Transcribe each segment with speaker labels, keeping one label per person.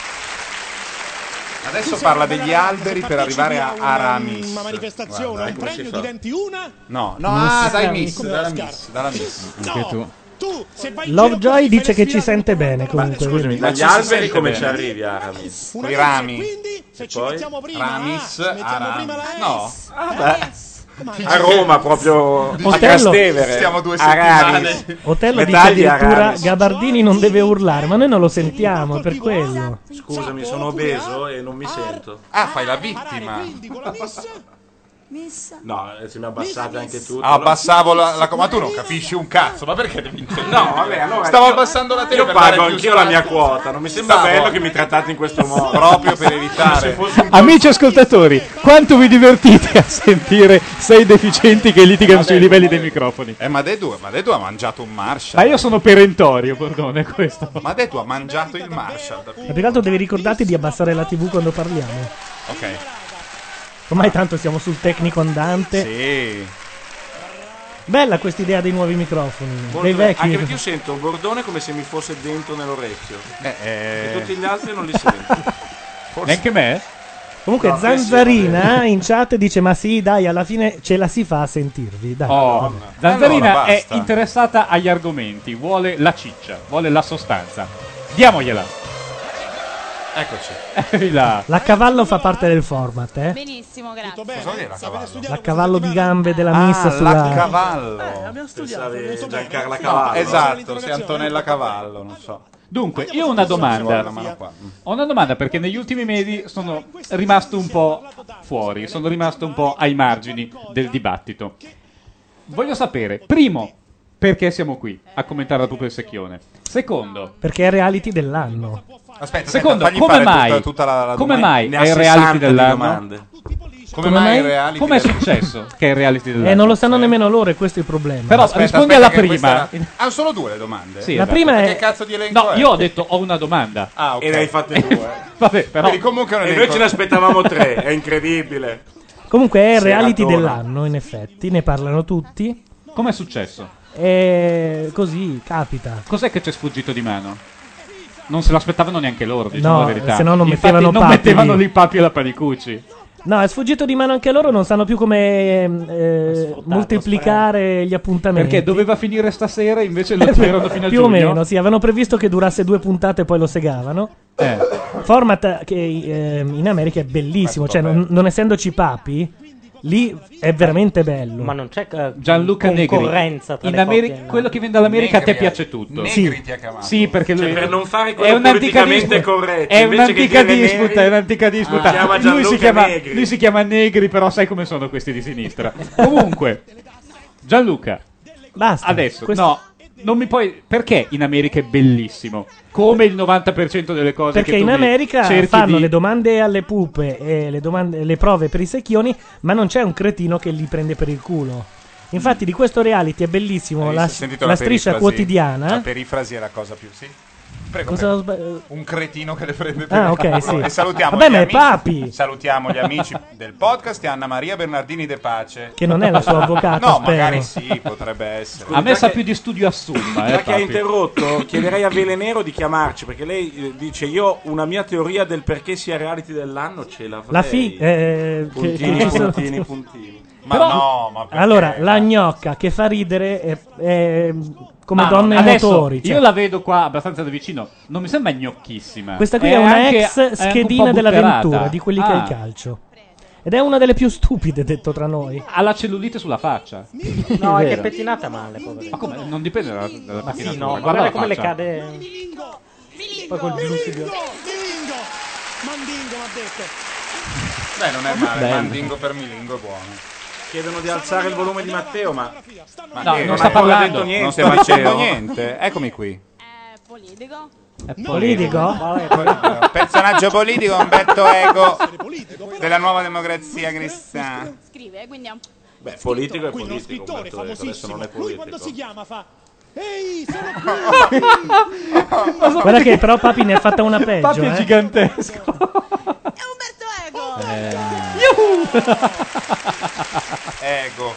Speaker 1: Adesso parla degli alberi per arrivare a Aramis.
Speaker 2: Una manifestazione,
Speaker 1: Guarda, eh,
Speaker 2: un
Speaker 1: come si
Speaker 2: premio
Speaker 1: fa.
Speaker 2: diventi una.
Speaker 1: No, no,
Speaker 2: Non
Speaker 1: ah,
Speaker 2: si
Speaker 1: dai
Speaker 2: sa,
Speaker 1: miss,
Speaker 2: come
Speaker 1: dalla
Speaker 2: la
Speaker 1: miss, dalla miss.
Speaker 2: Anche
Speaker 1: tu.
Speaker 2: Tu, se vai in giro
Speaker 3: Lovejoy dice che ci sente bene comunque.
Speaker 4: Scusami,
Speaker 3: quindi-
Speaker 4: dagli alberi come ci arrivi Aramis?
Speaker 1: Con i rami.
Speaker 4: E poi?
Speaker 2: ah,
Speaker 1: Ramis, Aramis. No.
Speaker 4: Ah, A Roma, proprio a
Speaker 3: Otello-
Speaker 4: Trastevere.
Speaker 1: Stiamo due
Speaker 4: Aramis.
Speaker 1: settimane.
Speaker 3: Otello
Speaker 4: Medaglie
Speaker 3: dice addirittura
Speaker 4: Aramis.
Speaker 3: Gabardini non deve urlare, ma noi non lo sentiamo, è per quello.
Speaker 4: Scusami, sono obeso e non mi sento.
Speaker 1: Ah, fai la vittima.
Speaker 5: Miss.
Speaker 4: No, eh, se mi abbassate anche tu.
Speaker 1: Ah, abbassavo la, la- Ma tu non capisci un cazzo, ma perché devi intervenire?
Speaker 4: No, vabbè, allora-
Speaker 1: Stavo abbassando la tele
Speaker 4: Io
Speaker 1: per
Speaker 4: pago
Speaker 1: dare più
Speaker 4: anch'io la
Speaker 1: spazio.
Speaker 4: mia quota. Non mi sembra
Speaker 1: Sta
Speaker 4: bello
Speaker 1: buono.
Speaker 4: che mi trattate in questo modo.
Speaker 1: Proprio per evitare.
Speaker 6: Amici ascoltatori, quanto vi divertite a sentire sei deficienti che litigano sui livelli dei microfoni?
Speaker 1: Eh, ma Dedu, ma Dedu ha mangiato un Marshall.
Speaker 6: Ma io sono perentorio, Bordone, questo.
Speaker 1: Ma Dedu ha mangiato il Marshall. da
Speaker 3: Ma
Speaker 1: piccolo.
Speaker 3: più che altro devi ricordarti di abbassare la TV quando parliamo.
Speaker 1: Ok.
Speaker 3: Ormai tanto siamo sul tecnico andante.
Speaker 1: Sì.
Speaker 3: Bella questa idea dei nuovi microfoni, dei
Speaker 4: Bordone-
Speaker 3: vecchi.
Speaker 4: Anche perché io sento un bordone come se mi fosse dentro nell'orecchio.
Speaker 1: Eh, E
Speaker 4: tutti gli altri non li sento.
Speaker 6: Neanche me?
Speaker 3: Comunque
Speaker 4: No,
Speaker 3: Zanzarina in chat dice "Ma sì, dai, alla fine ce la si fa a sentirvi". Dai.
Speaker 6: Oh,
Speaker 3: vabbè.
Speaker 6: Zanzarina
Speaker 1: Allora,
Speaker 6: è
Speaker 1: basta.
Speaker 6: interessata agli argomenti, vuole la ciccia, vuole la sostanza. Diamogliela.
Speaker 1: Eccoci.
Speaker 6: Ehi là.
Speaker 3: La cavallo fa parte del format, eh?
Speaker 5: Benissimo, grazie.
Speaker 3: La cavallo di gambe della
Speaker 1: Ah,
Speaker 3: miss
Speaker 1: la
Speaker 3: sulla
Speaker 1: cavallo.
Speaker 4: Pensavi Giancarla
Speaker 1: No,
Speaker 4: Cavallo.
Speaker 1: esatto, sei Antonella Cavallo, non so.
Speaker 6: Dunque, io ho una
Speaker 1: Ci vuole la
Speaker 6: domanda.
Speaker 1: mano qua.
Speaker 6: Ho una domanda perché negli ultimi mesi sono rimasto un po' fuori, sono rimasto un po' ai margini del dibattito. Voglio sapere, primo, perché siamo qui a commentare la pupa del secchione. Secondo,
Speaker 3: perché è reality dell'anno.
Speaker 1: Aspetta,
Speaker 6: secondo
Speaker 1: aspetta, fagli
Speaker 6: come
Speaker 1: fare
Speaker 6: mai,
Speaker 1: tutta- tutta la- la
Speaker 6: come
Speaker 1: domanda.
Speaker 6: mai
Speaker 4: Ne ha
Speaker 6: è il reality
Speaker 4: 60 di
Speaker 6: dell'anno?
Speaker 4: domande.
Speaker 1: Come, mai i reality
Speaker 6: Come è
Speaker 1: del-
Speaker 6: successo che è il reality dell'anno?
Speaker 3: Eh, non lo sanno nemmeno loro e questo è il problema.
Speaker 6: Però
Speaker 1: Aspetta,
Speaker 6: rispondi
Speaker 1: aspetta
Speaker 6: alla
Speaker 1: che
Speaker 6: prima.
Speaker 1: questa era- Ah, solo due le domande? Eh,
Speaker 6: Sì,
Speaker 3: la
Speaker 6: esatto.
Speaker 3: prima
Speaker 1: Ma Che
Speaker 3: è
Speaker 1: cazzo di elenco
Speaker 6: No,
Speaker 1: è?
Speaker 6: io ho detto ho una domanda.
Speaker 1: Ah, ok.
Speaker 4: E ne hai fatte due.
Speaker 6: Vabbè, però
Speaker 1: Quindi comunque non
Speaker 4: e noi ce ne aspettavamo tre. È incredibile.
Speaker 3: comunque è il reality
Speaker 4: Seratona.
Speaker 3: dell'anno, in effetti, ne parlano tutti
Speaker 6: com'è successo?
Speaker 3: e così capita.
Speaker 6: Cos'è che ci è sfuggito di mano? Non se l'aspettavano neanche loro, diciamo
Speaker 3: No,
Speaker 6: la verità.
Speaker 3: se no non
Speaker 6: Infatti
Speaker 3: mettevano
Speaker 6: non
Speaker 3: Papi.
Speaker 6: mettevano lì Papi alla Panicucci.
Speaker 3: No, è sfuggito di mano anche loro, non sanno più come ehm, eh, moltiplicare gli appuntamenti.
Speaker 6: Perché doveva finire stasera, invece lo tirano fino a
Speaker 3: più o
Speaker 6: giugno.
Speaker 3: meno, sì, avevano previsto che durasse due puntate e poi lo segavano.
Speaker 6: Eh,
Speaker 3: Format che ehm, in America è bellissimo, cioè non, non essendoci papi, lì è veramente bello.
Speaker 7: Ma non c'è eh,
Speaker 6: Gianluca Negri.
Speaker 7: concorrenza tra
Speaker 6: In
Speaker 7: le
Speaker 6: Ameri-
Speaker 7: coppie, no.
Speaker 6: quello che viene dall'America a te
Speaker 1: Negri,
Speaker 6: piace tutto.
Speaker 1: Negri
Speaker 3: Sì.
Speaker 1: ti ha chiamato.
Speaker 6: Sì, perché lui
Speaker 4: Cioè, per non fare
Speaker 6: è
Speaker 4: quello
Speaker 6: un'antica
Speaker 4: politicamente
Speaker 6: disputa.
Speaker 4: corretto.
Speaker 6: È
Speaker 4: invece che
Speaker 6: un'antica
Speaker 4: dire
Speaker 6: disputa,
Speaker 4: neri-
Speaker 6: è un'antica disputa.
Speaker 4: Ah, chiama
Speaker 6: lui, si
Speaker 4: Gianluca
Speaker 6: chiama,
Speaker 4: Negri.
Speaker 6: lui si chiama Negri, però sai come sono questi di sinistra. Comunque, Gianluca,
Speaker 3: Basta.
Speaker 6: adesso,
Speaker 3: Questo-
Speaker 6: no, non mi puoi... Perché in America è bellissimo? Come il 90% delle cose
Speaker 3: Perché
Speaker 6: che tu
Speaker 3: in
Speaker 6: vedi,
Speaker 3: America
Speaker 6: cerchi
Speaker 3: fanno
Speaker 6: di-
Speaker 3: le domande alle pupe e le, domande- le prove per i secchioni, ma non c'è un cretino che li prende per il culo. Infatti, di questo reality è bellissimo
Speaker 1: Hai
Speaker 3: la,
Speaker 1: sentito
Speaker 3: la striscia
Speaker 1: perifrasi? La
Speaker 3: quotidiana.
Speaker 1: perifrasi è la cosa più, sì. Prego,
Speaker 3: Cosa ho
Speaker 1: prego.
Speaker 3: sbag-
Speaker 1: Un cretino che le prende per
Speaker 3: Ah,
Speaker 1: il
Speaker 3: ok,
Speaker 1: culo.
Speaker 3: sì.
Speaker 1: E salutiamo
Speaker 3: Vabbè,
Speaker 1: gli
Speaker 3: ma è
Speaker 1: amici-
Speaker 3: Papi.
Speaker 1: Salutiamo gli amici del podcast e Anna Maria Bernardini De Pace.
Speaker 3: che non è la sua avvocata,
Speaker 1: no,
Speaker 3: spero.
Speaker 1: magari sì, potrebbe essere.
Speaker 6: A me sa
Speaker 4: Perché-
Speaker 6: più di studio assumma, eh,
Speaker 4: Già che ha
Speaker 6: Papi.
Speaker 4: interrotto, chiederei a Velenero di chiamarci perché lei eh, dice: Io una mia teoria del perché sia reality dell'anno ce l'avrei.
Speaker 3: La fi- eh, che-
Speaker 4: Puntini,
Speaker 3: che-
Speaker 4: puntini, puntini.
Speaker 1: Ma
Speaker 3: Però-
Speaker 1: no, ma perché?
Speaker 3: Allora, la gnocca che fa ridere è, è come
Speaker 6: Ma
Speaker 3: donne
Speaker 6: adesso,
Speaker 3: motori. cioè.
Speaker 6: Io la vedo qua abbastanza da vicino. Non mi sembra gnocchissima.
Speaker 3: Questa qui
Speaker 6: È
Speaker 3: è, una
Speaker 6: anche- è anche
Speaker 3: ex
Speaker 6: un
Speaker 3: schedina
Speaker 6: po'
Speaker 3: dell'avventura,
Speaker 6: butterata.
Speaker 3: di quelli che
Speaker 6: Ah,
Speaker 3: è il calcio. Ed è una delle più stupide, detto tra noi.
Speaker 6: Ha la cellulite sulla faccia.
Speaker 7: No, è che è
Speaker 6: Vero.
Speaker 7: pettinata male, poverino.
Speaker 6: Ma come? Non dipende dalla, dalla
Speaker 7: Ma sì, no,
Speaker 6: pettinatura. Guarda
Speaker 7: guarda
Speaker 6: la
Speaker 7: come le
Speaker 6: faccia.
Speaker 7: cade.
Speaker 2: Milingo, Milingo,
Speaker 7: Poi col
Speaker 2: Milingo,
Speaker 7: giusto.
Speaker 2: Milingo. Mandingo mi ha detto.
Speaker 1: Beh, non è male,
Speaker 6: Bello.
Speaker 1: mandingo per milingo è buono.
Speaker 4: Chiedono di alzare il volume di Matteo, Eh, ma
Speaker 1: Ma
Speaker 6: No,
Speaker 1: che-
Speaker 6: non
Speaker 1: ha
Speaker 6: sta
Speaker 1: ancora
Speaker 6: parlando.
Speaker 1: detto niente,
Speaker 4: Non sta
Speaker 1: ma dicendo
Speaker 4: dicendo.
Speaker 1: niente. Eccomi qui.
Speaker 5: Eh, politico.
Speaker 7: È
Speaker 3: Politico?
Speaker 1: Personaggio politico Umberto Ego
Speaker 2: Essere politico, però.
Speaker 1: della nuova democrazia cristiana.
Speaker 5: Scrive, eh, quindi è un
Speaker 4: beh, politico è
Speaker 2: Qui uno
Speaker 4: politico.
Speaker 2: scrittore
Speaker 4: Umberto Eco, adesso
Speaker 2: famosissimo.
Speaker 4: non è
Speaker 2: Lui quando si
Speaker 4: politico.
Speaker 2: chiama fa Ehi, sono qui.
Speaker 3: Guarda che però Papi ne ha fatta una peggio.
Speaker 6: Papi è
Speaker 3: eh.
Speaker 6: gigantesco.
Speaker 5: È Umberto Ego!
Speaker 1: Ego.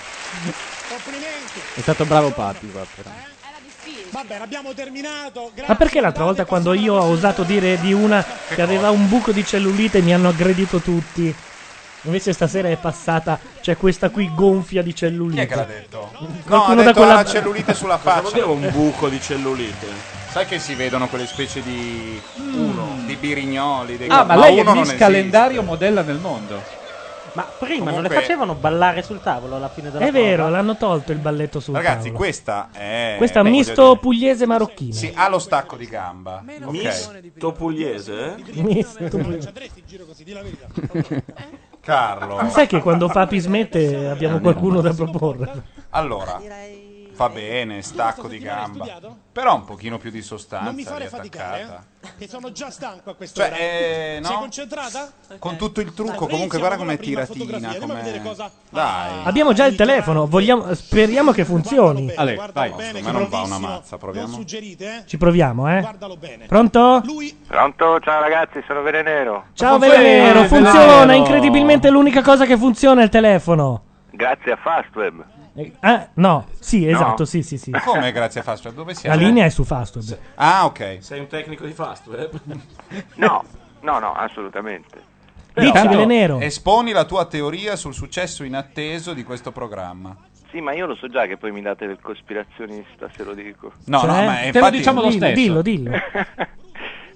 Speaker 2: Complimenti.
Speaker 7: stato bravo Papi qua, però.
Speaker 5: Era difficile.
Speaker 2: Ma Va bene, abbiamo terminato. Grazie.
Speaker 3: Ma perché l'altra volta quando io ho osato dire di una che aveva un buco di cellulite mi hanno aggredito tutti? Invece stasera è passata, c'è questa qui gonfia di cellulite.
Speaker 1: Chi è che l'ha detto? No, ha
Speaker 3: Qualcuno da
Speaker 1: detto
Speaker 3: quella
Speaker 1: ha la cellulite sulla
Speaker 8: Cosa
Speaker 1: faccia.
Speaker 8: vuol dire un buco di cellulite?
Speaker 1: Sai che si vedono quelle specie di
Speaker 3: Mm.
Speaker 1: uno, di birignoli, dei
Speaker 6: Ah, ma lei è
Speaker 1: uno non
Speaker 6: Miss
Speaker 1: esiste.
Speaker 6: Calendario modella nel mondo.
Speaker 7: Ma prima non le
Speaker 1: Comunque-
Speaker 7: facevano ballare sul tavolo alla fine della
Speaker 3: È
Speaker 7: prova?
Speaker 3: vero, l'hanno tolto il balletto sul
Speaker 1: Ragazzi,
Speaker 3: tavolo.
Speaker 1: questa è
Speaker 3: Questa
Speaker 1: beh,
Speaker 3: misto
Speaker 1: voglio dire-
Speaker 3: pugliese marocchino.
Speaker 1: Eh, Sì, ha lo stacco di gamba. Ok.
Speaker 8: Misto pugliese?
Speaker 3: Misto pugliese.
Speaker 1: Carlo.
Speaker 3: Ma sai che quando Papi smette abbiamo qualcuno da proporre?
Speaker 1: Allora, fa bene, stacco di gamba. Però un pochino più di sostanza.
Speaker 2: Non mi fare
Speaker 1: riattaccata.
Speaker 2: faticare, eh, che sono già stanco a quest'ora.
Speaker 1: Cioè, eh, no?
Speaker 2: Sei concentrata?
Speaker 1: Con tutto il trucco,
Speaker 2: Dai,
Speaker 1: comunque,
Speaker 2: iniziamo
Speaker 1: guarda
Speaker 2: con
Speaker 1: com'è
Speaker 2: la prima
Speaker 1: tiratina.
Speaker 2: fotografia, andiamo a
Speaker 1: com'è-
Speaker 2: vedere cosa-
Speaker 1: Dai.
Speaker 3: Abbiamo già il telefono, vogliamo- speriamo che funzioni.
Speaker 1: Ale, vai. Secondo me non va una mazza, proviamo.
Speaker 3: Ci proviamo, eh? Pronto?
Speaker 4: Pronto? Ciao ragazzi, sono Velenero.
Speaker 3: Ciao
Speaker 4: Funziona,
Speaker 3: Velenero,
Speaker 4: Velenero.
Speaker 3: funziona, incredibilmente è l'unica cosa che funziona è il telefono.
Speaker 4: Grazie a Fastweb.
Speaker 3: Ah, no, sì, esatto, sì, sì, sì.
Speaker 1: Come grazie a Fastweb? Dove
Speaker 3: La
Speaker 1: siamo?
Speaker 3: linea è su Fastweb.
Speaker 1: Ah, ok.
Speaker 8: Sei un tecnico di eh? Fastweb?
Speaker 4: No, no, no, assolutamente.
Speaker 1: Però-
Speaker 3: Dici, Velenero.
Speaker 1: Esponi la tua teoria sul successo inatteso di questo programma.
Speaker 4: Sì, ma io lo so già che poi mi date del cospirazionista, se lo dico.
Speaker 1: No, no, ma
Speaker 3: Te
Speaker 1: infatti...
Speaker 3: lo diciamo lo stesso. Dillo, dillo.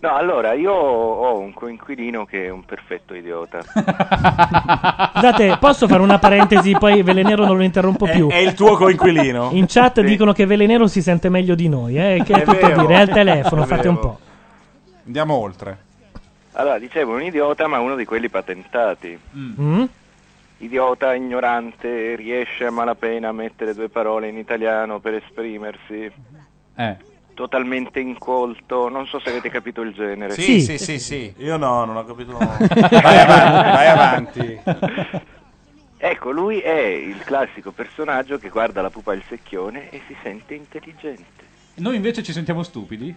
Speaker 4: No, allora, io ho un coinquilino che è un perfetto idiota.
Speaker 3: Scusate, posso fare una parentesi, poi Velenero non lo interrompo
Speaker 4: È-
Speaker 3: più.
Speaker 4: è il tuo coinquilino?
Speaker 3: In chat
Speaker 4: Sì.
Speaker 3: dicono che Velenero si sente meglio di noi, eh, che è,
Speaker 4: È
Speaker 3: tutto a
Speaker 4: vero.
Speaker 3: dire, è al telefono,
Speaker 4: È
Speaker 3: fate
Speaker 4: vero.
Speaker 3: un po'.
Speaker 1: Andiamo oltre.
Speaker 4: Allora, dicevo, un idiota, ma uno di quelli patentati.
Speaker 3: Mm?
Speaker 4: Idiota, ignorante, riesce a malapena a mettere due parole in italiano per esprimersi.
Speaker 6: Eh.
Speaker 4: Totalmente incolto, non so se avete capito il genere.
Speaker 8: Sì, Sì. sì, sì, sì. Io no, non ho capito.
Speaker 4: vai
Speaker 8: avanti, vai avanti.
Speaker 4: Ecco, lui è il classico personaggio che guarda la pupa al secchione e si sente intelligente.
Speaker 6: Noi invece ci sentiamo stupidi.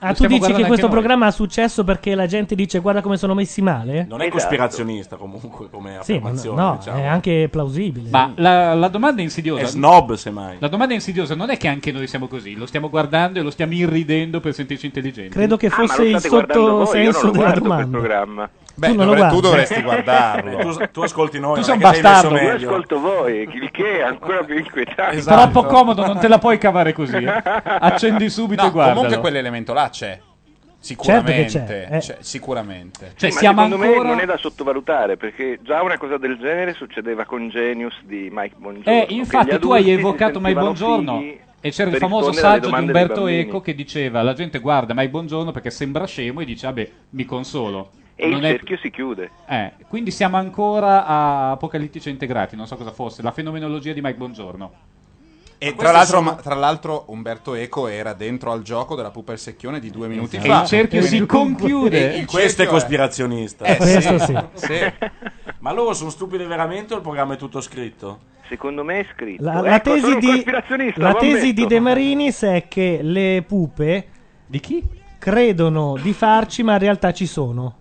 Speaker 3: Ah,
Speaker 6: Lo
Speaker 3: tu
Speaker 6: stiamo
Speaker 3: dici
Speaker 6: guardando
Speaker 3: che questo
Speaker 6: anche noi.
Speaker 3: programma ha successo perché la gente dice guarda come sono messi male?
Speaker 8: Non è cospirazionista comunque come
Speaker 3: Sì, ma no,
Speaker 8: affermazione,
Speaker 3: no,
Speaker 8: diciamo.
Speaker 3: è anche plausibile.
Speaker 6: Ma la, la domanda insidiosa.
Speaker 8: È snob, semmai.
Speaker 6: La domanda insidiosa non è che anche noi siamo così, lo stiamo guardando e lo stiamo irridendo per sentirci intelligenti.
Speaker 3: Credo che
Speaker 4: Ah, ma
Speaker 3: fosse
Speaker 4: lo
Speaker 3: il
Speaker 4: state guardando voi, io non
Speaker 3: sottosenso
Speaker 4: lo
Speaker 3: della
Speaker 4: guardo
Speaker 3: domanda.
Speaker 4: quel programma.
Speaker 3: Beh, Tu non lo dovre- tu guardi. dovresti
Speaker 8: guardarlo. tu, tu ascolti noi,
Speaker 6: Tu
Speaker 8: non
Speaker 6: sei
Speaker 8: è
Speaker 6: un
Speaker 8: che sei messo
Speaker 6: bastardo.
Speaker 4: Esatto. Io
Speaker 8: meglio.
Speaker 4: ascolto voi, il che è ancora più
Speaker 3: Esatto.
Speaker 4: inquietante.
Speaker 1: Esatto.
Speaker 6: È troppo comodo, non te la puoi cavare così. eh. Accendi subito
Speaker 1: No,
Speaker 6: e guardalo.
Speaker 1: Comunque quell'elemento là c'è. Sicuramente.
Speaker 6: Certo che c'è, eh. Cioè,
Speaker 1: c'è, Sicuramente.
Speaker 4: Sì, ma secondo me non è da sottovalutare perché già una cosa del genere succedeva con Genius di Mike Bongiorno.
Speaker 6: Eh,
Speaker 4: che gli
Speaker 6: infatti tu
Speaker 4: adulti
Speaker 6: hai
Speaker 4: si
Speaker 6: evocato Mai
Speaker 4: sentivano
Speaker 6: Buongiorno
Speaker 4: fighi
Speaker 6: e c'era il
Speaker 4: per
Speaker 6: famoso
Speaker 4: rispondere alle
Speaker 6: saggio di
Speaker 4: domande dei
Speaker 6: Umberto
Speaker 4: bambini.
Speaker 6: Eco che diceva la gente guarda Mai Buongiorno perché sembra scemo e dice vabbè mi consolo.
Speaker 4: E il
Speaker 6: Non è-
Speaker 4: cerchio si chiude.
Speaker 6: Eh, quindi siamo ancora a Apocalittici e Integrati, non so cosa fosse, la fenomenologia di Mike Buongiorno.
Speaker 1: E tra l'altro, ma- tra l'altro Umberto Eco era dentro al gioco della pupa e il secchione di due
Speaker 3: Eh,
Speaker 1: minuti
Speaker 6: Esatto.
Speaker 1: fa.
Speaker 6: E il cerchio
Speaker 1: Quindi-
Speaker 6: si conchiude.
Speaker 1: E il
Speaker 8: Eh, Questo è
Speaker 1: cerchio
Speaker 8: cospirazionista.
Speaker 1: Eh,
Speaker 3: Questo sì.
Speaker 8: Ma loro sono stupidi veramente o il programma è tutto scritto?
Speaker 4: Secondo me è scritto. Ecco,
Speaker 3: La, la tesi, di, la tesi di De Marinis è che le pupe
Speaker 6: di chi?
Speaker 3: credono di farci, ma in realtà ci sono.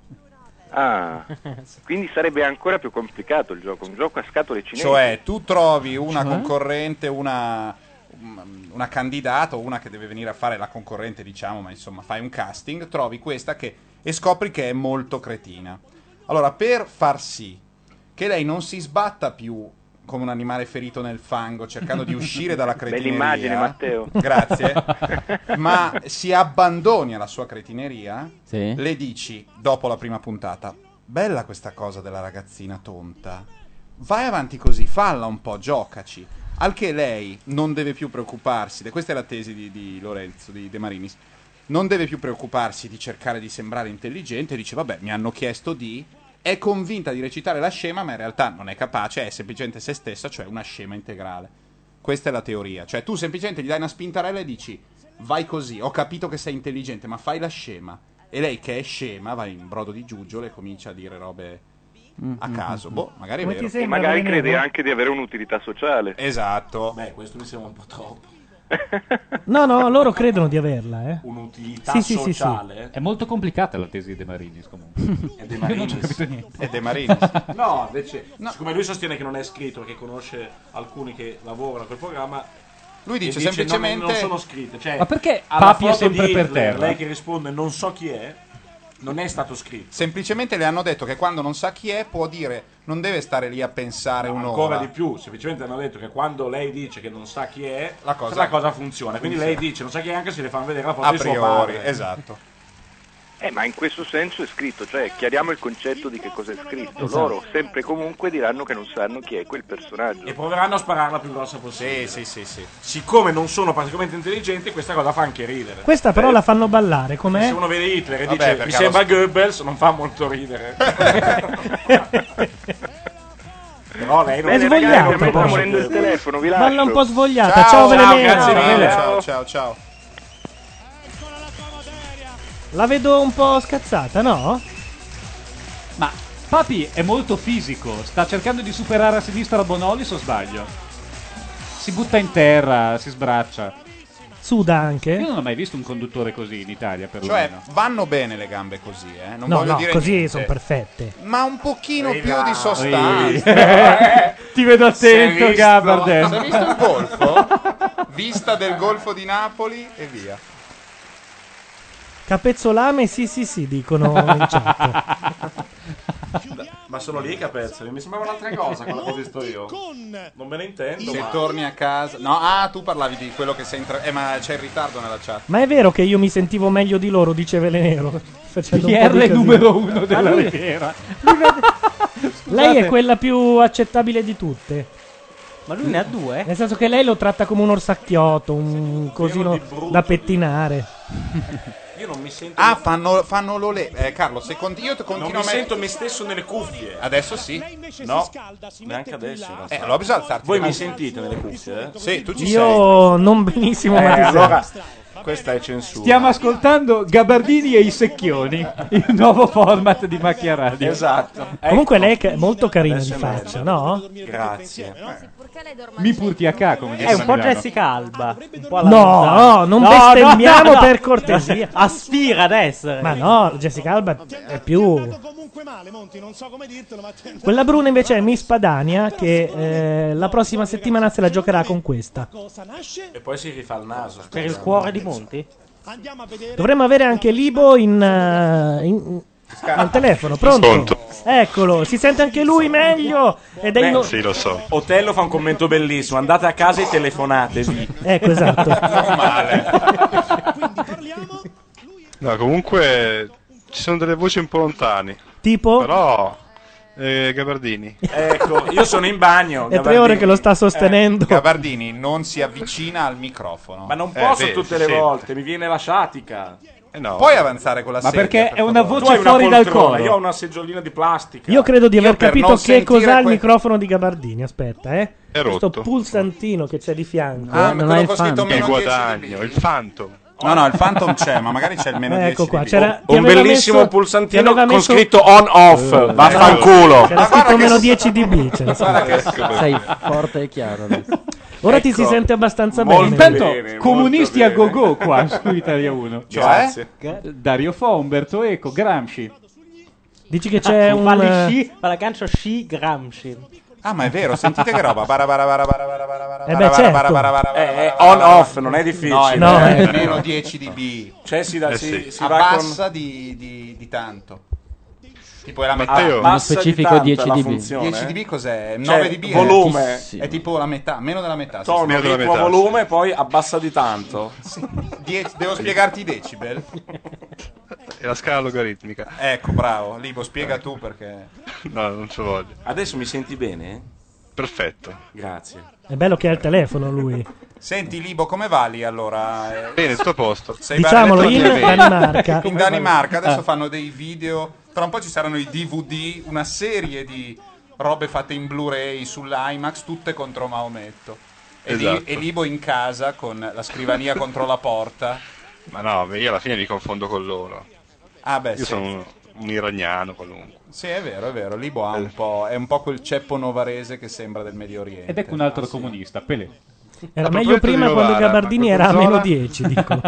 Speaker 4: Ah, quindi sarebbe ancora più complicato il gioco, un gioco a scatole cinesi.
Speaker 1: Cioè, tu trovi una
Speaker 4: Cioè?
Speaker 1: concorrente, una, mm, una candidata o una che deve venire a fare la concorrente, diciamo, ma insomma, fai un casting, trovi questa che, e scopri che è molto cretina. Allora, per far sì che lei non si sbatta più come un animale ferito nel fango, cercando di uscire dalla cretineria.
Speaker 4: Bell'immagine, Matteo.
Speaker 1: Grazie. Ma si abbandoni alla sua cretineria,
Speaker 7: Sì.
Speaker 1: le dici, dopo la prima puntata, bella questa cosa della ragazzina tonta. Vai avanti così, falla un po', giocaci. Al che lei non deve più preoccuparsi, de- questa è la tesi di, di Lorenzo, di De Marinis, non deve più preoccuparsi di cercare di sembrare intelligente, dice vabbè mi hanno chiesto di, è convinta di recitare la scema ma in realtà non è capace, è semplicemente se stessa, cioè una scema integrale. Questa è la teoria, cioè tu semplicemente gli dai una spintarella e dici vai così, ho capito che sei intelligente ma fai la scema. E lei che è scema va in brodo di giuggiole e comincia a dire robe
Speaker 4: Mm,
Speaker 1: a caso, boh, magari è
Speaker 4: Come ti
Speaker 1: vero.
Speaker 4: sembra, E magari Valerio? crede
Speaker 3: boh.
Speaker 4: anche di avere un'utilità sociale.
Speaker 1: Esatto.
Speaker 8: Beh, questo mi sembra un po' troppo.
Speaker 3: No, no, loro credono di averla, eh.
Speaker 8: Un'utilità
Speaker 3: Sì, sì, sì, sì.
Speaker 8: sociale?
Speaker 6: È molto complicata la tesi di De Marinis comunque.
Speaker 8: È De
Speaker 6: Io non ci ho
Speaker 8: Marinis.
Speaker 6: capito niente.
Speaker 1: È De Marinis.
Speaker 8: No, invece, siccome lui sostiene che non è scritto, perché conosce alcuni che lavorano a quel programma,
Speaker 1: Lui dice
Speaker 4: E
Speaker 1: semplicemente-
Speaker 4: Non, non sono scritte. Cioè,
Speaker 6: Ma perché
Speaker 4: alla
Speaker 6: Papi è
Speaker 4: foto
Speaker 6: sempre
Speaker 4: di
Speaker 6: per
Speaker 4: Hitler,
Speaker 6: terra?
Speaker 4: Lei che risponde non so chi è, non è stato scritto.
Speaker 1: Semplicemente le hanno detto che quando non sa chi è può dire non deve stare lì a pensare un'ora.
Speaker 4: Ancora di più, semplicemente hanno detto che quando lei dice che non sa chi è, la
Speaker 1: cosa-
Speaker 4: cosa, funziona. Quindi
Speaker 1: funziona.
Speaker 4: lei dice non sa chi è anche se le fanno vedere la foto
Speaker 1: A
Speaker 4: di suo
Speaker 1: priori,
Speaker 4: padre.
Speaker 1: esatto.
Speaker 9: Eh, ma in questo senso è scritto, cioè chiariamo il concetto di che cosa è scritto.
Speaker 4: Esatto.
Speaker 9: Loro sempre e comunque diranno che non sanno chi è quel personaggio.
Speaker 4: E proveranno a spararla più grossa possibile.
Speaker 1: Sì, sì, sì, sì.
Speaker 4: Siccome non sono particolarmente intelligenti, questa cosa fa anche ridere.
Speaker 3: Questa però
Speaker 4: Eh,
Speaker 3: la fanno ballare, com'è?
Speaker 4: Se uno vede Hitler e
Speaker 3: Vabbè,
Speaker 4: dice
Speaker 3: perché
Speaker 4: mi
Speaker 3: allo-
Speaker 4: sembra Goebbels, non fa molto ridere. Però lei non
Speaker 3: È
Speaker 4: Bene,
Speaker 3: svogliato,
Speaker 4: ragazzi, a me sta
Speaker 3: però.
Speaker 4: morendo il telefono, vi
Speaker 3: Balla
Speaker 4: lascio.
Speaker 3: un po' svogliata. Ciao,
Speaker 1: Ciao,
Speaker 3: Velenera.
Speaker 1: grazie mille. Ciao, ciao, ciao.
Speaker 3: La vedo un po' scazzata, no?
Speaker 6: Ma Papi è molto fisico, sta cercando di superare a sinistra Bonolis o sbaglio? Si butta in terra, si sbraccia.
Speaker 3: Suda anche.
Speaker 6: Io non ho mai visto un conduttore così in Italia, perlomeno.
Speaker 1: Cioè, vanno bene le gambe così, eh? Non
Speaker 3: no,
Speaker 1: voglio
Speaker 3: no,
Speaker 1: dire
Speaker 3: così
Speaker 1: niente.
Speaker 3: sono perfette.
Speaker 1: Ma un pochino
Speaker 3: Ehi,
Speaker 1: più
Speaker 3: là.
Speaker 4: ah,
Speaker 1: di sostanza.
Speaker 3: Ehi. Ti vedo attento,
Speaker 1: Si è visto-
Speaker 3: Gabardel.
Speaker 1: Si è visto il golfo? Vista del golfo di Napoli e via.
Speaker 3: Capezzolame, sì, sì, sì, dicono in chat.
Speaker 4: Ma sono lì i capezzoli, mi sembrava un'altra cosa quella che ho visto io. Non me ne intendo,
Speaker 1: Se
Speaker 4: ma...
Speaker 1: torni a casa. No, ah, tu parlavi di quello che sei in tra- Eh, ma c'è il ritardo nella chat.
Speaker 3: Ma è vero che io mi sentivo meglio di loro, dice Velenero. Facendo un po'
Speaker 6: PR
Speaker 3: di casino.
Speaker 6: numero uno della
Speaker 3: Ma lui-
Speaker 6: Riviera.
Speaker 3: Lei è
Speaker 7: Scusate.
Speaker 3: quella più accettabile di tutte.
Speaker 7: Ma lui ne ha due?
Speaker 3: Nel senso che lei lo tratta come un orsacchiotto, un cosino da pettinare.
Speaker 4: Io non mi sento...
Speaker 1: Ah, fanno, fanno lo le. Eh, Carlo, se conti- io ti
Speaker 4: non
Speaker 1: continuo
Speaker 4: mi
Speaker 1: a me-
Speaker 4: sento me stesso nelle cuffie.
Speaker 1: Adesso Ah, sì.
Speaker 4: No, neanche adesso. in realtà.
Speaker 1: Eh, allora bisogna alzarti
Speaker 4: Voi
Speaker 1: la-
Speaker 4: mi sentite nelle cuffie? Eh?
Speaker 1: Sì, tu ci
Speaker 3: Io non benissimo,
Speaker 4: Eh,
Speaker 3: ma ti sento.
Speaker 4: allora, questa è
Speaker 1: eh.
Speaker 4: censura.
Speaker 6: Stiamo ascoltando Gabardini e i secchioni, il nuovo format di Macchia Radio.
Speaker 4: Esatto.
Speaker 3: Comunque
Speaker 1: Ecco.
Speaker 3: lei è ca- molto carina di faccia, no?
Speaker 7: Ah, eh.
Speaker 4: Grazie.
Speaker 6: Mi purti a ca, come
Speaker 7: È
Speaker 6: Ah, dice
Speaker 7: un po'
Speaker 6: Giuliano.
Speaker 7: Jessica Alba. Un po' alla
Speaker 3: No,
Speaker 7: Manzano.
Speaker 3: no, non
Speaker 7: No,
Speaker 3: bestemmiamo
Speaker 7: no, no.
Speaker 3: per cortesia.
Speaker 7: Aspira ad essere.
Speaker 3: Ma no, Jessica Alba è più... Quella bruna invece è Miss Padania che eh, la prossima settimana se la giocherà con questa.
Speaker 4: E poi si rifà il naso.
Speaker 7: Per il cuore di Monti?
Speaker 3: Dovremmo avere anche Libo in, eh, in- al telefono, pronto?
Speaker 4: Pronto.
Speaker 3: Eccolo, si sente anche lui meglio ed è in...
Speaker 4: Beh, lo so. Otello fa un commento bellissimo. Andate a casa e telefonatevi.
Speaker 3: Ecco, esatto.
Speaker 4: non
Speaker 7: Ah,
Speaker 2: No, comunque ci sono delle voci un po' lontane.
Speaker 3: Tipo?
Speaker 2: Però eh, Gabardini.
Speaker 4: Ecco, io sono in bagno.
Speaker 3: È tre ore che lo sta sostenendo.
Speaker 1: Gabardini Eh. non si avvicina al microfono.
Speaker 4: Ma non Eh,
Speaker 2: Eh,
Speaker 4: posso tutte le volte, mi viene la sciatica.
Speaker 1: Puoi avanzare con la
Speaker 4: Ma
Speaker 1: sedia,
Speaker 4: perché
Speaker 1: per
Speaker 4: è
Speaker 6: una
Speaker 1: favore?
Speaker 6: voce Tu hai una fuori dal
Speaker 4: poltrona,
Speaker 6: coro.
Speaker 4: Io ho una seggiolina di plastica.
Speaker 3: Io credo di aver
Speaker 4: per
Speaker 3: capito
Speaker 4: non
Speaker 3: che
Speaker 4: sentire
Speaker 3: cos'ha il
Speaker 4: que-
Speaker 3: microfono di Gabardini. Aspetta, eh.
Speaker 2: È
Speaker 3: Questo
Speaker 2: rotto.
Speaker 3: pulsantino che c'è di fianco.
Speaker 2: Ah, ma
Speaker 3: non
Speaker 2: quello
Speaker 3: ha il
Speaker 2: con scritto
Speaker 3: fan.
Speaker 2: meno Il guadagno, il Phantom.
Speaker 1: No, no, il Phantom c'è, ma magari
Speaker 2: Ah,
Speaker 1: c'è il meno
Speaker 3: Eh,
Speaker 1: 10
Speaker 3: ecco
Speaker 1: di
Speaker 3: qua,
Speaker 1: lì.
Speaker 3: c'era
Speaker 4: Un bellissimo
Speaker 3: ti
Speaker 4: pulsantino
Speaker 3: aveva
Speaker 4: con
Speaker 3: messo-
Speaker 4: scritto on off.
Speaker 3: Eh,
Speaker 4: vaffanculo.
Speaker 3: C'era scritto meno 10 dB. c'era
Speaker 4: Guarda
Speaker 3: scritto.
Speaker 4: che- ecco.
Speaker 10: Sei forte e chiaro. adesso.
Speaker 3: Ora ti
Speaker 1: Ecco,
Speaker 3: si sente abbastanza
Speaker 6: Molto
Speaker 3: bene.
Speaker 6: Intanto, comunisti a go-go qua su Italia 1.
Speaker 3: Cioè?
Speaker 1: eh?
Speaker 3: Grazie.
Speaker 6: Dario Fo, Umberto Eco, Gramsci. Ah,
Speaker 3: Dici che c'è un... eh,
Speaker 7: Falli sci, fa la cancio sci Gramsci.
Speaker 1: Ah, ma è vero, sentite che roba. Bara, bara, bara, bara, bara, bara, bara,
Speaker 7: Eh beh,
Speaker 1: bara, bara,
Speaker 7: certo.
Speaker 1: bara, bara, bara, bara,
Speaker 4: Eh, eh,
Speaker 1: bara,
Speaker 4: on
Speaker 1: bara,
Speaker 4: off,
Speaker 1: bara.
Speaker 4: non è difficile.
Speaker 1: No, è
Speaker 4: No.
Speaker 1: meno- è meno 10 dB.
Speaker 4: Cioè, si, da- Eh, si- sì. si va
Speaker 1: abbassa Ah, di, di, di tanto. Tipo è la metà.
Speaker 10: Matteo. Nello specifico 10 dB.
Speaker 1: 10 dB cos'è?
Speaker 4: Cioè,
Speaker 1: 9 dB è-
Speaker 4: volume.
Speaker 1: È tipo la metà, meno della metà.
Speaker 4: Tono,
Speaker 1: Meno della
Speaker 4: ritmo,
Speaker 1: metà,
Speaker 4: volume e poi abbassa di tanto.
Speaker 1: Die- devo spiegarti i decibel?
Speaker 2: E la scala logaritmica.
Speaker 1: Ecco, bravo. Libo, spiega tu perché...
Speaker 2: No, non ce voglio.
Speaker 4: Adesso mi senti bene?
Speaker 2: Perfetto.
Speaker 4: Grazie.
Speaker 3: È bello che ha il telefono lui.
Speaker 1: Senti, Libo, come va lì allora?
Speaker 2: Bene, sto a posto.
Speaker 1: Sei
Speaker 3: Diciamolo,
Speaker 1: barretto
Speaker 3: in
Speaker 1: di evento.
Speaker 3: Danimarca.
Speaker 1: In Danimarca adesso
Speaker 3: Ah.
Speaker 1: fanno dei video. Tra un po' ci saranno i DVD, una serie di robe fatte in Blu-ray sull'IMAX, tutte contro Maometto. E, Li-
Speaker 2: Esatto.
Speaker 1: e Libo in casa con la scrivania contro la porta.
Speaker 2: Ma no, beh, io alla fine mi confondo con loro.
Speaker 1: Ah, beh,
Speaker 2: io
Speaker 1: sì.
Speaker 2: sono un, un iraniano qualunque.
Speaker 1: Sì, è vero, è vero. Libo ha un po', è un po' quel ceppo novarese che sembra del Medio Oriente.
Speaker 6: Ed ecco un altro comunista, Pelé.
Speaker 3: Era
Speaker 1: A
Speaker 3: meglio
Speaker 1: proposito di
Speaker 3: prima quando
Speaker 1: Novara,
Speaker 3: Gabardini
Speaker 1: Marco
Speaker 3: era a meno
Speaker 1: Zola-
Speaker 3: 10, dicono.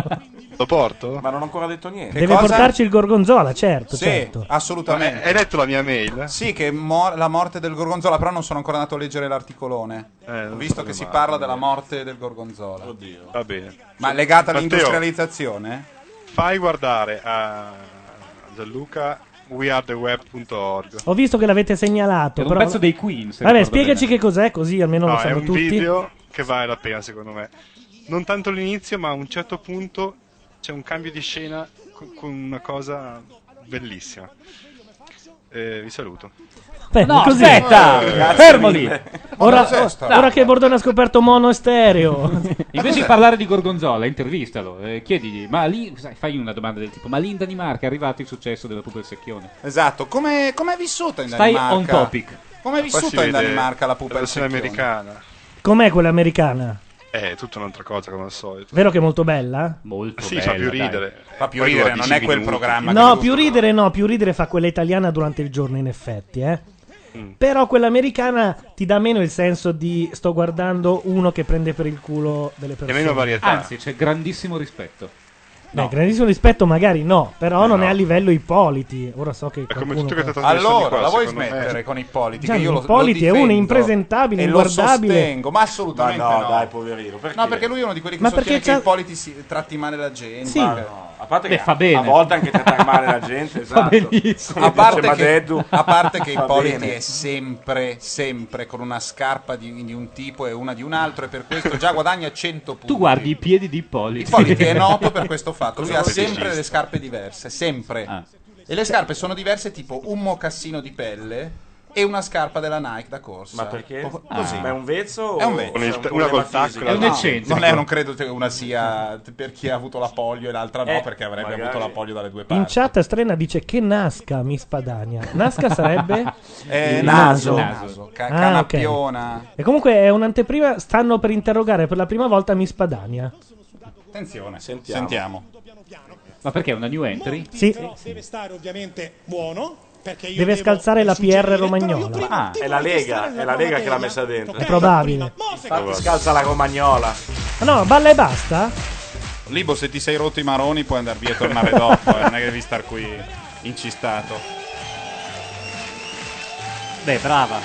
Speaker 11: Lo porto?
Speaker 4: Ma non ho ancora detto niente.
Speaker 3: Deve portarci il gorgonzola, certo.
Speaker 1: Sì,
Speaker 3: certo.
Speaker 1: assolutamente.
Speaker 11: Hai letto la mia mail?
Speaker 1: Sì, che mor- la morte del Gorgonzola, però non sono ancora andato a leggere l'articolone.
Speaker 11: Eh,
Speaker 1: Ho visto che si parla della morte del Gorgonzola.
Speaker 11: Oddio. Va bene.
Speaker 1: Ma legata
Speaker 11: Matteo,
Speaker 1: all'industrializzazione?
Speaker 11: Fai guardare a Gianluca weartheweb.org.
Speaker 3: Ho visto che l'avete segnalato.
Speaker 11: Era un
Speaker 3: però...
Speaker 11: pezzo dei Queen, se
Speaker 3: Vabbè,
Speaker 11: ricordo
Speaker 3: spiegaci che cos'è, così almeno lo
Speaker 11: No, è
Speaker 3: sanno
Speaker 11: un
Speaker 3: tutti.
Speaker 11: video che vale la pena secondo me. Non tanto l'inizio, ma a un certo punto c'è un cambio di scena co- con una cosa bellissima. Eh, vi saluto.
Speaker 3: Beh,
Speaker 11: No,
Speaker 3: così.
Speaker 11: aspetta!
Speaker 3: Eh,
Speaker 11: Grazie
Speaker 3: fermo lì.
Speaker 11: mille.
Speaker 3: Ora,
Speaker 11: Cosa sta?
Speaker 3: ora che Bordone ha scoperto mono e stereo.
Speaker 6: Invece di parlare di Gorgonzola, intervistalo, eh, chiedigli, ma lì, sai, fai una domanda del tipo, ma lì in Danimarca è arrivato il successo della pupa del secchione?
Speaker 1: Esatto, come è vissuta in
Speaker 6: Stai
Speaker 1: Danimarca?
Speaker 6: on topic.
Speaker 1: Come è
Speaker 11: Ma qua si
Speaker 1: vissuta in
Speaker 11: vede
Speaker 1: Danimarca la
Speaker 11: la
Speaker 1: pupa?
Speaker 11: versione americana.
Speaker 3: Com'è quella americana?
Speaker 11: Eh, È tutta un'altra cosa come al solito.
Speaker 3: Vero che è molto bella?
Speaker 6: Molto
Speaker 11: sì, fa più ridere.
Speaker 1: Fa più
Speaker 11: Poi
Speaker 1: ridere,
Speaker 11: dura
Speaker 1: non
Speaker 11: 10
Speaker 1: è quel
Speaker 11: minuti.
Speaker 1: programma
Speaker 3: No, più ridere no, più ridere fa quella italiana durante il giorno in effetti, eh.
Speaker 11: Mm.
Speaker 3: Però quella americana ti dà meno il senso di sto guardando uno che prende per il culo delle persone.
Speaker 6: Anzi, c'è grandissimo rispetto.
Speaker 3: Beh, grandissimo rispetto magari no, però non è a livello Ippoliti. Ora so che qualcuno
Speaker 1: Allora, la vuoi
Speaker 11: secondo me.
Speaker 1: smettere con Ippoliti? Che
Speaker 3: Gianni,
Speaker 1: io lo,
Speaker 3: Ippoliti è
Speaker 1: lo
Speaker 3: uno
Speaker 1: difendo
Speaker 3: impresentabile,
Speaker 1: e
Speaker 3: inguardabile.
Speaker 1: Lo sostengo, ma assolutamente
Speaker 4: Ma no,
Speaker 1: no.
Speaker 4: dai, poverino, perché?
Speaker 1: No, perché lui è uno di quelli che
Speaker 4: Ma
Speaker 1: sostiene
Speaker 4: perché
Speaker 1: che
Speaker 4: c'ha-
Speaker 1: Ippoliti si tratti male la gente.
Speaker 4: Sì. Ma no, a parte che
Speaker 1: Beh,
Speaker 4: fa
Speaker 1: fa
Speaker 4: bene.
Speaker 1: bene.
Speaker 4: a volte anche trattare male la gente,
Speaker 1: Fa
Speaker 4: esatto.
Speaker 1: benissimo.
Speaker 4: Come
Speaker 1: A
Speaker 4: dice
Speaker 1: parte che-
Speaker 4: Madeddu,
Speaker 1: a parte che
Speaker 4: va
Speaker 1: Ippoliti
Speaker 4: bene.
Speaker 1: è sempre, sempre con una scarpa di, di un tipo e una di un altro, e per questo già guadagna 100 punti.
Speaker 6: Tu guardi i piedi di Ippoliti.
Speaker 1: Ippoliti è noto per questo fatto, lui
Speaker 6: Cosa
Speaker 1: ha
Speaker 6: vuol dire?
Speaker 1: sempre le scarpe diverse, sempre.
Speaker 4: Ah.
Speaker 1: E le scarpe sono diverse tipo un mocassino di pelle e una scarpa della Nike da corsa.
Speaker 4: Ma perché?
Speaker 1: Co-
Speaker 4: Ah.
Speaker 1: Così.
Speaker 4: Ma è un vezzo
Speaker 1: È un
Speaker 4: o
Speaker 1: vezzo.
Speaker 4: c'è un Una problema col tacco, fisico? l'altra
Speaker 1: No,
Speaker 4: no. È un eccentrico.
Speaker 1: Non, è, non credo che una sia t- per chi ha avuto la polio e l'altra no,
Speaker 4: Eh,
Speaker 1: perché avrebbe
Speaker 4: magari.
Speaker 1: avuto la polio dalle due
Speaker 3: In
Speaker 1: parti.
Speaker 3: chat Strena dice che nasca mi spadania. Nasca sarebbe
Speaker 1: Eh, naso. Naso. Ca-
Speaker 3: Ah,
Speaker 1: canappiona.
Speaker 3: ok. E comunque è un'anteprima, stanno per interrogare per la prima volta mi spadania.
Speaker 1: Attenzione,
Speaker 4: Sentiamo.
Speaker 1: sentiamo.
Speaker 6: Ma perché è una new entry?
Speaker 3: Sì.
Speaker 2: Però deve stare ovviamente buono. Perché io
Speaker 3: Deve
Speaker 2: devo
Speaker 3: scalzare la
Speaker 2: suggerire,
Speaker 3: PR
Speaker 2: però io
Speaker 3: romagnola.
Speaker 2: prima
Speaker 4: Ah,
Speaker 2: ti
Speaker 4: è la
Speaker 2: voglio
Speaker 4: Lega,
Speaker 2: stare
Speaker 4: è la
Speaker 2: nuova
Speaker 4: Lega che l'ha
Speaker 2: materia.
Speaker 4: messa dentro.
Speaker 3: È probabile.
Speaker 4: Infatti scalza la romagnola.
Speaker 3: Ma no, balla e basta?
Speaker 1: Libo, se ti sei rotto i maroni puoi andare via e tornare dopo, eh, non è che devi star qui incistato.
Speaker 12: Beh, brava.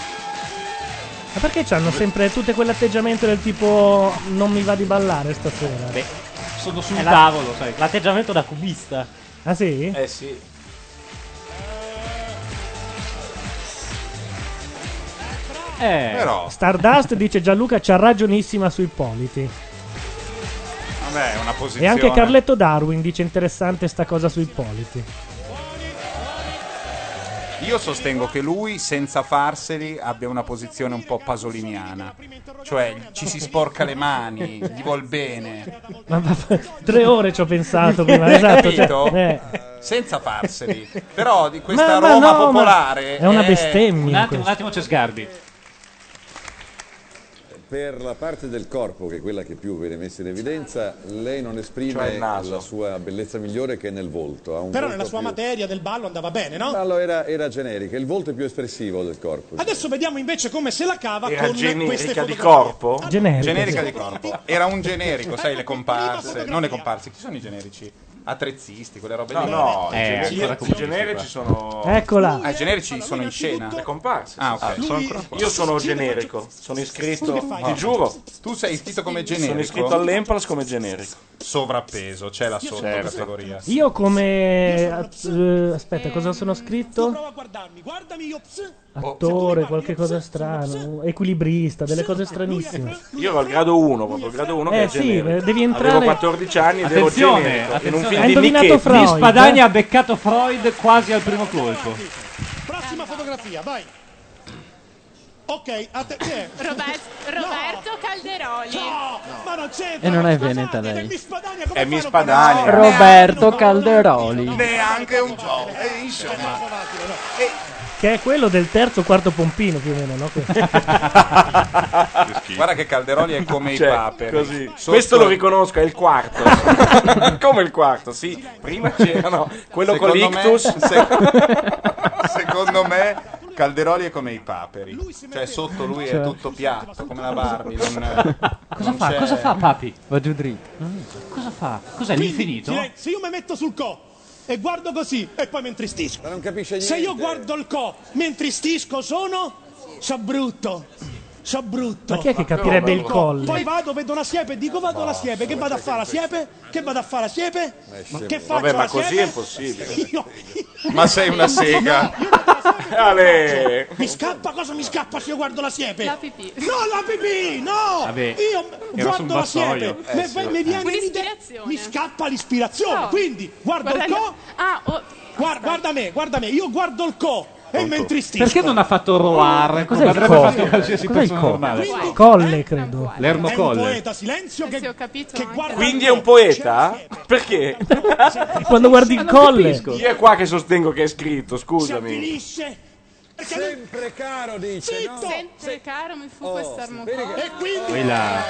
Speaker 3: Ma perché hanno sempre tutte quell'atteggiamento del tipo non mi va di ballare stasera?
Speaker 6: sono sul
Speaker 12: È la-
Speaker 6: tavolo, sai.
Speaker 12: L'atteggiamento da cubista.
Speaker 3: Ah sì?
Speaker 4: Eh sì.
Speaker 6: Eh.
Speaker 1: Però,
Speaker 3: Stardust dice Gianluca c'ha ragionissima sui Politi.
Speaker 1: vabbè, è una posizione.
Speaker 3: E anche Carletto Darwin dice interessante sta cosa sui Politi.
Speaker 1: Io sostengo che lui, senza farseli, abbia una posizione un po' pasoliniana. Cioè, ci si sporca le mani, gli vuol bene.
Speaker 3: Ma va- tre ore ci ho pensato prima, esatto. cioè,
Speaker 1: Capito?
Speaker 3: eh.
Speaker 1: Senza farseli. Però di
Speaker 3: Ma-
Speaker 1: questa
Speaker 3: ma
Speaker 1: Roma
Speaker 3: no, ma-
Speaker 1: popolare...
Speaker 3: è una bestemmia
Speaker 6: Un attimo, un attimo c'è Sgarbi.
Speaker 9: Per la parte del corpo, che è quella che più viene messa in evidenza, lei non esprime
Speaker 2: Cioè il naso.
Speaker 9: la sua bellezza migliore che è nel volto. Ha un
Speaker 2: Però
Speaker 9: volto
Speaker 2: nella sua
Speaker 9: più-
Speaker 2: materia del ballo andava bene, no?
Speaker 9: Allora era, era generica, il volto è più espressivo del corpo.
Speaker 2: Adesso vediamo invece come se la cava
Speaker 9: Era
Speaker 2: con queste
Speaker 9: generica
Speaker 2: fotografie.
Speaker 9: di corpo?
Speaker 3: Generica,
Speaker 1: Generica
Speaker 3: sì.
Speaker 1: di corpo. Era un generico, sai, le comparse. Non le comparse, chi sono i generici? Attrezzisti, quelle robe
Speaker 4: No,
Speaker 1: lì.
Speaker 4: no,
Speaker 3: Eh,
Speaker 4: i generici, i generici sono...
Speaker 3: Eccola.
Speaker 1: Ah, i generici sono in scena.
Speaker 4: Le comparse.
Speaker 1: Ah,
Speaker 4: sì,
Speaker 1: ok.
Speaker 4: sì.
Speaker 1: Sono ancora qua.
Speaker 4: Io sono generico, sono iscritto,
Speaker 1: Ah.
Speaker 4: ti giuro.
Speaker 1: Tu sei iscritto come generico?
Speaker 4: Sono iscritto all'Empress come generico.
Speaker 1: Sovrappeso, c'è la sottocategoria.
Speaker 3: Io come... att- eh, aspetta, cosa sono scritto? Attore, qualche cosa strano, equilibrista, delle cose stranissime.
Speaker 4: Io ero al grado 1, proprio il grado 1 che
Speaker 3: Eh
Speaker 4: è
Speaker 3: sì,
Speaker 4: generico.
Speaker 3: beh, devi entrare-
Speaker 4: Avevo 14 anni ed ero
Speaker 6: Attenzione,
Speaker 4: generico. In un
Speaker 6: attenzione.
Speaker 4: film
Speaker 6: Ha
Speaker 4: di
Speaker 6: indovinato
Speaker 4: Michele.
Speaker 6: Freud, Miss Padania ha beccato Freud quasi al primo colpo.
Speaker 2: Prossima fotografia, vai. Ok, a te chi è?
Speaker 13: Roberto Calderoli.
Speaker 2: Ma non c'entra.
Speaker 7: E non è veneta lei.
Speaker 4: È Miss Padania.
Speaker 7: Roberto Calderoli.
Speaker 1: Neanche un po'. E insomma.
Speaker 3: Che è quello del terzo quarto pompino più o meno, no?
Speaker 1: Guarda che Calderoli è come
Speaker 4: Cioè,
Speaker 1: i paperi.
Speaker 4: così.
Speaker 1: Sotto-
Speaker 4: Questo lo riconosco, è il quarto. Come il quarto, sì. Prima c'erano quello
Speaker 1: Secondo
Speaker 4: con l'ictus.
Speaker 1: me- se- Secondo me Calderoli è come i paperi. Cioè sotto lui è
Speaker 14: Cioè.
Speaker 1: tutto piatto, come la Barbie. non-
Speaker 6: Cosa
Speaker 1: non
Speaker 6: fa?
Speaker 1: c'è-
Speaker 6: Cosa fa Papi?
Speaker 14: Va giù dritto.
Speaker 6: Cosa fa? Cos'è l'infinito?
Speaker 2: direi, se io mi metto sul co e guardo così e poi mi intristisco.
Speaker 9: non capisce
Speaker 2: Se io guardo il co, mi intristisco, sono. So brutto. So brutto.
Speaker 3: Ma chi è che capirebbe il colle?
Speaker 2: Poi vado, vedo una siepe, dico vado alla siepe. Che vado a fare la siepe? Che vado a fare la siepe? Ma che faccio
Speaker 4: Vabbè, ma
Speaker 2: la
Speaker 4: così è
Speaker 2: siepe?
Speaker 4: impossibile.
Speaker 2: Io-
Speaker 1: Ma sei una sega.
Speaker 4: Ale!
Speaker 2: Mi scappa cosa mi scappa se io guardo la siepe?
Speaker 15: La pipì.
Speaker 2: No, la pipì! No!
Speaker 6: Vabbè,
Speaker 2: io
Speaker 6: era sul
Speaker 2: guardo la
Speaker 6: vassoio.
Speaker 2: siepe, mi-
Speaker 6: Eh, sì.
Speaker 2: mi viene l'idea-
Speaker 15: Un'ispirazione.
Speaker 2: mi scappa l'ispirazione.
Speaker 15: No.
Speaker 2: Quindi guardo il
Speaker 15: Guarda-
Speaker 2: co,
Speaker 15: Ah, oh,
Speaker 2: guarda, guarda me, guarda me, io guardo il co e mi intristisco.
Speaker 6: Perché non ha fatto Roar?
Speaker 3: Cos'è il
Speaker 6: Avrebbe
Speaker 3: co?
Speaker 6: fatto qualsiasi
Speaker 3: Cos'è il
Speaker 6: persona
Speaker 3: co?
Speaker 6: normale.
Speaker 3: Colle, credo.
Speaker 6: L'ermo
Speaker 2: è un
Speaker 6: colle.
Speaker 2: poeta, silenzio che, che guarda
Speaker 4: Quindi è un poeta? Perché?
Speaker 3: Quando guardi
Speaker 4: Ah,
Speaker 3: il colle.
Speaker 4: Io è qua che sostengo che è scritto, scusami.
Speaker 2: finisce.
Speaker 9: Sempre caro dice.
Speaker 2: Zitto!
Speaker 15: sempre caro mi fu
Speaker 7: Oh,
Speaker 15: questo armocolo.
Speaker 2: E quindi
Speaker 6: Quella-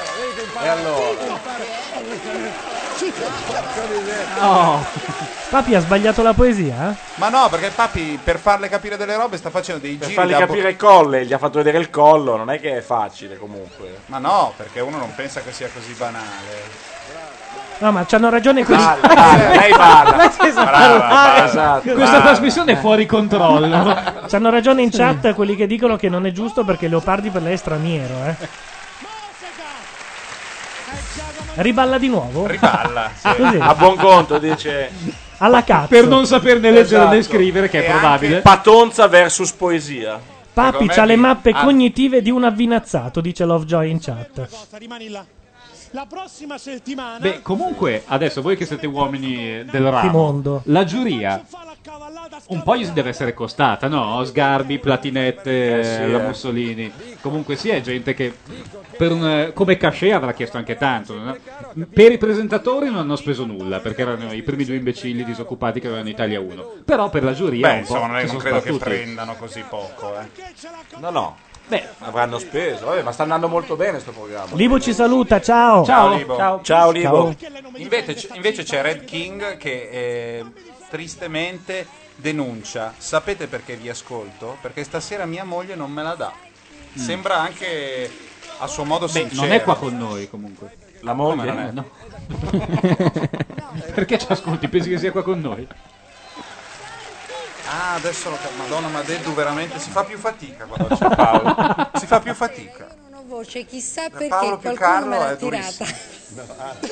Speaker 9: E allora?
Speaker 3: Papi ha sbagliato la poesia? eh?
Speaker 1: Ma no, perché Papi per farle capire delle robe sta facendo dei
Speaker 4: Per
Speaker 1: giri.
Speaker 4: fargli
Speaker 1: da bo-
Speaker 4: capire il colle, gli ha fatto vedere il collo, non è che è facile comunque.
Speaker 1: Ma no, perché uno non pensa che sia così banale.
Speaker 3: No, ma c'hanno ragione quelli.
Speaker 4: lei parla.
Speaker 3: Ma che sa
Speaker 4: Brava,
Speaker 3: parlare?
Speaker 4: esatto,
Speaker 3: Cosa-
Speaker 6: Questa trasmissione è fuori controllo.
Speaker 3: C'hanno ragione in chat quelli che dicono che non è giusto perché Leopardi per lei è straniero, eh. Riballa di nuovo?
Speaker 4: Riballa, sì.
Speaker 3: Così?
Speaker 4: A buon conto dice...
Speaker 3: Alla cazzo.
Speaker 6: Per non saperne leggere né
Speaker 4: Esatto.
Speaker 6: scrivere, che è
Speaker 4: E
Speaker 6: probabile.
Speaker 4: anche Patonza versus poesia.
Speaker 3: Papi
Speaker 4: Secondo me
Speaker 3: c'ha le
Speaker 4: mi-
Speaker 3: mappe
Speaker 4: ah.
Speaker 3: cognitive di un avvinazzato, dice Lovejoy in chat.
Speaker 2: la prossima settimana
Speaker 6: Beh, comunque, adesso voi che siete uomini del ramo,
Speaker 3: Di mondo.
Speaker 6: la giuria un po' gli deve essere costata, no? Sgarbi, Platinette,
Speaker 4: Eh sì,
Speaker 6: la
Speaker 4: eh.
Speaker 6: Mussolini. Comunque sì, è gente che per un- come cachet avrà chiesto anche tanto. non ha- Per i presentatori non hanno speso nulla, perché erano i primi due imbecilli disoccupati che avevano Italia 1. Però per la giuria
Speaker 1: Beh,
Speaker 6: un po'
Speaker 1: insomma, non,
Speaker 6: ci
Speaker 1: non
Speaker 6: sono
Speaker 1: credo che
Speaker 6: sbattuti.
Speaker 1: prendano così poco, eh.
Speaker 4: No, no.
Speaker 6: Beh,
Speaker 4: avranno speso, vabbè, ma sta andando molto bene sto programma.
Speaker 3: Libo ci saluta, ciao.
Speaker 4: Ciao, Ciao, Libo.
Speaker 1: Invece, c- invece c'è Red King che eh, tristemente denuncia. Sapete perché vi ascolto? Perché stasera mia moglie non me la dà. Sembra anche a suo modo
Speaker 6: Mm. Beh,
Speaker 1: sincero.
Speaker 6: non è qua con noi comunque.
Speaker 4: La moglie?
Speaker 6: non è. No. Perché ci ascolti? Pensi che sia qua con noi?
Speaker 1: Ah, adesso lo cap- Madonna, ma Deddu veramente si fa più fatica quando c'è Paolo. Si fa più fatica.
Speaker 16: Non ho voce, chissà perché
Speaker 1: Paolo più
Speaker 16: qualcuno
Speaker 1: Carlo
Speaker 16: me l'ha
Speaker 1: è
Speaker 16: tirata.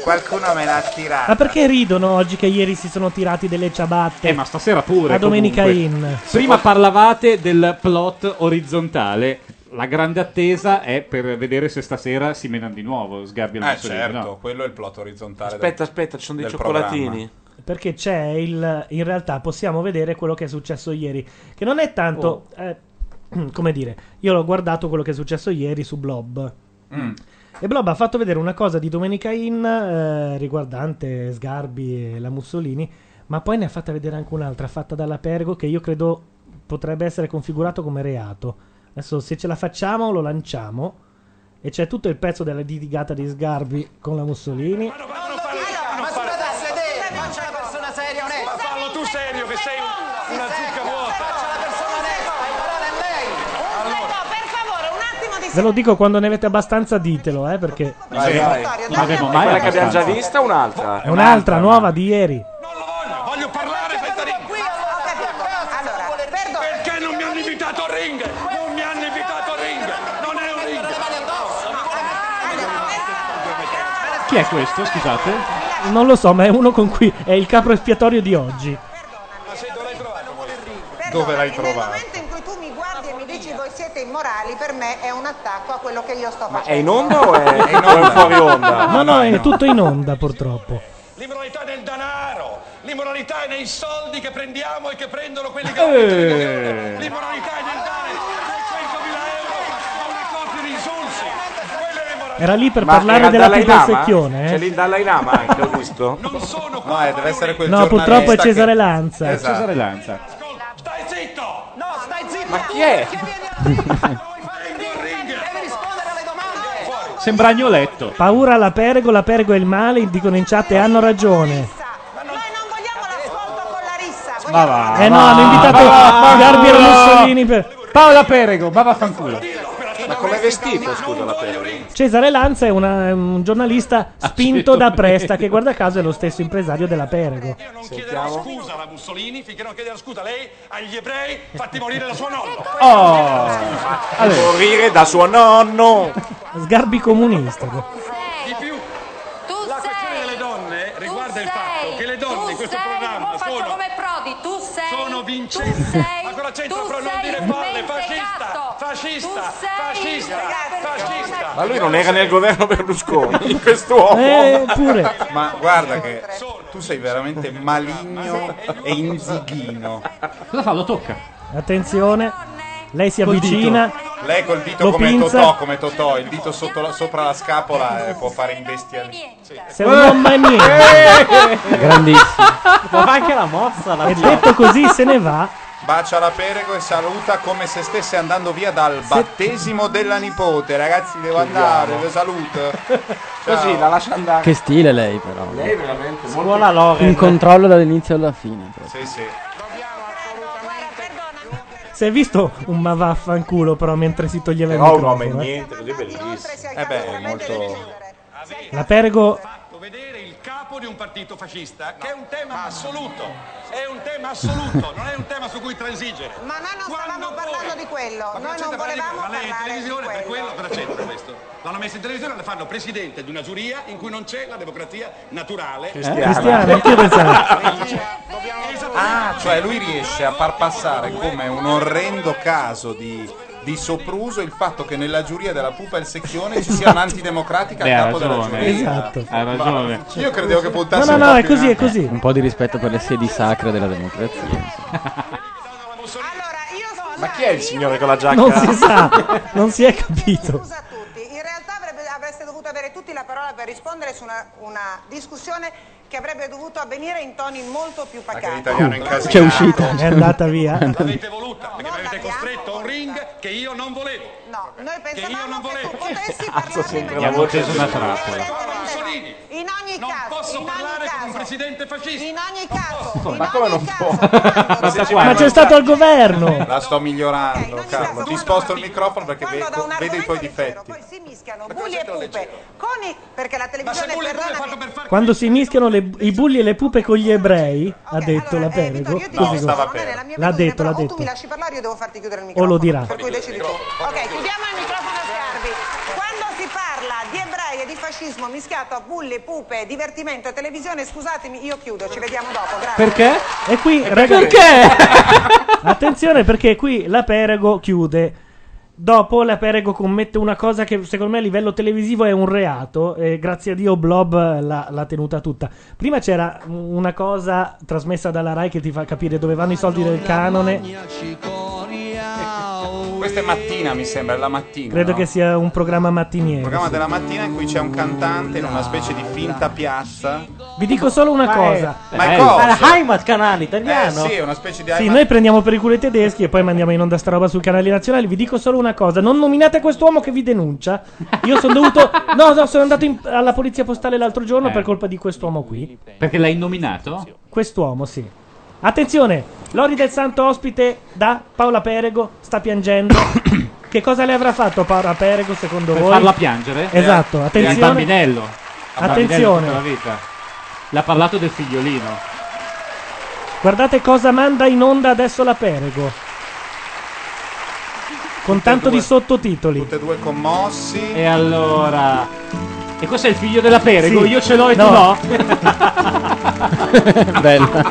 Speaker 1: Qualcuno me l'ha tirata.
Speaker 3: Ma perché ridono oggi che ieri si sono tirati delle ciabatte?
Speaker 6: Eh, ma stasera pure.
Speaker 3: A Domenica
Speaker 6: comunque.
Speaker 3: In.
Speaker 6: Prima parlavate del plot orizzontale. La grande attesa è per vedere se stasera si menano di nuovo. Sgarbi la
Speaker 1: Eh certo, quello è il plot orizzontale.
Speaker 4: Aspetta,
Speaker 1: del-
Speaker 4: aspetta, ci sono dei
Speaker 1: del
Speaker 4: cioccolatini.
Speaker 3: Perché c'è il. In realtà possiamo vedere quello che è successo ieri. Che non è tanto. eh, come dire, io l'ho guardato quello che è successo ieri su Blob.
Speaker 1: Mm.
Speaker 3: E Blob ha fatto vedere una cosa di Domenica In eh, riguardante Sgarbi e la Mussolini, ma poi ne ha fatta vedere anche un'altra fatta dalla Pergo che io credo potrebbe essere configurato come reato. Adesso se ce la facciamo lo lanciamo e c'è tutto il pezzo della litigata di Sgarbi con la Mussolini.
Speaker 7: Ma scusa da sedere, faccia la persona seria, onesta. Ma fallo tu serio, che sei una zucca vuota. Faccia la persona onesta, il parole è lei. no, per favore, un attimo di
Speaker 3: Ve lo dico quando ne avete abbastanza ditelo, eh, perché
Speaker 4: Vai, vai.
Speaker 6: Non avevo mai
Speaker 4: Quella che abbiamo già
Speaker 6: abbastanza.
Speaker 4: vista o un'altra?
Speaker 3: è un'altra nuova di ieri.
Speaker 7: Perché non mi hanno invitato a ring? Non mi hanno invitato a ring. Non è un ring.
Speaker 6: Chi è questo? Scusate.
Speaker 3: Non lo so, ma è uno con cui è il capro espiatorio di oggi.
Speaker 1: Dove l'hai
Speaker 17: Nel
Speaker 1: trovato?
Speaker 17: momento in cui tu mi guardi e mi dici voi siete immorali, per me è un attacco a quello che io sto facendo.
Speaker 4: È in onda o è,
Speaker 3: È in
Speaker 4: o
Speaker 3: onda.
Speaker 4: è fuori onda?
Speaker 3: No, no, è tutto in onda purtroppo.
Speaker 7: L'immoralità nel denaro, l'immoralità è nei soldi che prendiamo e che prendono quelli che hanno vinto il denaro.
Speaker 6: Eh,
Speaker 7: L'immoralità è nel dare 100.000 euro a una coppia di insulsi. Quella è l'immoralità.
Speaker 3: Era lì per
Speaker 4: Ma
Speaker 3: parlare
Speaker 4: era
Speaker 3: della
Speaker 4: Dalai
Speaker 3: pupa
Speaker 4: Lama?
Speaker 3: secchione.
Speaker 4: C'è
Speaker 3: Eh.
Speaker 4: lì il Dalai Lama anche, ho visto. Non
Speaker 7: sono
Speaker 1: No, eh, deve essere quel
Speaker 3: No, purtroppo è
Speaker 1: giornalista che-
Speaker 3: Cesare Lanza.
Speaker 1: Esatto.
Speaker 6: Lanza.
Speaker 7: Stai zitto! No, stai zitto!
Speaker 4: Ma chi è?
Speaker 7: Devi rispondere alle domande!
Speaker 6: Sembra agnoletto.
Speaker 3: Paura alla pergo, la pergo è il male, dicono in chat e hanno ragione.
Speaker 17: Noi non vogliamo l'ascolto con la rissa,
Speaker 6: Ma va.
Speaker 3: Eh no, hanno invitato Garbi e Mussolini per...
Speaker 6: Paola Perego, ma vaffanculo.
Speaker 4: Ma com'è vestito, scusa, la Perego?
Speaker 3: Cesare Lanza è una- un
Speaker 6: Ah,
Speaker 3: giornalista spinto da Presta, che guarda caso è lo stesso impresario della Perego.
Speaker 9: Chiederà scusa alla Mussolini finché non chiederà scusa lei agli ebrei fatti morire da suo nonno.
Speaker 7: Ecco.
Speaker 6: Oh,
Speaker 1: Oh.
Speaker 3: Allora.
Speaker 4: Morire da suo nonno.
Speaker 3: Sgarbi comunista.
Speaker 9: Di più. la questione delle donne Eh, riguarda il fatto che le donne in questo programma
Speaker 7: oh,
Speaker 9: sono come Prodi, tu sei sono vincenti. Ma cosa c'entra Prodi? Non dire palle, fascista, fascista, fascista, fascista.
Speaker 4: Ma lui non era nel governo Berlusconi, quest'uomo.
Speaker 3: Eh, pure.
Speaker 1: Ma guarda che tu sei veramente maligno e inzighino.
Speaker 6: Cosa fa? Lo tocca.
Speaker 3: Attenzione, lei si
Speaker 1: Col
Speaker 3: avvicina.
Speaker 1: Lei col dito
Speaker 3: Lo
Speaker 1: come
Speaker 3: pinza.
Speaker 1: Totò, come Totò, il dito sotto la- sopra la scapola eh, può fare Eh. imbestialità.
Speaker 3: Sei un uomo maniero.
Speaker 4: Eh!
Speaker 1: Grandissimo.
Speaker 18: Ma fa anche la mossa la
Speaker 3: E
Speaker 18: tia.
Speaker 3: detto così se ne va.
Speaker 1: Bacia la perego e saluta come se stesse andando via dal battesimo della nipote. Ragazzi, devo andare, vi saluto.
Speaker 4: Così la lascia andare.
Speaker 19: Che stile lei però.
Speaker 4: Lei veramente molto- Mm.
Speaker 19: Scuola Loren. Un controllo dall'inizio alla fine. però.
Speaker 1: Sì, sì.
Speaker 3: Si è visto un ma vaffanculo però mentre si toglieva il
Speaker 4: Però un uomo è
Speaker 3: microfono. eh?
Speaker 4: niente, così è bellissimo. Eh beh, è molto...
Speaker 3: La Perego
Speaker 9: Capo di un partito fascista, che è un tema assoluto, è un tema assoluto, non è un tema su cui transigere.
Speaker 7: Ma noi non stavamo parlando di quello, noi non volevamo
Speaker 9: Ma lei
Speaker 7: parlare
Speaker 9: è in
Speaker 7: di
Speaker 9: televisione per
Speaker 7: quello.
Speaker 9: quello cosa c'entra questo? L'hanno messo in televisione e la fanno presidente di una giuria in cui non c'è la democrazia naturale.
Speaker 1: Cristiana.
Speaker 3: Cristiana, anch'io pensavo.
Speaker 1: Ah, cioè lui riesce a far passare come un orrendo caso di, di sopruso il fatto che nella giuria della pupa e il secchione ci
Speaker 4: Esatto.
Speaker 1: sia un'antidemocratica
Speaker 19: Beh,
Speaker 1: a
Speaker 19: ha
Speaker 1: capo della
Speaker 19: ragione.
Speaker 1: giuria.
Speaker 19: Esatto. Ha ragione.
Speaker 1: Ma Io credevo che
Speaker 19: No,
Speaker 1: puntasse
Speaker 19: no,
Speaker 1: un
Speaker 19: no,
Speaker 1: po'
Speaker 19: è
Speaker 1: più in
Speaker 19: così, è
Speaker 1: alto.
Speaker 19: così. Un po' di rispetto per le sedi sacre della democrazia.
Speaker 4: Ma chi è il signore con la giacca?
Speaker 3: Non si sa, non si è capito.
Speaker 7: In realtà avrebbe- avreste dovuto avere tutti la parola per rispondere su una, una discussione che avrebbe dovuto avvenire in toni molto più pacati.
Speaker 1: l'italiano è
Speaker 7: Cioè,
Speaker 1: incasinato.
Speaker 3: C'è uscita. È andata via.
Speaker 9: L'avete voluta, perché mi avete costretto a un ring che io non volevo.
Speaker 7: No, noi
Speaker 9: pensavamo che io non volevo.
Speaker 6: La voce su una trappola.
Speaker 7: In ogni
Speaker 9: non
Speaker 7: caso,
Speaker 9: posso
Speaker 7: in
Speaker 9: parlare
Speaker 7: ogni
Speaker 9: con un
Speaker 7: caso,
Speaker 9: presidente fascista.
Speaker 7: in ogni caso,
Speaker 1: Ma come non può?
Speaker 3: Ma c'è stato al governo.
Speaker 1: La sto migliorando, Carlo. Ti sposto il microfono perché ve- vedo i tuoi difetti.
Speaker 7: bulli e pupe, con i- perché la televisione perdonami,
Speaker 3: Quando si mischiano le- i bulli e le pupe con gli ebrei, ha detto la Perego.
Speaker 7: eh, io ti
Speaker 3: Così
Speaker 7: dico,
Speaker 3: così.
Speaker 7: non è nella mia
Speaker 3: L'ha
Speaker 7: abitudine,
Speaker 3: detto, l'ha
Speaker 7: però o
Speaker 3: detto.
Speaker 7: tu mi lasci parlare io devo farti chiudere il
Speaker 3: O
Speaker 7: microfono.
Speaker 3: lo dirà.
Speaker 7: Per cui
Speaker 1: Ecco,
Speaker 7: decidi tu. Ok, chiudiamo il microfono a Scarbi. Quando si parla di ebrei e di fascismo mischiato a bulli, pupe, divertimento e televisione, scusatemi, io chiudo, ci vediamo dopo, grazie.
Speaker 3: E qui, ragazzi, Attenzione perché qui la Perego chiude. Dopo la Perego commette una cosa che secondo me a livello televisivo è un reato. E eh, grazie a Dio Blob l'ha, l'ha tenuta tutta. Prima c'era una cosa trasmessa dalla Rai che ti fa capire dove vanno i soldi del canone.
Speaker 1: Questa è mattina, mi sembra, è la mattina.
Speaker 3: Credo
Speaker 1: no?
Speaker 3: che sia un programma mattiniero.
Speaker 1: Il programma
Speaker 3: sì.
Speaker 1: della mattina in cui c'è un cantante in una specie di finta piazza.
Speaker 3: Vi dico solo una
Speaker 1: Ma
Speaker 3: cosa.
Speaker 1: è- ma è Eh, cosa?
Speaker 18: Ma la Heimat canale italiano.
Speaker 1: Eh sì, è una specie di
Speaker 3: Sì,
Speaker 1: Heimat-
Speaker 3: noi prendiamo per i culo i tedeschi e poi mandiamo in onda sta roba sul canale nazionale. Vi dico solo una cosa: non nominate quest'uomo che vi denuncia. Io sono dovuto. No, no, sono andato in- alla polizia postale l'altro giorno
Speaker 6: Eh.
Speaker 3: per colpa di quest'uomo qui.
Speaker 6: Perché l'hai nominato?
Speaker 3: Quest'uomo, sì. Attenzione, Lori del Santo, ospite da Paola Perego, sta piangendo. che cosa le avrà fatto Paola Perego secondo
Speaker 6: Per
Speaker 3: voi?
Speaker 6: farla piangere?
Speaker 3: Esatto,
Speaker 6: Eh,
Speaker 3: attenzione.
Speaker 6: Il bambinello. Il
Speaker 3: Attenzione.
Speaker 6: bambinello tutta la vita. L'ha parlato del figliolino.
Speaker 3: Guardate cosa manda in onda adesso la Perego. Con tanto di sottotitoli.
Speaker 1: Tutte e due commossi.
Speaker 6: E allora. E questo è il figlio della Perego?
Speaker 3: Sì.
Speaker 6: Io ce l'ho e
Speaker 3: No.
Speaker 6: tu
Speaker 19: Ah,
Speaker 6: no?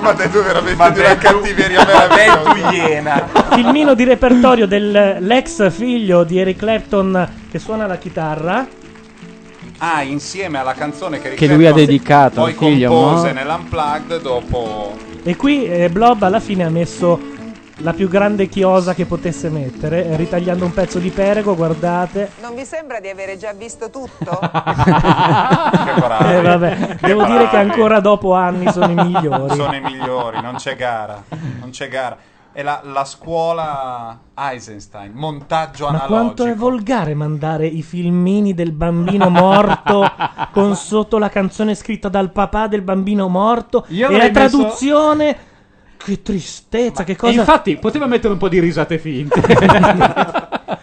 Speaker 1: Ma dai, tu veramente di una cattiveria meravigliosa. tu iena.
Speaker 3: filmino di repertorio dell'ex figlio di Eric Clapton che suona la chitarra.
Speaker 1: Ah, insieme alla canzone che,
Speaker 19: Che lui ha
Speaker 1: Clapton
Speaker 19: dedicato
Speaker 1: poi
Speaker 19: al figlio,
Speaker 1: compose
Speaker 19: no?
Speaker 1: nell'unplugged dopo
Speaker 3: E qui eh, Blob alla fine ha messo la più grande chiosa che potesse mettere, eh, ritagliando un pezzo di perego, guardate.
Speaker 7: Non vi sembra di avere già visto tutto?
Speaker 1: bravi.
Speaker 3: Eh, vabbè,
Speaker 1: Che
Speaker 3: devo dire che
Speaker 1: bravi.
Speaker 3: ancora dopo anni sono i migliori.
Speaker 1: Sono i migliori, non c'è gara. Non c'è gara. È la, la scuola Eisenstein, montaggio
Speaker 3: Ma
Speaker 1: analogico.
Speaker 3: quanto è volgare mandare i filmini del bambino morto con sotto la canzone scritta dal papà del bambino morto
Speaker 6: Io
Speaker 3: e la
Speaker 6: avrei messo-
Speaker 3: traduzione Che tristezza, che
Speaker 6: E
Speaker 3: cosa.
Speaker 6: infatti poteva mettere un po' di risate finte.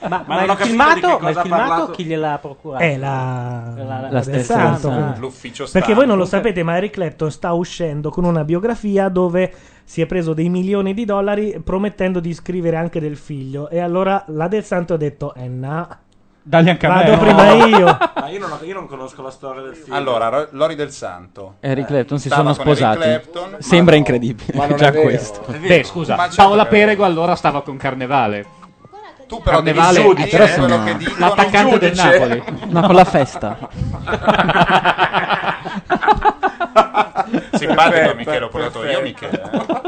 Speaker 20: Ma,
Speaker 6: non
Speaker 20: ma
Speaker 6: ho
Speaker 20: il
Speaker 6: capito di
Speaker 20: filmato,
Speaker 6: cosa
Speaker 20: ma il
Speaker 6: ha
Speaker 20: filmato
Speaker 6: parlato.
Speaker 20: chi gliel'ha procurato?
Speaker 3: È la,
Speaker 20: La-
Speaker 3: del
Speaker 20: stessa
Speaker 3: santo,
Speaker 20: cosa.
Speaker 3: quindi.
Speaker 20: L'ufficio
Speaker 3: Perché
Speaker 20: stampa.
Speaker 3: voi non lo sapete, ma Eric Clapton sta uscendo con una biografia dove si è preso dei milioni di dollari promettendo di scrivere anche del figlio. E allora la del santo ha detto: Eh no,
Speaker 6: Dagli anche a
Speaker 3: vado
Speaker 6: me."
Speaker 3: prima
Speaker 6: No.
Speaker 3: io.
Speaker 4: Ma io non, ho- io non conosco la storia del film.
Speaker 1: Allora, Ro- Lori del Santo.
Speaker 7: Eric
Speaker 1: eh,
Speaker 7: Clapton si
Speaker 1: stava
Speaker 7: sono
Speaker 1: con Eric
Speaker 7: sposati.
Speaker 1: Clapton, ma
Speaker 7: Sembra
Speaker 1: no.
Speaker 7: incredibile.
Speaker 1: Ma non è
Speaker 7: Già
Speaker 1: vero.
Speaker 7: questo.
Speaker 1: È vero.
Speaker 6: Beh, scusa,
Speaker 1: Ma certo
Speaker 6: Paola
Speaker 1: che è vero.
Speaker 6: Perego allora stava con Carnevale. eh,
Speaker 1: Tu però devi
Speaker 7: eh,
Speaker 1: giudicare
Speaker 4: eh,
Speaker 6: però
Speaker 1: quello
Speaker 6: sono
Speaker 1: che dicono
Speaker 6: l'attaccante
Speaker 1: i
Speaker 6: del
Speaker 1: giudici.
Speaker 6: Napoli.
Speaker 7: Ma con la festa.
Speaker 21: Simpatico
Speaker 4: Perfetto,
Speaker 21: Michele, ho portato io,
Speaker 4: perfetto.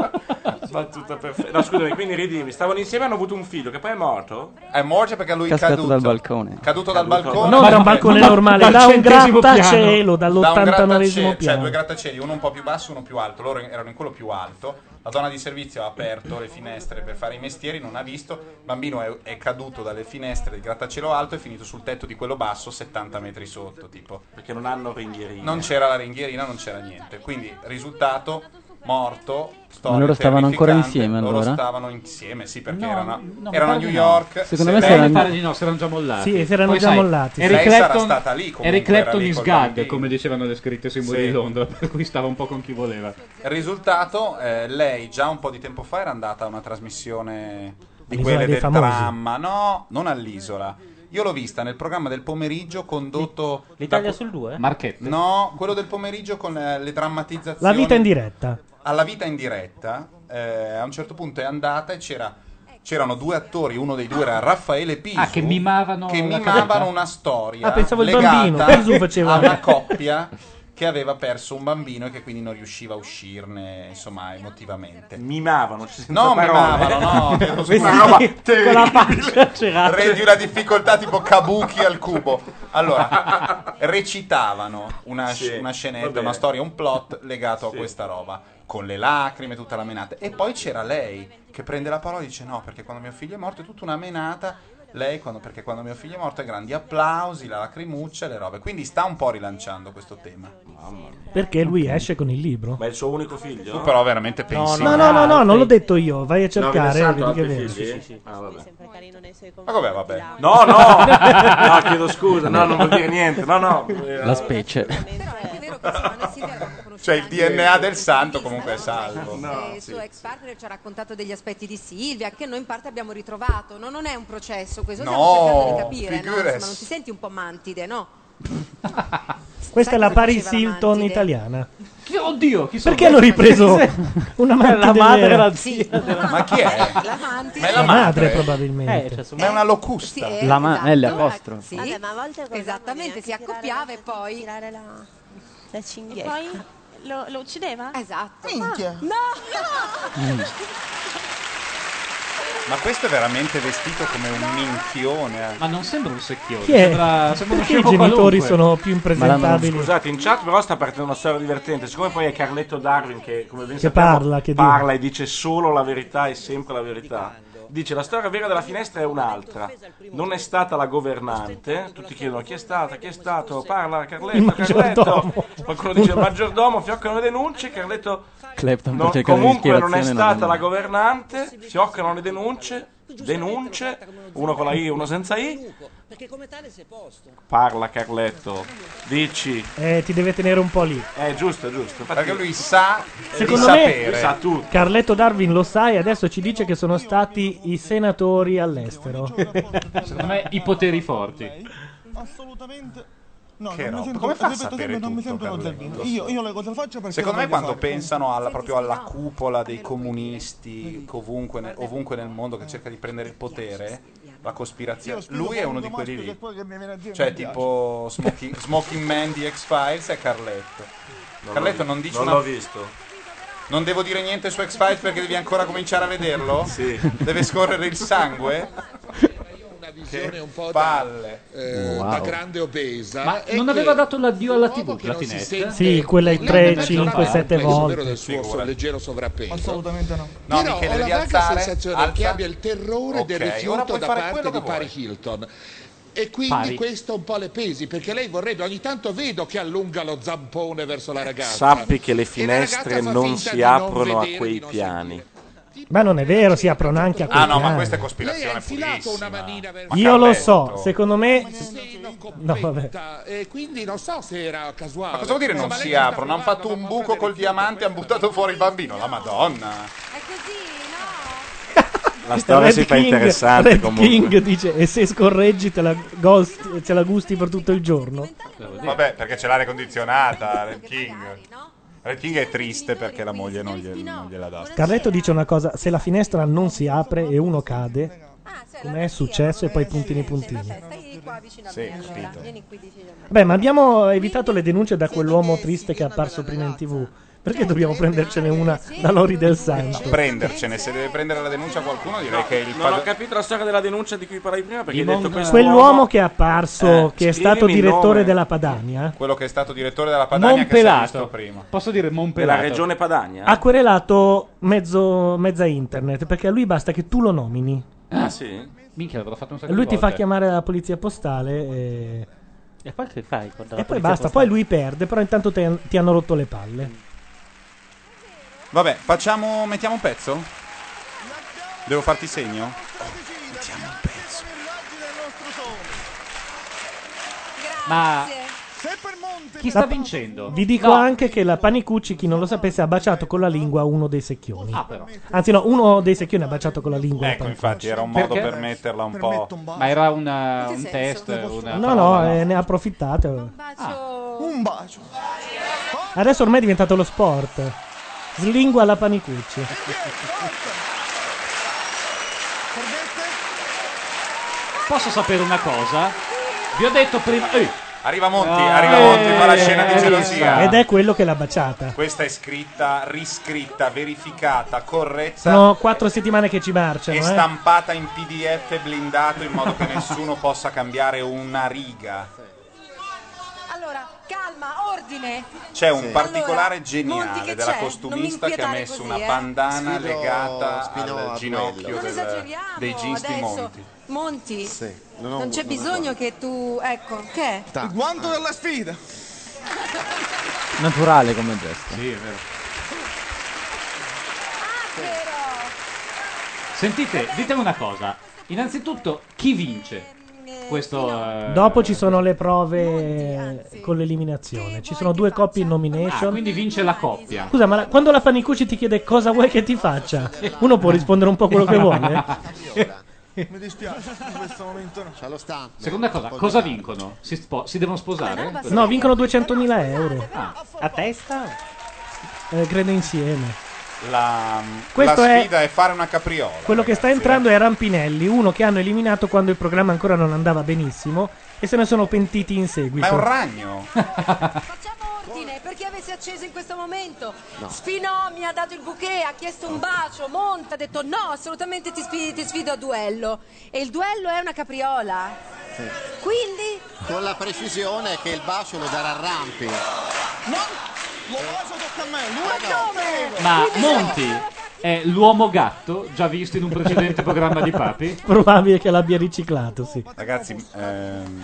Speaker 4: Battuta perfetta. No, scusami, quindi ridimi, stavano insieme e hanno avuto un figlio che poi è morto?
Speaker 1: È morto perché lui è
Speaker 7: Cascato
Speaker 1: caduto.
Speaker 7: dal balcone.
Speaker 1: Caduto dal balcone.
Speaker 3: Non da un balcone normale, da un grattacielo
Speaker 1: Da
Speaker 3: dall'89esimo
Speaker 1: un grattacielo, Cioè due
Speaker 3: piano.
Speaker 1: grattacieli, uno un po' più basso, uno più alto. Loro erano in quello più alto. La donna di servizio ha aperto le finestre per fare i mestieri, non ha visto. Il bambino è, è caduto dalle finestre del grattacielo alto e è finito sul tetto di quello basso, 70 metri sotto. Tipo.
Speaker 4: Perché non hanno ringhierina.
Speaker 1: Non c'era la ringhierina, non c'era niente. Quindi, risultato, morto. storia
Speaker 7: Ma loro stavano ancora
Speaker 1: terrificante.
Speaker 7: insieme,
Speaker 1: Loro
Speaker 7: allora?
Speaker 1: stavano insieme, sì, perché
Speaker 6: No,
Speaker 1: erano,
Speaker 6: no,
Speaker 1: erano a
Speaker 6: mi pare
Speaker 1: New
Speaker 6: di no.
Speaker 1: York.
Speaker 7: Secondo
Speaker 1: se
Speaker 7: me
Speaker 1: lei-
Speaker 7: saranno-
Speaker 6: pare di no, si erano già mollati.
Speaker 3: Sì, si erano
Speaker 6: Poi
Speaker 3: già
Speaker 6: sai,
Speaker 3: mollati, sì.
Speaker 6: Eric
Speaker 3: Lei sarà
Speaker 6: Clapton,
Speaker 1: stata lì comunque,
Speaker 6: Eric
Speaker 1: era
Speaker 6: Clapton
Speaker 1: lì
Speaker 6: is
Speaker 1: col
Speaker 6: God,
Speaker 1: bambino.
Speaker 6: come dicevano le scritte sui muri
Speaker 1: Sì.
Speaker 6: di Londra, per cui stava un po' con chi voleva.
Speaker 1: Il risultato, eh, lei già un po' di tempo fa era andata a una trasmissione di
Speaker 6: All'isola
Speaker 1: quelle
Speaker 6: dei
Speaker 1: del
Speaker 6: famosi.
Speaker 1: dramma, no, non all'isola. Io l'ho vista nel programma del pomeriggio condotto...
Speaker 20: L'Italia
Speaker 1: da-
Speaker 20: sul 2?
Speaker 6: Marchette.
Speaker 1: No, quello del pomeriggio con eh, le drammatizzazioni.
Speaker 3: La vita in diretta.
Speaker 1: alla vita in diretta, eh, a un certo punto è andata e c'era- c'erano due attori, uno dei due era Raffaele Pisu,
Speaker 6: Ah, che mimavano
Speaker 1: che
Speaker 6: la
Speaker 1: mimavano
Speaker 6: casetta.
Speaker 1: una storia
Speaker 3: Ah, pensavo il
Speaker 1: legata
Speaker 3: bambino, Pisu faceva.
Speaker 1: a una coppia che aveva perso un bambino e che quindi non riusciva a uscirne, insomma, emotivamente.
Speaker 4: Mimavano, ci
Speaker 1: No,
Speaker 4: parole.
Speaker 1: mimavano, no, chiedo
Speaker 4: Vestiti
Speaker 1: scusa, una roba
Speaker 4: con la
Speaker 1: terribile.
Speaker 4: pancia cerata.
Speaker 1: Re di una difficoltà tipo kabuki al cubo. Allora, recitavano una,
Speaker 4: Sì,
Speaker 1: una
Speaker 4: va
Speaker 1: scenetta,
Speaker 4: bene.
Speaker 1: una storia, un plot legato a questa roba, con le lacrime, tutta la menata. E poi c'era lei che prende la parola e dice no, perché quando mio figlio è morto è tutta una menata. Lei, quando- perché quando mio figlio è morto, è grandi applausi, la lacrimuccia, le robe. Quindi sta un po' rilanciando questo tema.
Speaker 3: Perché lui esce con il libro.
Speaker 4: Ma è il suo unico figlio?
Speaker 1: Tu però veramente pensi-
Speaker 3: No, no, no, no, non l'ho detto io. Vai a cercare. vedi che vedi.
Speaker 4: Ah, vabbè.
Speaker 1: Ma vabbè, vabbè.
Speaker 4: No, no, no, chiedo scusa, no, non vuol dire niente, no, no.
Speaker 7: La specie.
Speaker 1: Cioè il DNA del santo comunque è salvo.
Speaker 17: Eh, il suo ex partner ci ha raccontato degli aspetti di Silvia che noi in parte abbiamo ritrovato. No, non è un processo, questo
Speaker 1: No,
Speaker 17: stiamo cercando di capire. No?
Speaker 1: figures.
Speaker 17: Insomma, non ti senti un po' mantide, no?
Speaker 3: Questa è la
Speaker 17: Sai cosa
Speaker 3: Paris
Speaker 17: faceva la
Speaker 3: Hilton
Speaker 17: Mantide?
Speaker 3: italiana.
Speaker 6: Oddio, chi
Speaker 3: sono? Perché hanno ripreso una mantide
Speaker 20: La madre
Speaker 3: vera?
Speaker 20: e la zia della-
Speaker 1: Ma chi è?
Speaker 17: La mantide.
Speaker 1: Ma è
Speaker 3: La
Speaker 1: la
Speaker 3: madre,
Speaker 1: madre,
Speaker 3: probabilmente.
Speaker 17: Eh, cioè,
Speaker 1: Ma è una locusta.
Speaker 17: Sì, eh,
Speaker 7: La ma-
Speaker 17: esatto.
Speaker 7: è l'apostrofo.
Speaker 17: Sì, esattamente, si accoppiava e poi... Tirare la,
Speaker 22: E
Speaker 17: cinghietta.
Speaker 22: poi lo, lo uccideva? Ah,
Speaker 17: Esatto.
Speaker 22: Minchia.
Speaker 17: No!
Speaker 1: Mm. Ma questo è veramente vestito come un
Speaker 4: eh.
Speaker 1: minchione.
Speaker 6: Ma non sembra un secchione.
Speaker 3: Chi è? sembra- sembra Perché uno i scemo genitori qualunque. sono più impresentabili?
Speaker 4: Scusate, in chat però sta partendo una storia divertente. Siccome poi è Carletto Darwin che, come ben
Speaker 3: Che
Speaker 4: sappiamo,
Speaker 3: parla, che
Speaker 4: parla e dice solo la verità e sempre la verità. Dice la storia vera della finestra è un'altra. Non è stata la governante. Tutti chiedono chi è stata, chi è stato. Parla Carletto, Carletto.
Speaker 7: maggiordomo.
Speaker 4: Qualcuno dice il maggiordomo, fioccano le denunce. Carletto
Speaker 7: Clapton
Speaker 4: No,
Speaker 7: per cercare
Speaker 4: comunque non è
Speaker 7: un'ispirazione, no,
Speaker 4: stata
Speaker 7: no.
Speaker 4: la governante, si occupano le denunce, denunce, uno con la I e uno senza I. Parla Carletto, dici,
Speaker 3: Eh, ti deve tenere un po' lì.
Speaker 4: è giusto, è giusto.
Speaker 1: Perché lui sa eh,
Speaker 3: Secondo
Speaker 4: sapere.
Speaker 3: me,
Speaker 4: Lui sa tutto.
Speaker 3: Carletto Darwin lo sa e adesso ci dice che sono stati i senatori all'estero.
Speaker 6: Secondo me i poteri forti.
Speaker 2: No,
Speaker 1: Che
Speaker 2: non mi
Speaker 1: roba.
Speaker 2: sento,
Speaker 1: Come fa a
Speaker 2: ripeto,
Speaker 1: sapere
Speaker 2: non mi
Speaker 1: tutto,
Speaker 2: sento
Speaker 1: Carlo?
Speaker 2: Zalvino.
Speaker 1: Lo so.
Speaker 2: Io, io le cose le faccio perché
Speaker 1: Secondo
Speaker 2: le voglio
Speaker 1: me quando
Speaker 2: fare.
Speaker 1: pensano alla, proprio alla cupola dei comunisti che ovunque, ne- ovunque nel mondo che cerca di prendere il potere, la
Speaker 2: Io
Speaker 1: cospirazione,
Speaker 2: spiego
Speaker 1: lui è
Speaker 2: con
Speaker 1: uno di
Speaker 2: Luca
Speaker 1: quelli
Speaker 2: Maschio che
Speaker 1: lì.
Speaker 2: poi che mi viene a dire
Speaker 1: Cioè
Speaker 2: mi piace.
Speaker 1: tipo Smoking, Smoking Man di X-Files è Carletto.
Speaker 4: Non
Speaker 1: Carletto
Speaker 4: l'ho vi-
Speaker 1: non dice
Speaker 4: non
Speaker 1: una...
Speaker 4: l'ho visto.
Speaker 1: Non devo dire niente su X-Files perché devi ancora cominciare a vederlo?
Speaker 4: Sì.
Speaker 1: Deve scorrere il sangue?
Speaker 9: una visione un po'
Speaker 1: palle.
Speaker 9: da, eh,
Speaker 1: Wow.
Speaker 9: da grande obesa.
Speaker 6: Ma
Speaker 9: e
Speaker 6: non
Speaker 9: che
Speaker 6: aveva dato l'addio alla TV,
Speaker 9: non si
Speaker 6: Platinette?
Speaker 9: sente-
Speaker 3: Sì, quella è
Speaker 9: Lei
Speaker 3: tre,
Speaker 9: non Ah, è
Speaker 3: cinque,
Speaker 9: parlato
Speaker 3: sette
Speaker 9: del peso
Speaker 3: volte.
Speaker 9: vero del suo
Speaker 1: Figurati.
Speaker 9: leggero sovrappeso.
Speaker 2: Assolutamente no.
Speaker 9: No,
Speaker 2: Però
Speaker 9: Michele,
Speaker 2: ho la
Speaker 9: devi
Speaker 2: vaga
Speaker 9: alzare,
Speaker 2: sensazione
Speaker 9: alza.
Speaker 2: che abbia il terrore
Speaker 9: Ok,
Speaker 2: del
Speaker 9: ora
Speaker 2: rifiuto
Speaker 9: puoi
Speaker 2: da
Speaker 9: fare
Speaker 2: parte
Speaker 9: quello
Speaker 2: di
Speaker 9: che vuoi.
Speaker 2: Paris Hilton.
Speaker 9: E quindi
Speaker 23: Pari.
Speaker 9: questo un po' le pesi, perché lei vorrebbe, ogni tanto vedo che allunga lo zampone verso la ragazza.
Speaker 23: Sappi che le finestre non si aprono a quei piani.
Speaker 3: Ma non è vero, si aprono anche a
Speaker 23: Ah,
Speaker 3: questi
Speaker 23: no, ma
Speaker 3: anni.
Speaker 23: questa
Speaker 4: è cospirazione pulissima.
Speaker 3: Io lo so, secondo me... No, vabbè.
Speaker 9: E quindi non so se era casuale.
Speaker 1: Ma cosa vuol dire non si aprono? Hanno fatto un buco col diamante, hanno buttato fuori il bambino. La Madonna.
Speaker 23: La storia
Speaker 3: Red
Speaker 23: si fa
Speaker 3: King-
Speaker 23: interessante
Speaker 3: Red
Speaker 23: comunque.
Speaker 3: King dice, e se scorreggi te la, gost- te la gusti per tutto il giorno?
Speaker 1: Vabbè, perché c'è l'aria condizionata. Red King. Red King è triste perché la moglie non, glie- non gliela dà.
Speaker 3: Carletto dice una cosa, se la finestra non si apre e uno cade, come è successo e poi puntini puntini.
Speaker 17: Stai qua vicino a
Speaker 1: Sì,
Speaker 17: me allora.
Speaker 1: capito.
Speaker 17: Vieni qui vicino a me.
Speaker 3: Beh, ma abbiamo evitato le denunce da quell'uomo triste che è apparso prima in tv. Perché dobbiamo prendercene una da Lori del Santo?
Speaker 1: Prendercene, se deve prendere la denuncia qualcuno, direi che il
Speaker 23: Non ho
Speaker 1: padre.
Speaker 23: capito la storia della denuncia di cui parlavi prima perché hai
Speaker 1: Dimon-
Speaker 23: detto questo.
Speaker 3: Quell'uomo che è apparso,
Speaker 23: Eh,
Speaker 3: che è
Speaker 23: scrivimi
Speaker 3: stato
Speaker 23: il
Speaker 3: direttore
Speaker 23: nome.
Speaker 3: della Padania,
Speaker 1: Quello che è stato direttore della Padania che si è visto prima.
Speaker 6: Posso dire Ah.
Speaker 23: Della
Speaker 6: Monpelato?
Speaker 23: regione Padania?
Speaker 3: ha querelato mezzo, mezza internet, perché a lui basta che tu lo nomini.
Speaker 23: Ah, sì?
Speaker 6: Minchia, l'avrò fatto un sacco
Speaker 3: Lui
Speaker 6: di
Speaker 3: ti fa
Speaker 6: volte.
Speaker 3: chiamare la polizia postale e...
Speaker 24: E poi che fai? con la
Speaker 3: E poi
Speaker 24: polizia
Speaker 3: basta,
Speaker 24: postale?
Speaker 3: poi lui perde, però intanto te- ti hanno rotto le palle.
Speaker 25: Vabbè, facciamo. Mettiamo un pezzo? Devo farti segno?
Speaker 1: Mettiamo un pezzo.
Speaker 6: Ma chi sta vincendo?
Speaker 3: Vi dico
Speaker 6: No,
Speaker 3: anche che la Panicucci, chi non lo sapesse, ha baciato con la lingua uno dei secchioni.
Speaker 6: Ah, però.
Speaker 3: Anzi, no, uno dei secchioni ha baciato con la lingua.
Speaker 1: Ecco,
Speaker 3: la
Speaker 1: infatti, era un
Speaker 3: Panicucci.
Speaker 1: modo per metterla un po'.
Speaker 6: Ma era una- un test, una
Speaker 3: No, no, eh, ne approfittate.
Speaker 26: Un bacio.
Speaker 3: Adesso ormai è diventato lo sport. Slingua la Panicucci.
Speaker 6: Posso sapere una cosa? Vi ho detto prima... Ehi! Ah,
Speaker 1: Arriva Monti, arriva Monti, fa la scena di gelosia.
Speaker 3: Ed è quello che l'ha baciata.
Speaker 1: Questa è scritta, riscritta, verificata, corretta
Speaker 3: Sono quattro settimane che ci marciano.
Speaker 1: e
Speaker 3: Eh.
Speaker 1: stampata in PDF blindato in modo che nessuno possa cambiare una riga.
Speaker 17: Allora, calma, ordine.
Speaker 1: C'è un
Speaker 17: Sì. Allora,
Speaker 1: particolare
Speaker 17: Monti,
Speaker 1: geniale
Speaker 17: che
Speaker 1: della
Speaker 17: c'è?
Speaker 1: costumista
Speaker 17: Non mi
Speaker 1: che ha
Speaker 17: inquietare
Speaker 1: messo
Speaker 17: così,
Speaker 1: una
Speaker 17: eh.
Speaker 1: bandana
Speaker 17: Sfido-
Speaker 1: legata
Speaker 17: Spinoa a
Speaker 1: al ginocchio
Speaker 17: Non
Speaker 1: del-
Speaker 17: esageriamo,
Speaker 1: dei jeans di
Speaker 17: adesso.
Speaker 1: Monti.
Speaker 17: Monti,
Speaker 1: Sì,
Speaker 17: non,
Speaker 1: non ho-
Speaker 17: c'è
Speaker 1: non ho
Speaker 17: bisogno che tu... Ecco, che è?
Speaker 26: Il guanto della sfida.
Speaker 7: Naturale come gesto.
Speaker 6: Sì, è vero. Sentite, ditemi una cosa. Innanzitutto, chi vince? Questo... eh,
Speaker 3: Dopo ci sono le prove eh, con l'eliminazione. Ci sono due coppie in
Speaker 6: Ah,
Speaker 3: nomination.
Speaker 6: quindi vince la coppia.
Speaker 3: Scusa, ma la- quando la Panicucci ti chiede cosa vuoi che ti faccia, uno può rispondere un po' quello che eh. vuole?
Speaker 26: Mi dispiace, in questo momento no. C'ha lo stampo.
Speaker 6: Seconda cosa, cosa vincono? Si, spo- si devono sposare?
Speaker 3: No, vincono 200.000 euro.
Speaker 24: A testa?
Speaker 3: Eh, credo insieme.
Speaker 1: La,
Speaker 3: Questo
Speaker 1: la
Speaker 3: è-
Speaker 1: sfida è... fare una capriola.
Speaker 3: Quello che sta entrando è Rampinelli, uno che hanno eliminato quando il programma ancora non andava benissimo e se ne sono pentiti in seguito.
Speaker 1: Ma è un ragno.
Speaker 17: Ordine, perché avessi acceso in questo momento?
Speaker 3: No.
Speaker 17: Spinò mi ha dato il bouquet, ha chiesto un bacio, Monta ha detto no, assolutamente ti, sfi- ti sfido a duello. E il duello è una capriola. Quindi...
Speaker 27: Con la precisione che il bacio lo darà a Rampi.
Speaker 26: Lo bacio tocca a me.
Speaker 17: Ma come?
Speaker 6: Ma Monti è l'uomo gatto già visto in un precedente programma di Papi?
Speaker 3: Probabile che l'abbia riciclato, sì.
Speaker 1: Ragazzi, ehm,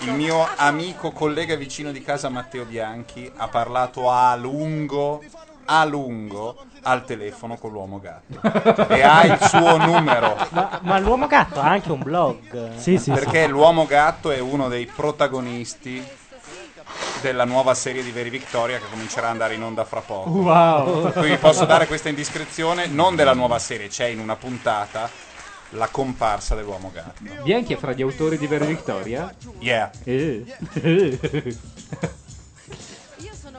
Speaker 1: il mio amico, collega e vicino di casa Matteo Bianchi ha parlato a lungo, a lungo al telefono con l'uomo gatto e ha il suo numero.
Speaker 24: Ma, ma l'uomo gatto ha anche un blog.
Speaker 1: perché l'uomo gatto è uno dei protagonisti della nuova serie di Veri Victoria che comincerà ad andare in onda fra poco.
Speaker 6: Wow.
Speaker 1: Quindi posso dare questa indiscrezione, non della nuova serie, c'è in una puntata la comparsa dell'uomo gatto.
Speaker 6: Bianchi è fra gli autori di Vera Victoria?
Speaker 1: Yeah.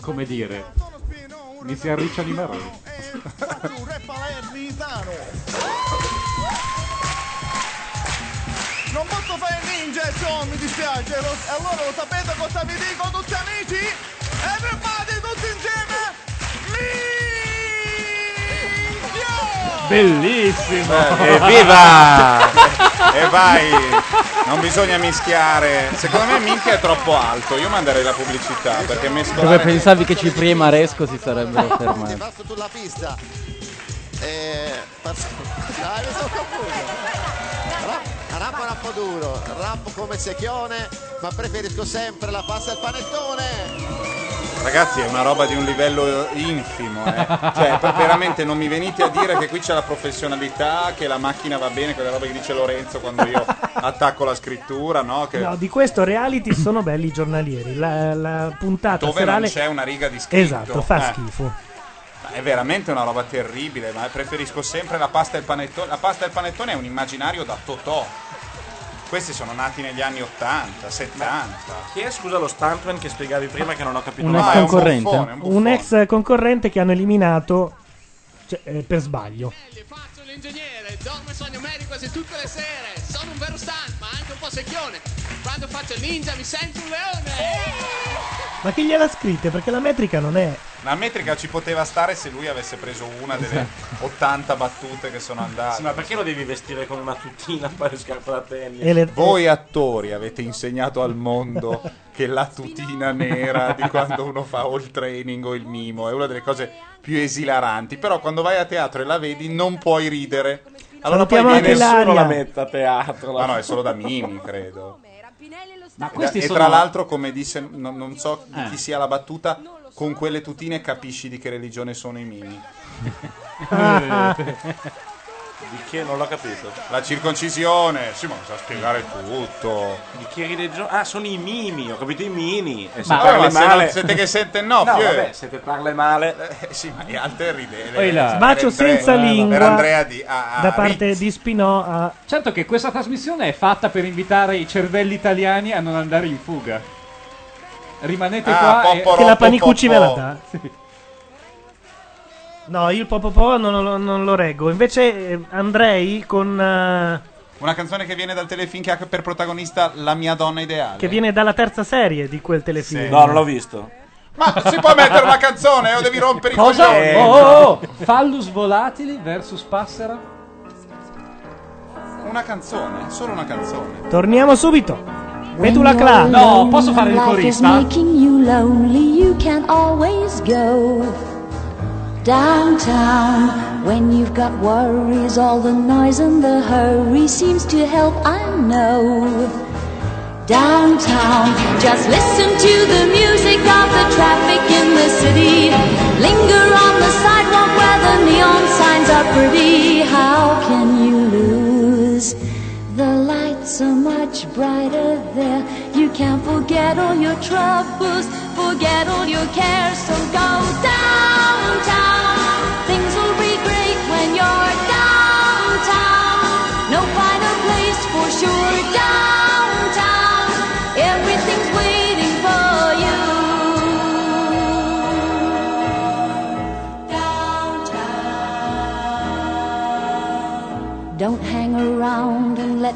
Speaker 6: Come dire? Mi si arricciano i maroni.
Speaker 26: Faccio un re palermitano. Non posso fare ninja, ciò mi dispiace. Lo- e allora lo sapete cosa vi dico tutti amici? Everybody tutti insieme.
Speaker 6: Bellissimo!
Speaker 1: Evviva! Eh, e vai! Non bisogna mischiare. Secondo me minchia è troppo alto. Io manderei la pubblicità perché
Speaker 7: Come
Speaker 1: mescolare
Speaker 7: Cioè, pensavi che Cipri e Maresco si sarebbero fermati?
Speaker 27: Passo sulla pista. Eh, E... Passo... Dai, mi sono confuso. Allora, Rapo rapo duro, rapo come secchione, ma preferisco sempre la pasta e il panettone.
Speaker 1: Ragazzi, è una roba di un livello infimo, eh. Cioè, per- veramente non mi venite a dire che qui c'è la professionalità, che la macchina va bene, quella roba che dice Lorenzo quando io attacco la scrittura, no? Che
Speaker 3: No, di questo reality sono belli i giornalieri. La, la puntata
Speaker 1: dove
Speaker 3: serale...
Speaker 1: non c'è una riga di scritto.
Speaker 3: Esatto, fa
Speaker 1: Eh,
Speaker 3: schifo.
Speaker 1: ma È veramente una roba terribile, ma preferisco sempre la pasta e il panettone. La pasta e il panettone è un immaginario da Totò. Questi sono nati negli anni 80, 70.
Speaker 23: Chi è, scusa, lo stuntman che spiegavi prima che non ho capito?
Speaker 1: Un
Speaker 23: nulla?
Speaker 1: ex
Speaker 23: Ah, è
Speaker 1: concorrente.
Speaker 23: buffone, un
Speaker 3: un, ex concorrente che hanno eliminato cioè, eh, per sbaglio.
Speaker 28: Sono l'ingegnere, dormo e sogno medico quasi tutte le sere. Sono un vero stunt, ma anche un po' secchione. Quando faccio il ninja mi sento un leone.
Speaker 3: Ma chi gliel'ha scritte? Perché la metrica non è.
Speaker 1: La metrica ci poteva stare se lui avesse preso una delle 80 battute che sono andate.
Speaker 23: Sì, ma perché lo devi vestire con una tutina poi le scarpe da tennis?
Speaker 1: Voi attori avete insegnato al mondo che la tutina nera di quando uno fa o il training o il mimo è una delle cose più esilaranti. Però quando vai a teatro e la vedi non puoi ridere. Allora poi
Speaker 23: Salutiamo
Speaker 1: viene
Speaker 23: anche
Speaker 1: nessuno
Speaker 23: Ilaria.
Speaker 1: la mette a teatro.
Speaker 23: la-
Speaker 1: Ma no, è solo da mimi, credo.
Speaker 6: Ma
Speaker 1: e
Speaker 6: questi sono...
Speaker 1: tra l'altro, come disse, non, non so di
Speaker 6: Eh.
Speaker 1: chi sia la battuta, con quelle tutine capisci di che religione sono i mimi.
Speaker 23: Di che non l'ho capito.
Speaker 1: La circoncisione, sì, ma sa spiegare tutto.
Speaker 23: Di chi religio- Ah, sono i mimi, ho capito i mini. E se
Speaker 1: Ma-
Speaker 23: parli
Speaker 1: Ma se
Speaker 23: male.
Speaker 1: non- siete che sente no,
Speaker 23: no
Speaker 1: Fio.
Speaker 23: vabbè, se te parli male.
Speaker 1: sì, ma gli altri
Speaker 6: Poi là.
Speaker 1: ridere.
Speaker 3: Sbacio
Speaker 6: per Andrea-
Speaker 3: senza
Speaker 6: per
Speaker 3: lingua
Speaker 6: Andrea Di- a- a
Speaker 3: da parte di Spinò a
Speaker 6: Certo che questa trasmissione è fatta per invitare i cervelli italiani a non andare in fuga. Rimanete
Speaker 3: Ah,
Speaker 6: qua e...
Speaker 3: poporo, Che la Panicucci poporo. ve la dà? No, io il popopò non, lo- non lo reggo. Invece eh, andrei con. eh,
Speaker 1: Una canzone che viene dal telefilm che ha per protagonista la mia donna ideale.
Speaker 3: che viene dalla terza serie di quel telefilm.
Speaker 23: No, non l'ho visto.
Speaker 1: Ma Ah, si può mettere una canzone eh, o devi rompere
Speaker 6: Cosa?
Speaker 1: i coglioni?
Speaker 6: Oh, oh, oh. Fallus volatili versus passera?
Speaker 1: Una canzone, solo una canzone.
Speaker 3: Torniamo subito. Petula Clark.
Speaker 6: No, posso fare il
Speaker 29: Life is
Speaker 6: corista?
Speaker 29: making you lonely, you can always go downtown when you've got worries. All the noise and the hurry seems to help, I know. Downtown, just listen to the music of the traffic in the city. Linger on the sidewalk where the neon signs are pretty. How can you lose? The lights are much brighter there. You can't forget all your troubles, forget all your cares. So go downtown. Things will be great when you're downtown. No finer place for sure. Downtown. Everything's waiting for you. Don't hang around and let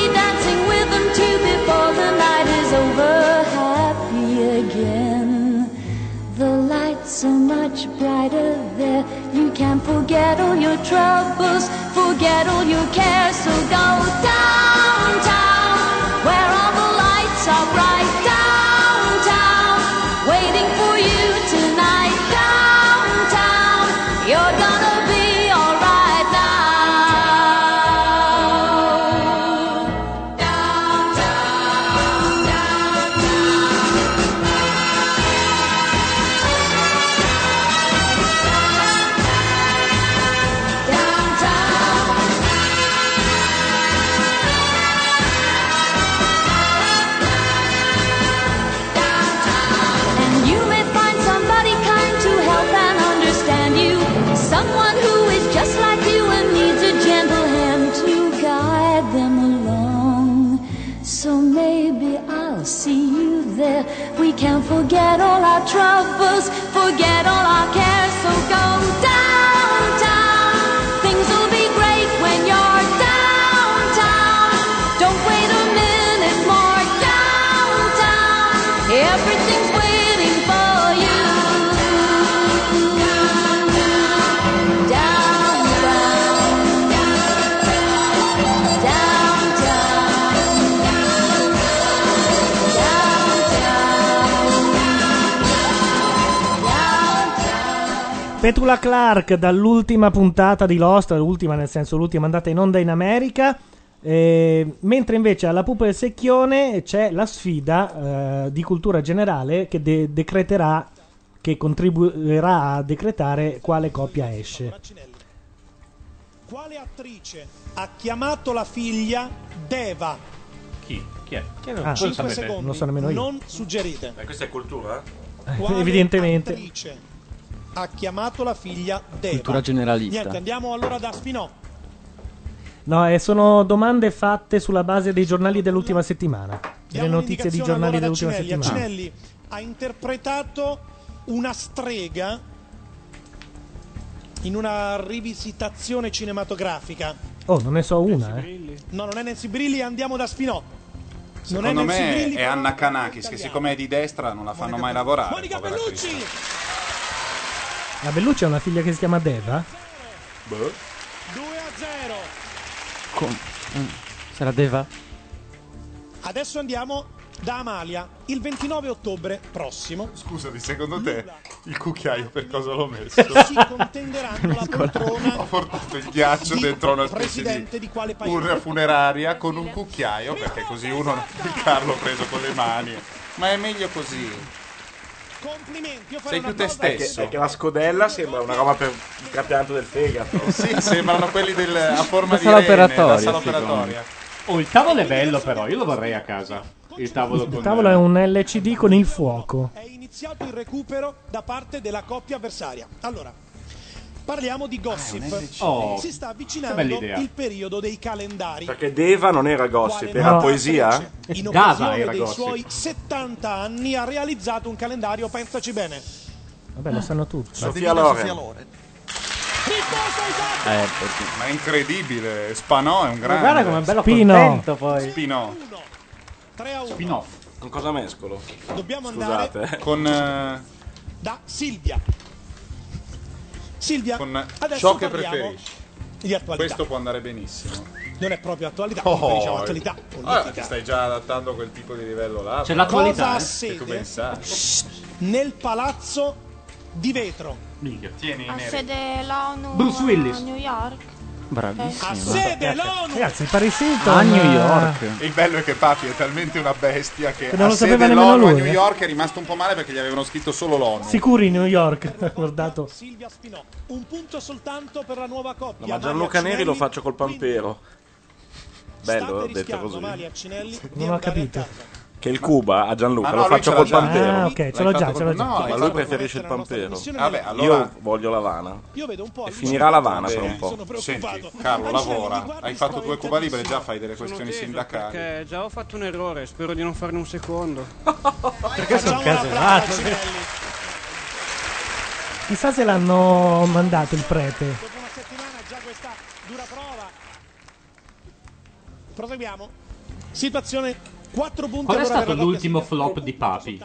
Speaker 29: be dancing with them too before the night is over. Happy again. The lights are much brighter there. You can forget all your troubles, forget all your cares. So go downtown, where all the lights are bright. Downtown, waiting for you tonight. Downtown, you're gonna be alright now. Downtown, downtown. And you may find somebody kind to help and understand you. Someone who is just like you and needs a gentle hand to guide them along. So maybe I'll see you there. We can forget all our troubles, forget all our cares. So go downtown. Things will be great when you're downtown. Don't wait a minute more downtown. Everything's waiting for you. Downtown.
Speaker 3: Petula Clark dall'ultima puntata di Lost, l'ultima nel senso l'ultima andata in onda in America. eh, mentre invece alla Pupa del Secchione c'è la sfida eh, di cultura generale che de- decreterà, che contribuirà a decretare quale coppia esce.
Speaker 2: Quale attrice ha chiamato la figlia Deva?
Speaker 4: Chi? Chi è?
Speaker 2: Chi è? Ah, Cinque
Speaker 3: sapete.
Speaker 2: secondi.
Speaker 3: Non so nemmeno io. Eh,
Speaker 2: Non suggerite.
Speaker 4: Eh, questa è cultura?
Speaker 2: Quale
Speaker 3: Evidentemente.
Speaker 2: attrice ha chiamato la figlia Deva?
Speaker 7: Cultura generalista.
Speaker 2: Niente, andiamo allora da Spinò.
Speaker 3: No, eh, sono domande fatte sulla base dei giornali dell'ultima settimana. Delle notizie di
Speaker 2: Indicazione
Speaker 3: giornali
Speaker 2: allora da
Speaker 3: dell'ultima
Speaker 2: Cinelli.
Speaker 3: settimana.
Speaker 2: Acinelli ha interpretato una strega in una rivisitazione cinematografica.
Speaker 3: Oh, non ne so una, eh.
Speaker 2: No, non è Nancy Brilli, andiamo da Spinò. Non è
Speaker 1: Secondo
Speaker 2: Nancy
Speaker 1: me
Speaker 2: Brilli,
Speaker 1: è Anna Kanakis che siccome è di destra non la fanno mai lavorare.
Speaker 2: Monica
Speaker 1: povera
Speaker 2: Bellucci!
Speaker 3: La Bellucci ha una figlia che si chiama Deva?
Speaker 1: Boh.
Speaker 2: 2 a 0.
Speaker 3: mm, Sarà Deva?
Speaker 2: Adesso andiamo da Amalia il 29 ottobre prossimo.
Speaker 1: Scusami, secondo te il cucchiaio per cosa l'ho messo?
Speaker 2: Si contenderanno la poltrona
Speaker 1: Ho portato il ghiaccio dentro una specie
Speaker 2: presidente
Speaker 1: di
Speaker 2: di quale paese?
Speaker 1: urna funeraria con un cucchiaio perché così uno non può Carlo preso con le mani. Ma è meglio così.
Speaker 2: Complimenti, io
Speaker 1: Sei più te
Speaker 4: È che,
Speaker 1: stesso.
Speaker 4: è che la scodella sembra una roba per il trapianto del fegato.
Speaker 1: sì, sembrano quelli del, a forma
Speaker 6: La
Speaker 1: di
Speaker 6: sala
Speaker 1: rene,
Speaker 6: operatoria,
Speaker 1: la sala
Speaker 6: secondo me.
Speaker 1: operatoria.
Speaker 6: Oh, il tavolo è bello, però. Io lo vorrei a casa. Il tavolo con
Speaker 3: Il tavolo è un LCD con il fuoco.
Speaker 2: è iniziato il recupero da parte della coppia avversaria. Allora, parliamo di gossip.
Speaker 4: Oh,
Speaker 2: si sta
Speaker 4: che
Speaker 2: avvicinando
Speaker 4: bella idea.
Speaker 2: il periodo dei calendari.
Speaker 4: Perché Deva non era gossip, era
Speaker 2: No.
Speaker 4: poesia?
Speaker 3: Eh,
Speaker 2: In occasione dei suoi 70 anni ha realizzato un calendario, pensaci bene.
Speaker 3: Vabbè, lo sanno tutti.
Speaker 4: Sofia Loren.
Speaker 1: Ma è incredibile, Spanò è un grande.
Speaker 3: guarda com'è bello Spino. contento,
Speaker 1: poi. Spino.
Speaker 2: 3 a 1.
Speaker 4: Con cosa mescolo?
Speaker 2: Dobbiamo andare
Speaker 4: Scusate.
Speaker 1: Con eh,
Speaker 2: da Silvia. Silvia,
Speaker 1: con
Speaker 2: adesso
Speaker 1: ciò che
Speaker 2: parliamo
Speaker 1: preferisci.
Speaker 2: di attualità.
Speaker 1: Questo può andare benissimo.
Speaker 2: Non è proprio attualità,
Speaker 1: Oh,
Speaker 2: comunque diciamo attualità
Speaker 1: eh,
Speaker 2: politica.
Speaker 1: ti stai già adattando a quel tipo di livello là.
Speaker 2: C'è
Speaker 1: però.
Speaker 2: l'attualità, Cosa eh.
Speaker 1: Che
Speaker 2: sede?
Speaker 1: tu pensavi?
Speaker 2: Nel palazzo di vetro.
Speaker 1: Tieni i
Speaker 22: Ha
Speaker 1: neri.
Speaker 22: sede l'ONU
Speaker 3: Bruce Willis.
Speaker 22: Cioè, a New York.
Speaker 7: Bravissimo.
Speaker 2: Ha sede l'ONU!
Speaker 3: Ragazzi, il Paris Hilton,
Speaker 7: A New
Speaker 3: eh,
Speaker 7: York.
Speaker 1: Ah. Il bello è che Papi è talmente una bestia che,
Speaker 3: Che non
Speaker 1: a
Speaker 3: lo
Speaker 1: sede
Speaker 3: sapeva nemmeno
Speaker 1: l'ONU a
Speaker 3: lui,
Speaker 1: New
Speaker 3: eh.
Speaker 1: York è rimasto un po' male perché gli avevano scritto solo l'ONU.
Speaker 3: Sicuri New York, guardato.
Speaker 2: Silvia Spinò, un punto soltanto per la nuova
Speaker 4: No,
Speaker 2: coppia.
Speaker 4: ma
Speaker 2: Amalia
Speaker 4: Gianluca Neri
Speaker 2: Cinelli
Speaker 4: lo faccio col pampero. Bello, ho
Speaker 2: state
Speaker 4: detto
Speaker 2: rischiando,
Speaker 4: così.
Speaker 2: Amalia Cinelli, di
Speaker 3: Non ho
Speaker 2: andare-
Speaker 3: capito.
Speaker 4: Che il Cuba a Gianluca
Speaker 1: Ma
Speaker 4: lo
Speaker 1: no, lui
Speaker 4: faccio
Speaker 1: ce
Speaker 4: col
Speaker 1: l'ha già.
Speaker 4: pampero.
Speaker 3: Ah, ok, ce l'ho già, ce l'ho già.
Speaker 1: No,
Speaker 4: ma
Speaker 1: l'hai
Speaker 4: lui
Speaker 1: fatto-
Speaker 4: preferisce il pampero.
Speaker 2: trasmissione
Speaker 1: Vabbè,
Speaker 2: della-
Speaker 1: allora...
Speaker 4: Io voglio l'Havana.
Speaker 2: Io vedo un po'
Speaker 4: E
Speaker 2: al-
Speaker 4: finirà l'Havana per un
Speaker 1: Bene.
Speaker 4: po'.
Speaker 1: Senti, Carlo, lavora. Hai fatto due Cuba Libre, già fai delle questioni sindacali.
Speaker 30: Perché già ho fatto un errore, spero di non farne un secondo.
Speaker 3: Perché
Speaker 30: Facciamo
Speaker 3: sono esatto.
Speaker 30: un applauso,
Speaker 3: caselato?
Speaker 2: Cinelli.
Speaker 3: Chissà se l'hanno mandato il prete.
Speaker 2: Dopo una settimana già questa dura prova. Proseguiamo. Situazione 4 punti
Speaker 6: Qual
Speaker 2: all'ora
Speaker 6: è
Speaker 2: per
Speaker 6: stato
Speaker 2: la coppia
Speaker 6: l'ultimo flop di Papi?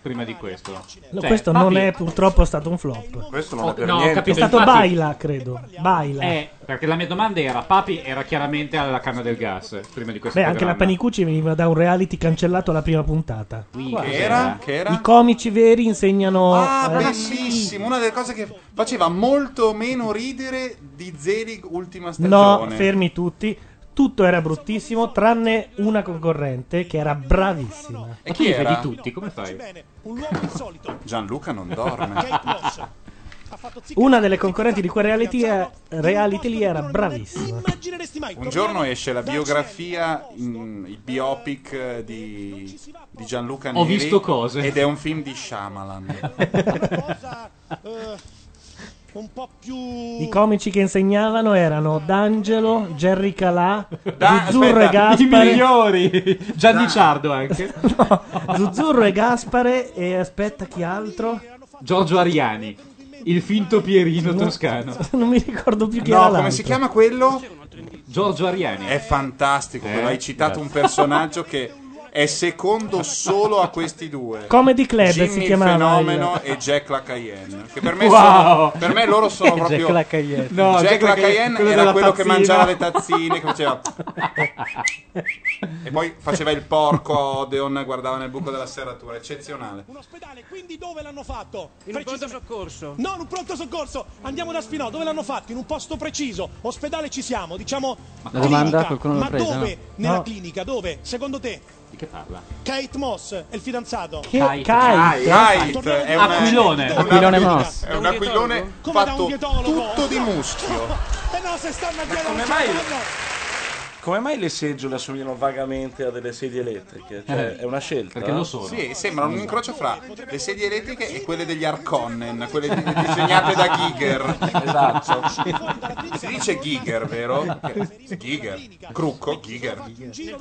Speaker 6: Prima di questo.
Speaker 3: No,
Speaker 6: Cioè,
Speaker 3: questo
Speaker 6: Papi-
Speaker 3: non è purtroppo stato un flop.
Speaker 4: Questo
Speaker 6: non è per
Speaker 3: no,
Speaker 6: niente.
Speaker 3: È stato
Speaker 6: Infatti-
Speaker 3: Baila, credo. Baila.
Speaker 6: Eh, perché la mia domanda era: Papi era chiaramente alla canna del gas eh, prima di questo
Speaker 3: Beh, anche la
Speaker 6: programma.
Speaker 3: Panicucci veniva da un reality cancellato alla prima puntata.
Speaker 1: Che
Speaker 6: Eh.
Speaker 1: era? Che era?
Speaker 3: I comici veri insegnano.
Speaker 1: Ah,
Speaker 3: eh,
Speaker 1: bellissimo! Una delle cose che faceva molto meno ridere di Zelig ultima
Speaker 3: No,
Speaker 1: stagione.
Speaker 3: fermi tutti. Tutto era bruttissimo, tranne una concorrente che era bravissima.
Speaker 1: E chi era?
Speaker 6: Di tutti, come fai?
Speaker 1: Gianluca non dorme.
Speaker 3: Una delle concorrenti di quel reality, eh, reality lì era bravissima.
Speaker 1: Un giorno esce la biografia, mm, il biopic eh, di, di Gianluca Neri.
Speaker 6: Ho visto cose.
Speaker 1: Ed è un film di Shyamalan.
Speaker 3: I comici che insegnavano erano D'Angelo, Jerry Calà,
Speaker 6: Da-
Speaker 3: Zuzzurro e
Speaker 6: aspetta, I
Speaker 3: Gaspare.
Speaker 6: migliori. Gianni Ciardo anche.
Speaker 3: Zuzzurro e Gaspare e aspetta chi altro?
Speaker 6: Giorgio Ariani. Il finto Pierino toscano.
Speaker 3: Non mi ricordo più chi
Speaker 1: No,
Speaker 3: era
Speaker 1: come
Speaker 3: l'altro.
Speaker 1: si chiama quello?
Speaker 6: Giorgio Ariani.
Speaker 1: È fantastico,
Speaker 6: Eh?
Speaker 1: quello. hai citato
Speaker 6: Grazie.
Speaker 1: un personaggio che è secondo solo a questi due.
Speaker 3: Comedy Club
Speaker 1: Jimmy
Speaker 3: si chiamava
Speaker 1: il Fenomeno
Speaker 3: il-
Speaker 1: e Jack La Cayenne. Che per me,
Speaker 6: Wow!
Speaker 1: sono- per me loro sono
Speaker 6: Jack
Speaker 1: proprio...
Speaker 6: La Cayenne. No,
Speaker 1: Jack,
Speaker 6: Jack La
Speaker 1: La
Speaker 6: Cayenne,
Speaker 1: Cayenne
Speaker 6: quello
Speaker 1: era
Speaker 6: della
Speaker 1: quello che
Speaker 6: tazzina.
Speaker 1: mangiava le tazzine, che faceva... e E poi faceva il porco a Odeon, guardava nel buco della serratura, eccezionale.
Speaker 2: Quindi dove l'hanno fatto?
Speaker 31: In un pronto
Speaker 2: Precisamente-
Speaker 31: soccorso.
Speaker 2: No, in un pronto soccorso. Andiamo da Spinò. Dove l'hanno fatto? In un posto preciso. Ospedale ci siamo. Diciamo.
Speaker 7: La domanda
Speaker 2: clinica.
Speaker 7: qualcuno l'ha
Speaker 2: Ma
Speaker 7: presa,
Speaker 2: dove?
Speaker 7: no?
Speaker 2: Nella
Speaker 7: No.
Speaker 2: clinica, dove? Secondo te?
Speaker 6: Di che parla?
Speaker 2: Kate Moss è il fidanzato.
Speaker 7: Che- Kite. Kite. Kite,
Speaker 2: Torniamo
Speaker 7: è
Speaker 2: indietro.
Speaker 7: un aquilone.
Speaker 2: Da
Speaker 7: Un aquilone
Speaker 2: una-
Speaker 7: mosso.
Speaker 2: da
Speaker 1: È un aquilone
Speaker 2: dietologo? Come da
Speaker 1: fatto
Speaker 2: un dietologo?
Speaker 1: tutto di muschio.
Speaker 2: Eh no, se stanno a dietro
Speaker 4: come
Speaker 2: non
Speaker 4: mai?
Speaker 2: c'entrano.
Speaker 4: Come mai le seggiole assomigliano vagamente a delle sedie elettriche? Cioè,
Speaker 1: Eh,
Speaker 4: è una scelta.
Speaker 1: Sì, sembra un incrocio fra le sedie elettriche e quelle degli Arconnen, quelle di- disegnate da Giger.
Speaker 4: Esatto.
Speaker 1: Si dice Giger, vero? Giger. Crucco, Giger.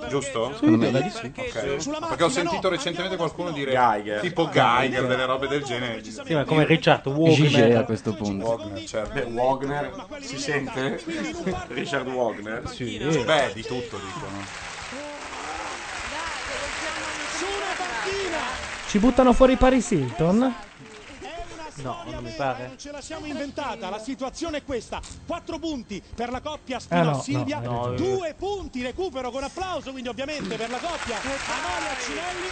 Speaker 1: Giusto?
Speaker 7: Sì, direi di sì.
Speaker 1: Ok. Perché ho sentito recentemente qualcuno dire tipo Geiger, delle robe del genere.
Speaker 32: Sì, ma come Richard
Speaker 7: Gigè a
Speaker 32: Wagner.
Speaker 7: questo punto.
Speaker 1: Wagner,
Speaker 4: cioè,
Speaker 1: certo. Wagner si sente? Richard Wagner?
Speaker 7: Sì.
Speaker 1: Beh, di tutto dicono.
Speaker 3: Ci buttano fuori Paris Hilton?
Speaker 32: No, non mi pare.
Speaker 2: Ce la siamo inventata, la situazione è questa. Quattro punti per la coppia
Speaker 3: Ah, no,
Speaker 2: Spinò
Speaker 3: no,
Speaker 2: Silvia,
Speaker 3: hai ragione.
Speaker 2: due punti recupero con applauso, quindi ovviamente per la coppia Amalia Cinelli.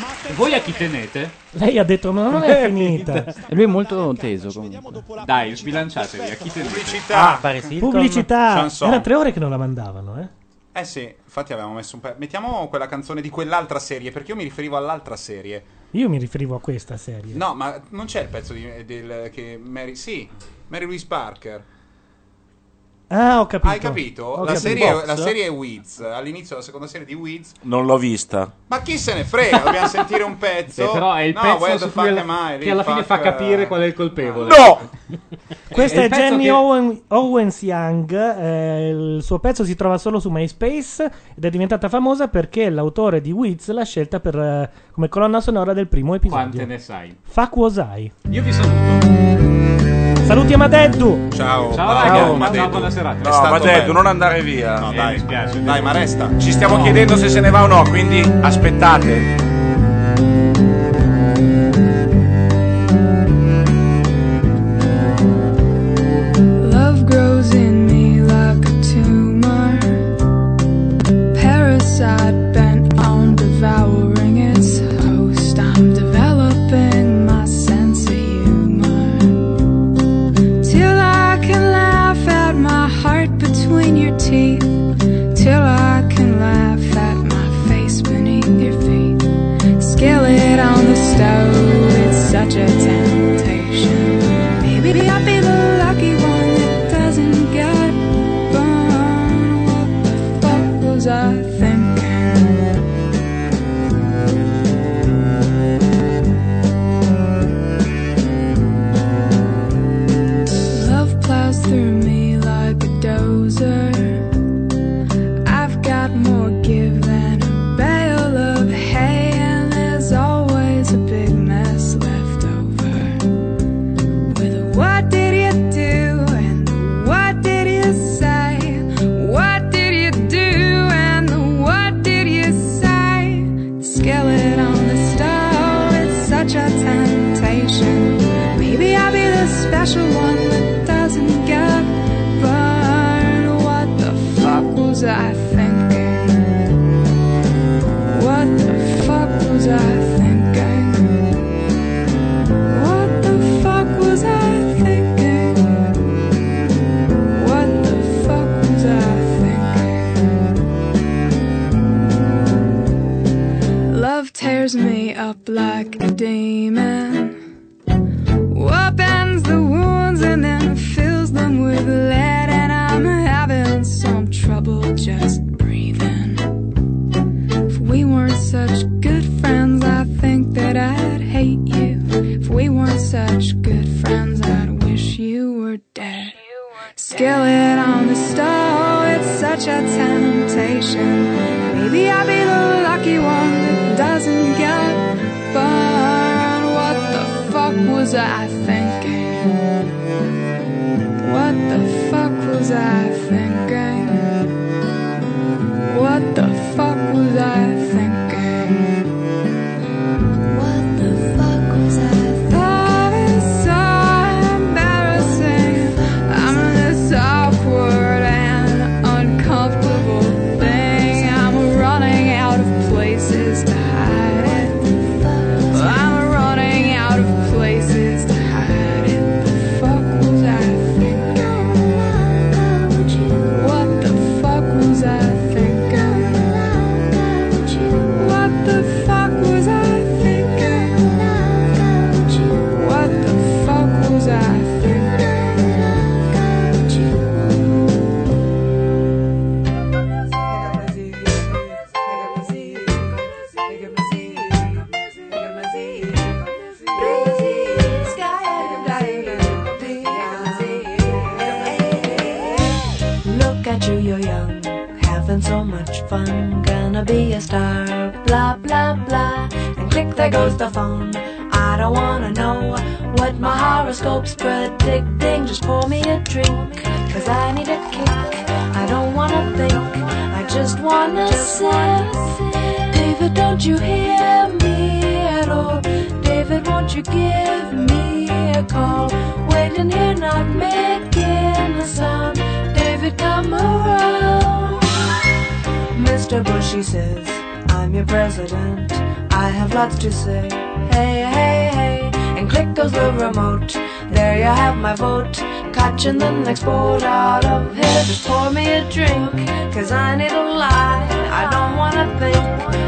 Speaker 2: Ma attenzione,
Speaker 6: Voi a chi tenete?
Speaker 3: Lei ha detto, ma non
Speaker 6: Eh,
Speaker 3: è finita.
Speaker 7: E lui è molto teso comunque.
Speaker 6: Dai, sbilanciatevi, a chi tenete?
Speaker 1: Pubblicità.
Speaker 3: Pubblicità.
Speaker 1: Chanson.
Speaker 3: Era tre ore che non la mandavano, eh.
Speaker 1: Eh sì, infatti avevamo messo un pezzo. Mettiamo quella canzone di quell'altra serie, perché io mi riferivo all'altra serie.
Speaker 3: Io mi riferivo a questa serie.
Speaker 1: No, ma non c'è il pezzo di, del che Mary. Sì, Mary Louise Parker.
Speaker 3: Ah, ho capito.
Speaker 1: Hai capito?
Speaker 3: Ho
Speaker 1: la,
Speaker 3: capito.
Speaker 1: Serie, la
Speaker 3: Box?
Speaker 1: serie è Wiz. All'inizio della seconda serie di Wiz.
Speaker 4: Non l'ho vista.
Speaker 1: Ma chi se ne frega? Dobbiamo sentire un pezzo.
Speaker 6: Eh, però è il
Speaker 1: no,
Speaker 6: pezzo
Speaker 1: where
Speaker 6: su
Speaker 1: the
Speaker 6: cui
Speaker 1: fuck
Speaker 6: alla-
Speaker 1: am I?
Speaker 6: che alla fine fa
Speaker 1: Fuck,
Speaker 6: capire
Speaker 1: eh,
Speaker 6: qual è il colpevole.
Speaker 1: No!
Speaker 3: Eh, Questa
Speaker 6: Eh,
Speaker 3: è
Speaker 6: il pezzo
Speaker 3: Jenny
Speaker 6: che-
Speaker 3: Owen- Owens Young, eh, il suo pezzo si trova solo su MySpace ed è diventata famosa perché l'autore di Wiz l'ha scelta per, eh, come colonna sonora del primo episodio.
Speaker 6: Quante ne sai?
Speaker 3: Fakuosai.
Speaker 6: Io vi saluto.
Speaker 3: Saluti Amadeddu!
Speaker 1: Ciao,
Speaker 6: Ciao, raga, ciao, buona serata.
Speaker 4: Oh, No, ma Deddu, non andare via.
Speaker 1: No,
Speaker 3: Eh,
Speaker 1: dai, dai, ma resta.
Speaker 4: Ci stiamo chiedendo se se ne va o no, quindi aspettate.
Speaker 28: Love grows in me like a tumor. Parasite bent on devouring its host. I'm developing my sense of humor. Till I can laugh at my heart between your teeth. Till I can laugh at my face beneath your feet. Skillet on the stove, it's such a temptation. Maybe I'll be the lucky one that doesn't get burned. What the fuck was I thinking? Love plows through me like a dozer. I've got more give than a bale of hay, and there's always a big mess left over. With a what did you do, and the what did you say? What did you do, and the what did you say? skillet on the stove. It's such a temptation. Maybe I'll be the special one that doesn't get burned. What the fuck was I thinking? What the fuck was I thinking? What the fuck was I thinking? What the fuck was I Love tears me up like a demon. Opens the wounds and then fills them with lead. And I'm having some trouble just breathing. If we weren't such good friends, I think that I'd hate you. If we weren't such good friends, I'd wish you were dead. Skillet on the stove, it's such a temptation. Maybe I'll be the lucky one that doesn't get burned. What the fuck was I thinking? What the fuck was I thinking? What the fuck was I thinking? What the fuck was I thinking? Love is so embarrassing. I'm this awkward and uncomfortable thing.
Speaker 33: having so much fun. Gonna be a star, blah, blah, blah. And click, there goes the phone. I don't wanna know what my horoscope's predicting. Just pour me a drink, cause I need a kick. I don't wanna think, I just wanna sip. David, don't you hear me at all? David, won't you give me a call? Waiting here, not making a sound. David, come around. Mr. Bush, he says, I'm your president. I have lots to say. Hey, hey, hey. And click goes the remote. There you have my vote. Catching the next boat out of here. Just pour me a drink. Cause I need a lie. I don't wanna think.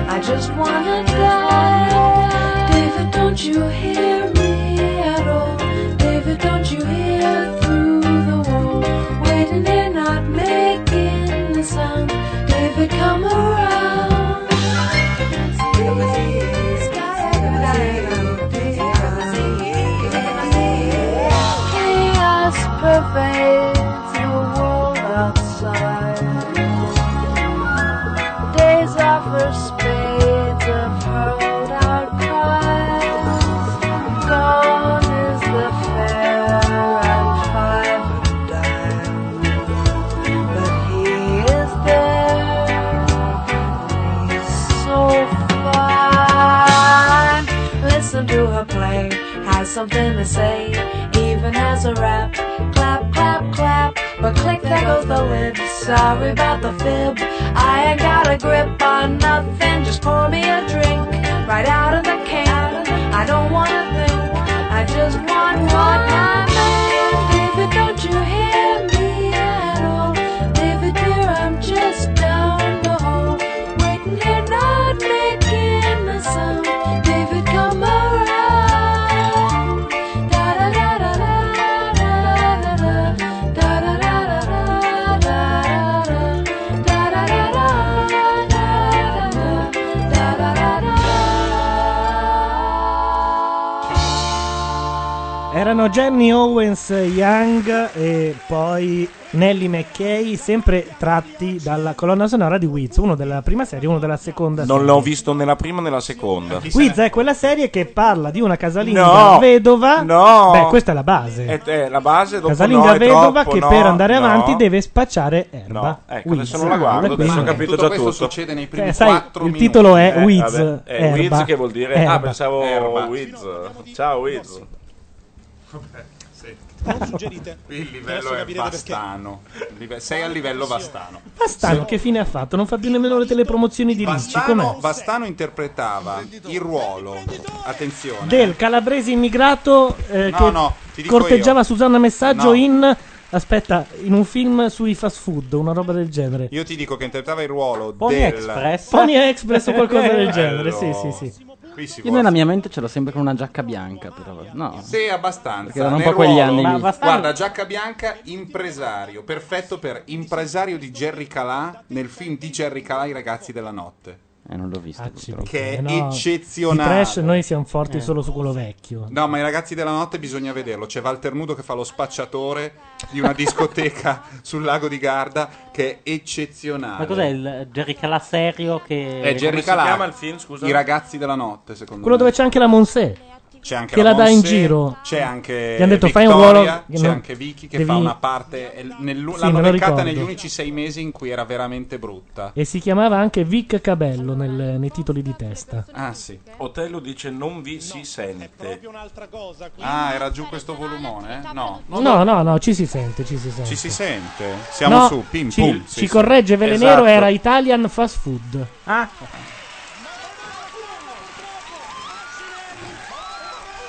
Speaker 33: I just wanna die. David, don't you hear me at all? David, don't you hear through the wall? Waiting here, not making a sound. David, come around. Chaos pervades the world outside. Days offer spades of hurled out cries. Gone is the fair and five a dime. But he is there. He's so fine. Listen to her play, has something to say, even has a rap. Clap, clap, clap. But click, there goes the lid. Sorry about the fib. I ain't got a grip on nothing. Just pour me a drink right out of the can. I don't wanna think. I just want what I man. David, don't you hear me at all? David, dear, I'm just down the hall. Waiting here, not making a sound. David, come around. Da da da da da da da da. Da da da da da da da. Da da da da da da da. Da da da
Speaker 3: Erano Jenny Owens Young e poi Nelly McKay, sempre tratti dalla colonna sonora di Wiz, uno della prima serie, uno della seconda
Speaker 23: Non
Speaker 3: serie.
Speaker 23: l'ho visto né la prima né la seconda.
Speaker 3: Wiz è quella serie che parla di una casalinga
Speaker 23: No,
Speaker 3: vedova.
Speaker 23: no.
Speaker 3: Beh, questa è la base.
Speaker 23: È, è la base dopo
Speaker 3: Casalinga
Speaker 23: no, è
Speaker 3: vedova
Speaker 23: troppo,
Speaker 3: che
Speaker 23: no,
Speaker 3: per andare
Speaker 23: no.
Speaker 3: avanti deve spacciare erba. Eh,
Speaker 23: No, ecco,
Speaker 3: Wiz.
Speaker 23: adesso non la guardo,
Speaker 3: Guarda
Speaker 23: adesso ho
Speaker 3: qui.
Speaker 23: capito
Speaker 25: Tutto
Speaker 23: già
Speaker 25: questo
Speaker 23: tutto.
Speaker 25: succede nei primi
Speaker 3: Eh, sai,
Speaker 25: quattro
Speaker 3: il
Speaker 25: minuti.
Speaker 3: titolo è
Speaker 23: Eh,
Speaker 3: Wiz.
Speaker 23: vabbè, eh,
Speaker 3: erba.
Speaker 23: Wiz che vuol dire ah,
Speaker 3: Erba.
Speaker 23: pensavo Wiz. Ciao Wiz.
Speaker 1: Non suggerite. Il livello è bastano. Live- Sei al livello bastano.
Speaker 3: Bastano, che fine ha fatto? Non fa più nemmeno le telepromozioni di Ricci. Com'è?
Speaker 1: Bastano, Bastano interpretava il ruolo, attenzione,
Speaker 3: Del calabrese immigrato eh,
Speaker 1: No,
Speaker 3: che
Speaker 1: no, ti dico
Speaker 3: corteggiava
Speaker 1: io.
Speaker 3: Susanna Messaggio
Speaker 1: No.
Speaker 3: in. Aspetta, in un film sui fast food, una roba del genere.
Speaker 1: Io ti dico che interpretava il ruolo
Speaker 3: Pony
Speaker 1: del...
Speaker 3: Express. Pony Express o qualcosa del genere, sì,
Speaker 1: Bello.
Speaker 3: sì, sì.
Speaker 1: Qui si
Speaker 7: Io
Speaker 1: vuole...
Speaker 7: nella mia mente ce l'ho sempre con una giacca bianca, però. No.
Speaker 1: Sì, abbastanza.
Speaker 7: Perché erano un
Speaker 1: Nel
Speaker 7: po' quegli
Speaker 1: ruolo-
Speaker 7: anni lì.
Speaker 1: Guarda, giacca bianca, impresario. Perfetto per impresario di Jerry Calà nel film di Jerry Calà I ragazzi della notte.
Speaker 7: Eh, non l'ho visto. purtroppo.
Speaker 1: Che è
Speaker 3: Eh no,
Speaker 1: eccezionale.
Speaker 3: Di trash noi siamo forti
Speaker 1: Eh.
Speaker 3: solo su quello vecchio.
Speaker 1: No, ma i ragazzi della notte bisogna vederlo. C'è Walter Nudo che fa lo spacciatore di una discoteca sul lago di Garda che è eccezionale.
Speaker 24: Ma cos'è il Jerry Calà serio che...
Speaker 3: Eh,
Speaker 1: È Eh, Jerry Calà. I
Speaker 24: ragazzi
Speaker 1: ragazzi della notte, secondo
Speaker 3: Quello
Speaker 1: me.
Speaker 3: dove c'è anche la Monse.
Speaker 1: C'è anche
Speaker 3: che la, dà in
Speaker 1: Monse,
Speaker 3: giro.
Speaker 1: C'è anche
Speaker 3: Gli hanno detto
Speaker 1: Victoria,
Speaker 3: fai un ruolo.
Speaker 1: C'è
Speaker 3: no,
Speaker 1: anche Vicky che
Speaker 3: devi-
Speaker 1: fa una parte è l- nell'u-
Speaker 3: Sì,
Speaker 1: L'hanno
Speaker 3: me lo
Speaker 1: beccata
Speaker 3: ricordo.
Speaker 1: negli unici sei mesi in cui era veramente brutta
Speaker 3: E si chiamava anche Vic Cabello nel- nei titoli di testa.
Speaker 1: Ah sì
Speaker 23: Otello dice non vi si sente.
Speaker 1: Ah era giù questo volumone? eh? No
Speaker 3: No, no, no, ci si sente, ci si sente.
Speaker 1: Ci si sente? Siamo
Speaker 3: No,
Speaker 1: su Pim
Speaker 3: ci,
Speaker 1: Pum Esatto.
Speaker 3: ci corregge Velenero, era Italian Fast Food.
Speaker 24: Ah.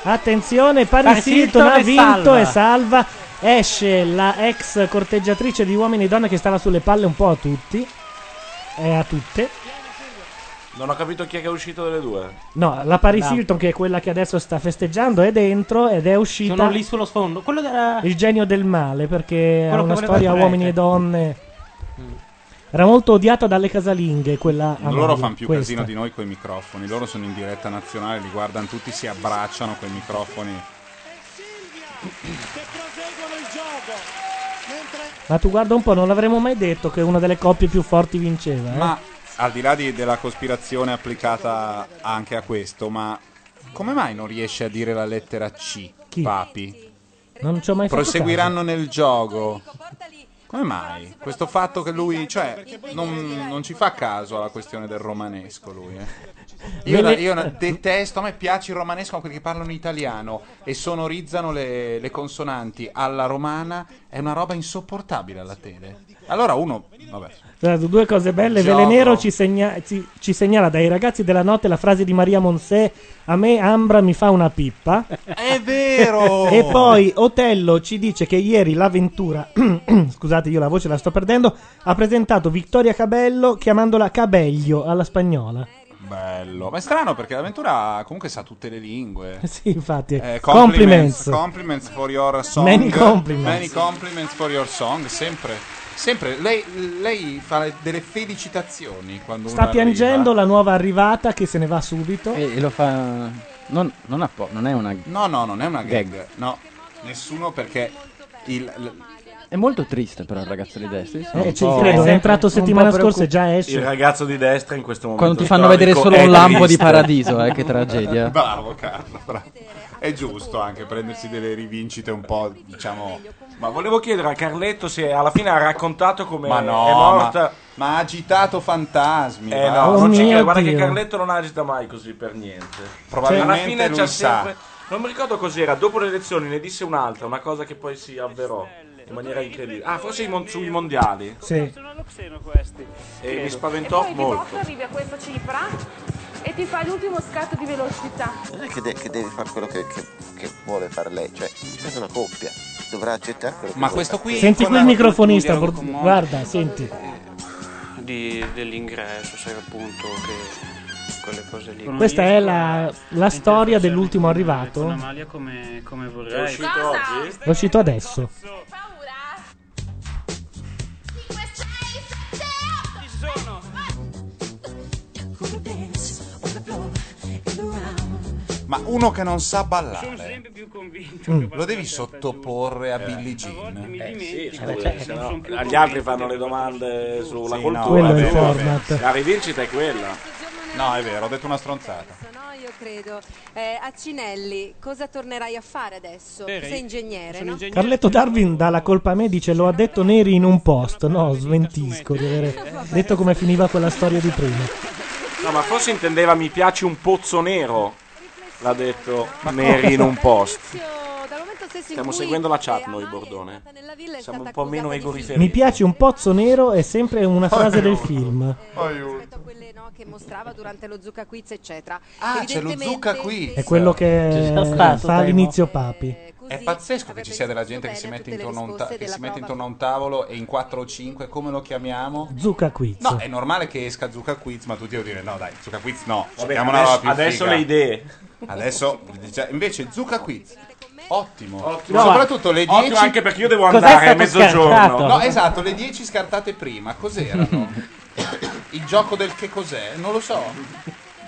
Speaker 3: Attenzione, Paris
Speaker 24: Paris
Speaker 3: Hilton
Speaker 24: Hilton
Speaker 3: ha
Speaker 24: e
Speaker 3: vinto
Speaker 24: salva.
Speaker 3: e salva. Esce la ex corteggiatrice di uomini e donne che stava sulle palle un po' a tutti. E a tutte.
Speaker 23: Non ho capito chi è che è uscito delle due.
Speaker 3: No, la Paris
Speaker 23: No.
Speaker 3: Hilton, che è quella che adesso sta festeggiando, è dentro ed è uscita.
Speaker 24: Sono lì sullo sfondo. Quello era...
Speaker 3: Il genio del male, perché
Speaker 24: Quello che
Speaker 3: ha una
Speaker 24: voleva Mm.
Speaker 3: storia
Speaker 24: il
Speaker 3: uomini
Speaker 24: prete.
Speaker 3: e donne. Era molto odiata dalle casalinghe quella a
Speaker 1: Loro
Speaker 3: Mario,
Speaker 1: fanno più casino
Speaker 3: questa.
Speaker 1: di noi coi microfoni Loro sono in diretta nazionale, li guardano tutti, si abbracciano coi microfoni
Speaker 8: Proseguono il gioco. Mentre
Speaker 3: Ma tu guarda un po', non l'avremmo mai detto che una delle coppie più forti vinceva. eh?
Speaker 1: Ma al di là di- della cospirazione applicata anche a questo, ma come mai non riesce a dire la lettera C, Papi?
Speaker 3: non ci ho mai fatto
Speaker 1: Proseguiranno nel gioco. Come mai? Questo fatto che lui, cioè, non, non ci fa caso alla questione del romanesco lui. eh. Io, la- io la detesto, a me piace il romanesco, ma quelli che parlano italiano e sonorizzano le, le consonanti alla romana è una roba insopportabile alla tele. Allora uno, vabbè,
Speaker 3: caso. Guarda, Due cose belle.
Speaker 1: Gioco.
Speaker 3: Velenero ci, segna- ci- ci segnala dai ragazzi della notte la frase di Maria Monsè: A me Ambra mi fa una pippa.
Speaker 1: È vero!
Speaker 3: e poi Otello ci dice che ieri l'avventura, scusate io la voce la sto perdendo, ha presentato Vittoria Cabello chiamandola Cabello alla spagnola.
Speaker 1: bello. Ma è strano perché l'avventura comunque sa tutte le lingue.
Speaker 3: Sì, infatti.
Speaker 1: Eh,
Speaker 3: compliments.
Speaker 1: compliments for your song.
Speaker 3: Many compliments.
Speaker 1: Many compliments for your song. Sempre. Sempre. Lei, lei fa le- delle felicitazioni quando
Speaker 3: Sta
Speaker 1: uno arriva.
Speaker 3: piangendo la nuova arrivata che se ne va subito.
Speaker 7: E, e lo fa. Non, non a po- non è una.
Speaker 1: No, no, non è una gag.
Speaker 7: Gag.
Speaker 1: No, nessuno perché il, l-
Speaker 7: È molto triste, però, il ragazzo di destra. Io sono
Speaker 3: Eh,
Speaker 7: un
Speaker 3: ci
Speaker 7: po'-
Speaker 3: credo, è entrato
Speaker 7: un po'
Speaker 3: settimana scorsa e
Speaker 7: preoccup-
Speaker 3: già esce.
Speaker 4: Il ragazzo di destra in questo momento.
Speaker 7: Quando ti fanno
Speaker 4: storico
Speaker 7: vedere solo
Speaker 4: è
Speaker 7: un lampo di
Speaker 4: triste.
Speaker 7: paradiso, eh, che tragedia.
Speaker 1: Bravo Carlo, bravo. È giusto anche prendersi delle rivincite un po', diciamo...
Speaker 4: Ma volevo chiedere a Carletto se alla fine ha raccontato come
Speaker 1: Ma no,
Speaker 4: è morta.
Speaker 1: Ma, ha agitato fantasmi.
Speaker 4: Eh
Speaker 1: va.
Speaker 4: no, non ci credo. Guarda che Carletto non agita mai così per
Speaker 3: Cioè,
Speaker 4: niente.
Speaker 1: Probabilmente
Speaker 4: alla fine
Speaker 1: lui
Speaker 4: c'ha
Speaker 1: sa.
Speaker 4: sempre. Non mi ricordo cos'era, dopo le elezioni ne disse un'altra, una cosa che poi si avverò in maniera incredibile. Ah, forse i mon- sui mondiali.
Speaker 3: Sì.
Speaker 22: Sono allo xeno questi.
Speaker 4: E mi spaventò
Speaker 22: e poi
Speaker 4: molto.
Speaker 22: Di botto arrivi a questa cifra e ti fai l'ultimo scatto di velocità.
Speaker 26: Non è che, de- che deve fare quello che, che- che vuole fare lei, cioè siete una coppia, dovrà accettare quello che
Speaker 1: Ma
Speaker 26: vuole
Speaker 1: questo
Speaker 26: fare.
Speaker 1: qui-
Speaker 3: Senti qui il microfonista,
Speaker 26: dialogo
Speaker 3: por-
Speaker 26: con Monica.
Speaker 3: guarda, senti.
Speaker 6: Di- dell'ingresso, sai appunto che quelle cose lì.
Speaker 3: Questa è la, la storia dell'ultimo arrivato.
Speaker 6: Amalia come, come vorrei.
Speaker 4: È uscito oggi?
Speaker 3: È uscito adesso.
Speaker 1: Ma uno che non sa ballare.
Speaker 22: sempre più convinto.
Speaker 3: Mm.
Speaker 1: Lo devi sottoporre a Billie Jean.
Speaker 4: Eh sì,
Speaker 1: Eh, beh,
Speaker 4: scusa,
Speaker 1: certo.
Speaker 4: se no, agli altri fanno le domande sulla
Speaker 1: Sì, no,
Speaker 4: cultura.
Speaker 1: vabbè,
Speaker 4: però,
Speaker 1: vabbè.
Speaker 4: vabbè. La rivincita è quella.
Speaker 1: No, è vero, ho detto una stronzata.
Speaker 17: No, io credo. Eh, a Cinelli, cosa tornerai a fare adesso? Sei ingegnere, no?
Speaker 3: Carletto Darwin dà la colpa a me, dice lo ha detto Neri in un post. No, smentisco di avere detto come finiva quella storia di prima.
Speaker 4: No, ma forse intendeva mi piace un pozzo nero. L'ha detto
Speaker 17: Ma
Speaker 4: Neri in
Speaker 17: cosa?
Speaker 4: un post.
Speaker 17: Dal momento stesso in
Speaker 4: Stiamo
Speaker 17: cui
Speaker 4: seguendo la chat noi, Bordone. Siamo un po' meno egoriferi.
Speaker 3: Mi piace un pozzo nero, è sempre una frase del film.
Speaker 17: rispetto a quelle no, che mostrava durante lo Zucca Quiz, eccetera.
Speaker 1: Ah, c'è lo Zucca qui.
Speaker 3: È quello che fa l'inizio Papi.
Speaker 1: È pazzesco che ci sia della gente che si mette intorno a un, ta- che si mette intorno a un tavolo e in 4 o 5, come lo chiamiamo?
Speaker 3: Zucca Quiz.
Speaker 1: No, è normale che esca Zucca Quiz, ma tutti devono dire no, dai, Zucca Quiz no.
Speaker 4: Vabbè,
Speaker 1: cerchiamo una
Speaker 4: adesso-
Speaker 1: roba più
Speaker 4: adesso
Speaker 1: figa.
Speaker 4: le idee.
Speaker 1: Adesso cioè, invece Zucca Quiz. Ottimo.
Speaker 4: Ottimo.
Speaker 1: Soprattutto le 10
Speaker 4: Ottimo anche perché io devo Cos'è andare, stato è mezzogiorno. scartato?
Speaker 1: No, esatto, le 10 scartate prima, cos'erano? Il gioco del che cos'è? Non lo so.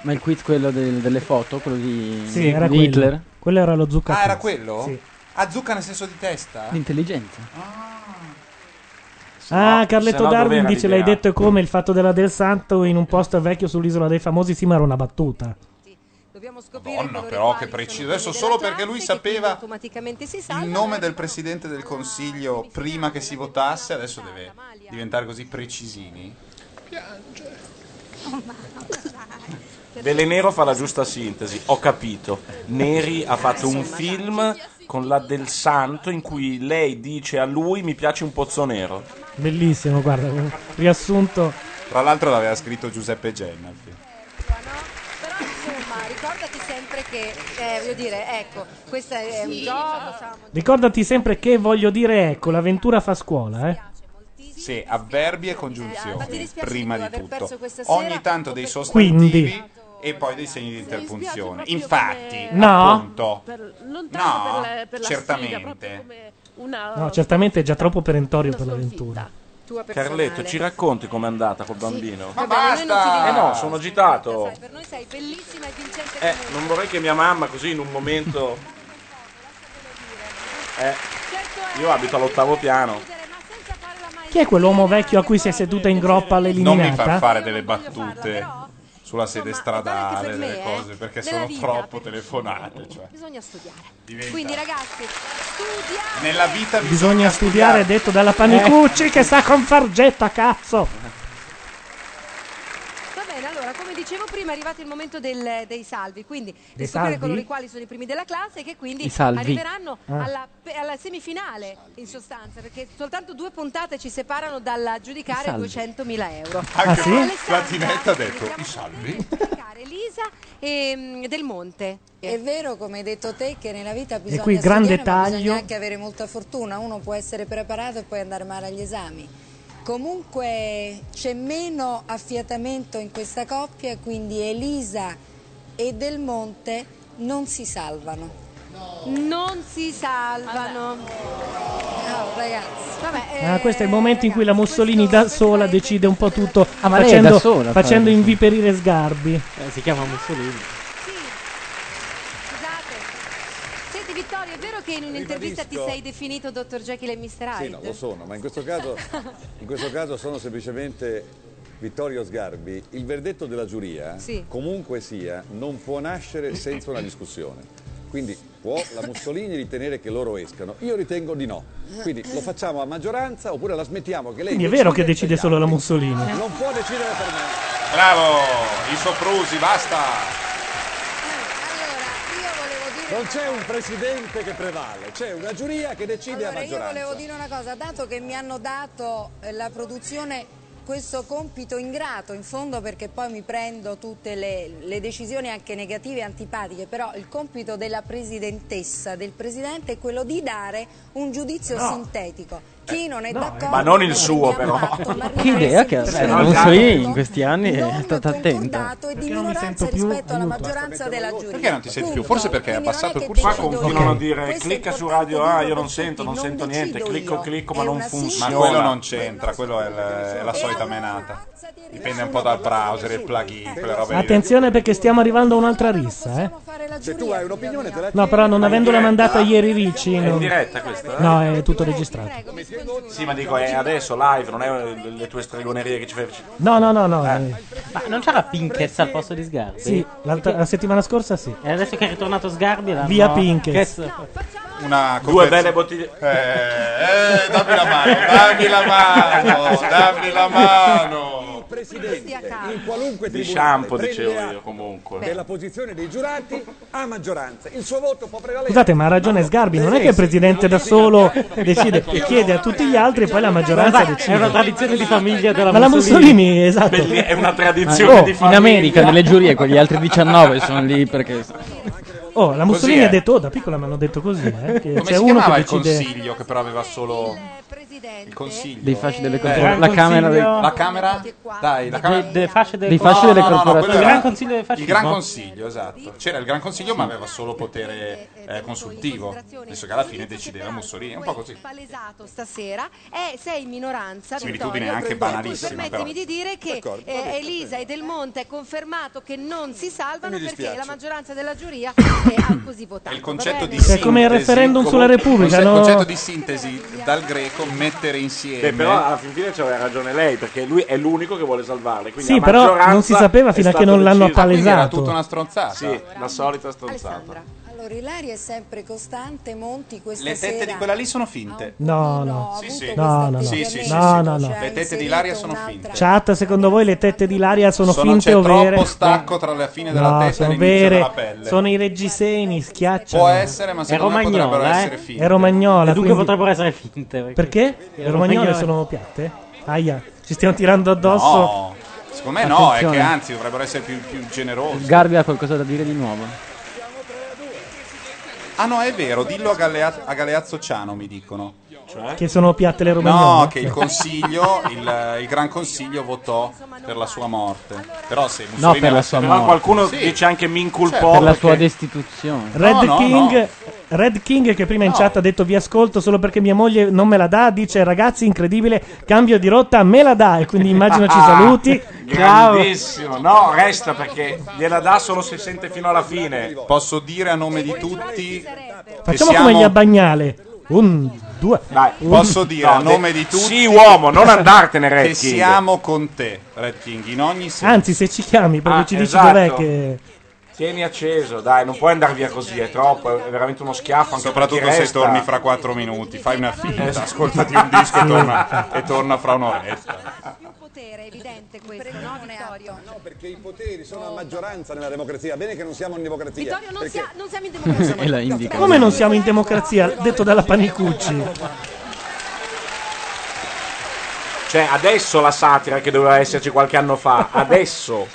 Speaker 7: Ma il quiz quello del- delle foto, quello di,
Speaker 3: Sì, era
Speaker 7: di
Speaker 3: quello.
Speaker 7: Hitler.
Speaker 3: Quello era lo zucca.
Speaker 1: Ah, era
Speaker 3: Quiz.
Speaker 1: quello?
Speaker 3: Sì.
Speaker 1: Ah, zucca nel senso di testa?
Speaker 7: L'intelligenza.
Speaker 3: Ah,
Speaker 1: no-
Speaker 3: Carletto
Speaker 1: se no
Speaker 3: Darwin
Speaker 1: dov'era
Speaker 3: dice:
Speaker 1: l'idea?
Speaker 3: L'hai detto è come il fatto della Del Santo in un posto vecchio sull'isola dei famosi. Sì, ma era una battuta.
Speaker 17: Dobbiamo scoprire
Speaker 1: Madonna,
Speaker 17: colore
Speaker 1: però che preciso. Adesso solo perché lui sapeva
Speaker 17: automaticamente si sa.
Speaker 1: il nome del presidente del consiglio prima che si votasse, adesso deve diventare così precisini.
Speaker 4: Velenero fa la giusta sintesi, ho capito. Neri ha fatto un film con la del santo in cui lei dice a lui mi piace un pozzo nero.
Speaker 3: Bellissimo, guarda. Riassunto.
Speaker 1: Tra l'altro l'aveva scritto Giuseppe Genna.
Speaker 17: Insomma, ricordati sempre che, eh, voglio dire, ecco, questo è un gioco, siamo
Speaker 3: Ricordati sempre che voglio dire, ecco, l'avventura fa scuola, eh.
Speaker 1: Sì, avverbi e congiunzioni, prima di tutto. Ogni tanto dei
Speaker 3: Quindi.
Speaker 1: sostantivi e poi dei segni di interpunzione. Infatti,
Speaker 3: No.
Speaker 1: appunto,
Speaker 22: Per- non tanto
Speaker 1: no,
Speaker 22: per la, per la sfida, proprio
Speaker 1: certamente.
Speaker 22: come una...
Speaker 3: No, certamente è già troppo perentorio per l'avventura.
Speaker 17: tua
Speaker 4: Carletto, ci racconti com'è andata col bambino?
Speaker 17: Ma Vabbè, noi non basta! ci
Speaker 4: Eh
Speaker 17: diciamo.
Speaker 4: no, sono agitato.
Speaker 17: Per noi sei bellissima e vincente
Speaker 4: Eh,
Speaker 17: come
Speaker 4: non vorrei che mia mamma così in un momento... Eh, io abito all'ottavo piano.
Speaker 3: Chi è quell'uomo vecchio a cui si è seduta in groppa
Speaker 1: Non mi far
Speaker 3: l'eliminata?
Speaker 1: fare delle battute sulla sede stradale,
Speaker 22: eh,
Speaker 1: delle cose, perché
Speaker 17: Nella
Speaker 1: sono
Speaker 17: vita,
Speaker 1: troppo telefonate. Cioè,
Speaker 17: Bisogna studiare.
Speaker 1: diventa-
Speaker 17: Quindi ragazzi,
Speaker 1: Nella vita
Speaker 3: Bisogna studiare, detto dalla
Speaker 1: Eh.
Speaker 3: Panicucci che sta con Fargetta, cazzo.
Speaker 17: va bene, allora come dicevo prima è arrivato il momento del- dei salvi, quindi
Speaker 3: Dei
Speaker 17: di
Speaker 3: salvi?
Speaker 17: scoprire coloro i quali sono i primi della classe e che quindi
Speaker 7: I salvi.
Speaker 17: arriveranno
Speaker 7: Ah.
Speaker 17: alla, pe- alla semifinale in sostanza, perché soltanto due puntate ci separano dal
Speaker 1: I
Speaker 17: giudicare
Speaker 1: salvi. Ah,
Speaker 17: 200.000 euro.
Speaker 1: Anche
Speaker 17: Allora,
Speaker 1: se Platinetta ha detto i salvi.
Speaker 17: Elisa ehm, Del Monte.
Speaker 16: È vero, come hai detto te, che nella vita bisogna
Speaker 3: qui gran
Speaker 16: studiare, ma
Speaker 3: dettaglio.
Speaker 16: bisogna anche avere molta fortuna. Uno può essere preparato e poi andare male agli esami. Comunque c'è meno affiatamento in questa coppia, quindi Elisa e Del Monte non si salvano.
Speaker 17: Non si salvano.
Speaker 16: Ciao ragazzi.
Speaker 17: Vabbè,
Speaker 3: Ah, questo è il momento in cui la Mussolini da sola decide un po' tutto
Speaker 24: Ah, ma lei è
Speaker 3: facendo,
Speaker 24: da sola,
Speaker 3: facendo
Speaker 24: pare.
Speaker 3: inviperire sgarbi.
Speaker 24: Eh, si chiama Mussolini.
Speaker 17: Senti Vittorio, è vero che in un'intervista ti
Speaker 9: Ribadisco.
Speaker 17: sei definito Dr. Jekyll e Mr. Hyde?
Speaker 9: Sì, no, lo sono, ma in questo caso, in questo caso sono semplicemente Vittorio Sgarbi. Il verdetto della giuria,
Speaker 17: Sì.
Speaker 9: comunque sia, non può nascere senza una discussione. Quindi può la Mussolini ritenere che loro escano? Io ritengo di no. Quindi lo facciamo a maggioranza oppure la smettiamo che lei
Speaker 3: Quindi è vero che
Speaker 9: decide
Speaker 3: decide solo la
Speaker 17: Eh.
Speaker 3: Mussolini.
Speaker 9: Non può decidere per me.
Speaker 1: Bravo, i soprusi, basta.
Speaker 9: Non c'è un presidente che prevale, c'è una giuria che decide a
Speaker 16: Allora, io
Speaker 9: maggioranza.
Speaker 16: volevo dire una cosa, dato che mi hanno dato eh, la produzione questo compito ingrato in fondo perché poi mi prendo tutte le, le decisioni anche negative e antipatiche, però il compito della presidentessa, del presidente è quello di dare un giudizio
Speaker 23: No.
Speaker 16: sintetico. Chi non è d'accordo
Speaker 23: Ma non il suo, però. Eh,
Speaker 16: Che
Speaker 7: idea che
Speaker 16: Perché
Speaker 7: ha Eh,
Speaker 16: non
Speaker 7: la Mussolini in questi anni
Speaker 16: non
Speaker 7: è stata attenta.
Speaker 16: dato e di minoranza rispetto alla maggioranza della giuria.
Speaker 1: Perché non ti senti più? Forse perché hai abbassato il
Speaker 23: Qua
Speaker 1: pulsante.
Speaker 23: continuano a dire clicca su radio A, io non sento, non sento niente, clicco, clicco, ma non
Speaker 1: Ma
Speaker 23: funziona.
Speaker 1: quello non c'entra, quello è, l- è la solita menata. Dipende un po' dal browser, il plugin, quelle robe lì.
Speaker 3: Attenzione perché stiamo arrivando a un'altra rissa, eh.
Speaker 9: Se tu hai un'opinione te la
Speaker 3: No, però non
Speaker 9: Ma in
Speaker 3: avendola
Speaker 9: diretta?
Speaker 3: mandata ieri Ricci.
Speaker 23: È in
Speaker 3: non-
Speaker 23: diretta questa?
Speaker 3: No, è tutto registrato.
Speaker 23: Sì, ma dico, è adesso live, non è le tue stregonerie che ci fai.
Speaker 3: No, no, no, no. eh,
Speaker 24: Ma non c'era Pinkett al posto di Sgarbi?
Speaker 3: Sì, l'altra- la settimana scorsa sì.
Speaker 24: E adesso che è ritornato Sgarbi l'hanno-
Speaker 3: Via Pinkett.
Speaker 24: Che-
Speaker 1: Una
Speaker 23: Due belle bottiglie.
Speaker 1: Eh, eh, dammi la mano, dammi la mano, dammi la mano.
Speaker 9: in qualunque
Speaker 23: Di
Speaker 9: tribunale
Speaker 23: shampoo,
Speaker 9: prende
Speaker 23: dicevo
Speaker 9: atto
Speaker 23: io, comunque.
Speaker 9: della posizione dei giurati a maggioranza il suo voto può prevalere
Speaker 3: Scusate, ma ha ragione Sgarbi, non è che il presidente da solo decide e chiede a tutti gli altri e poi la maggioranza
Speaker 24: Guarda,
Speaker 3: decide.
Speaker 24: È una tradizione di famiglia della
Speaker 3: Ma la Mussolini, esatto.
Speaker 23: Belli- è una tradizione
Speaker 7: Oh,
Speaker 23: di
Speaker 7: in
Speaker 23: famiglia.
Speaker 7: America, nelle giurie, quegli altri 19 sono lì perché...
Speaker 3: Oh, la Mussolini
Speaker 7: Così è.
Speaker 3: ha detto, oh, da piccola mi hanno detto così, eh, che
Speaker 1: Come
Speaker 3: c'è
Speaker 1: si
Speaker 3: uno
Speaker 1: chiamava
Speaker 3: che
Speaker 1: il
Speaker 3: decide...
Speaker 1: consiglio che però aveva solo il consiglio?
Speaker 7: Dei fasci delle
Speaker 1: Eh,
Speaker 7: corporazioni. La camera dei-
Speaker 1: La camera? Dai, la camera.
Speaker 24: De- de fasce delle
Speaker 7: Dei fasci
Speaker 1: No,
Speaker 7: delle
Speaker 1: no, no,
Speaker 7: corporazioni.
Speaker 1: quello
Speaker 7: Il
Speaker 1: era-
Speaker 7: Gran Consiglio dei
Speaker 1: Il
Speaker 7: Fascismo.
Speaker 1: Gran Consiglio, esatto. C'era il Gran Consiglio, ma aveva solo potere eh, consultivo. Visto che alla fine decideva Mussolini, è un po' così.
Speaker 17: palesato stasera e sei in minoranza
Speaker 1: Similitudine
Speaker 17: Vittorio.
Speaker 1: anche banalissima,
Speaker 17: permettimi
Speaker 1: però.
Speaker 17: di dire che
Speaker 1: D'accordo, va
Speaker 17: eh,
Speaker 1: bene,
Speaker 17: Elisa e Del Monte è confermato che non si salvano
Speaker 1: Mi
Speaker 17: perché
Speaker 1: dispiace.
Speaker 17: la maggioranza della giuria eh, ha così votato
Speaker 1: Il concetto
Speaker 17: va bene?
Speaker 1: di
Speaker 3: È
Speaker 1: sintesi.
Speaker 3: come il referendum
Speaker 1: come-
Speaker 3: sulla Repubblica,
Speaker 1: Il
Speaker 3: no?
Speaker 1: concetto di sintesi dal greco mettere insieme.
Speaker 23: Beh, però alla fin fine c'aveva ragione lei, perché lui è l'unico che vuole salvarle. Quindi
Speaker 3: Sì,
Speaker 23: la
Speaker 3: però
Speaker 23: maggioranza
Speaker 3: non si sapeva
Speaker 23: è
Speaker 3: fino a che
Speaker 23: stato
Speaker 3: non l'hanno
Speaker 23: deciso. Ah, quindi
Speaker 3: appalesato.
Speaker 1: stronzata.
Speaker 23: Sì, la solita stronzata.
Speaker 16: Allora, Ilaria è sempre costante, Monti questa
Speaker 1: Le tette
Speaker 16: sera
Speaker 1: di quella lì sono finte.
Speaker 3: No, no.
Speaker 1: Sì, sì.
Speaker 3: No, no, no.
Speaker 1: Sì, sì, sì,
Speaker 3: No,
Speaker 1: sì.
Speaker 3: no, no.
Speaker 1: Le tette di Ilaria sono finte.
Speaker 3: Chat, secondo voi le tette di Laria sono, finte
Speaker 1: c'è
Speaker 3: o vere?
Speaker 1: troppo stacco tra la fine della
Speaker 3: No,
Speaker 1: testa e
Speaker 3: sono
Speaker 1: l'inizio della
Speaker 3: vere.
Speaker 1: pelle.
Speaker 3: Sono i reggiseni, schiacciano.
Speaker 1: Può essere, ma secondo me potrebbero
Speaker 7: eh?
Speaker 1: essere finte.
Speaker 3: È romagnola.
Speaker 24: E dunque
Speaker 3: quindi-
Speaker 24: potrebbero essere finte.
Speaker 3: Perché? Le romagnole sono piatte? Aia, ci stiamo tirando addosso.
Speaker 1: No, secondo me no, è che
Speaker 7: Attenzione.
Speaker 1: anzi dovrebbero essere più, più generosi.
Speaker 7: Sgarbi ha qualcosa da dire di nuovo.
Speaker 1: Ah no, è vero, dillo a, Galea- a Galeazzo Ciano, mi dicono. Cioè?
Speaker 3: Che sono piatte le romagnole.
Speaker 1: No, che il consiglio, il, il gran consiglio votò per la sua morte. Però se Mussolini
Speaker 7: No, per la
Speaker 1: avesse-
Speaker 7: sua
Speaker 23: Però
Speaker 7: morte.
Speaker 23: qualcuno
Speaker 1: Sì. Certo.
Speaker 23: dice anche mi inculpò.
Speaker 7: Per la
Speaker 23: perché-
Speaker 7: sua destituzione.
Speaker 3: Red
Speaker 23: No, no,
Speaker 3: King.
Speaker 23: no.
Speaker 3: Red King che prima in chat ha detto vi ascolto solo perché mia moglie non me la dà, dice ragazzi incredibile, cambio di rotta, me la dà e quindi immagino
Speaker 4: Ah,
Speaker 3: ci saluti. Ciao.
Speaker 23: Ah, Grandissimo. No, resta perché gliela dà solo se sente fino alla fine.
Speaker 1: Posso dire a nome di tutti
Speaker 3: Facciamo come gli abbagnale. Un, due.
Speaker 4: Dai,
Speaker 3: un-
Speaker 1: Posso dire a nome di tutti.
Speaker 4: Sì, uomo, non andartene, Red
Speaker 1: Che
Speaker 4: King.
Speaker 1: siamo con te, Red King, in ogni senso.
Speaker 3: Anzi, se ci chiami perché
Speaker 4: Ah,
Speaker 3: ci dici
Speaker 4: esatto.
Speaker 3: dov'è che.
Speaker 4: Tieni acceso, dai, non puoi andare via così, è troppo, è veramente uno schiaffo. Anche
Speaker 1: Soprattutto se torni fra 4 minuti, fai una finta, ascoltati un disco e torna, e torna fra un'oretta.
Speaker 17: potere, evidente questo, no, Vittorio?
Speaker 9: No, perché i poteri sono a maggioranza nella democrazia. Bene che non siamo in democrazia.
Speaker 17: Vittorio, non,
Speaker 9: perché-
Speaker 17: sia- non siamo in democrazia.
Speaker 7: Ah,
Speaker 9: E la indica.
Speaker 3: Come non siamo in democrazia? Detto dalla Panicucci.
Speaker 4: Cioè, adesso la satira che doveva esserci qualche anno fa, adesso.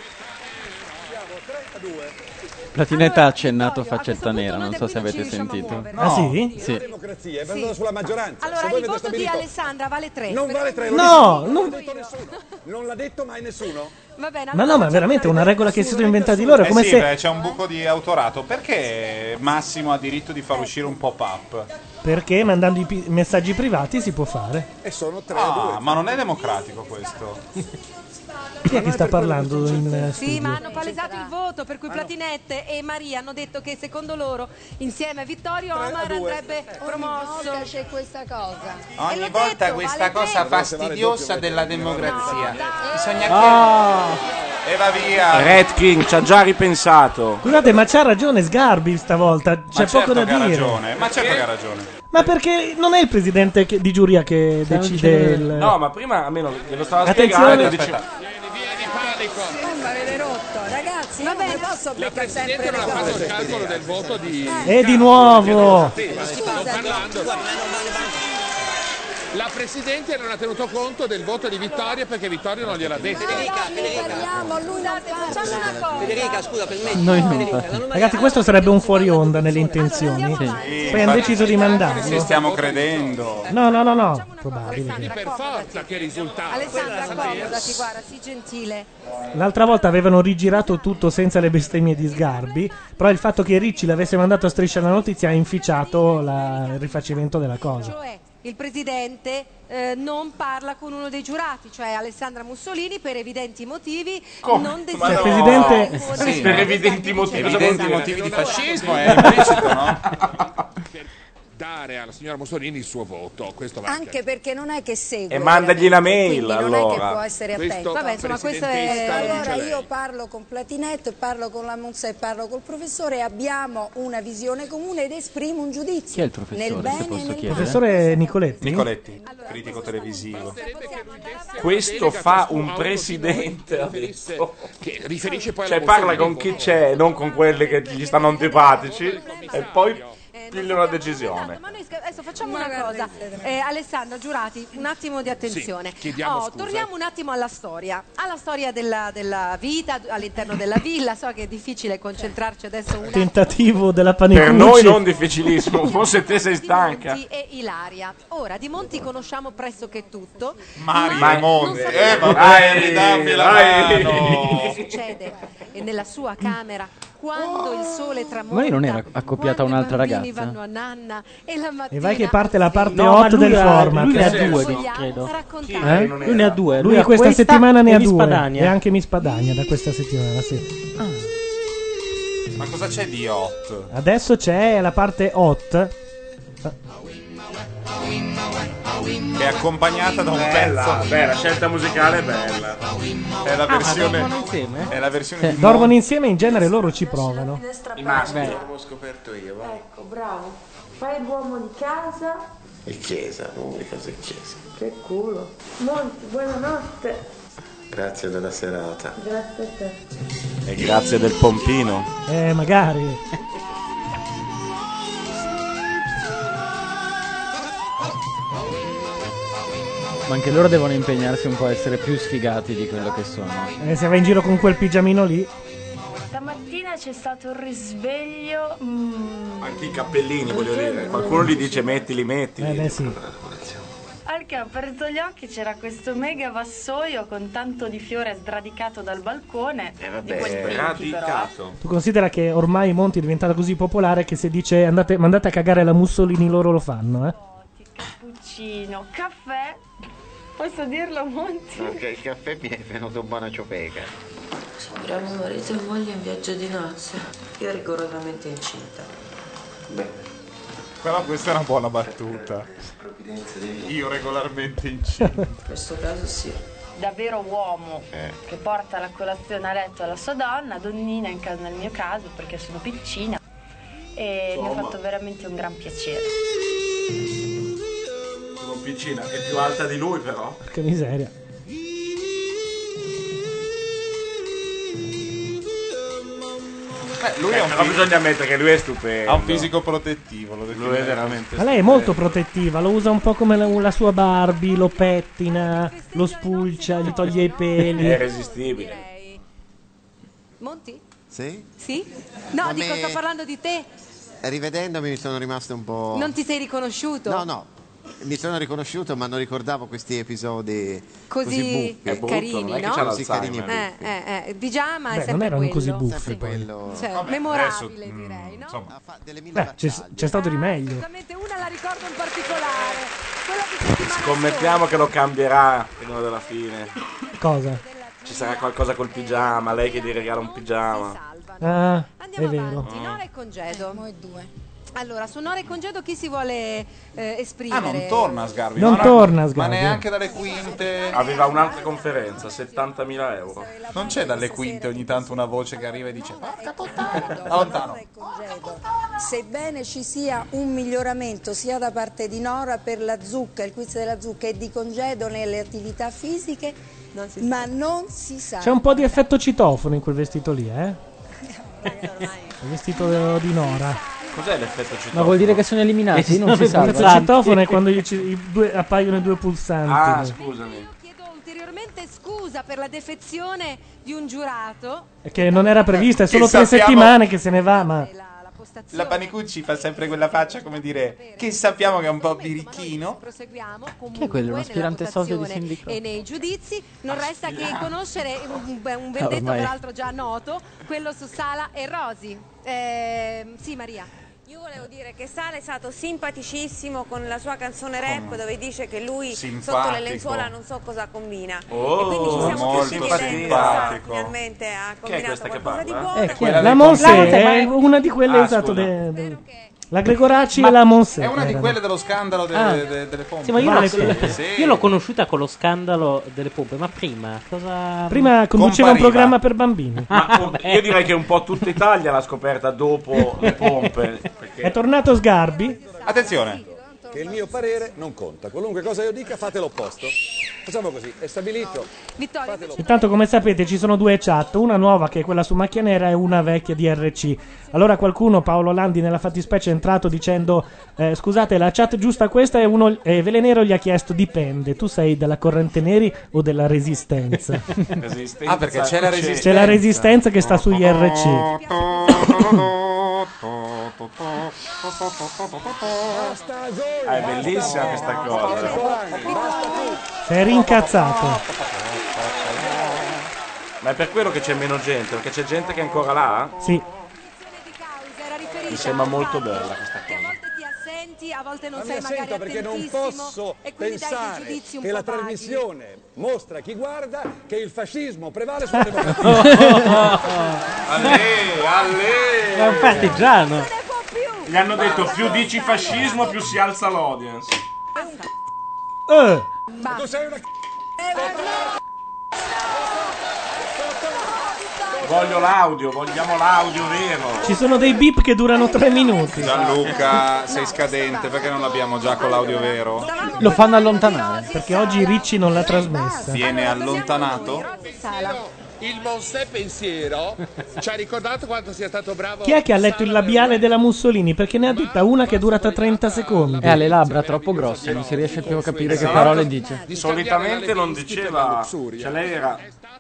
Speaker 7: Platinetta ha accennato a faccetta nera, non so se avete
Speaker 17: diciamo
Speaker 7: sentito.
Speaker 9: No, La democrazia è basata sulla maggioranza.
Speaker 17: Allora,
Speaker 9: Se voi
Speaker 17: il
Speaker 9: avete
Speaker 17: voto di
Speaker 9: stabilito-
Speaker 17: Alessandra vale 3.
Speaker 9: Non vale tre, lo dico.
Speaker 3: non-
Speaker 9: Non l'ha detto nessuno. Non l'ha detto mai nessuno.
Speaker 17: Va bene,
Speaker 3: Ma no, ma veramente è una regola che si sono inventati loro. È
Speaker 1: Eh
Speaker 3: come
Speaker 1: sì, beh,
Speaker 3: se.
Speaker 1: c'è un buco di autorato. Perché Massimo ha diritto di far uscire un pop-up?
Speaker 3: Perché mandando i pi- messaggi privati si può fare.
Speaker 9: E sono tre a
Speaker 1: Ah,
Speaker 9: due.
Speaker 1: ma non è democratico questo.
Speaker 3: Chi è che sta parlando in eh,
Speaker 17: Sì,
Speaker 3: studio? Ah,
Speaker 17: ma hanno palesato il voto per cui Platinette e Maria hanno detto che secondo loro insieme a Vittorio Omar andrebbe promosso. Ogni c'è questa cosa.
Speaker 26: Ogni volta questa cosa fastidiosa della democrazia. Bisogna
Speaker 9: Ah.
Speaker 1: E va via.
Speaker 4: Red King ci ha già ripensato.
Speaker 3: Scusate, ma c'ha ragione Sgarbi stavolta. C'è
Speaker 4: Ma certo
Speaker 3: poco da
Speaker 4: che ha
Speaker 3: dire.
Speaker 4: ragione,
Speaker 1: Ma certo che ha ragione.
Speaker 3: Ma perché non è il presidente che- di giuria che decide il.
Speaker 4: No, ma prima almeno ve lo stava
Speaker 3: Attenzione.
Speaker 4: spiegando.
Speaker 3: Aspetta.
Speaker 4: dice-
Speaker 17: Sembra avere rotto, ragazzi. Va bene, non posso beccare sempre
Speaker 16: Presidente
Speaker 17: le
Speaker 16: non ha fatto il
Speaker 17: cose.
Speaker 16: calcolo del voto di...
Speaker 3: E di nuovo.
Speaker 16: Stavo parlando. La Presidente non ha tenuto conto del voto di Vittorio perché Vittorio non gliel'ha detto.
Speaker 17: Parliamo, lui non facciamo una cosa.
Speaker 26: Federica, scusa, permetti.
Speaker 3: Noi no. Ragazzi, questo sarebbe un fuori onda nelle intenzioni. Poi hanno deciso di
Speaker 1: Ci
Speaker 3: mandarlo.
Speaker 1: stiamo credendo.
Speaker 3: No, no, no, no. Probabile.
Speaker 16: Per forza che risultato.
Speaker 17: Alessandra,
Speaker 16: Quella la
Speaker 17: accomodati,
Speaker 16: sapeva.
Speaker 17: guarda, sii gentile.
Speaker 3: L'altra volta avevano rigirato tutto senza le bestemmie di Sgarbi. Però il fatto che Ricci l'avesse mandato a striscia la notizia ha inficiato la- il rifacimento della cosa.
Speaker 17: Cioè, il presidente eh, non parla con uno dei giurati, cioè Alessandra Mussolini, per evidenti motivi, non desidera.
Speaker 3: Cioè, Presidente-
Speaker 4: Sì, per evidenti motivi. cosa vuol
Speaker 1: Evidenti
Speaker 4: dire?
Speaker 1: motivi di fascismo è implicito, no?
Speaker 16: Dare alla signora Mussolini il suo voto. Questo va
Speaker 17: Anche perché non è che segue.
Speaker 4: E mandagli la
Speaker 17: veramente,
Speaker 4: mail,
Speaker 17: quindi non è
Speaker 4: allora.
Speaker 17: che può essere attento.
Speaker 16: Questo
Speaker 17: Vabbè, insomma, questo è.
Speaker 16: presidentista lo dice
Speaker 17: Allora
Speaker 16: lei.
Speaker 17: io parlo con Platinetto, parlo con la Monza e parlo col professore, abbiamo una visione comune ed esprimo un giudizio.
Speaker 7: Chi è il professore,
Speaker 17: Nel
Speaker 7: se
Speaker 17: bene
Speaker 7: posso
Speaker 17: e nel
Speaker 7: chiedere?
Speaker 3: Professore Nicoletti.
Speaker 1: Nicoletti, critico televisivo.
Speaker 4: Questo fa un presidente. ha detto. Cioè, parla con chi c'è, non con quelli che gli stanno antipatici, e poi piglia una decisione.
Speaker 17: Ma noi sca- adesso facciamo una cosa. Eh, Alessandra, giurati, un attimo di attenzione. Oh,
Speaker 4: Sì, chiediamo scusa.
Speaker 17: torniamo un attimo alla storia, alla storia della, della vita d- all'interno della villa. So che è difficile concentrarci adesso un
Speaker 3: Tentativo della panicucci.
Speaker 4: Per Eh, noi non difficilissimo, forse te sei stanca.
Speaker 17: Monti e Ilaria. Ora, di Monti conosciamo pressoché tutto.
Speaker 1: Mario
Speaker 17: ma
Speaker 1: e Monti.
Speaker 17: non
Speaker 1: Eh,
Speaker 17: sappiamo-
Speaker 1: vabbè, ridammi la
Speaker 4: Vai.
Speaker 1: mano.
Speaker 17: succede e nella sua camera quando il sole tramonta
Speaker 7: Ma lei non era accoppiata a un'altra
Speaker 17: i
Speaker 7: ragazza?
Speaker 17: bambini vanno a nanna e la mattina
Speaker 3: E vai che parte la parte
Speaker 7: No, ma
Speaker 3: 8 del
Speaker 7: lui ha-
Speaker 3: format.
Speaker 7: lui ne ha Nel due,
Speaker 17: senso? credo.
Speaker 7: Chi? Eh? Lui ne ha due.
Speaker 3: Lui,
Speaker 7: Lui ha
Speaker 3: questa,
Speaker 7: questa
Speaker 3: settimana ne
Speaker 7: e
Speaker 3: ha
Speaker 7: Miss
Speaker 3: due.
Speaker 7: Padania.
Speaker 3: E anche Miss Padania da questa settimana, sì.
Speaker 1: Ma cosa c'è di hot?
Speaker 3: Adesso c'è la parte hot.
Speaker 1: Che è accompagnata da un
Speaker 4: Bella,
Speaker 1: pezzo.
Speaker 4: bella, scelta musicale è bella.
Speaker 1: È la
Speaker 4: Ah, ma
Speaker 1: versione.
Speaker 4: dormono
Speaker 1: È la versione
Speaker 3: Cioè,
Speaker 1: di
Speaker 3: dormono insieme, in genere loro ci provano.
Speaker 26: I l'ho scoperto io, va.
Speaker 22: Ecco, bravo. Fai l'uomo di casa.
Speaker 26: E chiesa, l'unica cosa è chiesa.
Speaker 22: Che culo. Monti, buonanotte.
Speaker 26: Grazie della serata.
Speaker 22: Grazie a te.
Speaker 1: Eh,
Speaker 4: E grazie del pompino.
Speaker 3: Eh, magari.
Speaker 7: Ma anche loro devono impegnarsi un po' a essere più sfigati di quello che sono.
Speaker 3: Eh, se vai in giro con quel pigiamino lì.
Speaker 22: Stamattina c'è stato un risveglio. mm,
Speaker 4: Anche i cappellini, voglio dire. Qualcuno gli dice mettili, mettili.
Speaker 3: Eh, beh, sì.
Speaker 22: Al che ho aperto gli occhi c'era questo mega vassoio con tanto di fiore sradicato dal balcone.
Speaker 4: Eh,
Speaker 22: di quelli puliti, però, eh.
Speaker 3: Tu considera che ormai Monti è diventato così popolare che se dice andate, mandate a cagare la Mussolini loro lo fanno, eh.
Speaker 22: Cappuccino, caffè. Posso dirlo, Monti?
Speaker 26: Perché il caffè mi è venuto buona ciopega.
Speaker 22: Mio marito e moglie in viaggio di nozze. Io rigorosamente incinta.
Speaker 26: Beh,
Speaker 1: Però questa è una buona battuta. Io regolarmente incinta. In
Speaker 22: questo caso sì. Da vero uomo
Speaker 1: Eh.
Speaker 22: che porta la colazione a letto alla sua donna, donnina in ca- nel mio caso perché sono piccina e mi
Speaker 4: Insomma.
Speaker 22: ha fatto veramente un gran piacere.
Speaker 4: Sono piccina, è più alta di lui però.
Speaker 3: Che miseria.
Speaker 1: Beh, lui
Speaker 4: Eh,
Speaker 1: è un
Speaker 4: però
Speaker 1: fisico-
Speaker 4: bisogna ammettere che lui è stupendo.
Speaker 1: Ha un fisico protettivo, lo definirei.
Speaker 4: Lui è veramente
Speaker 3: Ma lei è molto
Speaker 4: eh.
Speaker 3: protettiva, lo usa un po' come la, la sua Barbie, lo pettina, lo spulcia, gli toglie i peli.
Speaker 4: È irresistibile.
Speaker 17: Monti?
Speaker 26: Sì?
Speaker 17: Sì? No,
Speaker 26: Come-
Speaker 17: dico, sto parlando di te.
Speaker 26: Rivedendomi mi sono rimasto un po'.
Speaker 17: Non ti sei riconosciuto?
Speaker 26: No, no. Mi sono riconosciuto, ma non ricordavo questi episodi
Speaker 17: Così
Speaker 26: buffi.
Speaker 17: È brutto, carini, non è che no? c'ha
Speaker 26: Così carini e
Speaker 17: Eh,
Speaker 26: buffi.
Speaker 17: eh, eh,
Speaker 7: Ah,
Speaker 17: pigiama è
Speaker 26: Beh, non
Speaker 17: sempre
Speaker 3: erano
Speaker 17: quello.
Speaker 3: così buffi,
Speaker 17: Sì.
Speaker 3: poi.
Speaker 26: Quello-
Speaker 17: Cioè,
Speaker 26: Vabbè,
Speaker 17: memorabile,
Speaker 7: mm,
Speaker 26: adesso,
Speaker 4: mm,
Speaker 17: direi, no?
Speaker 26: Insomma, Ah, fa delle mille
Speaker 3: Beh, c'è, c'è stato di meglio.
Speaker 17: Esattamente, una la ricordo in particolare.
Speaker 4: Scommettiamo che lo cambierà prima della fine.
Speaker 3: Cosa?
Speaker 4: Ci sarà qualcosa col pigiama, lei che gli regala un pigiama.
Speaker 3: Ah, è vero.
Speaker 17: Di Nora e congedo. Allora, su Nora e congedo chi si vuole eh, esprimere?
Speaker 1: Ah, non torna Sgarbi.
Speaker 3: Non
Speaker 1: ma
Speaker 3: torna Sgarbi.
Speaker 1: Ma neanche dalle quinte.
Speaker 4: Aveva un'altra conferenza, 70.000 euro.
Speaker 1: Non c'è dalle quinte ogni tanto una voce che arriva e dice. "Porca puttana". Oh, Da
Speaker 16: Nora
Speaker 1: lontano.
Speaker 16: e congedo. Sebbene ci sia un miglioramento sia da parte di Nora per la zucca, il quiz della zucca e di congedo nelle attività fisiche, ma non si sa.
Speaker 3: C'è un po' di effetto citofono in quel vestito lì, eh? Il vestito di Nora.
Speaker 4: Cos'è l'effetto citofono? Eh,
Speaker 7: Ma vuol dire che sono eliminati, non si
Speaker 3: Il
Speaker 7: salva.
Speaker 3: citofono è quando i- i due- appaiono i due pulsanti.
Speaker 4: Ah, scusami.
Speaker 17: Ulteriormente scusa per la defezione di un giurato.
Speaker 3: Che non era prevista, è
Speaker 1: Che
Speaker 3: solo tre
Speaker 1: sappiamo-
Speaker 3: settimane che se ne va, ma...
Speaker 1: La Panicucci fa sempre quella faccia come dire che sappiamo che è un po' birichino.
Speaker 17: Proseguiamo comunque
Speaker 1: Chi è quello? Un
Speaker 17: nella
Speaker 1: aspirante socio di
Speaker 17: votazione
Speaker 1: sindaco?
Speaker 17: E nei giudizi non resta che
Speaker 1: Aspirante.
Speaker 17: conoscere un,
Speaker 1: Ah,
Speaker 17: un verdetto,
Speaker 7: Ormai.
Speaker 17: peraltro già noto, quello su Sala e Rosi. Ehm, sì, Maria.
Speaker 28: Io volevo dire che Sala è stato simpaticissimo con la sua canzone rap
Speaker 17: Come?
Speaker 28: dove dice che lui
Speaker 17: Simpatico.
Speaker 28: sotto le lenzuola non so cosa combina.
Speaker 4: Oh,
Speaker 28: e quindi ci siamo
Speaker 4: molto
Speaker 28: tutti chiedendo se
Speaker 4: simpatico.
Speaker 28: finalmente ha
Speaker 4: Chi è
Speaker 28: combinato
Speaker 4: questa che
Speaker 28: qualcosa di
Speaker 4: parla?
Speaker 28: buono.
Speaker 3: Eh, chi è?
Speaker 4: Quella
Speaker 3: La
Speaker 4: del
Speaker 3: Monse
Speaker 4: computer.
Speaker 3: è una di quelle,
Speaker 4: Ah,
Speaker 3: esatto,
Speaker 4: scusa.
Speaker 3: de- de- la Gregoraci e la Monse.
Speaker 1: È una di
Speaker 3: erano.
Speaker 1: quelle dello scandalo de-
Speaker 3: Ah.
Speaker 1: de- delle pompe.
Speaker 24: Sì, ma io,
Speaker 3: Ma
Speaker 24: l'ho-
Speaker 3: sì.
Speaker 1: Sì.
Speaker 24: io l'ho conosciuta con lo scandalo delle pompe, ma prima cosa...
Speaker 3: Prima conduceva un programma per bambini.
Speaker 4: Mm. Ma oh, io direi che un po' tutta Italia l'ha scoperta dopo le pompe.
Speaker 3: È
Speaker 4: Perché
Speaker 3: tornato Sgarbi.
Speaker 1: Attenzione.
Speaker 9: Che il mio parere non conta. Qualunque cosa io dica, fate l'opposto. Facciamo così, è stabilito. Fatelo.
Speaker 3: Intanto, come sapete, ci sono due chat, una nuova che è quella su Macchia Nera e una vecchia di RC. Allora qualcuno, Paolo Landi, nella fattispecie è entrato dicendo eh, scusate, la chat giusta questa e uno, eh, Velenero gli ha chiesto dipende, tu sei della corrente neri o della resistenza?
Speaker 4: Resistenza.
Speaker 1: Ah, perché c'è la
Speaker 3: C'è la resistenza che sta su IRC.
Speaker 7: Oh.
Speaker 4: Ah, è bellissima questa cosa.
Speaker 3: Si è rincazzato.
Speaker 4: Ma è per quello che c'è meno gente, perché c'è gente che è ancora là?
Speaker 3: Sì.
Speaker 4: Mi sembra molto bella questa cosa.
Speaker 17: Ti assenti, a volte non
Speaker 9: Ma mi
Speaker 17: sei magari
Speaker 9: assento perché non
Speaker 17: attentissimo
Speaker 9: posso
Speaker 17: e quindi dai dei
Speaker 9: pensare
Speaker 17: giudizi un
Speaker 9: che
Speaker 17: po'
Speaker 9: la
Speaker 17: vaghi.
Speaker 9: trasmissione mostra a chi guarda che il fascismo prevale sulla
Speaker 4: Allè,
Speaker 9: democrazia.
Speaker 4: allè!
Speaker 24: Ma è un partigiano.
Speaker 4: Gli hanno detto più dici fascismo più si alza l'audience.
Speaker 9: Tu sei una c***a.
Speaker 4: Voglio l'audio, vogliamo l'audio vero.
Speaker 3: Ci sono dei beep che durano tre minuti.
Speaker 1: Gianluca, sei scadente perché non l'abbiamo già con l'audio vero?
Speaker 3: Lo fanno allontanare. Perché oggi Ricci non l'ha trasmessa.
Speaker 1: Viene allontanato.
Speaker 27: Il Monsè Pensiero ci ha ricordato quanto sia stato bravo.
Speaker 3: Chi è che ha letto il labiale della Mussolini? Perché ne ha detta una che è durata 30 secondi.
Speaker 7: E ha Eh, le labbra troppo grosse, non si riesce più a capire
Speaker 4: Esatto.
Speaker 7: che parole dice.
Speaker 4: Solitamente non diceva, cioè lei era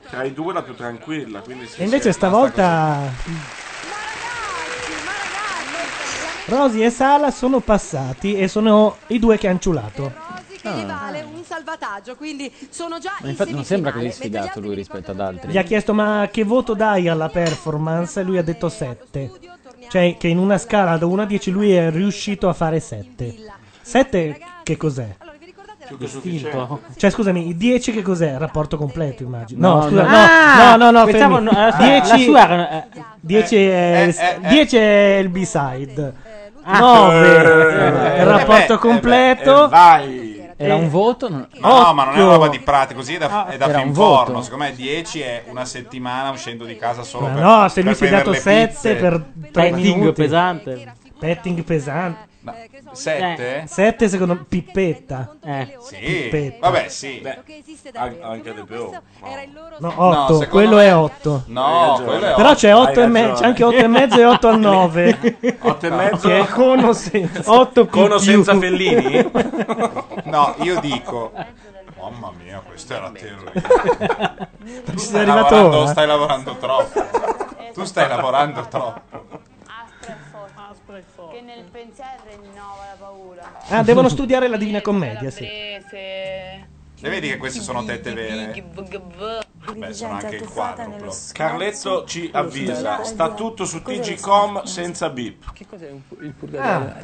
Speaker 4: tra i due la più tranquilla, quindi sì,
Speaker 3: E invece
Speaker 4: sì,
Speaker 3: stavolta. Rosi e Sala sono passati e sono i due che hanno ciulato.
Speaker 17: Che gli
Speaker 1: Ah.
Speaker 17: vale un salvataggio, quindi sono già
Speaker 7: Ma
Speaker 17: in
Speaker 7: infatti non sembra così
Speaker 17: semifinale.
Speaker 7: sfigato lui rispetto ad altri.
Speaker 3: Gli ha chiesto ma che voto dai alla performance e lui ha detto 7. Cioè che in una scala da 1 a 10 lui è riuscito a fare 7. 7 che cos'è?
Speaker 4: più che sufficiente.
Speaker 3: Cioè scusami, 10 che cos'è? Il rapporto completo immagino. No,
Speaker 24: No,
Speaker 3: scusa,
Speaker 24: no.
Speaker 3: no,
Speaker 24: Ah!
Speaker 3: no, no, no,
Speaker 24: Pensavo,
Speaker 3: fermi.
Speaker 24: no, aspetta, la
Speaker 3: 10
Speaker 24: sua era- eh.
Speaker 3: 10 è,
Speaker 24: Eh, eh, eh.
Speaker 3: 10 è il B-side. Ah. Nove.
Speaker 1: Eh,
Speaker 3: Il rapporto
Speaker 1: eh beh,
Speaker 3: completo.
Speaker 1: eh, vai.
Speaker 34: Era un voto? No,
Speaker 1: No, ma non è una roba di pratica, così è
Speaker 3: Ah,
Speaker 1: da, è da
Speaker 34: Era
Speaker 1: film
Speaker 34: un voto.
Speaker 1: porno. Secondo me 10 è una settimana uscendo di casa solo
Speaker 3: Ma
Speaker 1: per
Speaker 3: no, se lui
Speaker 1: per
Speaker 3: si è dato
Speaker 1: prendere le pizze.
Speaker 3: 7 per 3 minuti. pesante. Petting pesante.
Speaker 1: Sette?
Speaker 3: 7 secondo me. Pippetta. Eh,
Speaker 1: Sì,
Speaker 3: Pippetta.
Speaker 1: vabbè, sì. An- anche di più.
Speaker 3: No,
Speaker 1: No,
Speaker 3: 8.
Speaker 1: secondo
Speaker 3: quello
Speaker 1: me-
Speaker 3: è 8.
Speaker 1: No, quello è
Speaker 3: Però
Speaker 1: otto.
Speaker 3: c'è 8
Speaker 1: Hai
Speaker 3: e mezzo,
Speaker 1: ragione.
Speaker 3: c'è anche 8 e mezzo e 8 a 9.
Speaker 1: 8 e mezzo?
Speaker 3: con o senza. 8 più
Speaker 1: Con o senza
Speaker 3: più.
Speaker 1: Fellini? No, io dico... Mamma mia, questa era terribile. Tu
Speaker 3: Ci sei
Speaker 1: stai
Speaker 3: arrivato
Speaker 1: lavorando,
Speaker 3: ora?
Speaker 1: stai lavorando troppo. Tu stai lavorando troppo.
Speaker 22: Che nel pensiero rinnova la paura.
Speaker 3: Ah, devono studiare la Divina Commedia, sì.
Speaker 1: E vedi che queste sono tette vere. Beh, sono anche il quadruplo.
Speaker 4: Carletto ci avvisa, sta tutto su TGcom senza bip. Che cos'è il
Speaker 24: Ah.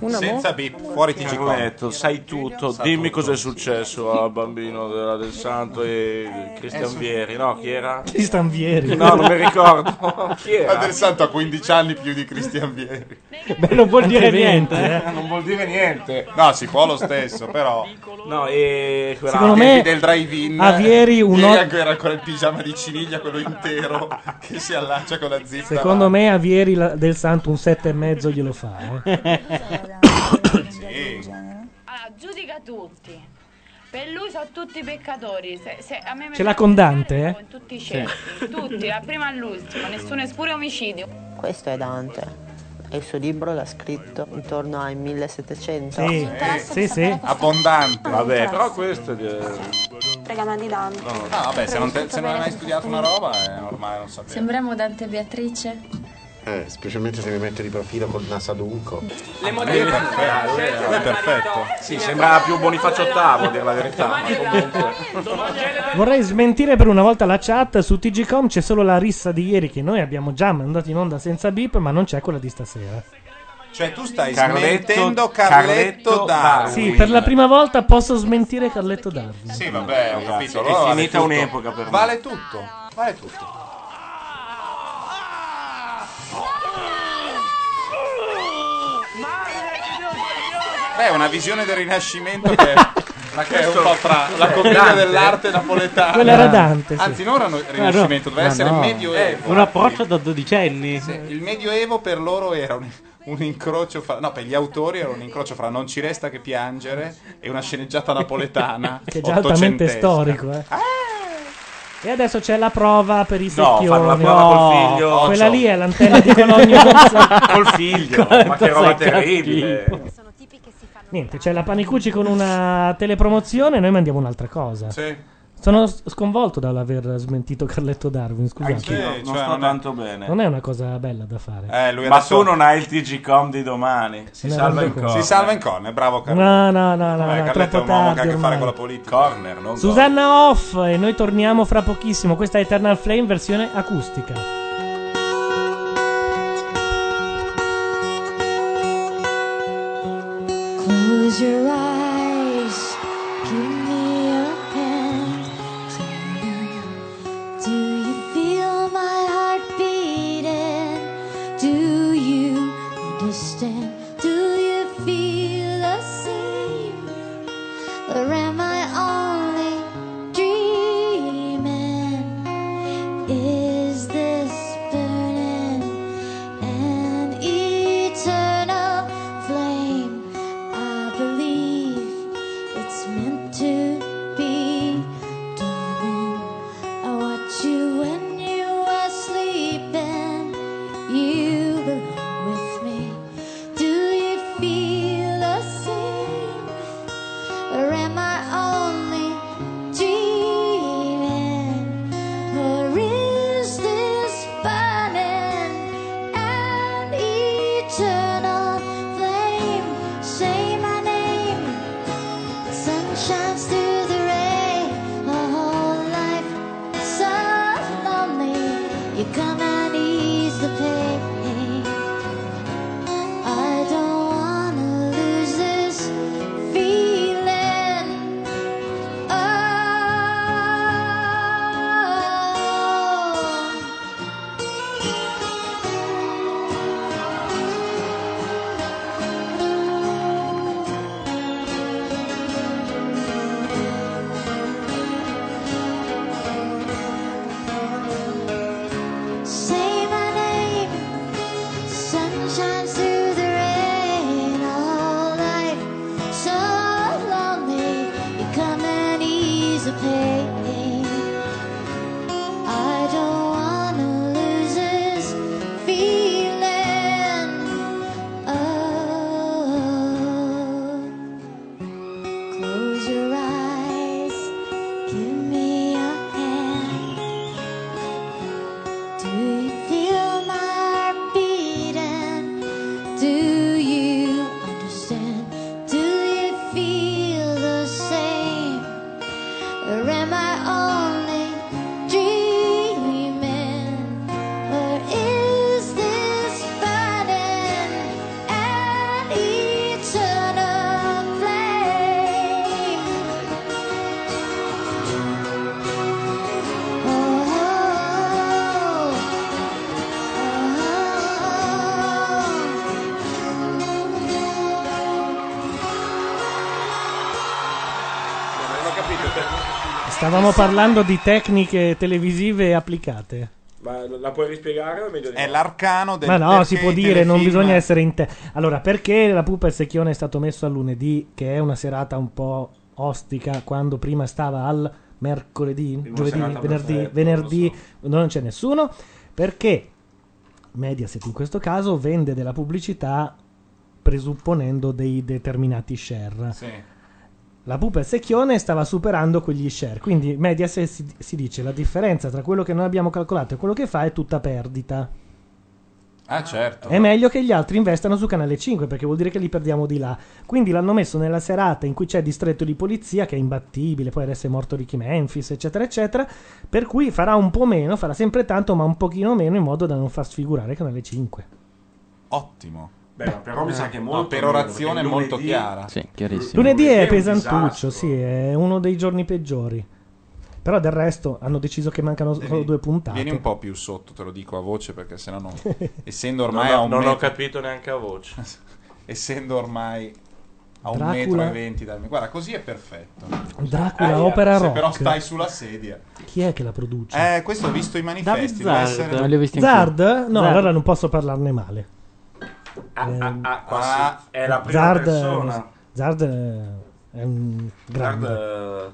Speaker 1: Una Senza mo- bip, fuori TGcom.
Speaker 4: Ah. Carletto, sai tutto, dimmi cos'è successo al bambino della Del Santo e
Speaker 1: È
Speaker 4: Cristian
Speaker 1: su-
Speaker 4: Vieri, no? Chi era?
Speaker 3: Cristian Vieri.
Speaker 4: No, non mi ricordo. Chi era?
Speaker 1: Ma del santo ha 15 anni più di Cristian Vieri.
Speaker 3: Beh, non vuol dire niente, eh.
Speaker 1: Non vuol dire niente. No, si può lo stesso, però.
Speaker 4: No, e quella-
Speaker 3: Secondo
Speaker 1: Ai
Speaker 3: me
Speaker 1: tempi del drive-in.
Speaker 3: a
Speaker 4: eh,
Speaker 3: Vieri un
Speaker 1: ieri
Speaker 3: o-
Speaker 1: ancora- era ancora il pigiama di ciniglia, quello intero, che si allaccia con la zitta.
Speaker 3: Secondo me a Vieri la- del Santo un 7 e mezzo glielo fa. eh.
Speaker 22: Allora, giudica tutti. Per lui sono tutti peccatori. Se, se a me mi
Speaker 3: Ce l'ha con Dante, eh?
Speaker 22: con tutti i cerchi, tutti, da prima all'ultimo, nessuno è pure omicidio.
Speaker 35: Questo è Dante. E il suo libro l'ha scritto intorno ai 1700.
Speaker 4: Sì,
Speaker 35: sì, sì.
Speaker 1: Abbondante.
Speaker 4: Vabbè, però questo è di-
Speaker 22: Prega di Dante.
Speaker 1: No, Ah, vabbè, se non, te- se non hai mai studiato una roba, è normale non sapere.
Speaker 36: Sembriamo Dante e Beatrice?
Speaker 26: Eh, specialmente se mi mette di profilo col naso adunco.
Speaker 1: Le modelle
Speaker 4: Eh,
Speaker 1: è perfetto. lui è perfetto.
Speaker 4: Sì, sembrava più Bonifacio VIII, a dire la verità. ma comunque.
Speaker 3: Vorrei smentire per una volta la chat. Su TGCom c'è solo la rissa di ieri che noi abbiamo già mandato in onda senza bip, ma non c'è quella di stasera.
Speaker 1: Cioè, tu stai
Speaker 4: Carletto-
Speaker 1: smentendo
Speaker 4: Carletto
Speaker 1: Carletto, Darwin.
Speaker 3: Sì, per la prima volta posso smentire Carletto Darwin.
Speaker 1: Sì, vabbè, ho capito.
Speaker 4: È
Speaker 1: allora vale
Speaker 4: finita
Speaker 1: tutto.
Speaker 4: un'epoca per me.
Speaker 1: Vale tutto. Vale tutto. Beh, è una visione del Rinascimento che, ma che è un po' fra la commedia
Speaker 4: Dante?
Speaker 1: dell'arte napoletana.
Speaker 4: Quella era Dante, sì.
Speaker 1: Anzi, non era un Rinascimento, doveva
Speaker 6: Ma
Speaker 1: essere
Speaker 6: no.
Speaker 1: Medioevo.
Speaker 6: Un approccio da dodicenni.
Speaker 1: Il Medioevo per loro era un, un incrocio fra... No, per gli autori era un incrocio fra Non ci resta che piangere e una sceneggiata napoletana.
Speaker 3: Che è già altamente
Speaker 1: ottocentesca.
Speaker 3: storico. eh. E adesso c'è la prova per i
Speaker 4: No,
Speaker 3: secchioni.
Speaker 4: fanno la prova col figlio.
Speaker 3: Quella
Speaker 4: Occhio.
Speaker 3: lì è l'antenna di Cologno.
Speaker 4: Col figlio, ma che roba terribile.
Speaker 3: Niente, c'è la Panicucci con una telepromozione. Noi mandiamo un'altra cosa.
Speaker 1: Sì.
Speaker 3: Sono s- sconvolto dall'aver smentito Carletto Darwin. Scusate,
Speaker 4: Anch'io, non
Speaker 1: cioè,
Speaker 4: sto
Speaker 1: non è-
Speaker 4: tanto bene.
Speaker 3: non è una cosa bella da fare.
Speaker 1: Eh, lui
Speaker 4: Ma
Speaker 1: adesso-
Speaker 4: tu non hai il TGcom di domani. Si
Speaker 3: Ne
Speaker 4: salva
Speaker 3: rendo
Speaker 4: in
Speaker 3: conto.
Speaker 4: corner.
Speaker 3: Si salva
Speaker 1: in corner, bravo Eh,
Speaker 3: No, no, no, no, no,
Speaker 1: Carletto è
Speaker 3: troppo
Speaker 1: un uomo
Speaker 3: tardi.
Speaker 1: che ha a che fare
Speaker 3: ormai.
Speaker 1: con la politica. Corner, non
Speaker 3: Susanna off e noi torniamo fra pochissimo. Questa è Eternal Flame versione acustica.
Speaker 5: Close your eyes, give me a pen. Do you feel my heart beating? Do you understand? Do you feel the same? Or am I only dreaming? Is this burning an eternal flame? I believe it's meant to be. I watch you when you are sleeping. You belong with me. Do you feel the same? Or am I only dreaming? Or is this burning an eternal flame? Say my name. The sun shines through the rain. A whole life so lonely. You come and ease the pain. I don't wanna lose this feeling. Oh. Oh, oh,
Speaker 3: Stavamo parlando di tecniche televisive applicate.
Speaker 4: Ma la puoi rispiegare o è meglio di
Speaker 1: È
Speaker 4: no?
Speaker 1: l'arcano del
Speaker 3: Ma no,
Speaker 1: perché
Speaker 3: si può
Speaker 1: i
Speaker 3: dire, non
Speaker 1: telefilm-
Speaker 3: bisogna essere in te. Allora, perché la pupa e il secchione è stato messo a lunedì, che è una serata un po' ostica, quando prima stava al mercoledì, giovedì,
Speaker 4: serata
Speaker 3: venerdì,
Speaker 4: perfetta,
Speaker 3: venerdì, non c'è nessuno, perché Mediaset in questo caso vende della pubblicità presupponendo dei determinati share. La pupa e il secchione stava superando quegli share, quindi Mediaset si, si dice la differenza tra quello che noi abbiamo calcolato e quello che fa è tutta perdita.
Speaker 1: Ah, certo.
Speaker 3: È meglio che gli altri investano su Canale 5 perché vuol dire che li perdiamo di là. Quindi l'hanno messo nella serata in cui c'è distretto di polizia che è imbattibile, poi adesso è morto Ricky Memphis, eccetera, eccetera. Per cui farà un po' meno, farà sempre tanto, ma un pochino meno in modo da non far sfigurare Canale 5.
Speaker 1: Ottimo.
Speaker 4: Beh, ma però mi sa che è
Speaker 1: No,
Speaker 4: molto
Speaker 1: per
Speaker 4: meno,
Speaker 1: orazione
Speaker 4: perché
Speaker 1: è molto
Speaker 4: lunedì-
Speaker 1: chiara.
Speaker 7: Sì, chiarissimo.
Speaker 3: Lunedì è
Speaker 4: lunedì è un
Speaker 3: pesantuccio, sì, è uno dei giorni peggiori. Però del resto hanno deciso che mancano solo
Speaker 1: Devi-
Speaker 3: due puntate.
Speaker 1: Vieni un po' più sotto, te lo dico a voce, perché sennò non... essendo ormai
Speaker 4: Non ho-
Speaker 1: a un
Speaker 4: non ho
Speaker 1: metro-
Speaker 4: capito neanche a voce.
Speaker 1: essendo ormai a un
Speaker 3: Dracula.
Speaker 1: metro e venti dal mio. Guarda, così è perfetto.
Speaker 3: Dracula,
Speaker 1: Aia,
Speaker 3: opera
Speaker 1: se
Speaker 3: rock.
Speaker 1: però stai sulla sedia.
Speaker 3: Chi è che la produce?
Speaker 1: Eh, questo ho visto i manifesti, deve essere-
Speaker 3: Zard? No,
Speaker 1: Zard.
Speaker 3: allora non posso parlarne male.
Speaker 4: Ah, ah, ah, qua
Speaker 1: Ah,
Speaker 4: sì. È la prima
Speaker 3: Eh, Zard,
Speaker 4: persona.
Speaker 3: Zard eh, è un grande.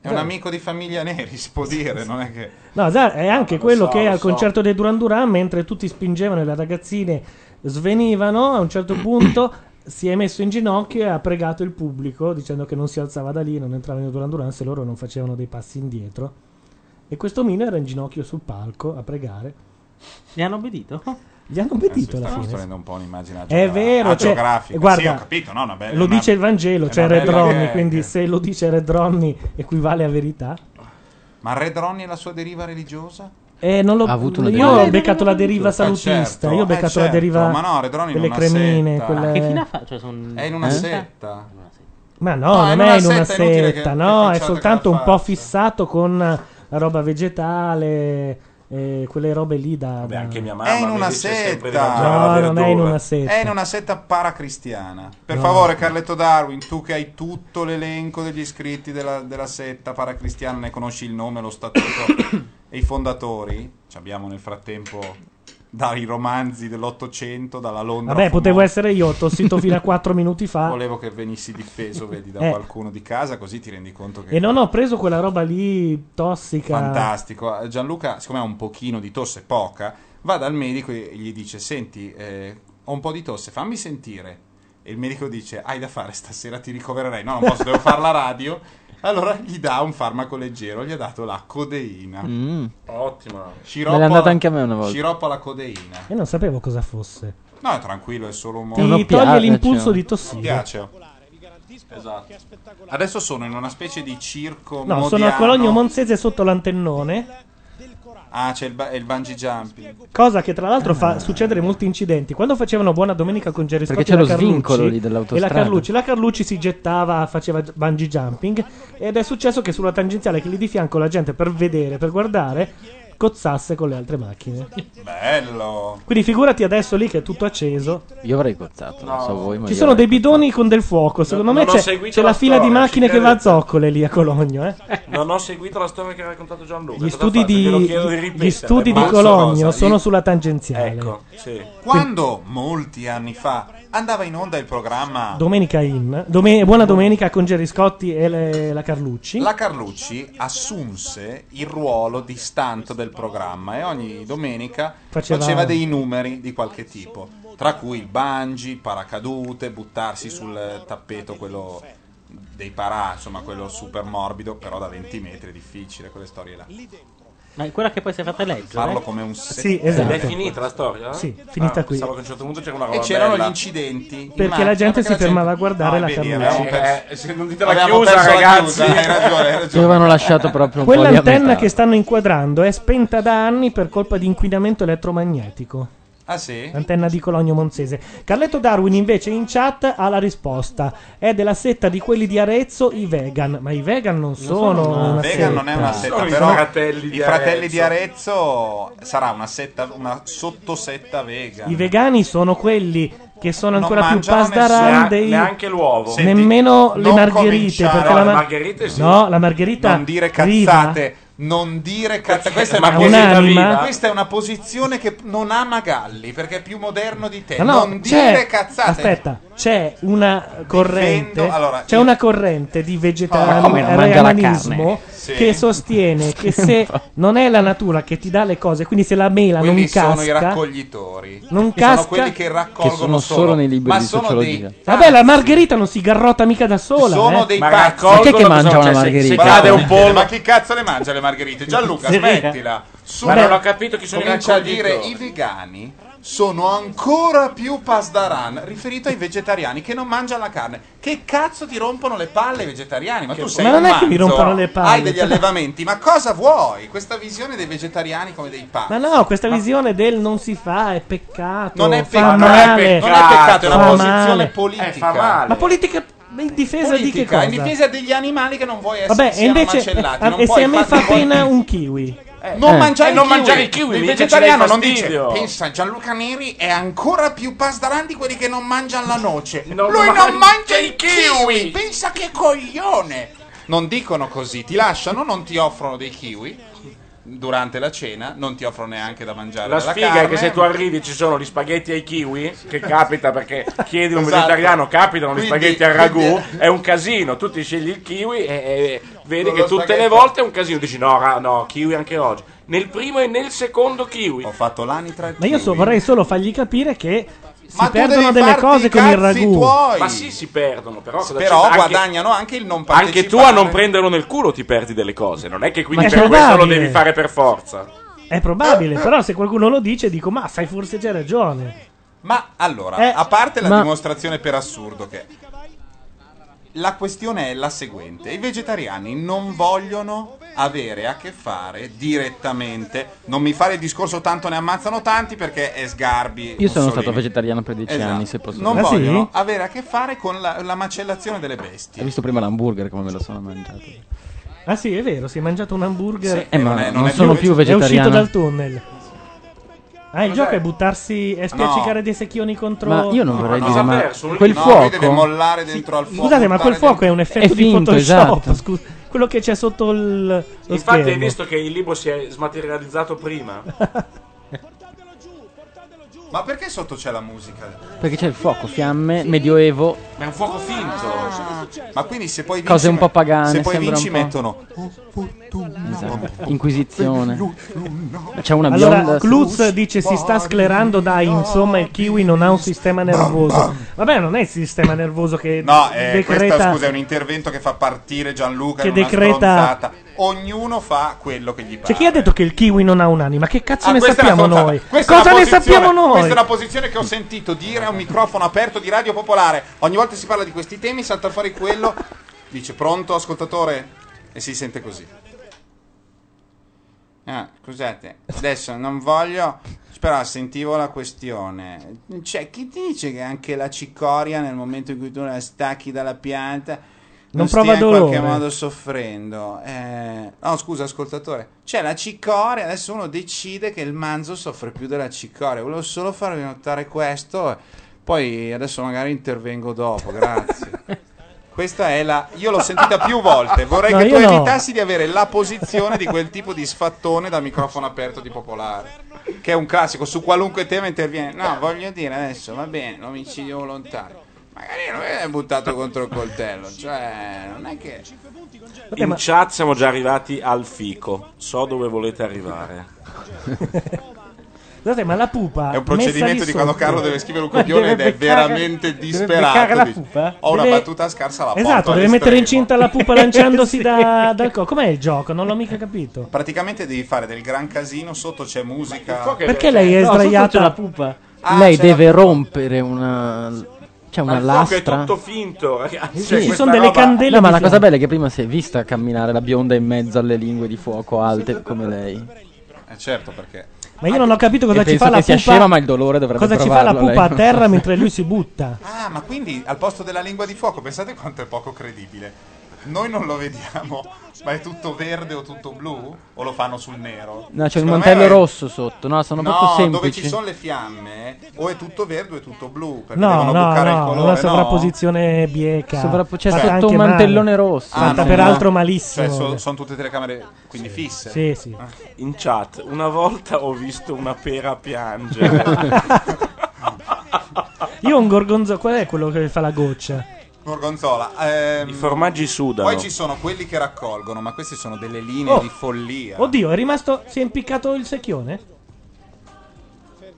Speaker 1: È un amico di famiglia Neri, si può dire, non è che...
Speaker 3: No, Zard è anche
Speaker 1: Ah, lo
Speaker 3: quello
Speaker 1: so,
Speaker 3: che
Speaker 1: lo
Speaker 3: al
Speaker 1: so.
Speaker 3: concerto dei Duran Duran, mentre tutti spingevano e le ragazzine svenivano, a un certo punto si è messo in ginocchio e ha pregato il pubblico dicendo che non si alzava da lì, non entrava in Duran Duran se loro non facevano dei passi indietro. E questo Mino era in ginocchio sul palco a pregare.
Speaker 24: Gli hanno obbedito?
Speaker 3: Gli hanno obbedito alla
Speaker 1: Sta
Speaker 3: fine.
Speaker 1: costruendo un po' un'immagine
Speaker 3: È
Speaker 1: agiogra-
Speaker 3: vero, cioè,
Speaker 1: agiografica.
Speaker 3: guarda,
Speaker 1: sì, ho capito, no, una bella-
Speaker 3: lo
Speaker 1: una-
Speaker 3: dice il Vangelo,
Speaker 1: è
Speaker 3: cioè
Speaker 1: una
Speaker 3: Red
Speaker 1: bella-
Speaker 3: Ronnie,
Speaker 1: eh,
Speaker 3: quindi se lo dice Red Ronnie equivale a verità.
Speaker 1: Ma Red Ronnie e la sua deriva religiosa?
Speaker 3: Eh, non l'ho,
Speaker 1: Ha avuto una
Speaker 3: io
Speaker 1: deriva.
Speaker 3: ho beccato la deriva
Speaker 1: Eh,
Speaker 3: salutista,
Speaker 1: certo,
Speaker 3: io ho
Speaker 1: eh,
Speaker 3: beccato la
Speaker 1: certo,
Speaker 3: deriva
Speaker 1: ma no, Red Ronnie in
Speaker 3: delle
Speaker 1: una
Speaker 3: cremine,
Speaker 1: setta.
Speaker 3: quelle...
Speaker 1: Ma
Speaker 24: Che fine ha fatto? Cioè, son-
Speaker 1: È in una
Speaker 24: Eh?
Speaker 1: setta.
Speaker 3: Ma no,
Speaker 1: No, è
Speaker 3: non
Speaker 1: una
Speaker 3: è in una
Speaker 1: setta, è inutile che-
Speaker 3: setta,
Speaker 1: che
Speaker 3: no, è
Speaker 1: facciate
Speaker 3: soltanto un
Speaker 1: con la
Speaker 3: po'
Speaker 1: faccia.
Speaker 3: fissato con la roba vegetale, eh, quelle robe lì da... da-
Speaker 4: Anche mia mamma
Speaker 1: È in
Speaker 4: mi
Speaker 1: una
Speaker 4: dice sempre di
Speaker 1: setta.
Speaker 4: mangiare la
Speaker 3: No, non è
Speaker 4: verdura.
Speaker 3: in una setta.
Speaker 1: È in una setta paracristiana. Per
Speaker 3: No.
Speaker 1: favore, Carletto Darwin, tu che hai tutto l'elenco degli iscritti della, della setta paracristiana, ne conosci il nome, lo statuto e i fondatori. Ci abbiamo nel frattempo dai romanzi dell'Ottocento, dalla Londra.
Speaker 3: Vabbè,
Speaker 1: famosa.
Speaker 3: potevo essere io, ho tossito fino a 4 minuti fa
Speaker 1: Volevo che venissi difeso, vedi, da
Speaker 3: Eh.
Speaker 1: qualcuno di casa, così ti rendi conto che...
Speaker 3: e non ho preso quella roba lì tossica.
Speaker 1: Fantastico. Eh, Gianluca, siccome ha un pochino di tosse, poca, va dal medico e gli dice: Senti, eh, ho un po' di tosse, fammi sentire. E il medico dice: Hai da fare stasera, ti ricovererei. No, non posso, devo fare la radio. Allora gli dà un farmaco leggero, gli ha dato la codeina.
Speaker 7: Mm.
Speaker 1: Ottima.
Speaker 7: Me l'ha andata anche a me una volta.
Speaker 1: Sciroppo alla codeina.
Speaker 3: E non sapevo cosa fosse.
Speaker 1: No, è tranquillo, è solo un
Speaker 3: Ti
Speaker 1: Non
Speaker 3: toglie
Speaker 1: piace.
Speaker 7: cioè.
Speaker 3: l'impulso di
Speaker 1: Non
Speaker 3: tossire.
Speaker 1: piace. Esatto. Adesso sono in una specie di circo.
Speaker 3: No, sono a
Speaker 1: modiano.
Speaker 3: Cologno Monzese sotto l'antennone,
Speaker 1: Ah, c'è il, ba- il bungee jumping.
Speaker 3: cosa che tra l'altro fa succedere molti incidenti. Quando facevano Buona Domenica con Gerry
Speaker 7: Ah. Perché
Speaker 3: Scotti
Speaker 7: c'è
Speaker 3: e la
Speaker 7: lo svincolo lì
Speaker 3: Carlucci, e la
Speaker 7: dell'autostrada.
Speaker 3: Carlucci, la Carlucci si gettava, faceva gi- bungee jumping ed è successo che sulla tangenziale che lì di fianco la gente per vedere, per guardare, cozzasse con le altre macchine.
Speaker 1: Bello.
Speaker 3: Quindi figurati adesso lì che è tutto acceso.
Speaker 7: Io avrei cozzato, non so voi, ma
Speaker 3: Ci
Speaker 7: io
Speaker 3: sono
Speaker 7: avrei-
Speaker 3: dei bidoni con del fuoco. Secondo
Speaker 4: No,
Speaker 3: me
Speaker 4: non ho
Speaker 3: c'è,
Speaker 4: seguito
Speaker 3: c'è
Speaker 4: la
Speaker 3: la fila di
Speaker 4: storia,
Speaker 3: macchine
Speaker 4: ci
Speaker 3: che va a
Speaker 4: credo.
Speaker 3: zoccole lì a Cologno, eh.
Speaker 4: Non ho seguito la storia che ha raccontato Gianluca.
Speaker 3: Gli
Speaker 4: Cosa
Speaker 3: studi
Speaker 4: fate? Glielo
Speaker 3: di,
Speaker 4: chiedo
Speaker 3: gli
Speaker 4: ripetere.
Speaker 3: studi di
Speaker 4: Ma-
Speaker 3: Cologno
Speaker 1: cosa?
Speaker 3: sono
Speaker 1: Gli-
Speaker 3: sulla tangenziale.
Speaker 4: Ecco,
Speaker 1: Quando molti anni fa andava in onda il programma
Speaker 3: Domenica in. Dome- buona domenica con Gerry Scotti e le- la Carlucci.
Speaker 1: la Carlucci assunse il ruolo di stanto del programma e ogni domenica
Speaker 3: Faceva-
Speaker 1: faceva, dei numeri di qualche tipo, tra cui il bungee, il paracadute, buttarsi sul tappeto quello dei parà, insomma quello super morbido, però da 20 metri è difficile, quelle storie là.
Speaker 24: Ma è quella che poi si è fatta leggere.
Speaker 1: Farlo come un se-
Speaker 3: Sì, esatto.
Speaker 4: È finita la storia?
Speaker 3: Sì, finita qui.
Speaker 4: Pensavo che a un certo punto c'era una roba
Speaker 1: E c'erano
Speaker 4: bella.
Speaker 1: gli incidenti. in
Speaker 3: Perché la
Speaker 1: macchina,
Speaker 3: gente si fermava a guardare la
Speaker 1: vedi,
Speaker 3: Carlucci.
Speaker 1: avevamo perso-
Speaker 4: Eh, se non dite la
Speaker 1: avevamo
Speaker 4: chiusa,
Speaker 1: perso la
Speaker 4: ragazzi.
Speaker 1: chiusa, hai ragione, hai
Speaker 7: Ci avevano lasciato proprio un po' di a
Speaker 3: Quell'antenna
Speaker 7: metà.
Speaker 3: che stanno inquadrando è spenta da anni per colpa di inquinamento elettromagnetico.
Speaker 1: Ah sì?
Speaker 3: Antenna di Cologno Monzese. Carletto Darwin invece in chat ha la risposta. È della setta di quelli di Arezzo, i vegan. Ma i vegan non sono, una
Speaker 1: Vegan non è una
Speaker 3: setta.
Speaker 1: setta,
Speaker 23: Sono i
Speaker 1: però
Speaker 23: fratelli di
Speaker 1: i fratelli di
Speaker 23: Arezzo.
Speaker 1: Arezzo sarà una setta, una sottosetta vegan.
Speaker 3: I vegani sono quelli che sono
Speaker 1: Non
Speaker 3: ancora più
Speaker 1: mangiano
Speaker 3: pasdaran
Speaker 1: nessuno.
Speaker 3: dei...
Speaker 1: Neanche l'uovo. Senti,
Speaker 3: nemmeno le
Speaker 1: non
Speaker 3: margherite.
Speaker 1: cominciare-
Speaker 3: Perché
Speaker 1: No,
Speaker 3: la
Speaker 1: le
Speaker 3: mar-
Speaker 1: margherite sì.
Speaker 3: No, la margherita...
Speaker 1: Non dire
Speaker 3: viva-
Speaker 1: cazzate, non dire cazzate. Questa è
Speaker 3: Ma
Speaker 1: una, posizione,
Speaker 3: un'anima?
Speaker 1: viva. questa è una posizione che non ha Magalli perché è più moderno di te.
Speaker 3: No, no,
Speaker 1: non
Speaker 3: c'è,
Speaker 1: dire cazzate.
Speaker 3: Aspetta, c'è una corrente,
Speaker 1: Difendo- allora,
Speaker 3: c'è
Speaker 1: io-
Speaker 3: una corrente di
Speaker 1: Ah, ma come non mangia la carne?
Speaker 3: vegetarianismo
Speaker 1: Sì.
Speaker 3: che sostiene che se non è la natura che ti dà le cose, quindi se la mela
Speaker 1: Quelli
Speaker 3: non
Speaker 1: sono i
Speaker 3: casca,
Speaker 1: raccoglitori.
Speaker 3: non
Speaker 1: Sono
Speaker 3: casca-
Speaker 1: quelli che raccolgono
Speaker 7: Che sono solo nei libri
Speaker 1: ma
Speaker 7: di
Speaker 1: sono
Speaker 7: sociologia.
Speaker 1: dei-
Speaker 3: vabbè, la margherita non si garrotta mica da sola,
Speaker 1: Sono
Speaker 3: eh.
Speaker 1: dei
Speaker 7: Perché che mangia una margherita?
Speaker 1: Ma chi cazzo le mangia le margherite? Gianluca,
Speaker 7: Sì.
Speaker 1: smettila. Su-
Speaker 3: Ma non ho
Speaker 37: capito chi sono i
Speaker 1: Comincia a dire
Speaker 37: raccoglitori.
Speaker 1: i vegani sono ancora più pasdaran riferito ai vegetariani che non mangiano la carne. Che cazzo ti rompono le palle i vegetariani? Ma tu sei
Speaker 3: Ma non
Speaker 1: un
Speaker 3: è che mi
Speaker 1: manzo,
Speaker 3: rompono le palle.
Speaker 1: Hai degli allevamenti, ma cosa vuoi? Questa visione dei vegetariani come dei pazzi.
Speaker 3: Ma no, questa visione del non si fa è peccato.
Speaker 1: Non è
Speaker 3: fa
Speaker 1: peccato, non è
Speaker 3: male,
Speaker 1: peccato, non è peccato, è una
Speaker 3: fa
Speaker 1: posizione
Speaker 3: male.
Speaker 1: politica. Eh, fa male.
Speaker 3: Ma politica in difesa di che
Speaker 1: Politica,
Speaker 3: cosa?
Speaker 1: in difesa degli animali che non vuoi essere
Speaker 3: Vabbè, e
Speaker 1: siano
Speaker 3: invece
Speaker 1: macellati.
Speaker 3: eh,
Speaker 1: non
Speaker 3: e se
Speaker 1: puoi
Speaker 3: a me
Speaker 1: farli
Speaker 3: fa
Speaker 1: voi-
Speaker 3: pena un kiwi?
Speaker 1: Non,
Speaker 3: Eh.
Speaker 1: mangiare,
Speaker 3: Eh,
Speaker 1: il
Speaker 3: non
Speaker 1: kiwi.
Speaker 3: mangiare il kiwi,
Speaker 1: Il
Speaker 3: mica ci dai
Speaker 1: vegetariano non dice:
Speaker 3: fastidio.
Speaker 1: Pensa, Gianluca Neri è ancora più pasdaran di quelli che non mangiano la noce.
Speaker 26: Lui non mangia il
Speaker 1: kiwi.
Speaker 26: kiwi!
Speaker 1: Pensa che coglione! Non dicono così, ti lasciano, non ti offrono dei kiwi durante la cena, non ti offrono neanche da mangiare.
Speaker 4: La
Speaker 1: della
Speaker 4: sfiga è
Speaker 1: carne.
Speaker 4: che se tu arrivi ci sono gli spaghetti ai kiwi, che capita perché chiedi a un
Speaker 1: Esatto.
Speaker 4: vegetariano, capitano gli
Speaker 1: Quindi-
Speaker 4: spaghetti al ragù,
Speaker 1: quindi-
Speaker 4: è un casino, tu ti scegli il kiwi e, e- e vedi
Speaker 1: Con
Speaker 4: che
Speaker 1: lo
Speaker 4: tutte le
Speaker 1: spaghetto.
Speaker 4: volte è un casino, dici no, ra- no, kiwi anche oggi. Nel primo e nel secondo kiwi. Ho
Speaker 1: fatto l'anitra
Speaker 3: Ma io so- vorrei solo fargli capire che si
Speaker 4: Ma tu
Speaker 3: perdono
Speaker 4: devi
Speaker 3: delle
Speaker 4: farti
Speaker 3: cose
Speaker 4: i
Speaker 3: con il
Speaker 4: cazzi
Speaker 3: ragù.
Speaker 1: tuoi.
Speaker 4: Ma sì, si perdono, però, cosa
Speaker 1: Però
Speaker 4: c'entra? Anche-
Speaker 1: guadagnano anche il non partecipare.
Speaker 4: Anche tu a non prenderlo nel culo ti perdi delle cose, non è che quindi
Speaker 3: Ma è
Speaker 4: per questo lo
Speaker 3: probabile.
Speaker 4: devi fare per forza.
Speaker 3: È probabile, però se qualcuno lo dice dico "Ma sai forse c'è ragione".
Speaker 1: Ma allora,
Speaker 3: Eh,
Speaker 1: a parte la
Speaker 3: ma-
Speaker 1: dimostrazione per assurdo che la questione è la seguente: i vegetariani non vogliono avere a che fare direttamente. Non mi fare il discorso tanto ne ammazzano tanti perché è sgarbi.
Speaker 7: Io sono
Speaker 1: Mussolini.
Speaker 7: stato vegetariano per dieci
Speaker 1: Esatto.
Speaker 7: anni, se posso
Speaker 1: Non
Speaker 3: Ah,
Speaker 7: dire. Ah,
Speaker 1: vogliono avere a che fare con la, la macellazione delle bestie.
Speaker 7: Hai visto prima l'hamburger come me lo sono mangiato?
Speaker 3: Ah sì, è vero, si è mangiato un hamburger.
Speaker 7: Sì, Eh, ma non è- non non è sono più più vegetariano.
Speaker 3: È uscito dal tunnel. Ah, il
Speaker 7: Cos'è?
Speaker 3: gioco è buttarsi e spiaccicare dei secchioni contro
Speaker 7: Ma io non vorrei dire, ma
Speaker 1: Quel
Speaker 7: quel
Speaker 1: no, lui
Speaker 7: fuoco...
Speaker 1: deve mollare dentro al fuoco.
Speaker 3: Scusate, ma quel
Speaker 1: buttare
Speaker 3: fuoco è un effetto
Speaker 7: È
Speaker 3: di
Speaker 7: finto,
Speaker 3: Photoshop.
Speaker 7: esatto.
Speaker 3: scu- quello che c'è sotto il lo
Speaker 4: Infatti hai
Speaker 3: schermo.
Speaker 4: visto che il libro si è smaterializzato prima.
Speaker 1: dentro- Ma perché sotto c'è la musica?
Speaker 7: Perché c'è il fuoco, fiamme, medioevo...
Speaker 1: Ma è un fuoco finto. ma quindi se poi vinci,
Speaker 7: Cose un po' pagane,
Speaker 1: se poi
Speaker 7: sembra un
Speaker 1: vinci
Speaker 7: po'.
Speaker 1: mettono
Speaker 7: Esatto. Inquisizione. C'è una
Speaker 3: Allora,
Speaker 7: bionda...
Speaker 3: Klutz dice si sta sclerando da insomma il kiwi non ha un sistema nervoso. Vabbè, non è il sistema nervoso che
Speaker 1: No, eh, questa
Speaker 3: decreta
Speaker 1: scusa è un intervento che fa partire Gianluca
Speaker 3: Che
Speaker 1: in una
Speaker 3: decreta-
Speaker 1: stronzata. Ognuno fa quello che gli pare.
Speaker 3: Cioè, chi ha detto che il kiwi non ha un'anima? Che cazzo
Speaker 1: Ah,
Speaker 3: ne
Speaker 1: questa è una
Speaker 3: sappiamo
Speaker 1: stronzata.
Speaker 3: noi?
Speaker 1: Questa è
Speaker 3: Cosa
Speaker 1: una
Speaker 3: ne
Speaker 1: posizione-
Speaker 3: sappiamo noi?
Speaker 1: Questa è una posizione che ho sentito dire a un microfono aperto di Radio Popolare. Ogni volta si parla di questi temi, salta fuori quello, dice pronto ascoltatore e si sente così. Ah, scusate, adesso non voglio però sentivo la questione. Cioè, chi ti dice che anche la cicoria nel momento in cui tu la stacchi dalla pianta
Speaker 3: Non
Speaker 1: stia
Speaker 3: prova
Speaker 1: in qualche
Speaker 3: dolore.
Speaker 1: modo soffrendo? Eh, no, scusa, ascoltatore. Cioè, la cicoria, adesso uno decide che il manzo soffre più della cicoria. Volevo solo farvi notare questo. Poi adesso magari intervengo dopo, grazie. Questa è la. Io l'ho sentita più volte. Vorrei
Speaker 3: No,
Speaker 1: che tu
Speaker 3: io no.
Speaker 1: evitassi di avere la posizione di quel tipo di sfattone da microfono aperto di popolare. Che è un classico, su qualunque tema interviene. No, voglio dire adesso, va bene, l'omicidio volontario. Magari non è buttato contro il coltello. Cioè, non è che.
Speaker 4: In chat siamo già arrivati al fico. So dove volete arrivare.
Speaker 3: Scusate, ma la pupa
Speaker 1: È un procedimento
Speaker 3: messa lì
Speaker 1: di quando
Speaker 3: sotto-
Speaker 1: Carlo deve scrivere un
Speaker 3: Ma
Speaker 1: copione
Speaker 3: deve
Speaker 1: ed è
Speaker 3: beccare-
Speaker 1: veramente
Speaker 3: deve
Speaker 1: disperato,
Speaker 3: beccare la
Speaker 1: dice,
Speaker 3: pupa.
Speaker 1: "Ho una
Speaker 3: Deve-
Speaker 1: battuta scarsa, la porto
Speaker 3: Esatto, deve
Speaker 1: all'estremo."
Speaker 3: mettere incinta la pupa lanciandosi
Speaker 1: Sì.
Speaker 3: da, dal co. Com'è il gioco? Non l'ho mica capito.
Speaker 1: Praticamente devi fare del gran casino, sotto c'è musica.
Speaker 3: Perché lei è
Speaker 7: No, sotto
Speaker 3: sdraiata
Speaker 7: c'è la
Speaker 3: pupa?
Speaker 1: Ah,
Speaker 7: Lei
Speaker 1: c'è
Speaker 7: deve rompere una...
Speaker 3: cioè
Speaker 7: C'è una
Speaker 4: Ma il fuoco è
Speaker 7: lastra...
Speaker 4: tutto finto, ragazzi.
Speaker 7: Sì,
Speaker 4: Cioè,
Speaker 7: sì.
Speaker 4: questa roba-
Speaker 7: No, ma la cosa bella è che prima si è vista camminare la bionda in mezzo alle lingue di fuoco alte come lei.
Speaker 1: Eh, certo, perché.
Speaker 3: Ma io non ho capito cosa
Speaker 7: E
Speaker 3: ci
Speaker 7: penso
Speaker 3: fa la
Speaker 7: che sia
Speaker 3: pupa.
Speaker 7: scema, ma il dolore dovrebbe
Speaker 3: Cosa ci fa la
Speaker 7: provarlo,
Speaker 3: pupa a
Speaker 7: lei.
Speaker 3: terra mentre lui si butta?
Speaker 1: Ah, ma quindi al posto della lingua di fuoco, pensate quanto è poco credibile. Noi non lo vediamo, ma è tutto verde o tutto blu? O lo fanno sul nero?
Speaker 7: No, c'è un
Speaker 1: Secondo me
Speaker 7: mantello
Speaker 1: è-
Speaker 7: rosso sotto, no? Sono
Speaker 1: No,
Speaker 7: proprio
Speaker 1: dove
Speaker 7: semplici.
Speaker 1: ci sono le fiamme, o è tutto verde o è tutto blu, perché
Speaker 3: No, no,
Speaker 1: devono bloccare il
Speaker 3: no,
Speaker 1: colore.
Speaker 3: una sovrapposizione bieca.
Speaker 7: Sovrapp- c'è
Speaker 3: fatta
Speaker 7: sotto
Speaker 3: anche
Speaker 7: un
Speaker 3: male.
Speaker 7: mantellone rosso. Ah,
Speaker 3: Fatta
Speaker 1: Ah, no.
Speaker 3: peraltro malissimo.
Speaker 1: Cioè, so- sono tutte telecamere quindi fisse. Ah.
Speaker 3: Sì, sì.
Speaker 4: In chat, una volta ho visto una pera piangere.
Speaker 3: Io ho un gorgonzola. Qual è quello che fa la goccia?
Speaker 1: Gorgonzola. ehm,
Speaker 4: I formaggi sudano.
Speaker 1: Poi ci sono quelli che raccolgono, ma questi sono delle linee
Speaker 3: Oh.
Speaker 1: di follia.
Speaker 3: Oddio, è rimasto. Si è impiccato il secchione?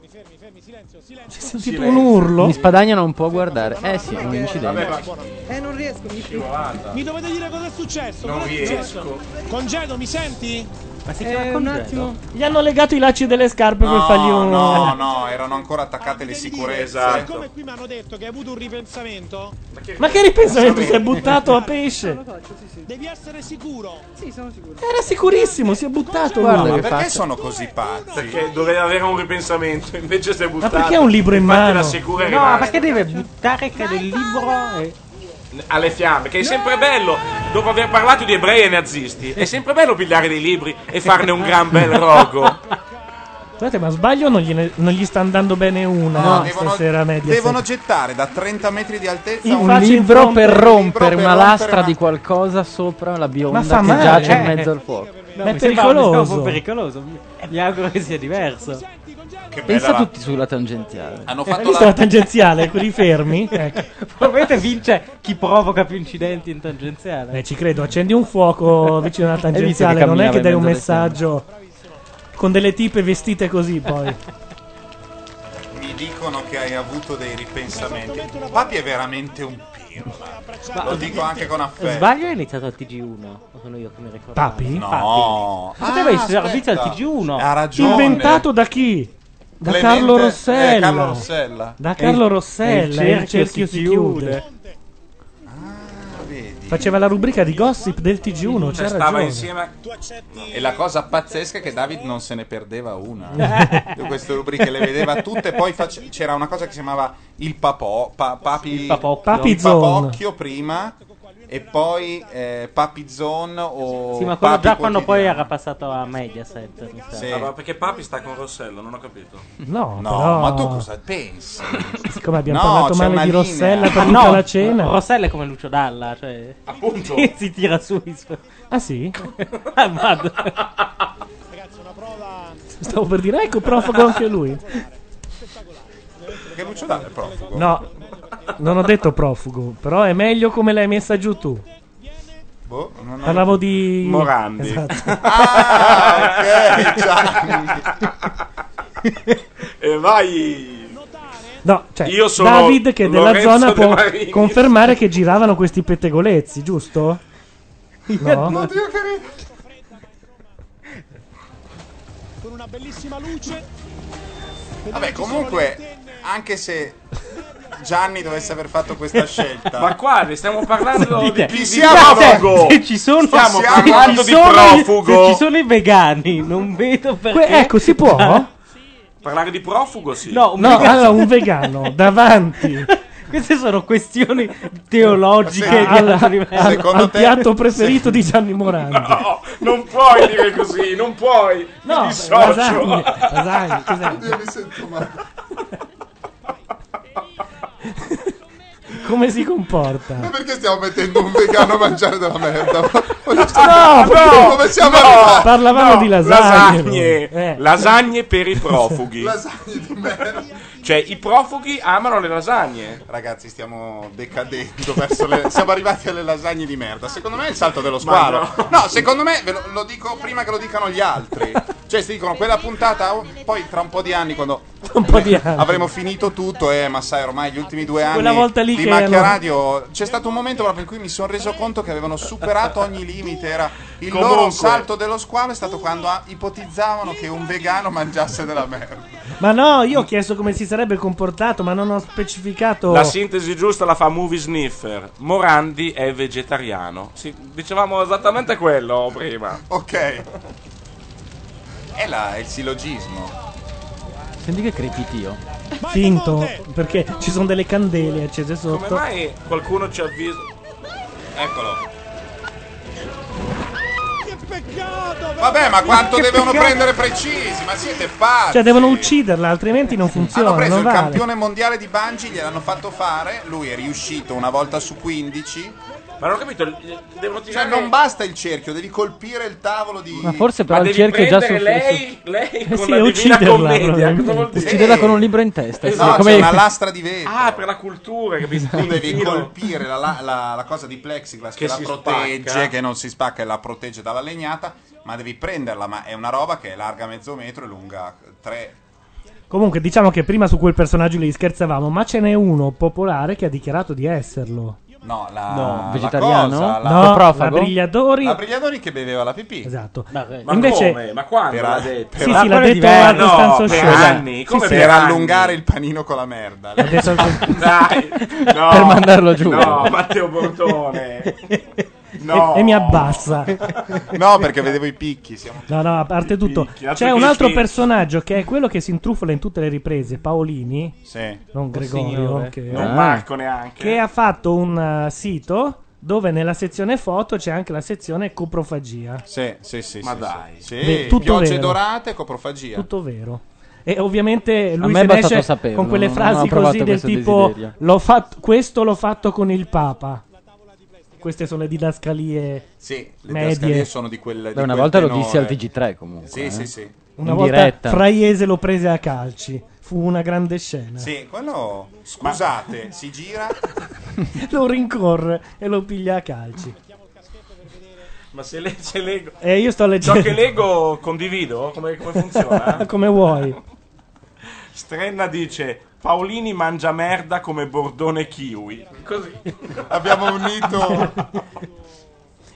Speaker 3: Si è sentito un urlo.
Speaker 7: Mi spadagnano un po' a guardare. Eh sì, è un incidente.
Speaker 2: Eh, non riesco, mi
Speaker 7: Scivolata.
Speaker 2: Mi dovete dire cosa è successo?
Speaker 7: Non
Speaker 2: cosa è
Speaker 7: riesco.
Speaker 2: successo? Congedo, mi senti? Ma
Speaker 7: si
Speaker 2: eh, un attimo.
Speaker 3: Gli hanno legato i lacci delle scarpe per
Speaker 1: No,
Speaker 3: fargli un.
Speaker 1: no, no, erano ancora attaccate le sicurezze.
Speaker 4: Esatto.
Speaker 2: Siccome qui mi hanno detto che hai avuto un ripensamento,
Speaker 3: Ma che ripensamento si è buttato a pesce?
Speaker 2: devi essere sicuro. Sì, sono sicuro.
Speaker 3: Era sicurissimo, si è buttato. lui.
Speaker 1: ma perché sono così pazzi?
Speaker 4: Perché dovrei avere un ripensamento, invece si è buttato.
Speaker 3: perché ha un libro in
Speaker 4: Infatti
Speaker 3: mano?
Speaker 4: la sicura è
Speaker 3: No,
Speaker 4: rimasta.
Speaker 3: perché
Speaker 24: deve buttare che del libro e...
Speaker 4: alle fiamme, che è sempre bello, dopo aver parlato di ebrei e nazisti, è sempre bello pigliare dei libri e farne un gran bel rogo.
Speaker 3: Scusate, ma sbaglio o non, gliene- non gli sta andando bene una
Speaker 1: No, devono-
Speaker 3: stasera media.
Speaker 1: Devono gettare da 30 metri di altezza
Speaker 3: In
Speaker 1: un
Speaker 7: Un
Speaker 3: faccia in
Speaker 7: libro
Speaker 3: fronte,
Speaker 7: per
Speaker 3: un libro
Speaker 7: rompere
Speaker 3: per
Speaker 7: una
Speaker 3: rompere
Speaker 7: lastra
Speaker 3: una-
Speaker 7: di qualcosa sopra la bionda
Speaker 3: fa
Speaker 7: che
Speaker 3: male,
Speaker 7: giace in
Speaker 24: eh.
Speaker 7: mezzo al fuoco.
Speaker 24: No,
Speaker 3: Ma è
Speaker 24: mi sembra- mi sembra un po' pericoloso.
Speaker 3: pericoloso.
Speaker 24: Mi- Mi auguro che sia diverso.
Speaker 7: Pensa tutti sulla tangenziale.
Speaker 1: Hanno
Speaker 3: Hai Eh, visto la tangenziale? Quelli fermi? Ecco.
Speaker 24: Probabilmente vince chi provoca più incidenti in tangenziale.
Speaker 3: Eh, ci credo, accendi un fuoco vicino alla
Speaker 24: Hai visto che
Speaker 3: tangenziale, non è
Speaker 24: camminava
Speaker 3: che
Speaker 24: in
Speaker 3: dai un
Speaker 24: mezzo alle
Speaker 3: messaggio con delle tipe vestite così poi.
Speaker 1: Mi dicono che hai avuto dei ripensamenti. Papi è veramente un pirla. Lo dico anche con
Speaker 24: Lo
Speaker 1: affetto.
Speaker 24: Sbaglio è Ah, iniziato al TG1, o sono io che mi ricordo.
Speaker 3: Papi?
Speaker 1: No.
Speaker 24: Poteva
Speaker 1: Ah,
Speaker 24: il servizio al
Speaker 1: aspetta.
Speaker 24: TG1.
Speaker 1: Ha ragione.
Speaker 3: Inventato da chi? Da
Speaker 1: Clemente-
Speaker 3: Carlo
Speaker 1: eh,
Speaker 3: Rossella.
Speaker 1: Carlo Rossella.
Speaker 3: Da
Speaker 1: E-
Speaker 3: Carlo
Speaker 1: e il
Speaker 3: Rossella, e il cerchio, si chiude. Faceva la rubrica di gossip del TG1,
Speaker 1: Cioè,
Speaker 3: c'era
Speaker 1: stava
Speaker 3: ragione.
Speaker 1: insieme a- E la cosa pazzesca è che David non se ne perdeva una. Io queste rubriche le vedeva tutte. Poi face- c'era una cosa che si chiamava il papò. pa- papi, il
Speaker 24: papocchio.
Speaker 1: il
Speaker 24: Papizon.
Speaker 1: papocchio prima. E poi eh, papizon o
Speaker 24: Sì, ma quello
Speaker 1: papi
Speaker 24: già quando poi
Speaker 1: quotidiano.
Speaker 24: era passato a Mediaset. Mi sa.
Speaker 4: Ah, ma perché Papi sta con Rossello, non ho capito.
Speaker 3: No,
Speaker 1: No,
Speaker 3: però-
Speaker 1: ma tu cosa pensi?
Speaker 3: Siccome abbiamo
Speaker 1: No,
Speaker 3: parlato
Speaker 1: c'è
Speaker 3: male
Speaker 1: una
Speaker 3: di
Speaker 1: linea.
Speaker 3: Rossella per
Speaker 24: Ah,
Speaker 3: tutta
Speaker 24: no,
Speaker 3: la cena.
Speaker 24: Rossella è come Lucio Dalla, cioè...
Speaker 4: Appunto.
Speaker 24: si tira su i suoi...
Speaker 3: Ah sì?
Speaker 24: Ah, vado.
Speaker 3: Stavo per dire, ecco, profugo anche lui.
Speaker 1: Perché Lucio Dalla è profugo.
Speaker 3: No, non ho detto profugo, però è meglio come l'hai messa giù tu.
Speaker 1: Boh, non ho-
Speaker 3: Parlavo di...
Speaker 1: Morandi.
Speaker 3: Esatto.
Speaker 1: Ah, ok, Gianni.
Speaker 4: E Eh, vai!
Speaker 3: No, cioè,
Speaker 4: Io sono
Speaker 3: David che della
Speaker 4: Lorenzo
Speaker 3: zona
Speaker 4: De
Speaker 3: può
Speaker 4: Marini.
Speaker 3: confermare che giravano questi pettegolezzi, giusto? No?
Speaker 1: Oddio, che
Speaker 2: Con una bellissima luce.
Speaker 1: Vabbè, comunque, anche se Gianni dovesse aver fatto questa scelta.
Speaker 4: Ma qua ne stiamo parlando di
Speaker 24: Dite,
Speaker 4: chi
Speaker 24: dite,
Speaker 4: siamo Logo?
Speaker 24: se ci sono,
Speaker 4: Stiamo
Speaker 24: se
Speaker 4: parlando
Speaker 24: ci
Speaker 4: di
Speaker 24: sono-
Speaker 4: profugo.
Speaker 24: se ci sono i vegani, non vedo perché. Ah,
Speaker 3: Que- ecco, si può?
Speaker 4: Parlare di profugo, sì.
Speaker 24: No, un
Speaker 3: No,
Speaker 24: vegano-
Speaker 3: allora un vegano davanti
Speaker 24: queste sono questioni teologiche di
Speaker 3: al,
Speaker 24: alto
Speaker 3: al-
Speaker 24: livello.
Speaker 3: al piatto preferito di Gianni Morandi.
Speaker 4: No, non puoi dire così, non puoi.
Speaker 3: No,
Speaker 4: mi dissocio.
Speaker 3: lasagne, lasagne, cos'è?
Speaker 1: Io mi sento male.
Speaker 3: Come si comporta?
Speaker 1: Ma perché stiamo mettendo un vegano a mangiare della merda?
Speaker 3: No,
Speaker 1: no, come siamo arrivati? Eh,
Speaker 3: Parlavamo
Speaker 4: no,
Speaker 3: di lasagne.
Speaker 4: Lasagne,
Speaker 3: Eh.
Speaker 4: lasagne per i profughi.
Speaker 1: Lasagne di merda.
Speaker 4: Cioè, i profughi amano le lasagne.
Speaker 1: Ragazzi, stiamo decadendo verso le... Siamo arrivati alle lasagne di
Speaker 3: Ah.
Speaker 1: merda. Secondo me è il salto dello squalo.
Speaker 4: Ma
Speaker 1: No, secondo me, ve lo, lo dico prima che lo dicano gli altri. Cioè, si dicono quella puntata, oh, poi tra un po' di anni, quando
Speaker 3: Un po' di anni.
Speaker 1: avremo finito tutto, eh, ma sai, ormai
Speaker 3: Ah,
Speaker 1: gli ultimi due anni
Speaker 3: Quella volta lì
Speaker 1: di
Speaker 3: che
Speaker 1: macchia
Speaker 3: erano-
Speaker 1: radio, c'è stato un momento proprio in cui mi sono reso conto che avevano superato ogni limite. Era il loro
Speaker 4: Comunque.
Speaker 1: salto dello squalo è stato quando ah, ipotizzavano che un vegano mangiasse della merda.
Speaker 3: Ma no, io ho chiesto come si sarebbe comportato, ma non ho specificato.
Speaker 4: La sintesi giusta la fa Movie Sniffer. Morandi è vegetariano. Sì, dicevamo esattamente quello prima.
Speaker 1: Ok. È, la- è il sillogismo.
Speaker 7: Senti che crepitio.
Speaker 3: Finto, perché ci sono delle candele accese
Speaker 4: Come
Speaker 3: sotto.
Speaker 4: mai qualcuno ci avvisa? Eccolo.
Speaker 1: Vabbè, ma quanto
Speaker 3: Che
Speaker 1: devono
Speaker 3: peccato.
Speaker 1: prendere precisi? Ma siete pazzi!
Speaker 3: Cioè, devono ucciderla, altrimenti non funziona.
Speaker 1: Hanno preso
Speaker 3: non
Speaker 1: il
Speaker 3: vale.
Speaker 1: campione mondiale di bungee, gliel'hanno fatto fare, lui è riuscito una volta su 15.
Speaker 4: Ma non ho capito, il- devo
Speaker 1: Cioè,
Speaker 4: tirare...
Speaker 1: non basta il cerchio, devi colpire il tavolo di...
Speaker 7: Ma forse però il
Speaker 1: devi
Speaker 7: cerchio è già su. Eh
Speaker 1: prendere
Speaker 4: lei, lei
Speaker 1: con
Speaker 7: sì,
Speaker 1: la
Speaker 7: è
Speaker 1: Divina
Speaker 7: ucciderla,
Speaker 1: Commedia,
Speaker 7: probabilmente.
Speaker 1: cosa vuol dire? Esatto.
Speaker 7: Ucciderla con un libro in testa. sì,
Speaker 1: No,
Speaker 7: come-
Speaker 1: c'è una lastra di vetro.
Speaker 4: Ah, per la cultura, capisci?
Speaker 3: Esatto.
Speaker 1: Tu devi
Speaker 4: Io-
Speaker 1: colpire la, la- la- la cosa di plexiglass che,
Speaker 4: Che
Speaker 1: la
Speaker 4: si
Speaker 1: protegge,
Speaker 4: spacca.
Speaker 1: che non si spacca e la protegge dalla legnata, ma devi prenderla, ma è una roba che è larga mezzo metro e lunga tre.
Speaker 3: Comunque, diciamo che prima su quel personaggio lì scherzavamo, ma ce n'è uno popolare che ha dichiarato di esserlo.
Speaker 1: No, la,
Speaker 3: No,
Speaker 1: la
Speaker 3: vegetariano?
Speaker 1: cosa, la,
Speaker 3: No, la Coprofago? Brigliadori-
Speaker 1: La Brigliadori che beveva la pipì.
Speaker 3: Esatto.
Speaker 4: Ma Invece- come? Ma quando l'ha detto?
Speaker 3: Sì, sì, l'ha detto a Costanzo
Speaker 1: per
Speaker 3: Sciola.
Speaker 1: anni,
Speaker 3: Sì,
Speaker 1: come
Speaker 3: sì.
Speaker 1: per allungare il panino con la merda.
Speaker 3: L'ha detto al-
Speaker 4: Dai, no.
Speaker 3: Per mandarlo giù.
Speaker 4: No, Matteo Bortone. No.
Speaker 3: E, e mi abbassa.
Speaker 1: No, perché vedevo i picchi. Siamo...
Speaker 3: No, no, a parte tutto,
Speaker 1: picchi, altro
Speaker 3: c'è un
Speaker 1: che
Speaker 3: altro
Speaker 1: scherzi.
Speaker 3: personaggio che è quello che si intrufola in tutte le riprese, Paolini.
Speaker 1: Sì.
Speaker 3: Non
Speaker 4: Oh,
Speaker 3: Gregorio,
Speaker 4: signore.
Speaker 3: che,
Speaker 4: Non Marco neanche.
Speaker 3: Che ha fatto un eh, sito dove nella sezione foto c'è anche la sezione coprofagia.
Speaker 1: Sì, sì, sì.
Speaker 4: Ma
Speaker 1: sì,
Speaker 4: dai.
Speaker 1: sì.
Speaker 3: Beh,
Speaker 1: Sì,
Speaker 3: tutto
Speaker 1: piogge
Speaker 3: vero.
Speaker 1: dorate, coprofagia.
Speaker 3: Tutto vero. E ovviamente lui
Speaker 7: me è
Speaker 3: se ne
Speaker 7: bastato
Speaker 3: esce
Speaker 7: saperlo,
Speaker 3: con quelle
Speaker 7: non- non
Speaker 3: frasi
Speaker 7: ho provato
Speaker 3: così del
Speaker 7: questo
Speaker 3: tipo
Speaker 7: desiderio.
Speaker 3: l'ho fatto- questo l'ho fatto con il Papa. Queste sono le didascalie
Speaker 1: Sì, le
Speaker 3: medie.
Speaker 1: didascalie sono di quel. di
Speaker 7: Beh, una
Speaker 1: quel
Speaker 7: volta lo
Speaker 1: tenore.
Speaker 7: disse al TG3 comunque,
Speaker 1: Sì,
Speaker 7: eh.
Speaker 1: sì, sì.
Speaker 3: Una
Speaker 7: In
Speaker 3: volta
Speaker 7: diretta.
Speaker 3: Fraiese lo prese a calci. Fu una grande scena.
Speaker 1: Sì, quello. Scusate, si gira.
Speaker 3: Lo rincorre e lo piglia a calci.
Speaker 4: Ma se, le- se leggo...
Speaker 3: Eh, io sto leggendo.
Speaker 4: Ciò che leggo condivido? Come, come funziona?
Speaker 3: Come vuoi.
Speaker 4: Strenna dice... Paolini mangia merda come Bordone Kiwi. Così.
Speaker 1: Abbiamo unito...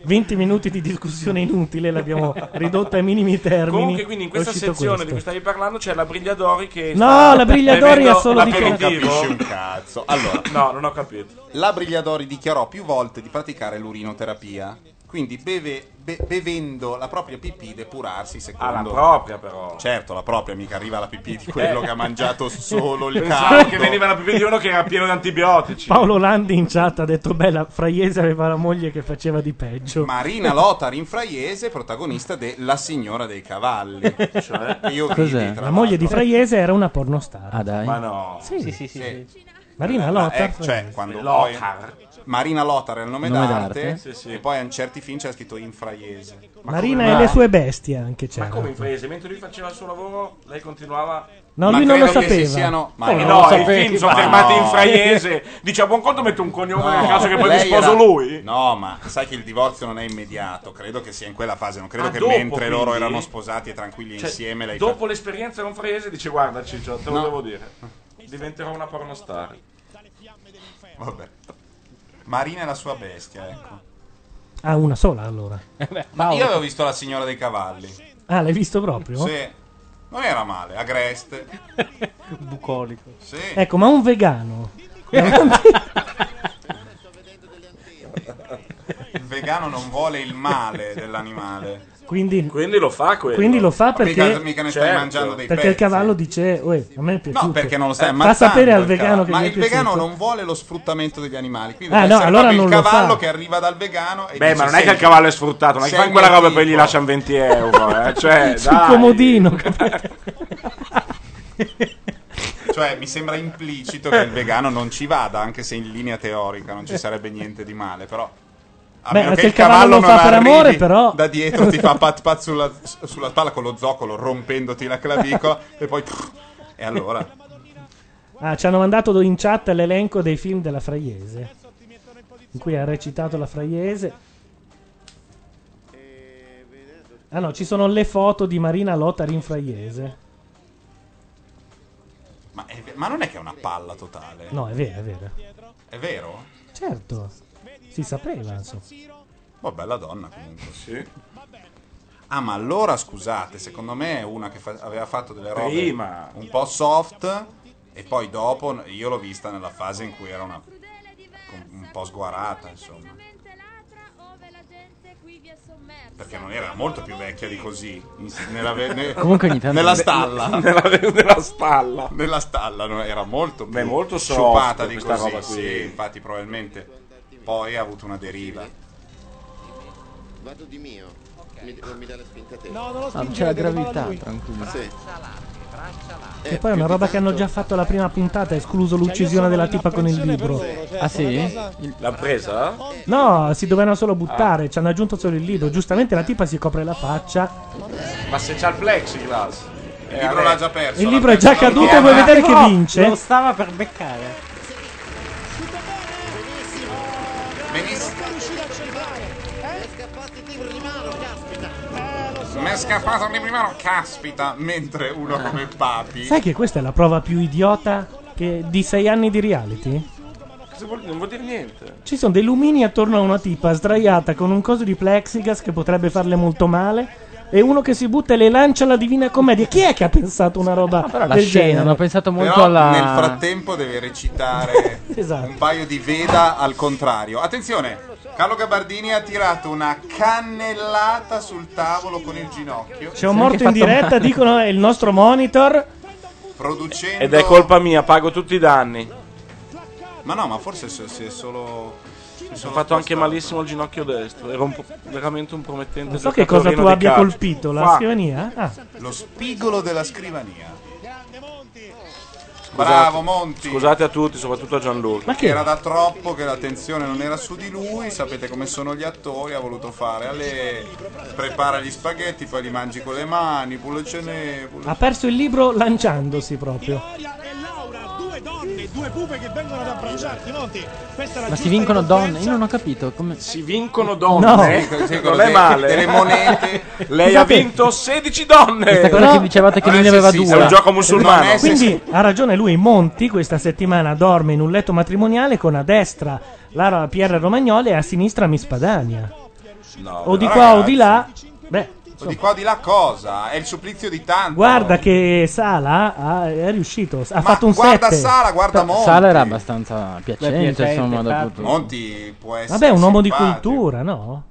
Speaker 3: 20 minuti di discussione inutile, l'abbiamo ridotta ai minimi termini.
Speaker 4: Comunque, quindi in
Speaker 3: È
Speaker 4: questa
Speaker 3: uscito
Speaker 4: sezione di cui
Speaker 3: questo.
Speaker 4: stavi parlando c'è la Brigliadori che.
Speaker 3: No,
Speaker 4: sta
Speaker 3: la Brigliadori
Speaker 4: bevendo
Speaker 3: ha solo dichiarato-
Speaker 4: l'aperitivo.
Speaker 1: Non capisci un cazzo. Allora.
Speaker 4: no, non ho capito.
Speaker 1: La Brigliadori dichiarò più volte di praticare l'urinoterapia. Quindi beve- be- bevendo la propria pipì depurarsi secondo...
Speaker 4: Ah, la propria, però.
Speaker 1: Certo, la propria, mica arriva la pipì di quello
Speaker 4: Eh.
Speaker 1: che ha mangiato solo il
Speaker 4: Pensavo
Speaker 1: caldo.
Speaker 4: che veniva la pipì di uno che era pieno di antibiotici.
Speaker 3: Paolo Landi in chat ha detto: Bella, Fraiese aveva la moglie che faceva di peggio.
Speaker 1: Marina Lothar in Fraiese, protagonista de La signora dei cavalli. Cioè, io vidi, tra
Speaker 3: La moglie di
Speaker 1: l'altro.
Speaker 3: Fraiese era una pornostar. Ah,
Speaker 7: dai.
Speaker 1: Ma no.
Speaker 3: Sì, sì,
Speaker 1: sì, sì.
Speaker 3: Marina
Speaker 1: Ma
Speaker 3: Lothar.
Speaker 1: è- cioè, quando
Speaker 4: Eh, Lothar.
Speaker 1: poi- Marina Lothar è il nome,
Speaker 3: Nome
Speaker 1: d'arte.
Speaker 3: d'arte.
Speaker 1: E poi a certi film c'era scritto in Fraiese. Ma
Speaker 3: Marina
Speaker 1: come
Speaker 3: e
Speaker 1: mai?
Speaker 3: le sue bestie anche
Speaker 4: Ma
Speaker 3: c'erano.
Speaker 4: come in paese? Mentre lui faceva il suo lavoro, lei continuava.
Speaker 3: No, Ma lui non lo
Speaker 1: credo che
Speaker 3: sapeva.
Speaker 1: si siano-
Speaker 4: Ma
Speaker 1: Ma
Speaker 4: eh
Speaker 1: non
Speaker 4: no,
Speaker 1: lo
Speaker 4: i
Speaker 1: sapeva.
Speaker 4: film sono
Speaker 1: Ma
Speaker 4: fermati
Speaker 1: no.
Speaker 4: in fraiese. Dice a buon conto metto un cognome a caso che poi mi
Speaker 1: lei
Speaker 4: sposo
Speaker 1: era-
Speaker 4: lui.
Speaker 1: No, ma sai che il divorzio non è immediato. Credo che sia in quella fase. Non credo
Speaker 4: Ah,
Speaker 1: che
Speaker 4: dopo,
Speaker 1: mentre loro
Speaker 4: quindi?
Speaker 1: erano sposati e tranquilli
Speaker 4: Cioè,
Speaker 1: insieme. Lei
Speaker 4: dopo l'esperienza con fraiese dice guarda Ciccio, te lo
Speaker 1: No.
Speaker 4: devo dire. Diventerò una pornostar.
Speaker 1: Vabbè. Marina è la sua bestia, ecco.
Speaker 3: Ah, una sola allora.
Speaker 1: Ma io avevo visto la signora dei cavalli.
Speaker 3: Ah, l'hai visto proprio?
Speaker 1: Sì. Non era male, agreste.
Speaker 24: Bucolico.
Speaker 1: Sì.
Speaker 3: Ecco, ma un vegano.
Speaker 1: Il vegano non vuole il male dell'animale.
Speaker 3: quindi,
Speaker 4: Quindi lo fa quello.
Speaker 3: quindi lo fa
Speaker 1: Ma
Speaker 3: perché.
Speaker 1: mica- mica ne stai Certo. mangiando dei
Speaker 3: Perché il
Speaker 1: pezzi.
Speaker 3: cavallo dice: "Uè, a me è piaciuto. Eh,
Speaker 1: No, perché non lo stai
Speaker 3: Fa
Speaker 1: ammazzando.
Speaker 3: sapere al
Speaker 1: il
Speaker 3: vegano
Speaker 1: cavallo.
Speaker 3: che
Speaker 1: Ma
Speaker 3: gli è
Speaker 1: il vegano
Speaker 3: piaciuto.
Speaker 1: non vuole lo sfruttamento degli animali. Quindi
Speaker 3: Ah,
Speaker 1: deve
Speaker 3: no,
Speaker 1: essere
Speaker 3: allora
Speaker 1: proprio
Speaker 3: non
Speaker 1: il
Speaker 3: lo
Speaker 1: cavallo
Speaker 3: fa.
Speaker 1: che arriva dal vegano e
Speaker 4: Beh,
Speaker 1: dice,
Speaker 4: ma non è che
Speaker 1: "Senti,
Speaker 4: il cavallo è sfruttato, non è che
Speaker 1: sei
Speaker 4: fa quella roba e poi
Speaker 1: mio
Speaker 4: gli
Speaker 1: tipo."
Speaker 4: lasciano 20 euro. eh, Cioè,
Speaker 3: Sul
Speaker 4: dai.
Speaker 3: comodino, capito?
Speaker 1: Cioè, mi sembra implicito che il vegano non ci vada, anche se in linea teorica non ci sarebbe niente di male, però. A
Speaker 3: Eh. Beh,
Speaker 1: meno
Speaker 3: se
Speaker 1: che
Speaker 3: il cavallo lo
Speaker 1: non
Speaker 3: fa per
Speaker 1: arrivi
Speaker 3: amore, però-
Speaker 1: Da dietro ti fa pat pat sulla, sulla spalla con lo zoccolo, rompendoti la clavicola, e poi. E allora.
Speaker 3: Ah, ci hanno mandato in chat l'elenco dei film della Fraiese. In cui ha recitato la Fraiese. Ah no, ci sono le foto di Marina Lothar in Fraiese.
Speaker 1: Ma, è ve- ma non è che è una palla totale.
Speaker 3: No, è vero, è vero.
Speaker 1: È vero?
Speaker 3: Certo. Si sapeva, insomma.
Speaker 1: Boh, bella donna comunque. Sì. Ah, ma allora scusate, secondo me è una che fa- aveva fatto delle robe
Speaker 4: Prima.
Speaker 1: un po' soft e poi dopo n- io l'ho vista nella fase in cui era una con- un po' sguarata, insomma. Perché non era molto più vecchia di così. in- nella, ve- ne-
Speaker 7: Comunque ogni tanto-
Speaker 1: Nella stalla.
Speaker 7: Nella-
Speaker 4: nella stalla.
Speaker 1: Nella stalla, no, era molto più
Speaker 4: Beh, molto soft
Speaker 1: sciupata di
Speaker 4: questa
Speaker 1: così.
Speaker 4: roba qui.
Speaker 1: Sì, infatti probabilmente poi ha avuto una deriva.
Speaker 26: Vado di mio. Mi, non mi dà la spinta a te.
Speaker 2: No, non lo
Speaker 7: Ah, c'è la gravità, tranquillo.
Speaker 26: Sì. Eh,
Speaker 3: E poi è una roba che hanno già fatto alla prima puntata,
Speaker 4: Cioè,
Speaker 3: escluso l'uccisione della tipa con il libro.
Speaker 7: Ah sì?
Speaker 4: L'ha presa?
Speaker 3: No, si dovevano solo buttare, ci hanno aggiunto solo il libro. Giustamente la tipa si copre la faccia.
Speaker 4: Ma se c'ha il plexiglass.
Speaker 1: Il libro l'ha già perso.
Speaker 3: Il libro è già caduto, vuoi vedere che vince?
Speaker 24: Lo stava per beccare.
Speaker 1: Benissimo.
Speaker 2: eh?
Speaker 26: so.
Speaker 1: Mi è scappato il libro di mano, caspita, mentre uno come Papi...
Speaker 3: Sai che questa è la prova più idiota che- di sei anni di reality?
Speaker 4: Cosa vuol- Non vuol dire niente.
Speaker 3: Ci sono dei lumini attorno a una tipa sdraiata con un coso di plexigas che potrebbe farle molto male. E uno che si butta e le lancia la divina commedia. Chi è che ha pensato una roba
Speaker 7: Ah, La
Speaker 3: del
Speaker 7: scena,
Speaker 3: genere?
Speaker 7: hanno pensato molto
Speaker 1: Però
Speaker 7: alla...
Speaker 1: nel frattempo deve recitare
Speaker 3: Esatto.
Speaker 1: un paio di veda al contrario. Attenzione, Carlo Gabardini ha tirato una cannellata sul tavolo con il ginocchio.
Speaker 3: C'è un morto in diretta, dicono è il nostro monitor.
Speaker 1: Producendo...
Speaker 4: Ed è colpa mia, pago tutti i danni.
Speaker 1: Ma no, ma forse se, se è solo...
Speaker 4: Mi sono fatto anche malissimo il ginocchio destro. Era un po- veramente un promettente.
Speaker 3: Non so che cosa
Speaker 4: giocatorino
Speaker 3: tu
Speaker 4: di
Speaker 3: abbia
Speaker 4: calcio.
Speaker 3: colpito, la
Speaker 4: Qua.
Speaker 3: scrivania? Ah.
Speaker 1: Lo spigolo della scrivania.
Speaker 4: Scusate.
Speaker 1: Bravo, Monti.
Speaker 4: Scusate a tutti, soprattutto a Gianluca.
Speaker 1: Era da troppo che l'attenzione non era su di lui, sapete come sono gli attori, ha voluto fare alle... prepara gli spaghetti, poi li mangi con le mani, pullocene...
Speaker 3: Ha perso il libro lanciandosi proprio.
Speaker 2: Due pupe che vengono ad abbracciarti, Monti. Questa è la
Speaker 7: Ma si
Speaker 2: giusta
Speaker 7: vincono
Speaker 2: ricompensa.
Speaker 7: donne? Io non ho capito. Come...
Speaker 4: Si vincono
Speaker 7: donne?
Speaker 4: No. Non è male.
Speaker 1: delle monete.
Speaker 4: Lei ha vinto 16 donne.
Speaker 1: Eh,
Speaker 7: Questa cosa che dicevate
Speaker 4: Eh,
Speaker 7: che lui ne aveva due.
Speaker 4: È un gioco musulmano.
Speaker 3: Quindi ha ragione lui. Monti questa settimana dorme in un letto matrimoniale con a destra Lara Pierre Romagnoli e a sinistra Miss Padania. O di qua o di là. Beh,
Speaker 1: O di qua o di là cosa? È il supplizio di tanto.
Speaker 3: guarda che Sala ha- è riuscito. Ha fatto un
Speaker 1: guarda
Speaker 3: 7.
Speaker 1: Sala, guarda Monti.
Speaker 7: Sala era abbastanza piacente,
Speaker 3: piacente,
Speaker 7: insomma, da
Speaker 3: infatti.
Speaker 7: tutto.
Speaker 1: Monti può essere
Speaker 3: Vabbè, un uomo di
Speaker 1: simpatico.
Speaker 3: cultura, no?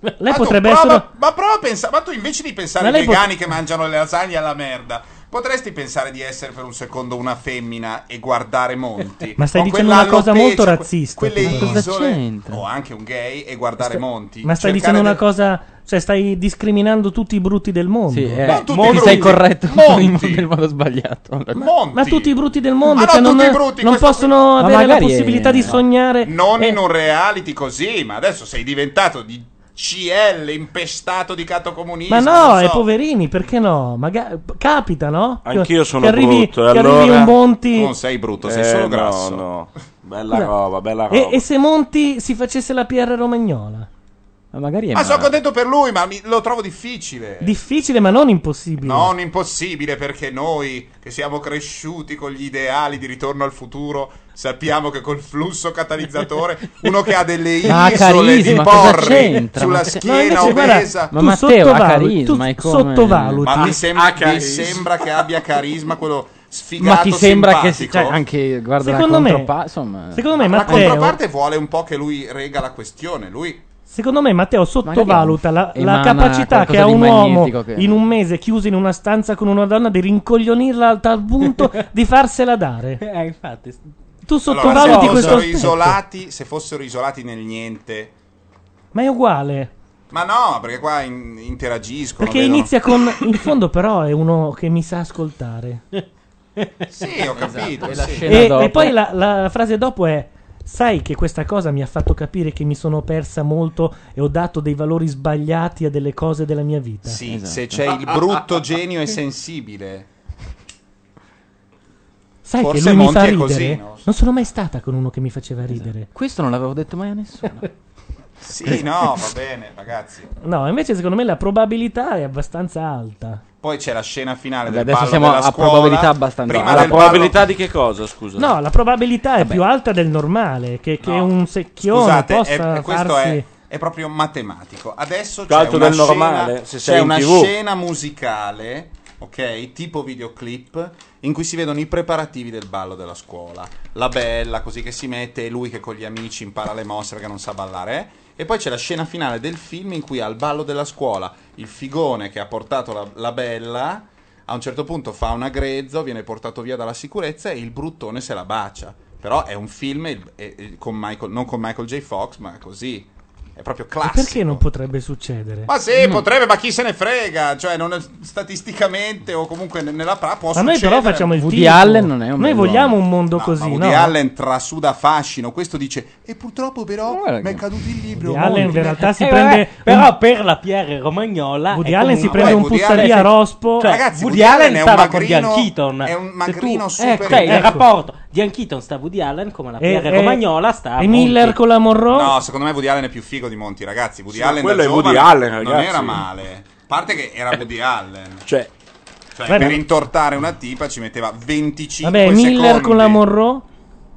Speaker 3: Lei
Speaker 1: Ma tu
Speaker 3: potrebbe
Speaker 1: prova-
Speaker 3: essere.
Speaker 1: Ma prova a pensare, ma tu invece di pensare
Speaker 3: Ma
Speaker 1: ai
Speaker 3: lei pot-
Speaker 1: vegani che mangiano le lasagne alla merda, potresti pensare di essere per un secondo una femmina e guardare Monti.
Speaker 3: Ma stai
Speaker 1: O
Speaker 3: dicendo una cosa
Speaker 1: quell'alopecia,
Speaker 3: molto
Speaker 1: que-
Speaker 3: razzista,
Speaker 1: Quelle
Speaker 3: tu, però. Ma cosa
Speaker 1: isole,
Speaker 3: c'entra?
Speaker 1: o anche un gay e guardare Monti.
Speaker 3: Ma stai
Speaker 1: Cercare
Speaker 3: dicendo una
Speaker 1: di-
Speaker 3: cosa. Cioè, stai discriminando tutti i brutti del mondo.
Speaker 7: Sì, eh,
Speaker 3: Non
Speaker 7: ti
Speaker 3: tutti i
Speaker 7: sei
Speaker 3: brutti.
Speaker 7: corretto
Speaker 3: Monti.
Speaker 7: in- nel modo sbagliato. allora.
Speaker 3: Ma tutti i brutti del mondo
Speaker 1: Ma Ah, no,
Speaker 3: cioè, non,
Speaker 1: tutti i brutti,
Speaker 3: non
Speaker 1: questo-
Speaker 3: possono
Speaker 1: Ma
Speaker 3: avere la
Speaker 1: magari è-
Speaker 3: possibilità di
Speaker 1: no.
Speaker 3: sognare.
Speaker 1: Non
Speaker 3: eh,
Speaker 1: in un reality così, ma adesso sei diventato di CL impestato di catto
Speaker 3: Ma
Speaker 1: comunista.
Speaker 3: no,
Speaker 1: non so.
Speaker 3: e poverini, perché no? Maga- capita, no? Che-
Speaker 4: Anch'io sono
Speaker 3: che arrivi,
Speaker 4: brutto. e
Speaker 3: che arrivi
Speaker 4: allora... Eh,
Speaker 3: un Monti.
Speaker 1: brutto,
Speaker 3: sei solo
Speaker 1: grasso.
Speaker 4: No, no. Bella
Speaker 3: Scusa,
Speaker 4: roba, bella roba.
Speaker 3: E, e se Monti si facesse la PR romagnola?
Speaker 7: Ma magari
Speaker 1: Ma sono contento per lui, ma mi- lo trovo difficile.
Speaker 3: Difficile, ma non impossibile.
Speaker 1: Non impossibile perché noi che siamo cresciuti con gli ideali di ritorno al futuro sappiamo che col flusso catalizzatore uno che ha delle
Speaker 7: Ma ha
Speaker 1: isole di
Speaker 7: carisma, cosa
Speaker 1: porri
Speaker 7: c'entra?
Speaker 1: sulla
Speaker 7: Ma-
Speaker 3: No,
Speaker 1: schiena
Speaker 3: invece, guarda,
Speaker 1: obesa.
Speaker 7: Ma tu Matteo ha sottovaluti, tu carisma, è come- sottovaluti.
Speaker 1: Ma mi, sem-
Speaker 7: Ha
Speaker 1: Ah, mi
Speaker 7: carisma.
Speaker 1: sembra che abbia carisma quello sfigato
Speaker 7: Ma ti sembra che si,
Speaker 1: simpatico.
Speaker 7: cioè, anche guarda
Speaker 3: Secondo
Speaker 7: la
Speaker 3: me-
Speaker 7: controparte, insomma.
Speaker 3: secondo me,
Speaker 1: Ma
Speaker 3: Matteo-
Speaker 1: La controparte vuole un po' che lui rega la questione. Lui
Speaker 3: Secondo me Matteo sottovaluta la, la
Speaker 7: emana
Speaker 3: capacità che
Speaker 7: qualcosa
Speaker 3: ha
Speaker 7: di
Speaker 3: un uomo
Speaker 7: magnetico che-
Speaker 3: in un mese chiuso in una stanza con una donna di rincoglionirla al tal punto di farsela dare.
Speaker 24: Eh, infatti.
Speaker 3: Tu
Speaker 1: Allora,
Speaker 3: sottovaluti
Speaker 1: se
Speaker 3: questo
Speaker 1: fossero
Speaker 3: aspetto.
Speaker 1: isolati, se fossero isolati nel niente.
Speaker 3: Ma è uguale.
Speaker 1: Ma no, perché qua in- interagiscono.
Speaker 3: Perché
Speaker 1: vedono-
Speaker 3: inizia con. In fondo, però, è uno che mi sa ascoltare.
Speaker 1: Sì,
Speaker 3: Esatto.
Speaker 1: ho capito.
Speaker 7: e la
Speaker 1: sì.
Speaker 7: scena
Speaker 3: E, e poi la, la frase dopo è: Sai che questa cosa mi ha fatto capire che mi sono persa molto e ho dato dei valori sbagliati a delle cose della mia vita.
Speaker 1: Sì, se c'è il brutto genio e sensibile.
Speaker 3: Sai che
Speaker 1: forse
Speaker 3: lui mi
Speaker 1: Monti
Speaker 3: fa
Speaker 1: è
Speaker 3: ridere?
Speaker 1: così, no? Esatto.
Speaker 3: Non sono mai stata con uno che mi faceva ridere.
Speaker 7: Questo non l'avevo detto mai a nessuno.
Speaker 1: Sì, no, va bene, ragazzi.
Speaker 3: No, invece, secondo me la probabilità è abbastanza alta.
Speaker 1: Poi c'è la scena finale
Speaker 7: Vabbè,
Speaker 1: del
Speaker 7: adesso
Speaker 1: ballo
Speaker 7: siamo
Speaker 1: della
Speaker 7: a
Speaker 1: scuola.
Speaker 7: probabilità abbastanza
Speaker 1: Prima
Speaker 7: alta.
Speaker 1: del
Speaker 7: La
Speaker 4: Probabilità di che cosa, scusa?
Speaker 3: No, la probabilità è più alta del normale. Che, che un secchione
Speaker 1: ballo- Scusate, è-
Speaker 3: possa
Speaker 1: è- questo
Speaker 3: farsi.
Speaker 1: è, è proprio matematico. Adesso
Speaker 4: Più
Speaker 1: c'è
Speaker 4: alto
Speaker 1: una,
Speaker 4: del normale,
Speaker 1: scena,
Speaker 4: se sei
Speaker 1: c'è
Speaker 4: in
Speaker 1: una
Speaker 4: TV.
Speaker 1: scena musicale ok? Tipo videoclip in cui si vedono i preparativi del ballo della scuola. La bella così che si mette e lui che con gli amici impara le mosse perché non sa ballare. eh? E poi c'è la scena finale del film in cui al ballo della scuola il figone che ha portato la, la bella a un certo punto fa una grezza, viene portato via dalla sicurezza e il bruttone se la bacia. Però è un film e- e- e con Michael- non con Michael J. Fox, ma così. È proprio classico.
Speaker 3: Perché Mm. non potrebbe succedere?
Speaker 1: Ma sì, potrebbe, ma chi se ne frega? Cioè, non è- statisticamente o comunque ne- nella pra può
Speaker 3: Ma noi
Speaker 1: succedere.
Speaker 3: però facciamo il tifo. Noi vogliamo un mondo
Speaker 1: No,
Speaker 3: così,
Speaker 1: ma
Speaker 3: no?
Speaker 1: Woody Allen trasuda fascino. Questo dice, "Oh, e purtroppo però mi è caduto il libro.
Speaker 3: Woody Allen
Speaker 1: Monti.
Speaker 3: in realtà si
Speaker 24: Eh,
Speaker 3: prende
Speaker 24: vabbè,
Speaker 3: un-
Speaker 24: però per la PR romagnola
Speaker 3: Woody
Speaker 24: è
Speaker 3: Allen si
Speaker 24: comunque-
Speaker 3: prende un Pussalia Rospo.
Speaker 24: Cioè,
Speaker 3: Ragazzi,
Speaker 24: Woody,
Speaker 3: Woody Allen
Speaker 24: Allen
Speaker 3: è un
Speaker 24: stava con
Speaker 3: magrino-
Speaker 24: Diane Keaton
Speaker 3: è un
Speaker 24: Se
Speaker 3: magrino
Speaker 24: tu-
Speaker 3: super-
Speaker 24: ecco, cioè, il
Speaker 3: ecco.
Speaker 24: rapporto Diane Keaton sta a Woody Allen come la PR
Speaker 3: E- e-
Speaker 24: romagnola sta a
Speaker 3: e
Speaker 24: Monti.
Speaker 3: Miller con la Monroe?
Speaker 1: No, secondo me Woody Allen è più figo di Monti, ragazzi. Woody
Speaker 4: Sì, ma
Speaker 1: Allen
Speaker 4: quello
Speaker 1: da
Speaker 4: è Woody
Speaker 1: giovane
Speaker 4: Allen,
Speaker 1: non
Speaker 4: ragazzi.
Speaker 1: era male. A parte che era Woody Allen.
Speaker 4: Cioè,
Speaker 1: Cioè,
Speaker 3: Vabbè.
Speaker 1: per intortare una tipa ci metteva 25
Speaker 3: Vabbè,
Speaker 1: secondi.
Speaker 3: Miller con la Monroe?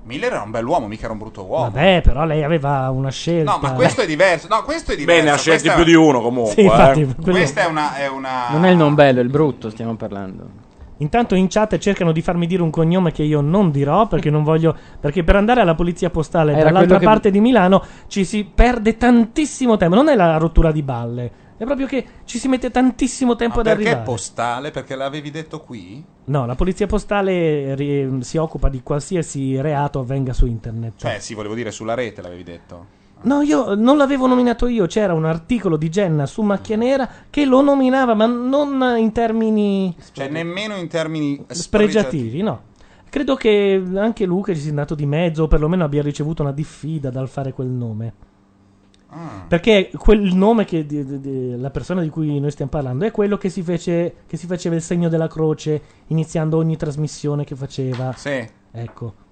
Speaker 1: Miller era un bell'uomo, mica era un brutto uomo.
Speaker 3: Vabbè, però lei aveva una scelta.
Speaker 1: No, ma questo è diverso. No, questo è diverso.
Speaker 4: Beh, ne ha scelti
Speaker 1: Questa è-
Speaker 4: più di uno comunque.
Speaker 3: Sì, infatti,
Speaker 4: eh.
Speaker 3: quello-
Speaker 1: Questa è una, è una-
Speaker 7: Non è il non bello, è il brutto, stiamo parlando.
Speaker 3: Intanto in chat cercano di farmi dire un cognome che io non dirò perché non voglio. Perché per andare alla polizia postale
Speaker 7: Era
Speaker 3: dall'altra
Speaker 7: quello che-
Speaker 3: parte di Milano ci si perde tantissimo tempo. Non è la rottura di balle, è proprio che ci si mette tantissimo tempo
Speaker 1: Ma
Speaker 3: ad
Speaker 1: perché
Speaker 3: arrivare.
Speaker 1: postale? Perché l'avevi detto qui?
Speaker 3: no, la polizia postale eh, ri- mm, si occupa di qualsiasi reato avvenga su internet.
Speaker 1: Cioè, sì, volevo dire sulla rete l'avevi detto.
Speaker 3: No, io non l'avevo nominato io. C'era un articolo di Genna su Macchia Nera che lo nominava, ma non in termini.
Speaker 1: Cioè, nemmeno in termini
Speaker 3: spregiativi, no. Credo che anche Luca ci sia andato di mezzo, o perlomeno abbia ricevuto una diffida dal fare quel nome.
Speaker 1: Ah.
Speaker 3: Perché quel nome che di- di- di- la persona di cui noi stiamo parlando è quello che si, fece, che si faceva il segno della croce iniziando ogni trasmissione che faceva.
Speaker 1: Sì.
Speaker 3: Ecco.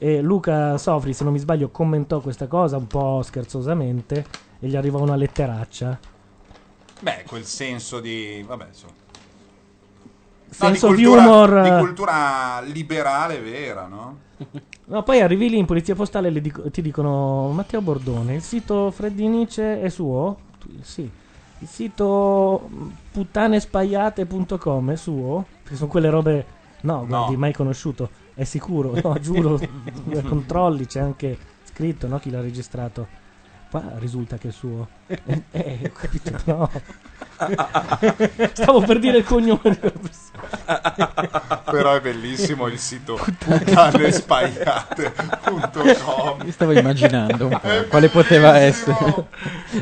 Speaker 3: E Luca Sofri, se non mi sbaglio, commentò questa cosa un po' scherzosamente e gli arrivò una letteraccia.
Speaker 1: Beh, quel senso di. Vabbè, insomma. No,
Speaker 3: Senso di
Speaker 1: cultura-
Speaker 3: humor. eh.
Speaker 1: Di cultura liberale vera, no?
Speaker 3: No, poi arrivi lì in polizia postale e le dico- ti dicono Matteo Bordone, il sito Freddy Nietzsche è suo? Tu- Sì. Il sito mm, puttanespaiate.com è suo? Perché sono quelle robe... No, guardi, mai conosciuto. È sicuro, no, giuro. Controlli, c'è anche scritto, no? Chi l'ha registrato. Qua risulta che è suo. Eh, eh, ho capito, no. Stavo per dire il cognome della persona.
Speaker 1: Però è bellissimo il sito puttanespaiate.com.
Speaker 7: Io stavo immaginando un po' quale poteva essere.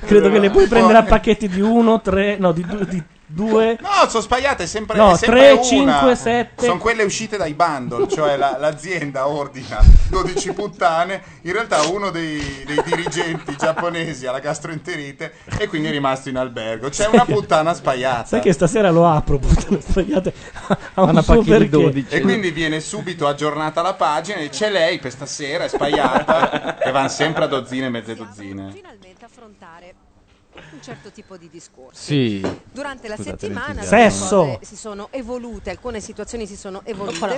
Speaker 3: Credo che le puoi prendere a pacchetti di uno, tre, no, di due, di due.
Speaker 1: No, sono sbagliate, è sempre,
Speaker 3: No,
Speaker 1: è sempre
Speaker 3: 3,
Speaker 1: una.
Speaker 3: 5, 7.
Speaker 1: Sono quelle uscite dai bundle, cioè la- l'azienda ordina 12 puttane, in realtà uno dei, dei dirigenti giapponesi ha la gastroenterite e quindi è rimasto in albergo. C'è una puttana spaiata.
Speaker 3: Sai che stasera lo apro, puttana sbagliate. Ha un
Speaker 7: Una
Speaker 3: suo
Speaker 7: pacchetta di
Speaker 3: perché.
Speaker 7: 12.
Speaker 1: E quindi viene subito aggiornata la pagina e c'è lei per stasera, è spaiata, e vanno sempre a dozzine e mezze dozzine.
Speaker 16: Finalmente affrontare un certo tipo di discorso.
Speaker 1: Sì.
Speaker 16: Durante la
Speaker 1: Scusate
Speaker 16: settimana alcune
Speaker 1: l'entusiasmo. Sesso.
Speaker 16: cose si sono evolute, alcune situazioni si sono evolute
Speaker 5: Eccola,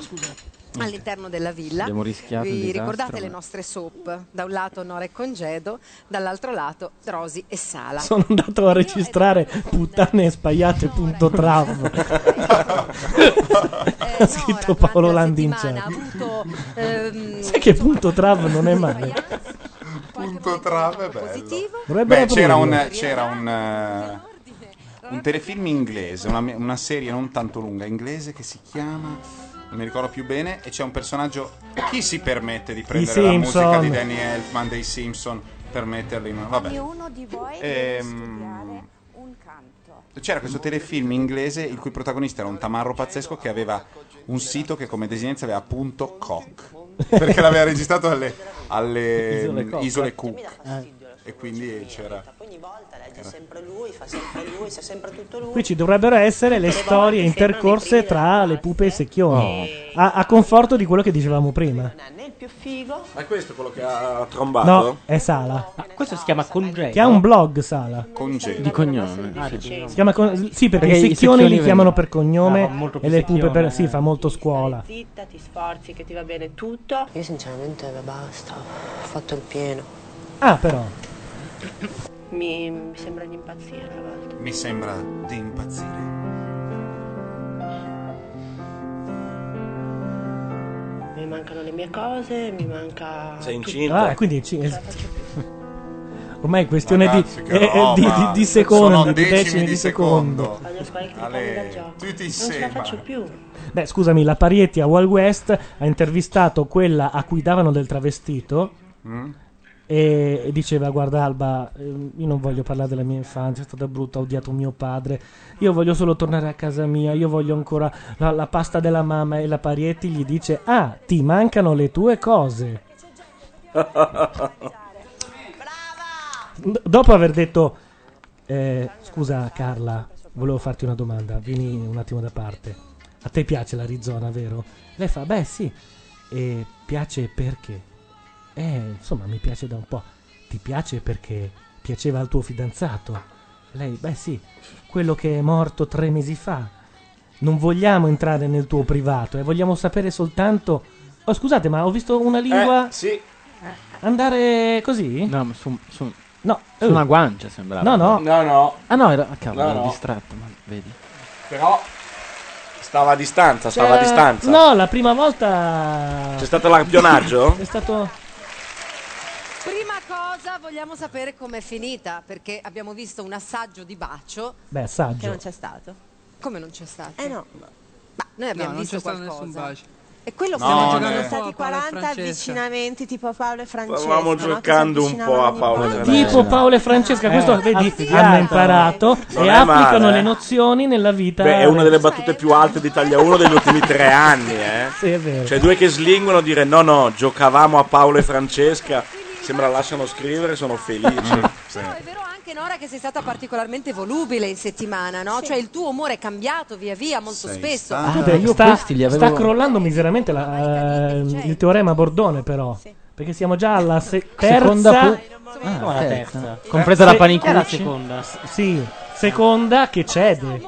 Speaker 16: all'interno della villa.
Speaker 7: Abbiamo rischiato il
Speaker 16: Vi
Speaker 7: disastro,
Speaker 16: ricordate le
Speaker 7: ma-
Speaker 16: nostre soap? Da un lato Nora e Congedo, dall'altro lato Rosi e Sala.
Speaker 3: Sono andato a registrare
Speaker 16: Eh,
Speaker 3: puttanespagliate.trav. ha scritto Paolo Landi in
Speaker 16: Ha
Speaker 3: chat.
Speaker 16: avuto ehm,
Speaker 3: Sai che punto trav non è male.
Speaker 1: Punto trave è bello.
Speaker 3: Dovrebbero
Speaker 1: Beh, c'era
Speaker 3: aprirlo.
Speaker 1: un, c'era un, eh, un telefilm inglese, una, una serie non tanto lunga inglese che si chiama non mi ricordo più bene e c'è un personaggio chi si permette di prendere la musica
Speaker 3: Simpson.
Speaker 1: di Danny Elfman dei Simpson per metterlo in vabbè
Speaker 8: Ognuno di voi deve
Speaker 1: Ehm,
Speaker 8: studiare un canto.
Speaker 1: c'era questo telefilm inglese il cui protagonista era un tamarro pazzesco che aveva un sito che come desinenza aveva punto cock perché l'aveva registrato alle, alle,
Speaker 33: Isole
Speaker 1: mh,
Speaker 33: Cook.
Speaker 1: isole
Speaker 33: Mi dà
Speaker 1: Cook
Speaker 33: fastidio
Speaker 1: Eh, e quindi c'era
Speaker 33: Ogni volta legge sempre lui, fa sempre lui, sa sempre tutto lui.
Speaker 3: Qui ci dovrebbero essere le storie intercorse tra le pupe e secchioni. A, a conforto di quello che dicevamo prima.
Speaker 33: Né il più figo.
Speaker 4: Ma è questo quello che ha trombato?
Speaker 3: No, è Sala.
Speaker 24: questo si chiama congedo
Speaker 3: Che ha un blog, Sala.
Speaker 1: congedo
Speaker 7: di cognome.
Speaker 3: Si chiama con- sì,
Speaker 7: Perché
Speaker 3: perché, i
Speaker 7: i
Speaker 3: secchioni
Speaker 7: secchioni
Speaker 3: li
Speaker 7: vengono-
Speaker 3: chiamano per cognome
Speaker 7: Ah, molto
Speaker 3: e le pupe per.
Speaker 7: secchione,
Speaker 3: Sì, fa molto scuola.
Speaker 33: Zitta, ti sforzi, che ti va bene tutto. Io sinceramente beh, basta, ho fatto il pieno.
Speaker 3: Ah, però.
Speaker 33: Mi, mi sembra di impazzire a volte.
Speaker 1: mi sembra di impazzire
Speaker 33: mancano le mie cose, mi manca...
Speaker 4: Sei
Speaker 33: tutto.
Speaker 4: incinta?
Speaker 3: Ah, quindi ci- Ormai è questione di,
Speaker 1: Ragazzi, che
Speaker 3: eh, eh,
Speaker 1: roba.
Speaker 3: di, di- di secondo,
Speaker 1: Sono
Speaker 3: di decimi di secondo.
Speaker 33: Voglio squalificare
Speaker 1: Ale,
Speaker 33: dal gioco.
Speaker 1: tutti
Speaker 33: non ce la
Speaker 1: insieme.
Speaker 33: faccio più.
Speaker 3: Beh, scusami, la Parietti a Wild West ha intervistato quella a cui davano del travestito
Speaker 1: Mm?
Speaker 3: e, e diceva: Guarda, Alba, ehm, io non voglio parlare della mia infanzia, è stata brutta, ho odiato mio padre. Io voglio solo tornare a casa mia. Io voglio ancora la, la pasta della mamma. E la Parietti gli dice: Ah, ti mancano le tue cose. D- dopo aver detto, eh, scusa Carla, volevo farti una domanda, vieni un attimo da parte. A te piace l'Arizona, vero? Lei fa, beh sì, e piace perché? Eh, insomma, mi piace da un po'. Ti piace perché piaceva al tuo fidanzato? Lei, beh sì, quello che è morto tre mesi fa. Non vogliamo entrare nel tuo privato, eh, vogliamo sapere soltanto... Oh, scusate, ma ho visto una lingua...
Speaker 4: Eh, sì.
Speaker 3: Andare così?
Speaker 7: No, ma su, su,
Speaker 3: no, eh.
Speaker 7: su una guancia sembrava.
Speaker 3: No, no.
Speaker 4: No, no.
Speaker 7: Ah no, era, ah, cavolo,
Speaker 4: No,
Speaker 7: ero
Speaker 4: no.
Speaker 7: distratto, ma vedi.
Speaker 4: Però stava a distanza, stava a
Speaker 3: Cioè,
Speaker 4: distanza.
Speaker 3: No, la prima volta...
Speaker 4: C'è stato l'arpionaggio?
Speaker 3: È stato...
Speaker 17: Prima cosa vogliamo sapere com'è finita, perché abbiamo visto un assaggio di bacio
Speaker 3: Beh, assaggio.
Speaker 17: che non c'è stato. Come non c'è stato? Eh no. Ma noi abbiamo
Speaker 28: No, non
Speaker 17: visto
Speaker 28: c'è stato
Speaker 17: qualcosa.
Speaker 28: nessun bacio.
Speaker 17: E quello
Speaker 4: No,
Speaker 17: stiamo
Speaker 4: ne-
Speaker 17: giocando
Speaker 4: Sono
Speaker 17: stati
Speaker 28: 40
Speaker 33: avvicinamenti tipo Paolo e Francesco.
Speaker 4: Stavamo giocando un po' a Paolo Trevisan.
Speaker 3: Tipo Paolo e Francesca,
Speaker 4: Eh,
Speaker 3: questo vedi,
Speaker 4: affidato.
Speaker 3: hanno imparato
Speaker 4: Non
Speaker 3: e
Speaker 4: è
Speaker 3: applicano
Speaker 4: male, eh.
Speaker 3: le nozioni nella vita.
Speaker 4: Beh, è una delle battute più alte d'Italia 1 degli ultimi tre anni, eh.
Speaker 3: Sì, è vero.
Speaker 4: Cioè, due che slinguano a dire no, no, giocavamo a Paolo e Francesca. Sembra lasciano scrivere, sono
Speaker 17: Mm,
Speaker 4: felici.
Speaker 17: anche Nora che sei stata particolarmente volubile in settimana, no? Cioè il tuo umore è cambiato via via molto spesso.
Speaker 3: Ah, Vabbè,
Speaker 7: io
Speaker 3: sta,
Speaker 7: questi li avevo-
Speaker 3: sta crollando miseramente la- ehm, il teorema Bordone, però. Perché siamo già alla se- terza.
Speaker 7: Seconda pu- Ah,
Speaker 24: Come la terza? terza?
Speaker 7: Compresa la Panicucci?
Speaker 3: Chi è S- sì, seconda che cede.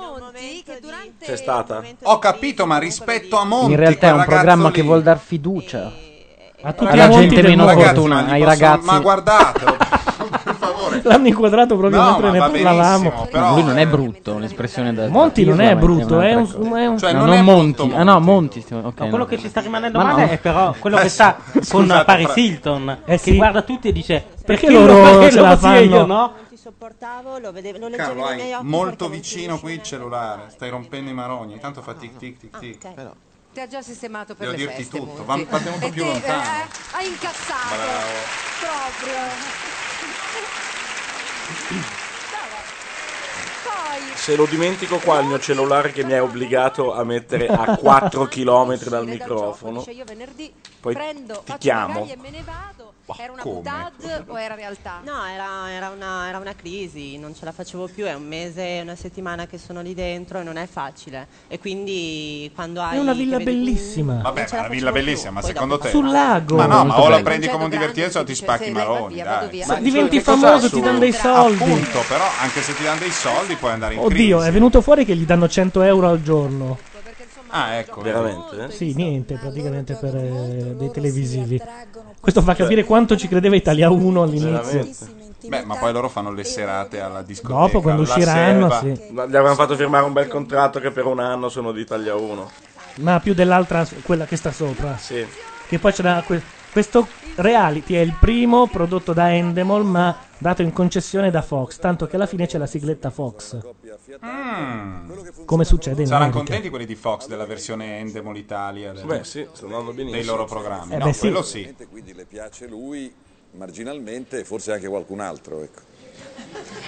Speaker 1: C'è stata. Ho capito, ma rispetto a Monti,
Speaker 7: In realtà è
Speaker 1: quel
Speaker 7: un
Speaker 1: ragazzo
Speaker 7: programma
Speaker 1: lì-
Speaker 7: che vuol dar fiducia
Speaker 3: a
Speaker 1: tutti
Speaker 7: alla
Speaker 1: i monti
Speaker 7: gente
Speaker 1: del
Speaker 7: meno
Speaker 1: mondo.
Speaker 7: fortunata,
Speaker 1: Ragazzi,
Speaker 7: ai
Speaker 1: ma li
Speaker 7: ragazzi.
Speaker 1: possono- ma guardate,
Speaker 3: L'hanno inquadrato proprio
Speaker 1: No,
Speaker 3: mentre
Speaker 1: ma
Speaker 3: ne
Speaker 1: va
Speaker 3: parlavamo.
Speaker 7: No, lui non è brutto, un'espressione da
Speaker 3: Monti non
Speaker 7: dirla,
Speaker 3: è
Speaker 7: ma
Speaker 3: brutto, è un-
Speaker 7: un'altra cosa.
Speaker 3: è un- Cioè,
Speaker 7: No,
Speaker 3: non
Speaker 7: non
Speaker 3: è
Speaker 7: Monti. Ah no, Monti, stiamo- ok,
Speaker 24: No,
Speaker 7: no.
Speaker 24: quello che ci sta rimanendo
Speaker 7: Ma
Speaker 24: male
Speaker 7: no.
Speaker 24: è però quello
Speaker 7: Beh,
Speaker 24: che sta
Speaker 7: scusate,
Speaker 24: con Paris
Speaker 7: fra-
Speaker 24: Hilton che
Speaker 7: Eh sì.
Speaker 24: guarda tutti e dice
Speaker 3: Perché
Speaker 24: perché,
Speaker 3: loro
Speaker 24: loro perché
Speaker 3: ce
Speaker 24: lo
Speaker 3: la
Speaker 24: facevo io
Speaker 3: fanno?"
Speaker 24: no?
Speaker 1: Carlo, hai molto vicino qui il cellulare, stai rompendo i maroni, intanto fa tic tic
Speaker 33: Ah,
Speaker 1: tic tic.
Speaker 17: Ti ha già sistemato per
Speaker 1: Devo
Speaker 17: le
Speaker 1: dirti
Speaker 17: feste. Monti.
Speaker 1: tutto, va- partiamo un po'
Speaker 17: E
Speaker 1: più
Speaker 17: te,
Speaker 1: lontano.
Speaker 17: eh, hai incassato proprio.
Speaker 4: Se lo dimentico qua il mio cellulare che mi ha obbligato a mettere a 4 km dal microfono,
Speaker 17: Dice, io venerdì
Speaker 4: poi
Speaker 17: prendo,
Speaker 4: ti
Speaker 17: faccio
Speaker 4: chiamo.
Speaker 17: magari e me ne vado.
Speaker 33: Era una
Speaker 4: come?
Speaker 33: butad
Speaker 17: o era realtà?
Speaker 33: No, era, era una, era una crisi, non ce la facevo più, è un mese, una settimana che sono lì dentro e non è facile. E quindi quando hai...
Speaker 3: È una
Speaker 33: che
Speaker 3: villa
Speaker 33: vedi-
Speaker 3: bellissima.
Speaker 1: Vabbè, ma la villa bellissima, ma secondo te?
Speaker 3: Sul lago.
Speaker 1: Ma no, ma o la
Speaker 3: Molto
Speaker 1: prendi
Speaker 3: bello.
Speaker 1: come un divertimento o ti spacchi i maroni, dai.
Speaker 3: Ma diventi che cos'ha famoso, su- ti danno dei soldi.
Speaker 1: Appunto, però anche se ti danno dei soldi puoi andare in
Speaker 3: Oddio,
Speaker 1: crisi.
Speaker 3: è venuto fuori che gli danno 100 euro al giorno.
Speaker 1: Ah, ecco,
Speaker 4: veramente?
Speaker 3: Sì, niente praticamente per eh, dei televisivi. Questo fa capire quanto ci credeva Italia 1 all'inizio.
Speaker 1: Beh, ma poi loro fanno le serate alla discoteca.
Speaker 3: Dopo, quando
Speaker 1: alla
Speaker 3: usciranno,
Speaker 1: serva.
Speaker 3: sì.
Speaker 4: Ma Gli avevano fatto firmare un bel contratto che per un anno sono di taglia 1.
Speaker 3: Ma più dell'altra, quella che sta sopra.
Speaker 4: Sì.
Speaker 3: Che poi c'era que- questo reality, è il primo prodotto da Endemol, ma dato in concessione da Fox. Tanto che alla fine c'è la sigletta Fox. Come succede in
Speaker 1: Saranno
Speaker 3: America.
Speaker 1: contenti quelli di Fox della versione Endemol Italia del-
Speaker 4: Beh, sì, stanno andando benissimo.
Speaker 1: dei loro programmi.
Speaker 3: Eh,
Speaker 1: no,
Speaker 3: beh, sì.
Speaker 1: quello sì.
Speaker 9: Quindi le piace lui marginalmente e forse anche qualcun altro, ecco.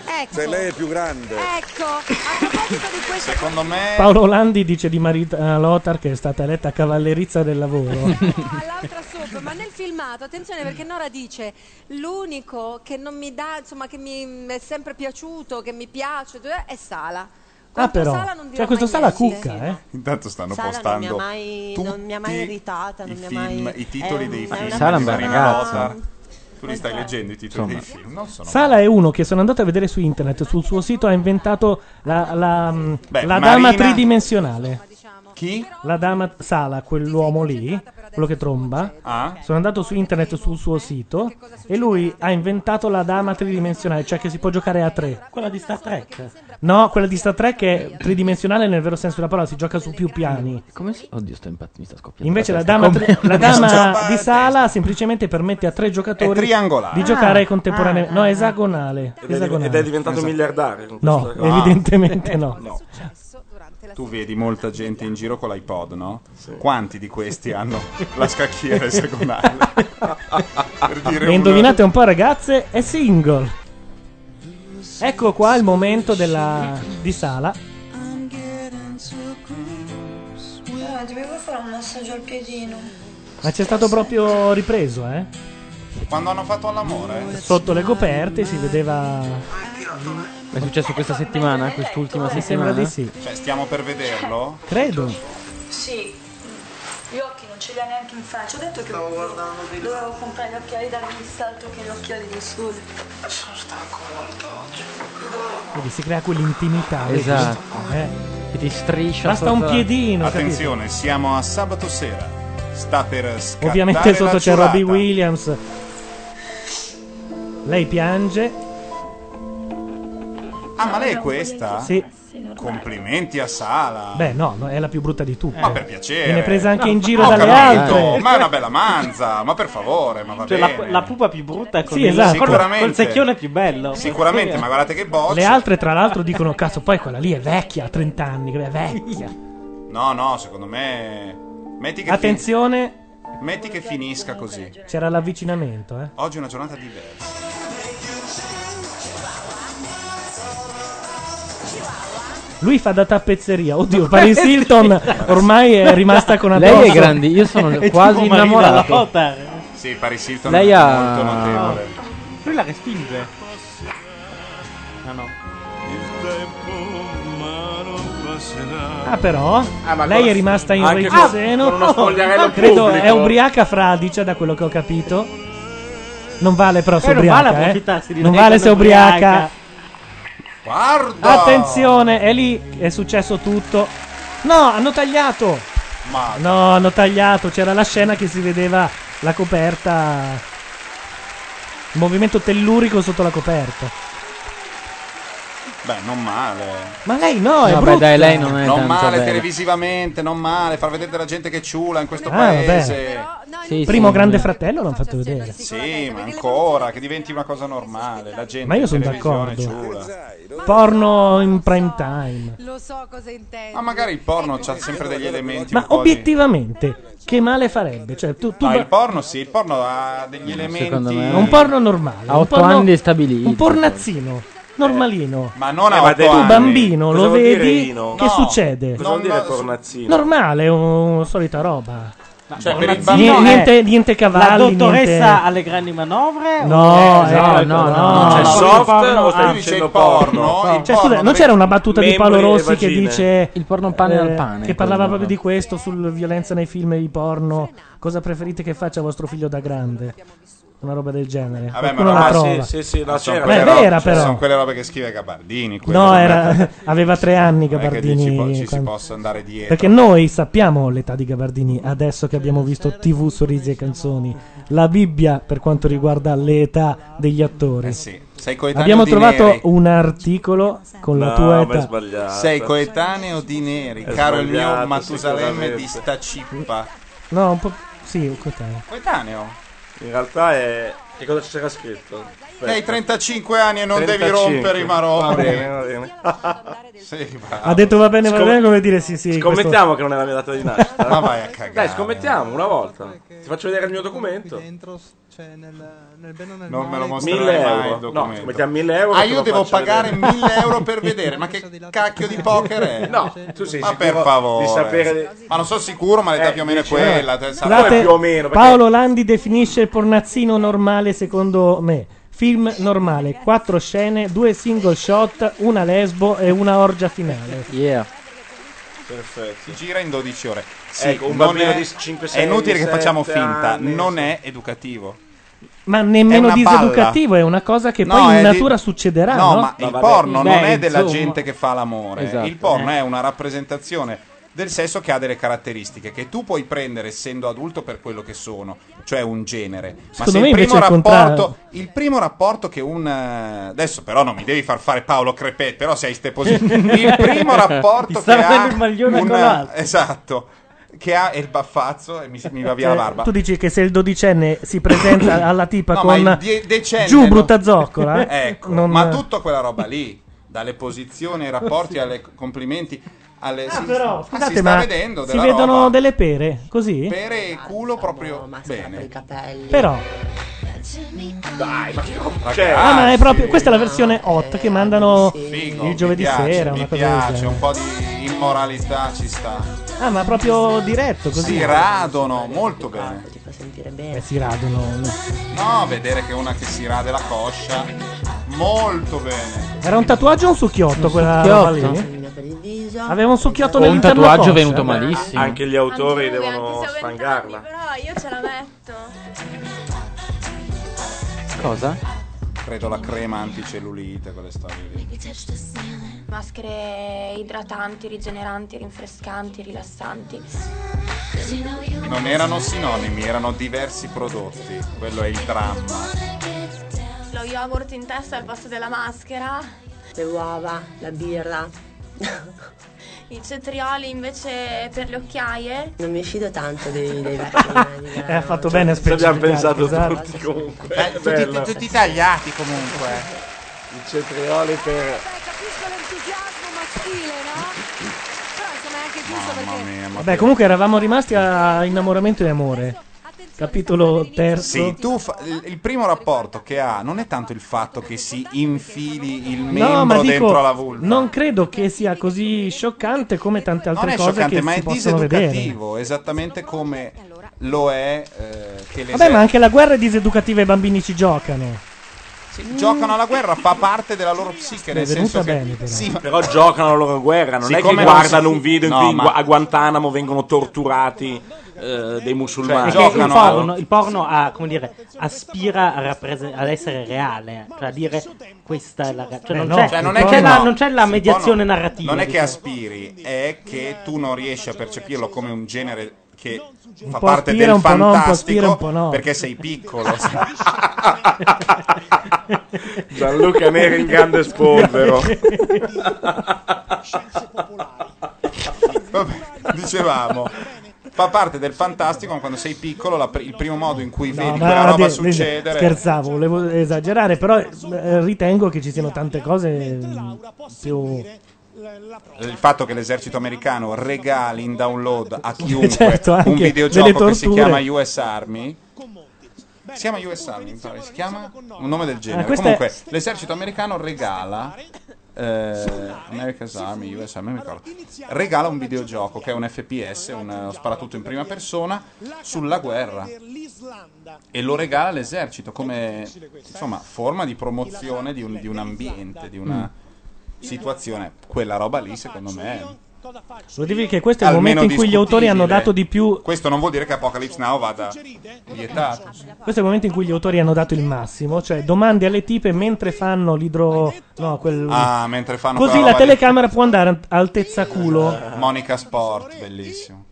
Speaker 17: Ecco.
Speaker 9: Cioè lei è più grande.
Speaker 17: Ecco, a proposito di questo
Speaker 1: Secondo me
Speaker 3: Paolo Landi dice di Marita Lothar che è stata eletta cavallerizza del lavoro.
Speaker 17: all'altra soap, ma nel filmato, attenzione perché Nora dice l'unico che non mi dà, insomma, che mi è sempre piaciuto, che mi piace è Sala.
Speaker 3: ah,
Speaker 17: Quanto
Speaker 3: però.
Speaker 17: Sala non dirò
Speaker 3: Cioè, questo
Speaker 17: mai
Speaker 3: sala
Speaker 17: niente.
Speaker 3: cucca, eh.
Speaker 1: Intanto stanno
Speaker 33: Sara non mi ha
Speaker 1: postando
Speaker 33: mai, non mi ha mai irritata, non mi ha mai...
Speaker 1: film- i titoli
Speaker 33: è
Speaker 1: dei
Speaker 33: un- è
Speaker 1: film.
Speaker 33: una
Speaker 7: Sala è un bel
Speaker 1: di Marina
Speaker 7: ragazzo.
Speaker 1: Lothar. Tu li stai leggendo i titoli dei film? Non sono
Speaker 3: Sala è uno che sono andato a vedere su internet. Sul suo sito ha inventato la, la- mm,
Speaker 1: Beh,
Speaker 3: la dama
Speaker 1: Marina-
Speaker 3: tridimensionale.
Speaker 1: Chi?
Speaker 3: La dama Sala, quell'uomo lì, quello che tromba.
Speaker 1: Ah.
Speaker 3: Sono andato su internet sul suo sito e lui ha inventato la dama tridimensionale, cioè che si può giocare a tre.
Speaker 24: Quella di Star Trek.
Speaker 3: No, quella di Star Trek è tridimensionale nel vero senso della parola, si gioca su più piani.
Speaker 7: Come si... Oddio, sto impa- mi sta scoppiando.
Speaker 3: Invece la
Speaker 7: testa.
Speaker 3: dama,
Speaker 7: Come-
Speaker 3: la dama di sala semplicemente permette a tre
Speaker 1: È
Speaker 3: giocatori
Speaker 1: triangolare.
Speaker 3: di giocare
Speaker 1: Ah,
Speaker 3: contemporaneamente.
Speaker 1: ah,
Speaker 3: No,
Speaker 1: ah.
Speaker 3: esagonale.
Speaker 1: Ed
Speaker 4: è div-
Speaker 3: esagonale. Esatto.
Speaker 4: ed è diventato miliardario con
Speaker 3: No,
Speaker 4: questo-
Speaker 1: Ah.
Speaker 3: evidentemente no.
Speaker 1: Tu vedi molta gente in giro con l'iPod, no? Quanti di questi hanno la scacchiera esagonale? per
Speaker 3: E
Speaker 1: dire uno-
Speaker 3: indovinate un po', ragazze, è single. Ecco qua il momento della... di sala.
Speaker 28: Ma dovevo fare un massaggio al piedino.
Speaker 3: Ma c'è stato proprio ripreso, eh?
Speaker 1: Quando hanno fatto
Speaker 24: Eh,
Speaker 1: all'amore?
Speaker 3: Sotto le coperte si vedeva.
Speaker 7: Ma è successo questa settimana? Quest'ultima
Speaker 24: Eh,
Speaker 3: Mi
Speaker 7: settimana?
Speaker 3: sembra di sì.
Speaker 1: Cioè, stiamo per vederlo?
Speaker 3: Credo.
Speaker 28: Sì. Gli occhi non ce li ha neanche in faccia. Ho detto che dovevo comprare gli occhiali da vista altro che gli occhiali di sole. Sono stanco molto oggi.
Speaker 3: Quindi si crea quell'intimità. vedi?
Speaker 1: Esatto.
Speaker 3: Eh.
Speaker 7: Che ti striscia
Speaker 3: Basta un piedino.
Speaker 1: Attenzione, siamo a sabato sera. Sta per
Speaker 3: capito?
Speaker 1: scattare
Speaker 3: Ovviamente sotto
Speaker 1: la
Speaker 3: c'è
Speaker 1: giurata.
Speaker 3: Robbie Williams. Lei piange.
Speaker 1: Ah, ma lei è questa?
Speaker 3: Sì.
Speaker 1: Complimenti a Sala.
Speaker 3: Beh, no, no, è la più brutta di tutte.
Speaker 1: Ma per piacere.
Speaker 3: Eh.
Speaker 1: Ah,
Speaker 3: Viene presa anche in giro
Speaker 1: Ho
Speaker 3: dalle
Speaker 1: capito,
Speaker 3: altre.
Speaker 1: Ma è una bella manza, ma per favore, ma va
Speaker 24: Cioè,
Speaker 1: bene.
Speaker 24: la, la pupa più brutta con
Speaker 3: Sì,
Speaker 24: il,
Speaker 3: esatto.
Speaker 24: col-
Speaker 3: Sicuramente.
Speaker 24: col secchione più bello.
Speaker 1: Sicuramente, ma guardate che boccia.
Speaker 3: Le altre, tra l'altro, dicono: Cazzo, poi quella lì è vecchia, ha 30 anni, è vecchia.
Speaker 1: No, no, secondo me... Metti che fin-
Speaker 3: Attenzione,
Speaker 1: Metti che finisca così.
Speaker 3: c'era l'avvicinamento, eh.
Speaker 1: Oggi è una giornata diversa.
Speaker 3: Lui fa da tappezzeria. Oddio, Paris Hilton ormai è rimasta con addosso.
Speaker 7: Lei è grande, io sono
Speaker 3: È tipo
Speaker 7: quasi
Speaker 3: Marina
Speaker 7: innamorato.
Speaker 3: Lotta.
Speaker 1: Sì, Paris Hilton
Speaker 7: Lei
Speaker 1: è
Speaker 7: ha-
Speaker 1: molto notevole.
Speaker 24: Lui la respinge. No, no.
Speaker 3: Ah, però,
Speaker 4: Ah, ma
Speaker 3: lei
Speaker 4: con-
Speaker 3: è rimasta in
Speaker 4: anche
Speaker 3: reggiseno.
Speaker 4: con- con uno spogliarello
Speaker 3: credo
Speaker 4: pubblico.
Speaker 3: è ubriaca fradicia, da quello che ho capito. Non vale però se
Speaker 24: Però non
Speaker 3: ubriaca.
Speaker 24: vale
Speaker 3: eh.
Speaker 24: approfittarsi di
Speaker 3: Non
Speaker 24: lei
Speaker 3: vale se
Speaker 24: quando è
Speaker 3: ubriaca.
Speaker 24: ubriaca.
Speaker 1: Guarda!
Speaker 3: Attenzione, è lì è successo tutto. No, hanno tagliato.
Speaker 1: Ma
Speaker 3: No, hanno tagliato. C'era la scena che si vedeva la coperta. Il movimento tellurico sotto la coperta.
Speaker 1: Beh, non male.
Speaker 3: Ma lei no, è
Speaker 7: No, beh,
Speaker 3: brutta.
Speaker 7: dai, lei non è
Speaker 1: non
Speaker 7: tanto
Speaker 1: male
Speaker 7: bella.
Speaker 1: televisivamente, non male. Far vedere della gente che ciula in questo
Speaker 3: Ah,
Speaker 1: paese.
Speaker 7: Sì,
Speaker 3: Primo
Speaker 7: sì,
Speaker 3: grande
Speaker 7: sì.
Speaker 3: fratello l'hanno fatto vedere.
Speaker 1: Sì, ma ancora, che diventi una cosa normale. La gente
Speaker 3: Ma io
Speaker 1: in
Speaker 3: sono
Speaker 1: televisione
Speaker 3: d'accordo.
Speaker 1: ciula.
Speaker 3: Porno in prime time.
Speaker 17: Lo so cosa intendi.
Speaker 1: Ma magari il porno c'ha sempre degli elementi.
Speaker 3: Ma
Speaker 1: un po' di-
Speaker 3: obiettivamente, che male farebbe? Cioè, tu, tu
Speaker 1: No, il porno sì, il porno ha degli elementi.
Speaker 7: Secondo me.
Speaker 3: un porno normale.
Speaker 7: A
Speaker 3: un
Speaker 7: 8
Speaker 3: porno-
Speaker 7: anni stabilito.
Speaker 3: Un pornazzino, normalino.
Speaker 1: Ma non
Speaker 4: Eh,
Speaker 1: ha
Speaker 4: ma
Speaker 1: otto
Speaker 4: del-
Speaker 1: anni.
Speaker 3: Tu bambino
Speaker 4: Cosa
Speaker 3: lo
Speaker 4: vuol dire
Speaker 3: vedi, che
Speaker 4: Ino?
Speaker 3: succede?
Speaker 4: Cosa vuol
Speaker 1: Non-
Speaker 4: dire
Speaker 1: no,
Speaker 4: pornazzino?
Speaker 3: Normale, una solita roba.
Speaker 4: Cioè, per il
Speaker 3: Ni-
Speaker 4: bambino...
Speaker 3: niente, niente
Speaker 24: la
Speaker 3: cavalli,
Speaker 24: dottoressa
Speaker 3: niente...
Speaker 24: alle grandi manovre?
Speaker 3: No,
Speaker 24: o-
Speaker 3: eh, no, no, no.
Speaker 4: Esatto, C'è il
Speaker 3: Porno,
Speaker 4: soft
Speaker 3: porno,
Speaker 4: o stai
Speaker 3: ah.
Speaker 4: dicendo porno? Il
Speaker 3: Cioè,
Speaker 4: porno
Speaker 3: scusa, non
Speaker 4: dove-
Speaker 3: c'era una battuta di Paolo
Speaker 4: membri e
Speaker 3: Rossi che
Speaker 4: vagine.
Speaker 3: dice
Speaker 7: Il porno pane
Speaker 3: eh,
Speaker 7: al pane,
Speaker 3: Che parlava
Speaker 7: quello.
Speaker 3: proprio di questo, sul violenza nei film di porno. Cosa preferite che faccia vostro figlio da grande? Una roba del genere.
Speaker 1: Vabbè,
Speaker 3: Qualcuno
Speaker 1: ma
Speaker 3: la
Speaker 1: ah,
Speaker 3: trova.
Speaker 4: sì, sì, la
Speaker 1: Sono
Speaker 4: c'era.
Speaker 1: quelle
Speaker 3: Ma è
Speaker 1: robe-
Speaker 3: vera,
Speaker 1: cioè,
Speaker 3: però.
Speaker 1: Sono quelle robe che scrive Gabardini. quelle
Speaker 3: No,
Speaker 1: non è
Speaker 3: era-
Speaker 1: che-
Speaker 3: aveva tre anni
Speaker 1: non è che
Speaker 3: Gabardini.
Speaker 1: dici, "Po- ci si
Speaker 3: quando-
Speaker 1: possa andare dietro.
Speaker 3: Perché noi sappiamo l'età di Gabardini adesso che abbiamo visto TV, sorrisi e canzoni. La Bibbia per quanto riguarda l'età degli attori.
Speaker 1: Eh sì, sei coetaneo
Speaker 3: Abbiamo
Speaker 1: di
Speaker 3: trovato
Speaker 1: Neri.
Speaker 3: un articolo con la tua
Speaker 4: ma è
Speaker 3: età.
Speaker 4: sbagliato.
Speaker 1: Sei coetaneo di Neri,
Speaker 4: È
Speaker 1: caro il mio
Speaker 4: sbagliato,
Speaker 1: Matusalemme
Speaker 4: sicuramente.
Speaker 1: di sta cippa.
Speaker 3: No, un po'. Sì, coetaneo.
Speaker 1: Coetaneo?
Speaker 4: In realtà è... Che cosa c'era scritto? Aspetta.
Speaker 1: Lei hai 35 anni e non devi
Speaker 4: 35.
Speaker 1: rompere i maroni.
Speaker 4: Va bene, va bene.
Speaker 1: Sì, bravo.
Speaker 3: Ha detto va bene, va
Speaker 4: Scom-
Speaker 3: bene, come dire sì, sì. questo-
Speaker 4: Scommettiamo che non è la mia data di nascita.
Speaker 1: Ma vai a cagare.
Speaker 4: Dai, scommettiamo una volta. Ti faccio vedere il mio documento.
Speaker 1: Non me lo
Speaker 4: 1000
Speaker 1: mostrerai mai il
Speaker 4: euro. No,
Speaker 1: documento.
Speaker 4: scommettiamo 1000 euro.
Speaker 1: ah,
Speaker 4: te
Speaker 1: io
Speaker 4: lo
Speaker 1: devo
Speaker 4: faccio
Speaker 1: pagare
Speaker 4: vedere.
Speaker 1: 1000 euro per vedere, ma che cacchio di poker è?
Speaker 4: No, tu sei
Speaker 1: ma
Speaker 4: sicuro
Speaker 1: per favore.
Speaker 4: di sapere-
Speaker 1: Ma non sono sicuro, ma l'età più o meno è
Speaker 4: dici,
Speaker 1: quella.
Speaker 4: eh,
Speaker 1: te- sa-
Speaker 3: Scusate,
Speaker 4: più o meno, perché-
Speaker 3: Paolo Landi definisce il pornazzino normale secondo me. Film normale, quattro scene, due single shot, una lesbo e una orgia finale.
Speaker 7: Yeah.
Speaker 1: Si gira in 12 ore. Sì,
Speaker 4: Ecco, un
Speaker 1: non
Speaker 4: bambino
Speaker 1: è,
Speaker 4: di 5,
Speaker 1: è inutile che
Speaker 4: 6,
Speaker 1: facciamo
Speaker 4: 7
Speaker 1: finta,
Speaker 4: anni,
Speaker 1: non è educativo.
Speaker 3: Ma nemmeno
Speaker 1: È una
Speaker 3: diseducativo, è una cosa che
Speaker 1: No,
Speaker 3: poi
Speaker 1: è
Speaker 3: in
Speaker 1: di-
Speaker 3: natura succederà. No,
Speaker 1: ma il porno non
Speaker 24: Beh,
Speaker 1: è della
Speaker 24: insomma.
Speaker 1: gente che fa l'amore.
Speaker 24: Esatto.
Speaker 1: Il porno
Speaker 24: Eh.
Speaker 1: è una rappresentazione del sesso che ha delle caratteristiche che tu puoi prendere essendo adulto per quello che sono, cioè un genere. Ma
Speaker 3: Secondo
Speaker 1: se
Speaker 3: me
Speaker 1: il
Speaker 3: invece
Speaker 1: primo,
Speaker 3: è il
Speaker 1: rapporto,
Speaker 3: contrario.
Speaker 1: il primo rapporto che un... eh, Adesso però non mi devi far fare Paolo Crepet, però sei ste posizioni. Il primo
Speaker 3: Ti
Speaker 1: rapporto
Speaker 3: sta
Speaker 1: che ha...
Speaker 3: mettendo il maglione
Speaker 1: un-
Speaker 3: con l'altro.
Speaker 1: Esatto. Che ha e il baffazzo e mi, mi va via la
Speaker 3: Cioè,
Speaker 1: barba.
Speaker 3: tu dici che se il dodicenne si presenta alla tipa
Speaker 1: No, ma
Speaker 3: con
Speaker 1: il die- decennio-
Speaker 3: giù brutta zoccola, eh?
Speaker 1: Ecco,
Speaker 3: non-
Speaker 1: ma tutta quella roba lì, dalle posizioni ai rapporti, ai complimenti, alle si,
Speaker 3: però,
Speaker 1: ah,
Speaker 3: scusate,
Speaker 1: si sta
Speaker 3: ma
Speaker 1: vedendo
Speaker 3: si
Speaker 1: della
Speaker 3: vedono
Speaker 1: roba.
Speaker 3: delle pere così?
Speaker 1: Pere e culo proprio bene.
Speaker 3: Però,
Speaker 1: Dai, ma che Certo.
Speaker 3: ah, ma è proprio questa è la versione hot che mandano il giovedì
Speaker 1: Eh, mi piace,
Speaker 3: sera,
Speaker 1: mi
Speaker 3: una cosa del
Speaker 1: piace,
Speaker 3: genere.
Speaker 1: un po' di immoralità ci sta.
Speaker 3: Ah, ma proprio diretto così.
Speaker 1: Si radono molto bene.
Speaker 3: Eh, si radono.
Speaker 1: No, vedere che una che si rade la coscia molto bene.
Speaker 3: Era un tatuaggio o un succhiotto quella roba lì? Aveva un succhiotto
Speaker 7: O un
Speaker 3: nell'interno
Speaker 7: tatuaggio
Speaker 3: coscia.
Speaker 7: venuto malissimo.
Speaker 4: Anche gli autori
Speaker 7: Anche lui,
Speaker 4: devono
Speaker 7: anche se ho
Speaker 4: sfangarla.
Speaker 25: Però io ce la metto.
Speaker 7: Cosa?
Speaker 1: Credo la crema anticellulite, quelle storie lì.
Speaker 25: Maschere idratanti, rigeneranti, rinfrescanti, rilassanti.
Speaker 1: Non erano sinonimi, erano diversi prodotti. Quello è il dramma.
Speaker 25: Lo yogurt in testa al posto della maschera,
Speaker 38: Le uova, la birra.
Speaker 25: i cetrioli invece per le occhiaie.
Speaker 38: Non mi fido tanto dei, dei vecchi.
Speaker 3: Eh, ha fatto bene a
Speaker 38: cioè,
Speaker 3: esatto.
Speaker 4: Ci abbiamo pensato
Speaker 3: specificare,
Speaker 4: tutti comunque.
Speaker 26: Beh,
Speaker 4: È
Speaker 38: Eh,
Speaker 26: tutti-
Speaker 4: bello.
Speaker 26: tutti tagliati comunque.
Speaker 4: I cetrioli per...
Speaker 1: Mamma mia, ma
Speaker 3: Vabbè, comunque eravamo rimasti a innamoramento e amore. Capitolo terzo.
Speaker 1: Sì, tu fa- il il primo rapporto che ha non è tanto il fatto che si infili il membro
Speaker 3: No, ma dico,
Speaker 1: dentro la vulva.
Speaker 3: non credo che sia così scioccante come tante
Speaker 1: Non
Speaker 3: altre
Speaker 1: è
Speaker 3: cose
Speaker 1: scioccante,
Speaker 3: che
Speaker 1: ma
Speaker 3: si
Speaker 1: è
Speaker 3: possono vedere.
Speaker 1: diseducativo, esattamente come lo è eh, che le
Speaker 3: Vabbè, ma anche la guerra è diseducativa e i bambini ci giocano.
Speaker 1: Sì, Mm. giocano alla guerra, fa parte della loro psiche, nel
Speaker 3: È venuta
Speaker 1: senso che
Speaker 3: bene, però. Cioè,
Speaker 1: Sì, ma-
Speaker 4: Però giocano la loro guerra, non è
Speaker 1: Siccome
Speaker 4: che
Speaker 1: non
Speaker 4: guardano
Speaker 1: si-
Speaker 4: un video in
Speaker 1: No,
Speaker 4: cui in
Speaker 1: ma-
Speaker 4: Gua- a Guantanamo vengono torturati eh, dei musulmani.
Speaker 1: Cioè,
Speaker 24: Perché il porno, il porno ha, come dire, aspira a rapprese- ad essere reale, cioè a dire questa è la ra- cioè
Speaker 1: Beh,
Speaker 24: non,
Speaker 1: no,
Speaker 24: c'è,
Speaker 1: cioè, non
Speaker 24: non,
Speaker 1: è
Speaker 24: c'è
Speaker 1: che
Speaker 24: la,
Speaker 1: no.
Speaker 24: non c'è la
Speaker 1: Sì,
Speaker 24: mediazione
Speaker 1: buono.
Speaker 24: narrativa.
Speaker 1: Non è che
Speaker 24: diciamo.
Speaker 1: aspiri, è che tu non riesci a percepirlo come un genere che fa
Speaker 3: po'
Speaker 1: parte
Speaker 3: aspira,
Speaker 1: del
Speaker 3: un po' no, un po' aspira,
Speaker 1: fantastico
Speaker 3: un po' no.
Speaker 1: perché sei piccolo.
Speaker 4: Gianluca Neri in grande spolvero.
Speaker 1: Vabbè, dicevamo. Fa parte del fantastico ma quando sei piccolo, la pr- il primo modo in cui
Speaker 3: No,
Speaker 1: vedi
Speaker 3: ma
Speaker 1: quella roba
Speaker 3: addio-
Speaker 1: succedere
Speaker 3: Scherzavo, volevo esagerare, però eh, ritengo che ci siano tante cose mm, più...
Speaker 1: il fatto che l'esercito americano regali in download a chiunque
Speaker 3: Certo, anche
Speaker 1: un
Speaker 3: delle
Speaker 1: videogioco che si
Speaker 3: torture.
Speaker 1: chiama US Army. Si chiama US Army, mi pare, si chiama un nome del genere.
Speaker 3: Ah, questa
Speaker 1: Comunque,
Speaker 3: è-
Speaker 1: l'esercito americano regala eh, America's Army, US Army, non mi ricordo. Regala un videogioco che è un FPS, un eh, sparatutto in prima persona sulla guerra e lo regala all'esercito come
Speaker 3: eh?
Speaker 1: insomma, forma di promozione di un, di un ambiente, di una
Speaker 3: Mm.
Speaker 1: situazione. Quella roba lì, secondo me,
Speaker 3: Lo devi che questo è il
Speaker 1: Almeno
Speaker 3: momento in cui gli autori hanno
Speaker 1: discutibile.
Speaker 3: dato di più...
Speaker 1: Questo non vuol dire che Apocalypse Now vada vietato.
Speaker 3: Questo è il momento in cui gli autori hanno dato il massimo, cioè domande alle tipe mentre fanno l'idro... No, quel...
Speaker 1: Ah, mentre fanno
Speaker 3: Così
Speaker 1: quella
Speaker 3: la
Speaker 1: roba lì.
Speaker 3: telecamera può andare a altezza culo.
Speaker 1: Monica Sport, bellissimo.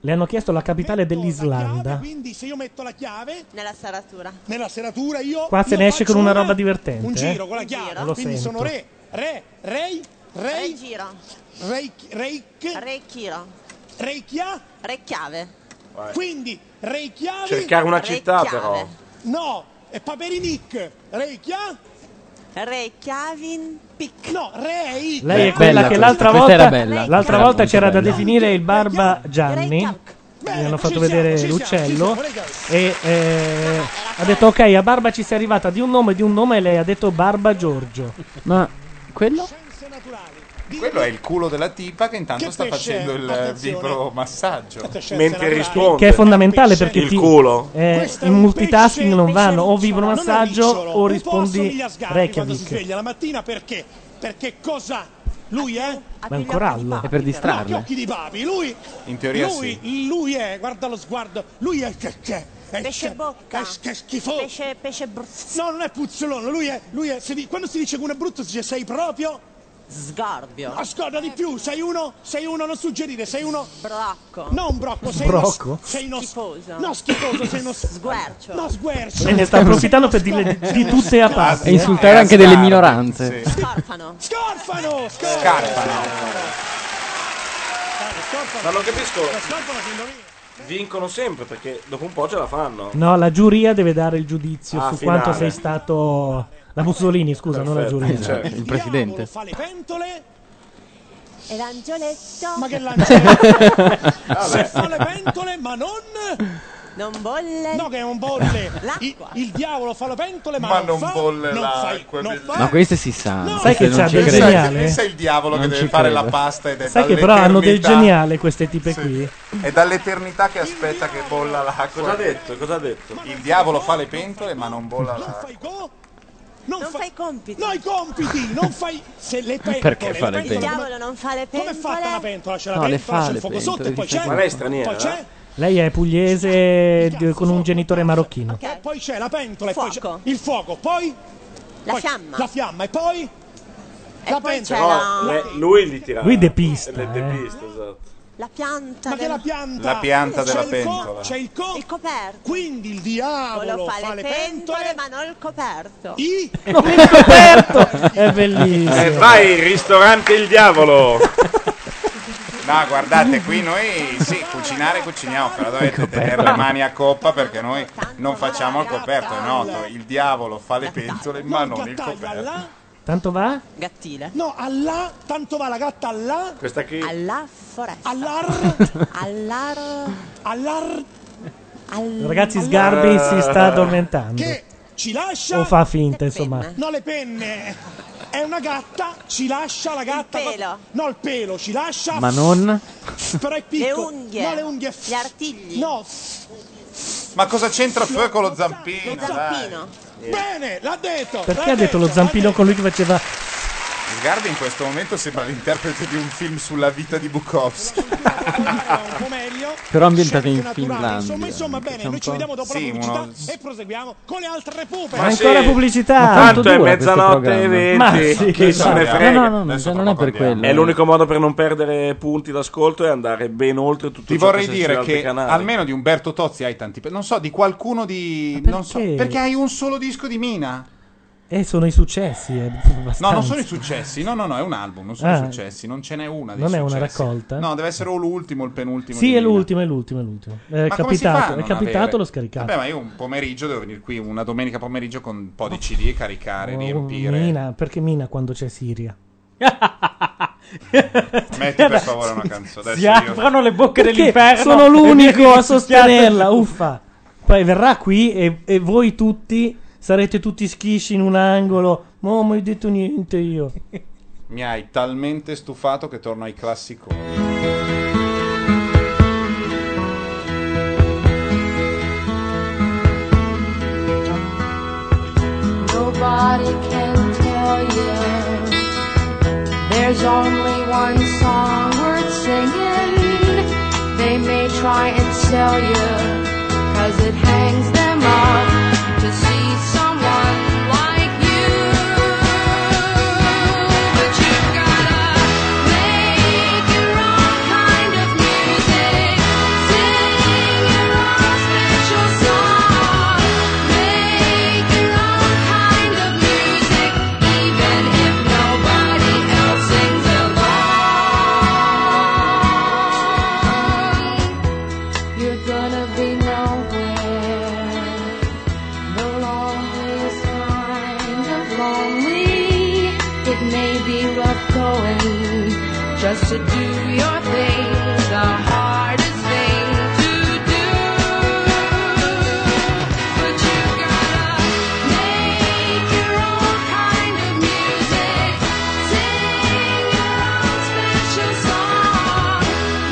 Speaker 3: Le hanno chiesto la capitale dell'Islanda.
Speaker 2: Quindi se io metto la chiave
Speaker 33: Nella serratura.
Speaker 2: nella serratura io
Speaker 3: Qua se
Speaker 2: io
Speaker 3: ne esce
Speaker 2: faccio
Speaker 3: con una
Speaker 2: una-
Speaker 3: roba divertente.
Speaker 2: un giro
Speaker 3: eh.
Speaker 2: con la chiave,
Speaker 3: Lo
Speaker 2: quindi
Speaker 3: sento.
Speaker 2: sono re, re, rei, rei,
Speaker 33: giro.
Speaker 2: reik, reik,
Speaker 33: Reikiro.
Speaker 2: reikia,
Speaker 33: Recchiave.
Speaker 2: quindi reikiavi,
Speaker 4: Cercare una città però.
Speaker 2: no, è paperinik, reikia,
Speaker 33: Reykjavin Pic.
Speaker 2: no, rei,
Speaker 3: Lei è
Speaker 7: Beh,
Speaker 3: quella
Speaker 7: bella
Speaker 3: che
Speaker 7: questa,
Speaker 3: l'altra
Speaker 7: questa
Speaker 3: volta,
Speaker 7: era bella.
Speaker 3: l'altra
Speaker 7: Era
Speaker 3: volta
Speaker 7: molto
Speaker 3: c'era da
Speaker 7: bella.
Speaker 3: definire il barba Gianni. Mi hanno fatto vedere l'uccello. E eh, ha detto: Ok, a barba ci sei arrivata di un nome, di un nome. E lei ha detto Barba Giorgio.
Speaker 7: Ma quello?
Speaker 1: Quello è il culo della tipa che intanto sta facendo il vibro massaggio. Mentre risponde.
Speaker 3: Che è fondamentale perché ti- eh,
Speaker 2: Questo è
Speaker 3: in
Speaker 2: un
Speaker 3: multitasking non vanno o vivo
Speaker 2: vibro
Speaker 3: un massaggio o
Speaker 2: Un po'
Speaker 3: rispondi
Speaker 2: assomiglia a Sgarbi quando si
Speaker 3: Reykjavik.
Speaker 2: sveglia la mattina perché? Perché cosa? Lui è?
Speaker 3: Ma è un corallo.
Speaker 7: È per
Speaker 2: No, gli
Speaker 7: distrarlo.
Speaker 2: occhi di papi. Lui,
Speaker 1: In teoria
Speaker 2: lui, lui è, guarda lo sguardo, lui è che che è pesce bocca, che schifo. Pesce, pesce No, non è puzzolone, lui è, lui è se di- quando si dice che uno è brutto si dice sei proprio
Speaker 39: Sgarbio.
Speaker 2: Ma scorda di più, sei uno, sei uno, non suggerire, sei uno...
Speaker 39: Brocco.
Speaker 2: No, un brocco, sei uno...
Speaker 3: Brocco?
Speaker 2: Sei uno...
Speaker 39: Schifoso.
Speaker 2: No, schifoso, sei uno...
Speaker 39: Sguercio.
Speaker 2: No, sguercio.
Speaker 3: Lei ne sta approfittando per dirle di, di tutte a parte.
Speaker 7: E insultare anche delle minoranze.
Speaker 39: Scarfano.
Speaker 2: Scarfano!
Speaker 4: Ma non capisco. Vincono sempre perché dopo un po' ce la fanno.
Speaker 3: No, la giuria deve dare il giudizio
Speaker 4: Ah,
Speaker 3: su
Speaker 4: finale.
Speaker 3: quanto sei stato. La Mussolini, scusa, non la
Speaker 4: Perfetto,
Speaker 3: giuria.
Speaker 4: certo. Il
Speaker 3: presidente.
Speaker 2: Fa le pentole...
Speaker 40: E l'angioletto.
Speaker 2: Ma che l'angioletto? Se
Speaker 3: Vabbè.
Speaker 2: fa le pentole, ma non...
Speaker 39: Non bolle.
Speaker 2: No, che non bolle. Il, il diavolo fa le pentole, ma,
Speaker 1: Ma
Speaker 2: non,
Speaker 1: non
Speaker 2: fa,
Speaker 1: bolle
Speaker 2: non
Speaker 1: l'acqua,
Speaker 2: Fa, non fa.
Speaker 7: Ma queste si sanno.
Speaker 3: Sai che
Speaker 7: queste non
Speaker 3: c'ha
Speaker 7: ci
Speaker 3: del
Speaker 7: credo.
Speaker 3: geniale?
Speaker 1: Pensa il diavolo che
Speaker 7: Non
Speaker 1: deve
Speaker 7: ci
Speaker 1: fare
Speaker 7: credo.
Speaker 1: la pasta ed è
Speaker 3: Sai che però
Speaker 1: dall'eternità-
Speaker 3: hanno del geniale queste tipe qui.
Speaker 1: È dall'eternità che aspetta che bolla l'acqua.
Speaker 4: Cosa ha detto? Cosa ha detto?
Speaker 1: Il diavolo fa le pentole ma non bolla l'acqua.
Speaker 2: Non, fai i compiti. No, i compiti. Non fai se le pentole.
Speaker 1: Perché fa le
Speaker 2: fare
Speaker 1: pentole? Il
Speaker 39: diavolo non fa le
Speaker 2: pentole. Come è fatta la pentola? C'è la
Speaker 3: No, le
Speaker 2: pentola,
Speaker 3: fa
Speaker 2: c'è
Speaker 3: le
Speaker 2: il fuoco sotto e
Speaker 3: pentole,
Speaker 2: poi
Speaker 3: dice
Speaker 2: c'è.
Speaker 3: Ma lei è
Speaker 4: straniera,
Speaker 2: Poi c'è,
Speaker 3: Lei è pugliese d- con un genitore marocchino.
Speaker 2: e poi c'è la pentola e poi c'è il fuoco, poi
Speaker 39: La
Speaker 2: poi
Speaker 39: fiamma.
Speaker 2: La fiamma e poi la
Speaker 39: poi
Speaker 2: pentola.
Speaker 39: c'è
Speaker 2: No,
Speaker 39: la-
Speaker 4: Le- lui li tira.
Speaker 3: Lui depista, eh.
Speaker 4: Le depista, esatto.
Speaker 39: La pianta.
Speaker 2: Ma che
Speaker 39: del-
Speaker 2: la pianta?
Speaker 4: La pianta
Speaker 2: C'è
Speaker 4: della
Speaker 2: il
Speaker 4: pentola.
Speaker 2: C'è il co.
Speaker 39: Il coperto.
Speaker 2: Quindi il
Speaker 39: Lo
Speaker 2: diavolo
Speaker 39: fa le pentole, ma non il coperto.
Speaker 2: I?
Speaker 3: Non il coperto! È bellissimo.
Speaker 4: Eh, vai, ristorante il diavolo.
Speaker 1: No, guardate, qui noi sì, cucinare cuciniamo, però dovete tenere le mani a coppa perché noi non facciamo il coperto, è noto. Il diavolo fa le pentole ma non il coperto.
Speaker 3: Tanto va?
Speaker 39: Gattile.
Speaker 2: No, Allah, tanto va la gatta Allah.
Speaker 4: Questa qui.
Speaker 39: Alla foresta.
Speaker 2: Allar.
Speaker 39: Allar.
Speaker 2: Allar.
Speaker 3: Ragazzi,
Speaker 1: Eh.
Speaker 3: Sgarbi si sta addormentando.
Speaker 2: Che ci lascia.
Speaker 3: O fa finta, insomma.
Speaker 2: No, le penne. È una gatta, ci lascia la gatta. Il pelo. No, il pelo, ci lascia.
Speaker 7: Ma non.
Speaker 2: Però è piccolo.
Speaker 39: Le unghie.
Speaker 2: No, le unghie. Gli
Speaker 39: artigli.
Speaker 2: No.
Speaker 1: Ma cosa c'entra fue con lo zampino?
Speaker 2: Lo zampino.
Speaker 1: dai?
Speaker 2: Bene, l'ha detto.
Speaker 3: Perché
Speaker 2: l'ha
Speaker 3: ha detto lo zampino con lui che faceva.
Speaker 1: Sgarbi in questo momento sembra l'interprete di un film sulla vita di Bukowski.
Speaker 7: Però ambientato in
Speaker 2: Naturale, insomma,
Speaker 7: Finlandia.
Speaker 2: insomma, bene, noi ci vediamo dopo
Speaker 1: Sì,
Speaker 2: la pubblicità
Speaker 1: uno-
Speaker 2: e proseguiamo con le altre pupe.
Speaker 3: Ma ancora pubblicità.
Speaker 4: Ma tanto è
Speaker 3: dura
Speaker 4: mezzanotte
Speaker 3: questo
Speaker 4: e
Speaker 3: programma. Ma sì,
Speaker 4: venti. Chi se ne
Speaker 3: esatto.
Speaker 4: frega?
Speaker 3: No, no,
Speaker 7: No, no, cioè, non è per quello.
Speaker 4: È l'unico modo per non perdere punti d'ascolto e andare ben oltre tutto
Speaker 1: Ti
Speaker 4: ciò
Speaker 1: vorrei
Speaker 4: che c'è
Speaker 1: dire
Speaker 4: sugli altri
Speaker 1: che
Speaker 4: canali.
Speaker 1: almeno di Umberto Tozzi hai tanti. pe- Non so, di qualcuno di. Non so, perché hai un solo disco di Mina.
Speaker 3: Eh, sono i successi. eh,
Speaker 1: No,
Speaker 3: abbastanza.
Speaker 1: non sono i successi. No, no, no, è un album. Non sono
Speaker 3: Ah.
Speaker 1: i successi. Non ce n'è una. Dei
Speaker 3: Non è una
Speaker 1: successi.
Speaker 3: raccolta?
Speaker 1: No, deve essere o l'ultimo o il penultimo.
Speaker 3: Sì,
Speaker 1: di
Speaker 3: è
Speaker 1: Mina.
Speaker 3: l'ultimo, è l'ultimo, è l'ultimo. È
Speaker 1: Ma come si fa a
Speaker 3: capitato, è
Speaker 1: non
Speaker 3: capitato,
Speaker 1: avere?
Speaker 3: l'ho scaricato.
Speaker 1: Vabbè, ma io un pomeriggio devo venire qui, una domenica pomeriggio con un po' di CD, caricare,
Speaker 3: Oh,
Speaker 1: riempire.
Speaker 3: Mina, perché Mina quando c'è Siria?
Speaker 1: Metti per favore una canzone. Adesso
Speaker 41: Si
Speaker 1: io-
Speaker 41: aprono le bocche
Speaker 3: Perché
Speaker 41: dell'inferno.
Speaker 3: Sono l'unico a sostenerla,
Speaker 41: sostenerla
Speaker 3: uffa. Poi verrà qui e, e voi tutti sarete tutti schisci in un angolo. Ma non mi hai detto niente io.
Speaker 1: Mi hai talmente stufato che torno ai classiconi.
Speaker 5: Nobody can tell you. There's only one song worth singing. They may try and sell you, cause it hangs them up to see someone like you. But you've gotta make your own kind of music. Sing your own special song. Make your own kind of music, even if nobody else sings along. You're gonna be nowhere. The loneliest kind of lonely. It may be rough going just to do your thing. The hardest thing to do. But you gotta make your own kind of music. Sing your own special song.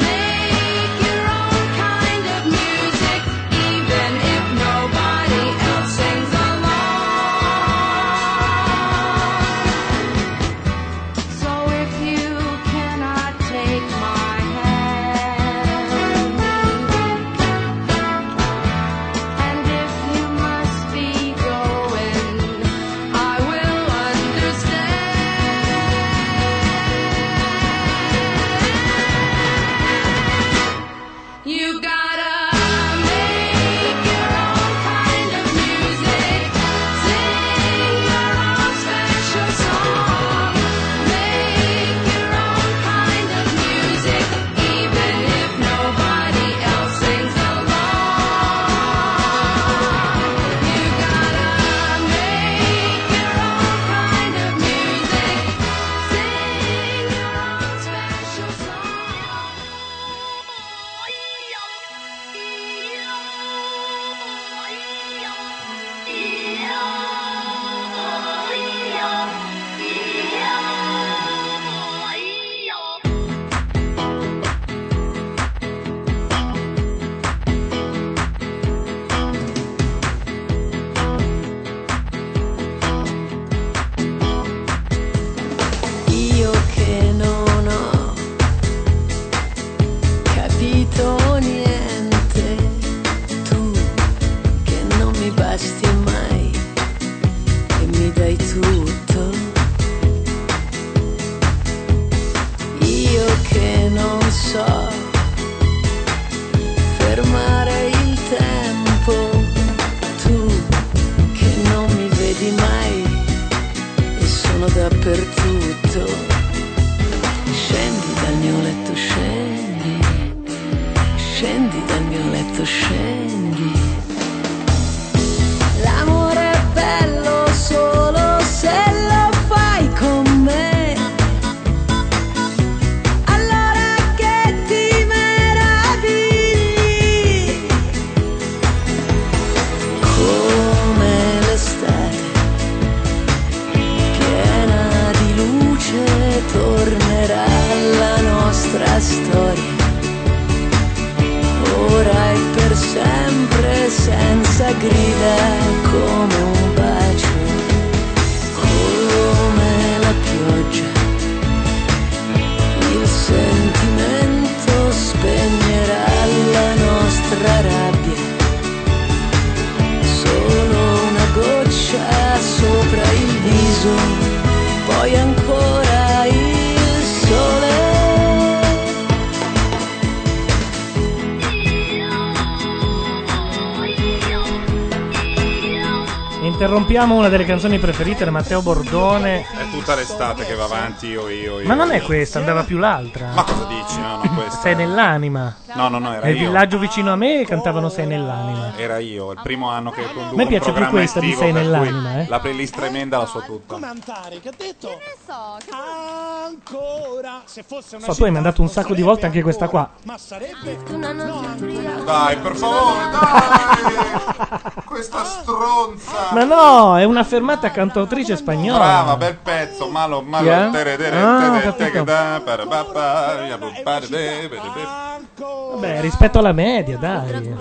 Speaker 5: Make your own kind of music, even if nobody else sings along. So if you cannot take my hand.
Speaker 6: grida come un bacio, come la pioggia. Il sentimento spegnerà la nostra rabbia, solo una goccia sopra il viso, poi ancora il sole.
Speaker 3: Interrompiamo una delle canzoni preferite da Matteo Bordone.
Speaker 1: È tutta l'estate che va avanti io, io, io.
Speaker 3: Ma non è
Speaker 1: io.
Speaker 3: questa, andava più l'altra.
Speaker 1: Ma cosa dici? No, no, questa.
Speaker 3: Sei nell'anima.
Speaker 1: No, no, no, era
Speaker 3: Nel
Speaker 1: io. Eh,
Speaker 3: villaggio vicino a me cantavano Sei nell'anima.
Speaker 1: Era io, il primo anno che conduco
Speaker 3: Me piace
Speaker 1: un
Speaker 3: più
Speaker 1: programma
Speaker 3: questa di
Speaker 1: estivo,
Speaker 3: Sei
Speaker 1: per cui
Speaker 3: nell'anima, eh.
Speaker 1: La playlist tremenda la so tutta.
Speaker 2: Antari, che ha detto? Che ne so, che Ancora, se fosse una
Speaker 3: So, tu hai mandato un sacco di volte anche questa qua.
Speaker 2: ma sarebbe
Speaker 1: Dai, per favore, Oh, dai! Questa stronza!
Speaker 3: Ma no, è una fermata cantautrice spagnola.
Speaker 1: Brava, bel pezzo, malo, malo,
Speaker 3: Chi è?
Speaker 1: tere, tere,
Speaker 3: Ah,
Speaker 1: tere,
Speaker 3: ho capito.
Speaker 1: tere, da, para, ba, ba, ya, bu, ba, de, be, be, de,
Speaker 3: Beh, rispetto alla media, dai.
Speaker 1: be.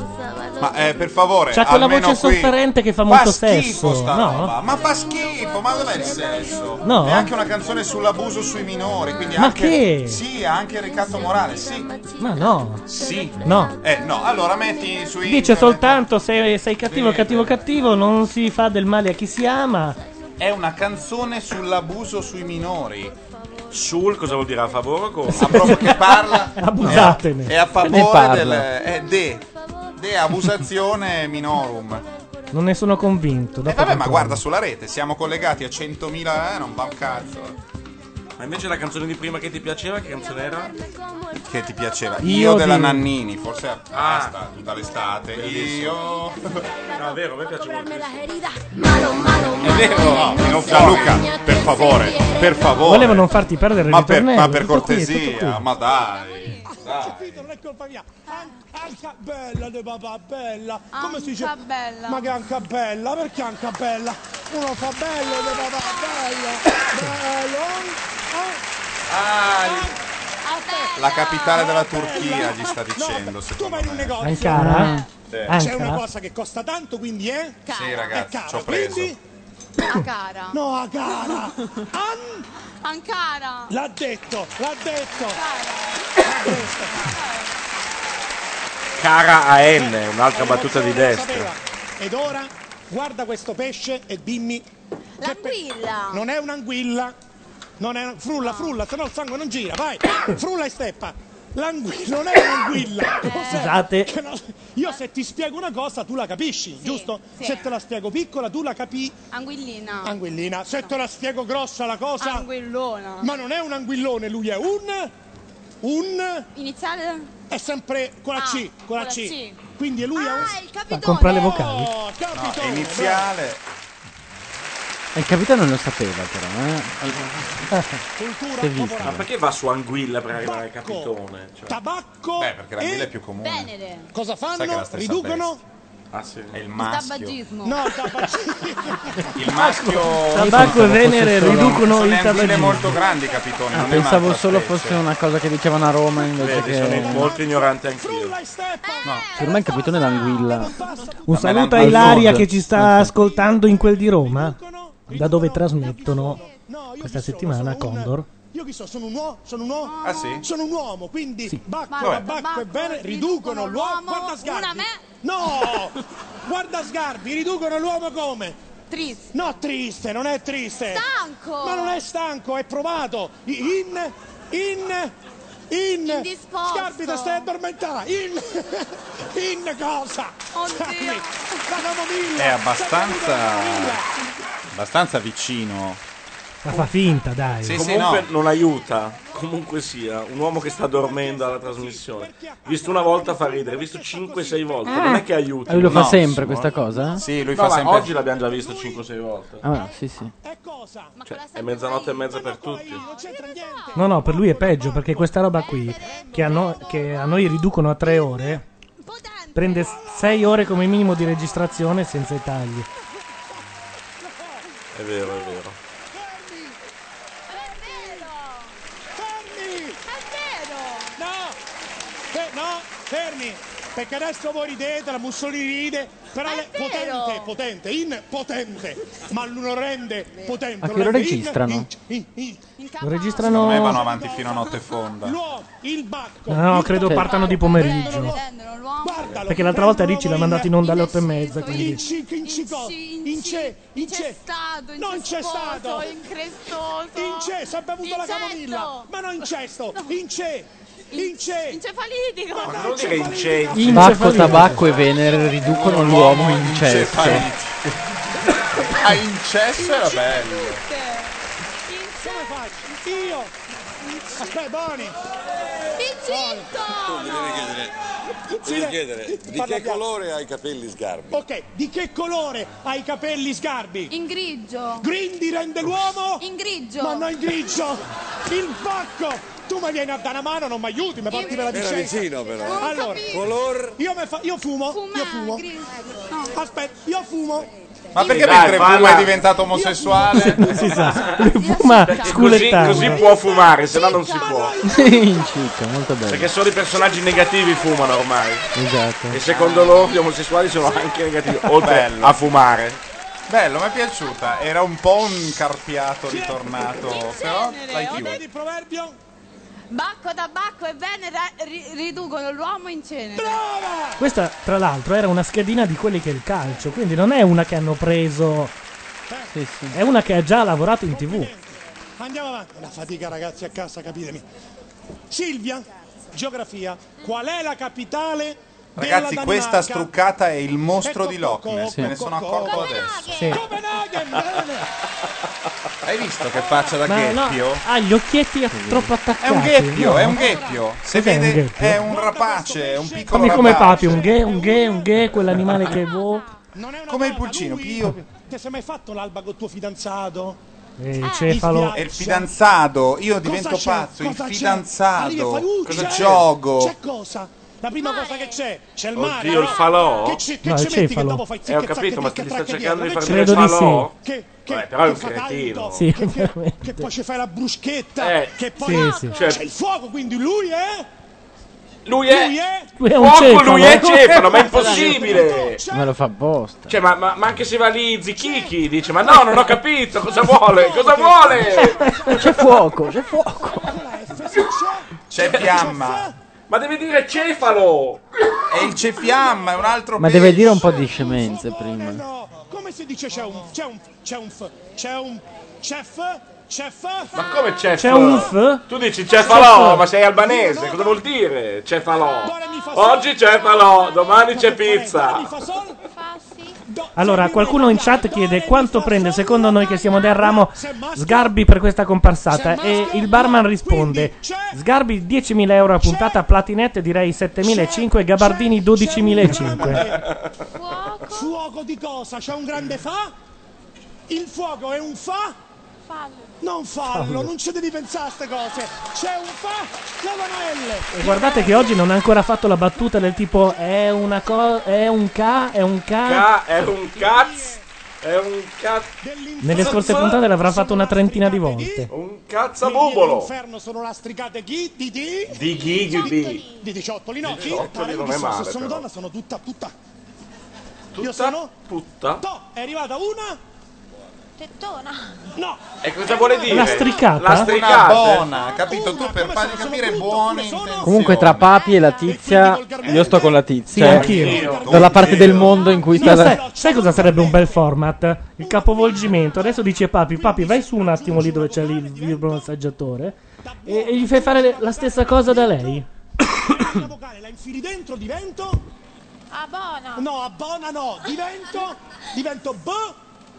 Speaker 1: Ma eh, per favore,
Speaker 3: C'ha quella
Speaker 1: almeno
Speaker 3: voce
Speaker 1: qui.
Speaker 3: sofferente che fa
Speaker 1: Fa
Speaker 3: molto
Speaker 1: schifo
Speaker 3: sesso.
Speaker 1: sta roba,
Speaker 3: No?
Speaker 1: ma fa schifo, ma dov'è il sesso?
Speaker 3: Oh. No.
Speaker 1: È anche una canzone sull'abuso sui minori, quindi
Speaker 3: Ma
Speaker 1: anche
Speaker 3: che?
Speaker 1: Sì, ha anche ricatto morale, sì.
Speaker 3: Ma no.
Speaker 1: Sì.
Speaker 3: No.
Speaker 1: Eh, no, allora metti su
Speaker 3: Dice
Speaker 1: internet
Speaker 3: soltanto se sei cattivo, cattivo, cattivo, non si fa del male a chi si ama.
Speaker 1: è una canzone sull'abuso sui minori.
Speaker 4: Sul cosa vuol dire a favore o contro?
Speaker 1: che parla
Speaker 3: Abusatene.
Speaker 1: è a
Speaker 3: Che ne
Speaker 1: favore
Speaker 3: parla?
Speaker 1: del è de, de abusazione minorum.
Speaker 3: Non ne sono convinto.
Speaker 1: E
Speaker 3: dopo
Speaker 1: Eh, vabbè, ma
Speaker 3: controllo.
Speaker 1: guarda sulla rete, siamo collegati a 100.000, eh, non va un cazzo.
Speaker 4: Ma invece la canzone di prima che ti piaceva, che canzone era?
Speaker 1: Che ti piaceva? Io,
Speaker 4: Io
Speaker 1: della
Speaker 4: di-
Speaker 1: Nannini, forse a
Speaker 4: Ah.
Speaker 1: basta, tutta l'estate. Io
Speaker 4: No, è vero, a me piace molto.
Speaker 1: È vero, no, meno Gianluca, per favore, per favore.
Speaker 3: Volevo non farti perdere il
Speaker 1: Ma per,
Speaker 3: ritornello.
Speaker 1: ma per
Speaker 3: tutto qui, tutto
Speaker 1: cortesia,
Speaker 3: qui.
Speaker 1: ma dai.
Speaker 2: anche bella de papà bella. Come si dice? Bella. Ma che anche bella, perché anche bella? Uno fa bello de papà bello.
Speaker 1: Ah.
Speaker 2: Ah.
Speaker 1: La capitale della Turchia gli sta dicendo, secondo me.
Speaker 2: Bello.
Speaker 1: Ankara? Sì.
Speaker 7: Eh.
Speaker 2: Eh. C'è
Speaker 1: Ankara?
Speaker 2: una cosa che costa tanto, quindi è
Speaker 1: Sì,
Speaker 2: È
Speaker 1: ragazzi,
Speaker 2: cara,
Speaker 1: ci ho preso.
Speaker 2: quindi-
Speaker 25: A cara.
Speaker 2: No, a cara. An-
Speaker 25: Ankara.
Speaker 2: L'ha detto, l'ha detto.
Speaker 4: Cara a N, un'altra battuta di destra.
Speaker 2: Ed ora guarda questo pesce e dimmi. L'anguilla! Non è un'anguilla. Non è frulla, frulla, se no il sangue non gira, vai! frulla e steppa! L'anguilla non è un'anguilla!
Speaker 3: Eh.
Speaker 2: Cos'è?
Speaker 3: Scusate.
Speaker 2: Che no- io se ti spiego una cosa tu la capisci, giusto?
Speaker 5: sì.
Speaker 2: Se te la spiego piccola tu la capi.
Speaker 5: Anguillina.
Speaker 2: Ah. Anguillina, se te la spiego grossa la cosa.
Speaker 5: Anguillona.
Speaker 2: Ma non è un anguillone, lui è un. Un.
Speaker 5: Iniziale?
Speaker 2: È sempre con la
Speaker 5: Ah,
Speaker 2: C, con la C. Quindi lui è un.
Speaker 3: Ma compra le vocali.
Speaker 2: Oh, capito!
Speaker 1: iniziale.
Speaker 7: E Eh, il capitano non lo sapeva però, eh.
Speaker 2: Cultura
Speaker 7: Che visto.
Speaker 4: Ma perché va su Anguilla per arrivare al capitone? Cioè-
Speaker 2: Tabacco.
Speaker 1: Beh, perché l'anguilla è più comune.
Speaker 5: Venere.
Speaker 2: Cosa
Speaker 1: Sai che è la
Speaker 2: fanno?
Speaker 1: stessa
Speaker 2: Riducono.
Speaker 1: Ah, sì. È il maschio.
Speaker 5: Tabagismo.
Speaker 2: No, il tabagismo.
Speaker 1: Il maschio.
Speaker 7: Tabacco, venere, riducono
Speaker 1: sono
Speaker 7: il
Speaker 1: le anguille
Speaker 7: tabagismo.
Speaker 1: molto grandi, capitone.
Speaker 7: Ah,
Speaker 1: non è
Speaker 7: pensavo
Speaker 1: un'altra
Speaker 7: solo
Speaker 1: specie.
Speaker 7: fosse una cosa che dicevano a Roma invece
Speaker 4: Vedi,
Speaker 7: che...
Speaker 4: sono molto ignorante anch'io.
Speaker 7: Per me il capitone è l'anguilla.
Speaker 3: Un saluto a Ilaria che ci sta ascoltando in quel di Roma, da dove trasmettono questa settimana Condor.
Speaker 2: Io chi so, sono un uomo, sono un uomo,
Speaker 1: Ah, sì?
Speaker 2: sono un uomo, quindi bacco,
Speaker 5: Ma
Speaker 2: tabacco,
Speaker 5: tabacco,
Speaker 2: e bene, riducono l'uomo, guarda sgarbi.
Speaker 5: una me.
Speaker 2: No! guarda sgarbi, riducono l'uomo come? Triste. No, triste, non è triste.
Speaker 5: Stanco.
Speaker 2: Ma non è stanco, è provato. I- In, in, in.
Speaker 5: Indisposto.
Speaker 2: Sgarbi, te stai addormentando. In, in cosa? Oddio. La camomilla.
Speaker 1: È abbastanza. abbastanza vicino.
Speaker 3: Ma fa finta, dai.
Speaker 1: Sì, sì,
Speaker 4: Comunque
Speaker 1: no.
Speaker 4: non aiuta, comunque sia, un uomo che sta dormendo alla trasmissione. Visto una volta fa ridere, visto 5-6 volte, non è che aiuta.
Speaker 7: Ah, lui lo fa sempre questa cosa? eh?
Speaker 1: Sì, lui
Speaker 4: No,
Speaker 1: fa
Speaker 4: ma
Speaker 1: sempre-
Speaker 4: Oggi l'abbiamo già visto 5-6 volte.
Speaker 7: Ah, sì, sì.
Speaker 4: Cioè, è mezzanotte e mezza per tutti.
Speaker 3: No, no, per lui è peggio perché questa roba qui, che a, no- che a noi riducono a tre ore, prende s- sei ore come minimo di registrazione senza i tagli.
Speaker 4: È vero, è vero.
Speaker 2: Fermi! No! Fe- no, fermi! Perché adesso voi ridete, la Mussolini ride, però lei potente, potente, in potente, ma lo rende potente.
Speaker 7: A
Speaker 2: lo
Speaker 7: che ora
Speaker 2: rende in-
Speaker 7: registrano?
Speaker 2: in- in- in-
Speaker 3: Lo registrano.
Speaker 1: Secondo me vanno avanti fino a notte fonda.
Speaker 3: No, no, credo partano di pomeriggio. Perché l'altra volta Ricci l'ha mandato in onda alle 8 e mezza. Quindi.
Speaker 2: Ince, incestato, non incestato, increstoso, ince, si è bevuto la camomilla, ma non incesto, ince, ince,
Speaker 25: incefalitico,
Speaker 2: ma
Speaker 4: non dire incenti.
Speaker 7: Bacco, tabacco e venere riducono l'uomo in cesto.
Speaker 1: A incesso Ah, era bello.
Speaker 2: come faccio? Io, aspetta, Boni,
Speaker 42: Volevi chiedere, volevi chiedere di che colore hai i capelli sgarbi?
Speaker 2: ok, di che colore hai i capelli sgarbi?
Speaker 42: In
Speaker 2: grigio. Grindi rende l'uomo? In grigio. Ma non in grigio, il bacco. Tu mi vieni a dare una mano, non mi aiuti, mi porti per la
Speaker 42: Era
Speaker 2: discesa.
Speaker 42: vicino però. eh.
Speaker 2: Allora,
Speaker 42: Color
Speaker 2: io, me fa- io fumo, io fumo. Aspetta, io fumo.
Speaker 1: Ma
Speaker 2: Io-
Speaker 1: perché mentre Puma è diventato omosessuale?
Speaker 3: Non si sa. Lui Fuma
Speaker 4: Così,
Speaker 3: sculettando.
Speaker 4: così può fumare, se no non si può.
Speaker 7: in cicca, molto bello.
Speaker 4: Perché solo i personaggi negativi fumano ormai.
Speaker 7: Esatto.
Speaker 4: E secondo loro gli omosessuali sono anche negativi, oltre
Speaker 1: Bello.
Speaker 4: a fumare.
Speaker 1: Bello, mi è piaciuta. Era un po' un carpiato ritornato, però l'hai chiuso.
Speaker 25: oh. Bacco, tabacco e venere ri- riducono l'uomo in cenere.
Speaker 3: Questa, tra l'altro, era una schedina di quelli che è il calcio. Quindi non è una che hanno preso. È una che ha già lavorato in tv.
Speaker 2: Andiamo avanti. La fatica, ragazzi, a casa, capitemi. Silvia, geografia. Qual è la capitale della
Speaker 1: Ragazzi,
Speaker 2: Danimarca?
Speaker 1: questa struccata è il mostro
Speaker 2: Ecco,
Speaker 1: di Loch Ness,
Speaker 2: Sì.
Speaker 1: me ne sono accorto adesso.
Speaker 3: Sì.
Speaker 1: Hai visto che faccia da
Speaker 3: Ma no, ah,
Speaker 1: gheppio?
Speaker 3: ha gli occhietti a- troppo attaccati.
Speaker 1: È un gheppio,
Speaker 3: No.
Speaker 1: è un gheppio. Se
Speaker 3: Cos'è un
Speaker 1: vede,
Speaker 3: gheppio?
Speaker 1: è un rapace, è un piccolo
Speaker 3: Fammi come
Speaker 1: rapace.
Speaker 3: papi, un gay, un gay, un gay, quell'animale che vuoi.
Speaker 1: Come il pulcino, Pio.
Speaker 2: Ti sei mai fatto l'alba col tuo fidanzato?
Speaker 3: Eh,
Speaker 2: Ah.
Speaker 3: cefalo.
Speaker 1: È il fidanzato, io
Speaker 2: Cosa
Speaker 1: divento
Speaker 2: c'è?
Speaker 1: pazzo, il
Speaker 2: Cosa c'è?
Speaker 1: fidanzato.
Speaker 2: Arriva e fai, uh,
Speaker 1: Cosa
Speaker 2: c'è?
Speaker 1: gioco?
Speaker 2: C'è cosa? La prima cosa che c'è, c'è il
Speaker 1: Oddio,
Speaker 2: mare.
Speaker 1: il
Speaker 2: no?
Speaker 1: falò?
Speaker 2: Che ci, che
Speaker 4: No,
Speaker 2: ci
Speaker 4: il
Speaker 2: metti che
Speaker 4: cefalo.
Speaker 2: dopo fai
Speaker 4: Eh, ho
Speaker 2: zicche,
Speaker 4: capito, ma
Speaker 2: zacche,
Speaker 4: ti sta
Speaker 2: zacche,
Speaker 4: cercando di
Speaker 2: dietro.
Speaker 4: far
Speaker 2: Che
Speaker 4: vedere
Speaker 2: ci-
Speaker 4: il falò?
Speaker 2: Che, che,
Speaker 4: Vabbè, però è un
Speaker 2: che fa
Speaker 4: cretino.
Speaker 2: tanto,
Speaker 4: Sì,
Speaker 2: che, che-
Speaker 4: veramente.
Speaker 2: che poi ci fai la bruschetta,
Speaker 4: Eh,
Speaker 2: che poi
Speaker 4: sì, sì.
Speaker 2: c'è
Speaker 4: Certo.
Speaker 2: il fuoco, quindi lui è...
Speaker 4: Lui è-
Speaker 2: Lui è...
Speaker 4: Lui è un Porco, cefalo. lui è cefalo, ma è impossibile!
Speaker 7: Me lo fa apposta.
Speaker 4: Cioè, ma, ma- ma anche se va lì Zichichi dice: Ma no, non ho capito cosa vuole, cosa vuole?
Speaker 7: C'è fuoco, c'è fuoco.
Speaker 1: C'è fiamma.
Speaker 4: Ma devi dire cefalo!
Speaker 1: È il cefiamma, è un altro
Speaker 7: Ma deve dire un po' di scemenze prima.
Speaker 2: Come si dice c'è un... c'è un... c'è un... f- c'è un... c'è f... c'è f...
Speaker 4: Ma come cefalo?
Speaker 3: C'è un f?
Speaker 4: Tu dici cefalò, ma sei albanese, cosa vuol dire cefalò? Oggi cefalò, domani c'è pizza.
Speaker 3: Allora, qualcuno in chat chiede quanto prende secondo noi che siamo del ramo Sgarbi per questa comparsata. E il barman risponde: Sgarbi 10.000 euro a puntata, Platinette direi 7.500 e Gabardini 12.500.
Speaker 2: Fuoco. di cosa? C'è un grande fa? Il fuoco è un fa? Fallo. Non fallo,
Speaker 3: Fallo.
Speaker 2: non ci devi pensare a queste cose. C'è un fa, la
Speaker 3: E guardate che oggi non ha ancora fatto la battuta del tipo: È una cosa. È un ca. È un ca.
Speaker 4: Ca- è un cazzo. È un cazzo.
Speaker 3: Nelle scorse puntate l'avrà fatto una trentina di volte.
Speaker 4: Un cazzabubolo!
Speaker 2: L'inferno sono lastricate chi? Di di?
Speaker 4: Di chi? Di chi?
Speaker 2: Di 18 linocchi?
Speaker 4: 18
Speaker 2: Pare
Speaker 4: non
Speaker 2: di
Speaker 4: è
Speaker 2: so,
Speaker 4: male,
Speaker 2: Se sono
Speaker 4: però.
Speaker 2: donna sono tutta tutta. Io sono?
Speaker 4: Putta.
Speaker 2: No, è arrivata una? Tettona. No,
Speaker 4: E cosa vuole dire?
Speaker 3: La stricata?
Speaker 1: Una buona, capito? Tu per fargli capire buone intenzioni.
Speaker 7: Comunque tra Papi e la tizia, io sto con la
Speaker 3: Sì,
Speaker 7: tizia.
Speaker 3: anch'io.
Speaker 7: Cioè, Dalla parte del mondo in cui
Speaker 3: No,
Speaker 7: sta la-
Speaker 3: sai, sai cosa sarebbe un bel format? Il capovolgimento. Adesso dice Papi, Papi, vai su un attimo lì dove c'è lì il vibromassaggiatore e, e gli fai fare le- la stessa cosa da lei.
Speaker 2: vocale, la infili dentro, divento? Abona. No, abona no, divento, divento b,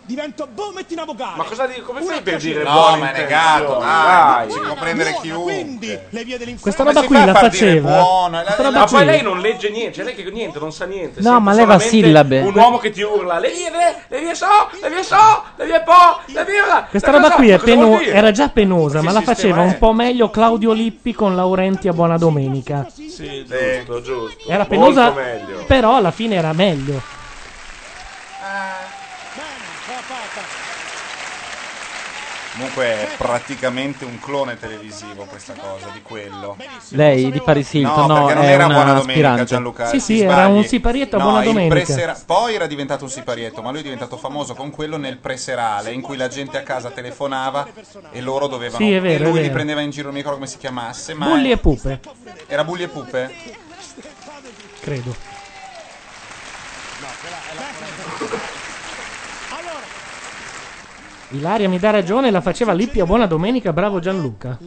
Speaker 2: divento b, metti una vocale.
Speaker 4: Ma cosa di- come fai per dire
Speaker 1: No,
Speaker 4: buone
Speaker 1: ma è
Speaker 4: intenzioni?
Speaker 1: negato, dai, si può prendere
Speaker 2: buona,
Speaker 1: chiunque.
Speaker 2: Quindi le vie dell'inferno.
Speaker 3: Questa
Speaker 4: Come
Speaker 3: roba
Speaker 4: si
Speaker 3: qui
Speaker 4: fa a
Speaker 3: la
Speaker 4: far dire
Speaker 3: faceva.
Speaker 4: buona?
Speaker 3: Questa roba
Speaker 4: Ma poi
Speaker 3: qui.
Speaker 4: lei non legge niente, cioè lei che niente, non sa niente.
Speaker 3: No,
Speaker 4: sente
Speaker 3: ma leva
Speaker 4: solamente
Speaker 3: sillabe.
Speaker 4: Un uomo che ti urla, le vie, le, le vie so, le vie so, le vie po, le vie là.
Speaker 3: Questa
Speaker 4: Le vie
Speaker 3: roba
Speaker 4: so.
Speaker 3: qui
Speaker 4: Ma
Speaker 3: è
Speaker 4: cosa
Speaker 3: peno-
Speaker 4: vuol dire?
Speaker 3: era già penosa,
Speaker 4: Che
Speaker 3: ma la
Speaker 4: sistema
Speaker 3: faceva
Speaker 4: è?
Speaker 3: un po' meglio Claudio Lippi con Laurenti a Buona Domenica.
Speaker 4: Sì, giusto, giusto.
Speaker 3: Era
Speaker 4: Molto
Speaker 3: penosa,
Speaker 4: meglio.
Speaker 3: però alla fine era meglio.
Speaker 2: Ah,
Speaker 1: Comunque è praticamente un clone televisivo questa cosa di quello.
Speaker 7: Lei di Paris Hilton,
Speaker 1: no,
Speaker 7: no,
Speaker 1: perché non
Speaker 7: è
Speaker 1: era
Speaker 7: una
Speaker 1: buona domenica
Speaker 7: aspirante.
Speaker 1: Gianluca. eh,
Speaker 3: Sì,
Speaker 1: ti
Speaker 3: sì, era
Speaker 1: sbagli.
Speaker 3: un siparietto a
Speaker 1: No,
Speaker 3: Buona
Speaker 1: il
Speaker 3: Domenica.
Speaker 1: presera- Poi era diventato un siparietto, ma lui è diventato famoso con quello nel preserale in cui la gente a casa telefonava e loro dovevano
Speaker 3: Sì, è vero,
Speaker 1: e
Speaker 3: è
Speaker 1: lui li
Speaker 3: vero.
Speaker 1: prendeva in giro, non mi ricordo come si chiamasse, ma
Speaker 3: Bulli e pupe,
Speaker 1: era Bulli e Pupe?
Speaker 3: credo. Ilaria mi dà ragione, la faceva Lippi a Buona Domenica, bravo Gianluca.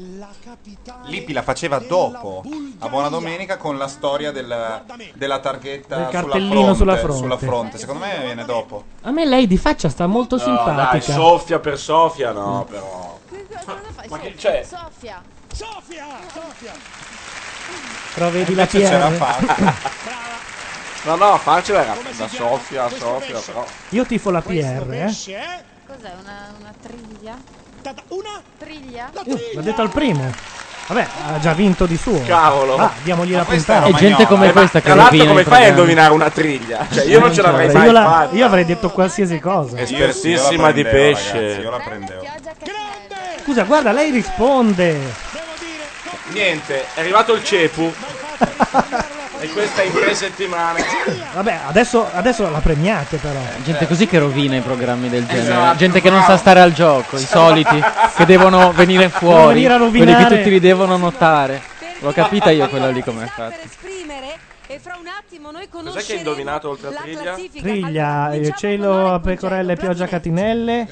Speaker 1: Lippi la faceva dopo a Buona Domenica con la storia della, della targhetta
Speaker 3: Del
Speaker 1: sulla
Speaker 3: cartellino
Speaker 1: fronte,
Speaker 3: sulla fronte.
Speaker 1: Secondo me viene dopo.
Speaker 3: A me lei di faccia sta molto simpatica.
Speaker 4: dai, soffia per soffia, no, però.
Speaker 6: Ma che
Speaker 4: c'è?
Speaker 6: Sofia.
Speaker 2: Sofia, Sofia.
Speaker 3: Però vedi la
Speaker 4: Eh, Invece
Speaker 3: PR.
Speaker 4: c'era Fabio. No, no, farcela era da soffia a soffia, però.
Speaker 3: Io tifo la PR, eh.
Speaker 6: Cos'è una, una triglia? Una triglia?
Speaker 3: L'ha detto al primo. Vabbè, ha già vinto di suo.
Speaker 4: Cavolo.
Speaker 3: Va, diamogli
Speaker 4: Ma
Speaker 3: la
Speaker 4: questa
Speaker 3: puntata.
Speaker 4: è E romagnola. gente come Eh, ma questa che tra l'altro rovina come i fai a programmi. indovinare una triglia? Cioè, io non ce l'avrei
Speaker 3: Vabbè,
Speaker 4: mai
Speaker 3: io la-
Speaker 4: fatta.
Speaker 3: Io avrei detto qualsiasi cosa.
Speaker 4: Espertissima di pesce.
Speaker 1: io la prendevo.
Speaker 3: Scusa, guarda, lei risponde.
Speaker 4: Niente, è arrivato il cepu. e questa in tre settimane.
Speaker 3: Vabbè, adesso, adesso la premiate però.
Speaker 7: Eh, Gente così che rovina i programmi del genere.
Speaker 3: Esatto,
Speaker 7: Gente che non sa
Speaker 3: bravo.
Speaker 7: stare al gioco, i soliti, che devono venire
Speaker 3: Devono
Speaker 7: fuori,
Speaker 3: venire a
Speaker 7: quelli che
Speaker 3: rovinare.
Speaker 7: tutti li devono notare. L'ho capita io quella lì come è fatta.
Speaker 17: esprimere e fra un attimo noi
Speaker 4: Cos'è che hai
Speaker 17: conosceremo
Speaker 4: indovinato oltre a
Speaker 17: la
Speaker 4: triglia?
Speaker 17: classifica.
Speaker 3: Triglia, eh,
Speaker 7: diciamo
Speaker 3: cielo a pecorelle, pioggia a
Speaker 27: Eh,
Speaker 3: catinelle.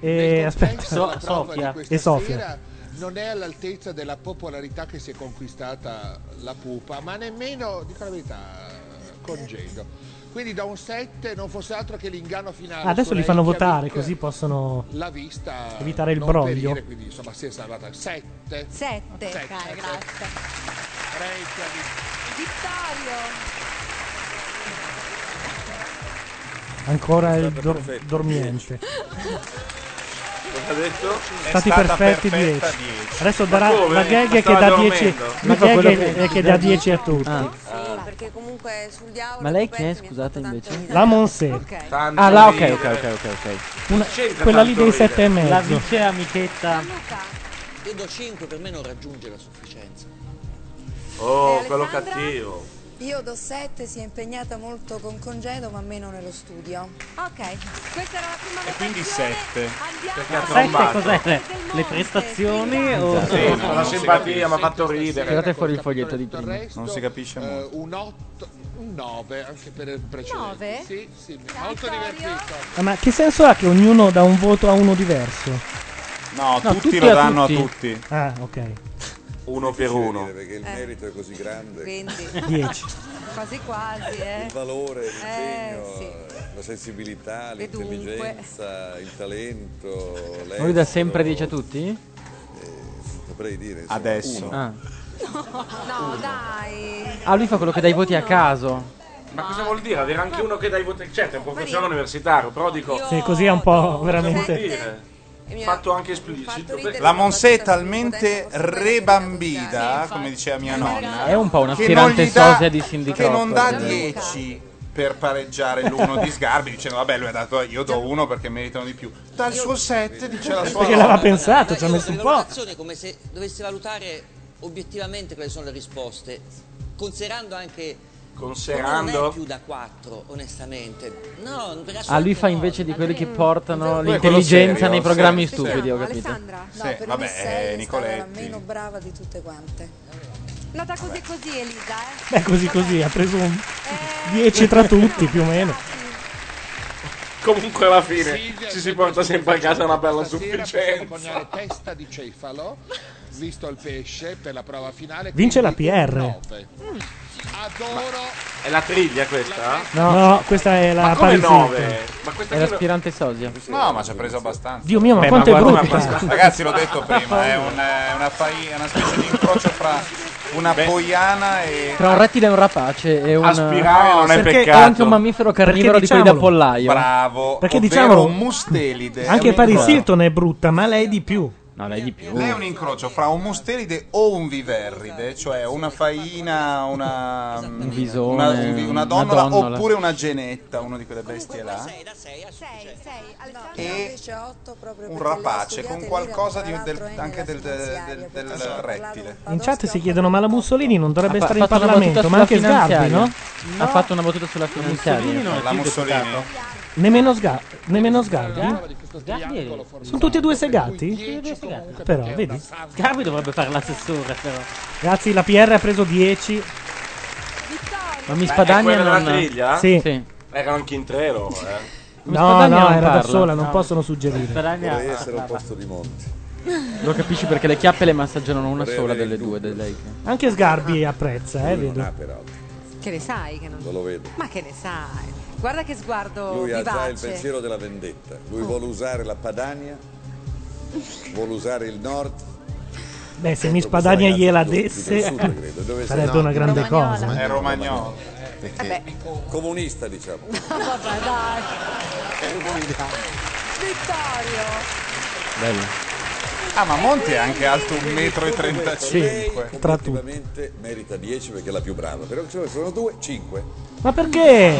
Speaker 3: E aspetta,
Speaker 27: So- la prova di questa
Speaker 3: E Sofia.
Speaker 27: sera non è all'altezza della popolarità che si è conquistata la pupa, ma nemmeno, dico la verità, congedo. Quindi
Speaker 2: ah.
Speaker 27: da un 7 non fosse altro che l'inganno finale.
Speaker 3: Ah, adesso
Speaker 27: su
Speaker 3: li fanno
Speaker 27: Reykjavik,
Speaker 3: votare così possono
Speaker 27: La vista
Speaker 3: evitare il
Speaker 27: non
Speaker 3: broglio.
Speaker 27: perire, quindi insomma si è salvata 7.
Speaker 17: 7, dai, grazie. Vittorio.
Speaker 3: Ancora il dor- dormiente.
Speaker 4: Cosa ha detto?
Speaker 3: Stati perfetti 10. Adesso
Speaker 4: Ma
Speaker 3: darà
Speaker 4: come?
Speaker 3: la Ah, gag è che
Speaker 4: Stava
Speaker 3: dà 10
Speaker 4: dormendo.
Speaker 3: la
Speaker 7: Lui fa
Speaker 3: gag
Speaker 7: quello
Speaker 3: è-
Speaker 7: che-
Speaker 3: è che dà 10 a tutti.
Speaker 16: perché comunque sul diavolo
Speaker 7: Ah. Ma lei chi è, scusate invece?
Speaker 3: La Monse.
Speaker 7: Tanto Ah, là, ok, ridere. ok, ok, ok, ok.
Speaker 3: Una-
Speaker 7: C'entra
Speaker 3: quella lì
Speaker 7: tanto
Speaker 3: dei
Speaker 7: ridere.
Speaker 3: 7 e mezzo.
Speaker 7: La vice amichetta.
Speaker 29: Io do 5, per me non raggiunge la sufficienza.
Speaker 4: Oh,
Speaker 16: E
Speaker 4: quello
Speaker 16: Eh, Alessandra?
Speaker 4: cattivo.
Speaker 16: Io do 7, si è impegnata molto con congedo ma meno nello studio.
Speaker 17: Ok, questa era la prima
Speaker 1: E quindi 7. Perché
Speaker 7: Ma
Speaker 1: ha
Speaker 7: sette
Speaker 1: trombato.
Speaker 7: cos'è? Le, le prestazioni o
Speaker 1: Sì,
Speaker 7: solo-
Speaker 1: con la simpatia mi ha fatto ridere.
Speaker 7: Tirate fuori il foglietto di prima.
Speaker 1: Non si capisce
Speaker 27: Eh,
Speaker 1: molto.
Speaker 27: un 8, un 9 anche per il precedente.
Speaker 17: Nove?
Speaker 27: Sì, sì, molto divertito.
Speaker 3: Ah, Ma che senso ha che ognuno dà un voto a uno diverso?
Speaker 1: No,
Speaker 3: No,
Speaker 1: tutti
Speaker 3: tutti
Speaker 1: lo
Speaker 3: a
Speaker 1: danno
Speaker 3: tutti.
Speaker 1: a tutti.
Speaker 3: Ah, ok.
Speaker 4: Uno per uno.
Speaker 9: Perché il merito è così grande.
Speaker 16: Quindi
Speaker 3: eh. Dieci.
Speaker 16: quasi quasi, eh.
Speaker 9: Il valore,
Speaker 16: Eh,
Speaker 9: l'impegno, la sensibilità,
Speaker 16: E dunque?
Speaker 9: l'intelligenza, il talento.
Speaker 7: Lui da
Speaker 9: l'estro,
Speaker 7: sempre dice a tutti?
Speaker 9: Potrei dire. insomma,
Speaker 1: Adesso.
Speaker 9: uno.
Speaker 7: Ah.
Speaker 16: No, dai.
Speaker 7: Ah, lui fa quello che dà i voti a caso.
Speaker 4: Ma cosa vuol dire? Avere anche uno che dai voti. Certo, è un professore universitario, però dico.
Speaker 3: Sì, così è un po'
Speaker 4: Vuol
Speaker 3: veramente.
Speaker 4: dire? Fatto anche esplicito. perché-
Speaker 1: La Monse è talmente rebambida, come diceva mia nonna,
Speaker 7: È un po' una
Speaker 1: che non
Speaker 7: aspirante
Speaker 1: gli dà-
Speaker 7: sosia di Cindy
Speaker 1: Che non dà
Speaker 7: Crawford.
Speaker 1: 10 per pareggiare l'uno di Sgarbi, dicendo vabbè lui ha dato io do uno perché meritano di più. Dal suo 7 dice la sua
Speaker 3: Perché
Speaker 1: nonna.
Speaker 3: l'aveva pensato, ci ha messo un po'.
Speaker 29: Valutazione come se dovesse valutare obiettivamente quelle sono le risposte, considerando anche non è
Speaker 4: Considerando.
Speaker 29: più da 4, onestamente. No, perché
Speaker 7: Ah, lui
Speaker 29: assolutamente
Speaker 7: fa
Speaker 29: no.
Speaker 7: invece di quelli che portano
Speaker 29: Lui
Speaker 1: è quello
Speaker 7: l'intelligenza
Speaker 1: serio,
Speaker 7: nei programmi
Speaker 1: serio,
Speaker 7: stupidi, ho
Speaker 1: serio.
Speaker 7: capito.
Speaker 16: Alessandra?
Speaker 1: Sì,
Speaker 16: No, per
Speaker 1: vabbè,
Speaker 16: me sei
Speaker 1: eh,
Speaker 16: è stata la
Speaker 1: Nicoletti.
Speaker 16: meno brava di tutte quante.
Speaker 17: Nata così così Elisa, eh.
Speaker 3: Beh, così così, ha preso un
Speaker 7: Eh.
Speaker 3: 10 tra tutti più o meno.
Speaker 4: Comunque alla fine ci si porta sempre a casa una bella
Speaker 27: Possiamo
Speaker 4: sufficienza.
Speaker 27: coniare testa di cefalo, visto il pesce, per la prova finale.
Speaker 3: Vince la
Speaker 27: quindi
Speaker 3: PR.
Speaker 27: un nove.
Speaker 9: Mm.
Speaker 27: Adoro
Speaker 4: È la triglia questa?
Speaker 3: No, questa è la
Speaker 4: Ma come
Speaker 3: Paris
Speaker 4: nove?
Speaker 3: Hilton.
Speaker 4: Ma questa
Speaker 7: È
Speaker 4: qui non-
Speaker 7: l'aspirante sosia.
Speaker 1: No, ma ci ha preso abbastanza.
Speaker 3: Dio mio, Eh, ma Beh, ma quanto è guarda brutta. una abbastanza.
Speaker 1: Ragazzi, l'ho detto prima, è un- è una, fai- è una specie di incrocio fra una boiana e
Speaker 7: Tra un rettile e un rapace e un...
Speaker 1: Aspirare non è
Speaker 7: perché
Speaker 1: peccato.
Speaker 7: è anche un mammifero carnivoro
Speaker 3: Perché
Speaker 7: di quelli da
Speaker 3: diciamolo.
Speaker 7: pollaio.
Speaker 1: Bravo.
Speaker 3: Perché
Speaker 1: ovvero
Speaker 3: diciamolo,
Speaker 1: un mustelide.
Speaker 3: Anche
Speaker 1: È un
Speaker 3: Paris
Speaker 1: incrocio.
Speaker 3: Hilton è brutta, ma lei di più.
Speaker 7: No, lei di più.
Speaker 1: Lei è un incrocio fra un musteride o un viverride, cioè una faina, una,
Speaker 7: Esatto.
Speaker 1: mm,
Speaker 7: Un visone,
Speaker 1: una, un vi- una donnola,
Speaker 7: una donnola.
Speaker 1: oppure una genetta, una di quelle bestie là.
Speaker 16: E
Speaker 1: Un rapace con qualcosa di- del- anche del, del- del- del rettile.
Speaker 3: In chat si chiedono: ma la Mussolini non dovrebbe
Speaker 7: Ha fa-
Speaker 3: stare in
Speaker 7: fatto una
Speaker 3: Parlamento?
Speaker 7: battuta
Speaker 3: Ma anche
Speaker 7: sulla
Speaker 3: Sgarbi,
Speaker 7: finanziaria.
Speaker 3: no?
Speaker 7: Ha fatto una battuta sulla finanziaria.
Speaker 3: non è
Speaker 1: La
Speaker 3: più
Speaker 1: Mussolini.
Speaker 3: Nemmeno, Sga- nemmeno Sgarbi? Sono tutti e due segati? Però, vedi?
Speaker 24: Sgarbi dovrebbe fare l'assessore, però.
Speaker 3: Ragazzi, la PR ha preso 10.
Speaker 7: Ma mi
Speaker 4: Spadagna
Speaker 7: spadagna
Speaker 4: quella
Speaker 7: non...
Speaker 4: della triglia?
Speaker 3: Sì.
Speaker 4: Erano anche in tre loro, eh.
Speaker 3: No, no, era da
Speaker 7: parla. Ah.
Speaker 3: sola, non
Speaker 7: No.
Speaker 3: possono suggerire.
Speaker 9: Vorrei essere al posto di Monti.
Speaker 7: Lo capisci perché le chiappe le massaggiano una
Speaker 9: Vorrei
Speaker 7: sola
Speaker 9: avere
Speaker 7: delle due. Delle lei.
Speaker 3: Anche Sgarbi apprezza, eh,
Speaker 9: Lui non
Speaker 3: vedo.
Speaker 9: ha peraltro,
Speaker 17: Che ne sai che non...
Speaker 9: non lo vedo.
Speaker 17: Ma che ne sai? Guarda che sguardo
Speaker 9: Lui ha già il
Speaker 17: vivace.
Speaker 9: pensiero della vendetta. Lui
Speaker 27: Oh.
Speaker 9: vuole usare la Padania, vuole usare il nord.
Speaker 3: Beh, se mi spadagna gliela desse, sarebbe una grande cosa.
Speaker 1: È romagnolo.
Speaker 9: Perché? Comunista, diciamo.
Speaker 17: Vabbè, dai. Vittorio.
Speaker 7: Bello.
Speaker 1: Ah, ma Monti è anche alto 1,35 m.
Speaker 9: Tra tutti. merita 10 perché è la più brava, però ce ne sono due, 5.
Speaker 3: Ma perché?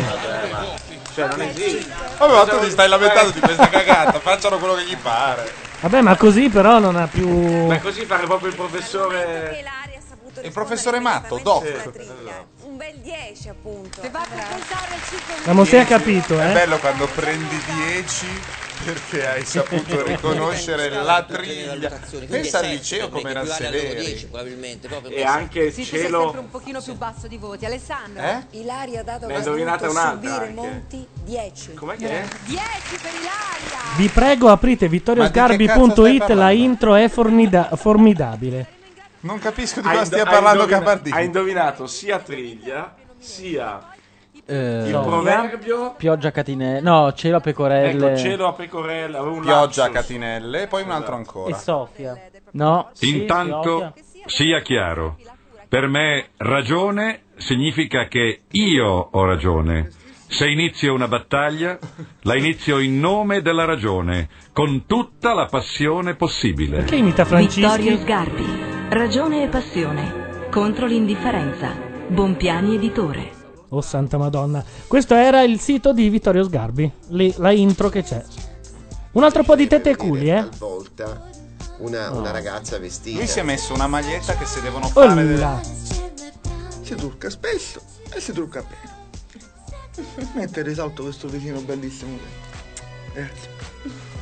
Speaker 4: Cioè, non esiste.
Speaker 1: Vabbè, ma tu ti stai lamentando di questa cagata, facciano quello che gli pare.
Speaker 3: Vabbè, ma così però non ha più.
Speaker 4: Ma così fare proprio il professore.
Speaker 1: Il professore matto, doc.
Speaker 4: esatto.
Speaker 16: Un bel 10 appunto.
Speaker 17: Ti va a compensare il 5
Speaker 3: La Mosè ha
Speaker 1: Dieci.
Speaker 3: capito,
Speaker 1: È
Speaker 3: eh.
Speaker 1: bello quando prendi 10 perché hai saputo riconoscere la triglia. Pensa al liceo come erano severi.
Speaker 4: E anche il
Speaker 17: Sì, tu sei sempre
Speaker 4: cielo.
Speaker 17: un pochino più basso di voti. Alessandra,
Speaker 4: Eh?
Speaker 17: Ilaria ha dato
Speaker 4: Ne hai indovinata un'altra
Speaker 17: subire
Speaker 4: anche.
Speaker 17: Monti 10.
Speaker 4: Com'è che è?
Speaker 17: 10 per Ilaria.
Speaker 3: Vi prego, aprite
Speaker 1: Ma di che cazzo
Speaker 3: vittoriosgarbi.it,
Speaker 1: stai
Speaker 3: la intro è fornida- formidabile.
Speaker 1: Non capisco di
Speaker 4: Ha
Speaker 1: cosa
Speaker 4: indo-
Speaker 1: stia
Speaker 4: ha
Speaker 1: parlando
Speaker 4: indovina-
Speaker 1: Gabardini.
Speaker 4: Ha indovinato sia triglia, sia
Speaker 7: Eh,
Speaker 4: il
Speaker 7: no.
Speaker 4: proverbio.
Speaker 7: Pioggia catine. No, cielo a pecorelle.
Speaker 4: Ecco, cielo a pecorella. avevo un
Speaker 1: Pioggia a
Speaker 4: lapsus.
Speaker 1: catinelle e poi un altro ancora.
Speaker 24: E Sofia.
Speaker 7: No.
Speaker 23: Intanto sia chiaro, per me ragione significa che io ho ragione. Se inizio una battaglia, la inizio in nome della ragione, con tutta la passione possibile.
Speaker 3: Perché imita
Speaker 37: Vittorio
Speaker 3: Francischi?
Speaker 37: Sgarbi. Ragione e passione. Contro l'indifferenza. Bompiani editore.
Speaker 3: Oh santa madonna. Questo era il sito di Vittorio Sgarbi, lì, la intro che c'è. Un altro po' di tette e culi, eh.
Speaker 22: volta una, una ragazza vestita.
Speaker 1: Lui si è messo una maglietta che si devono fare.
Speaker 3: Olla.
Speaker 22: Si trucca spesso e si trucca bene. Mette in risalto questo vicino bellissimo. Grazie.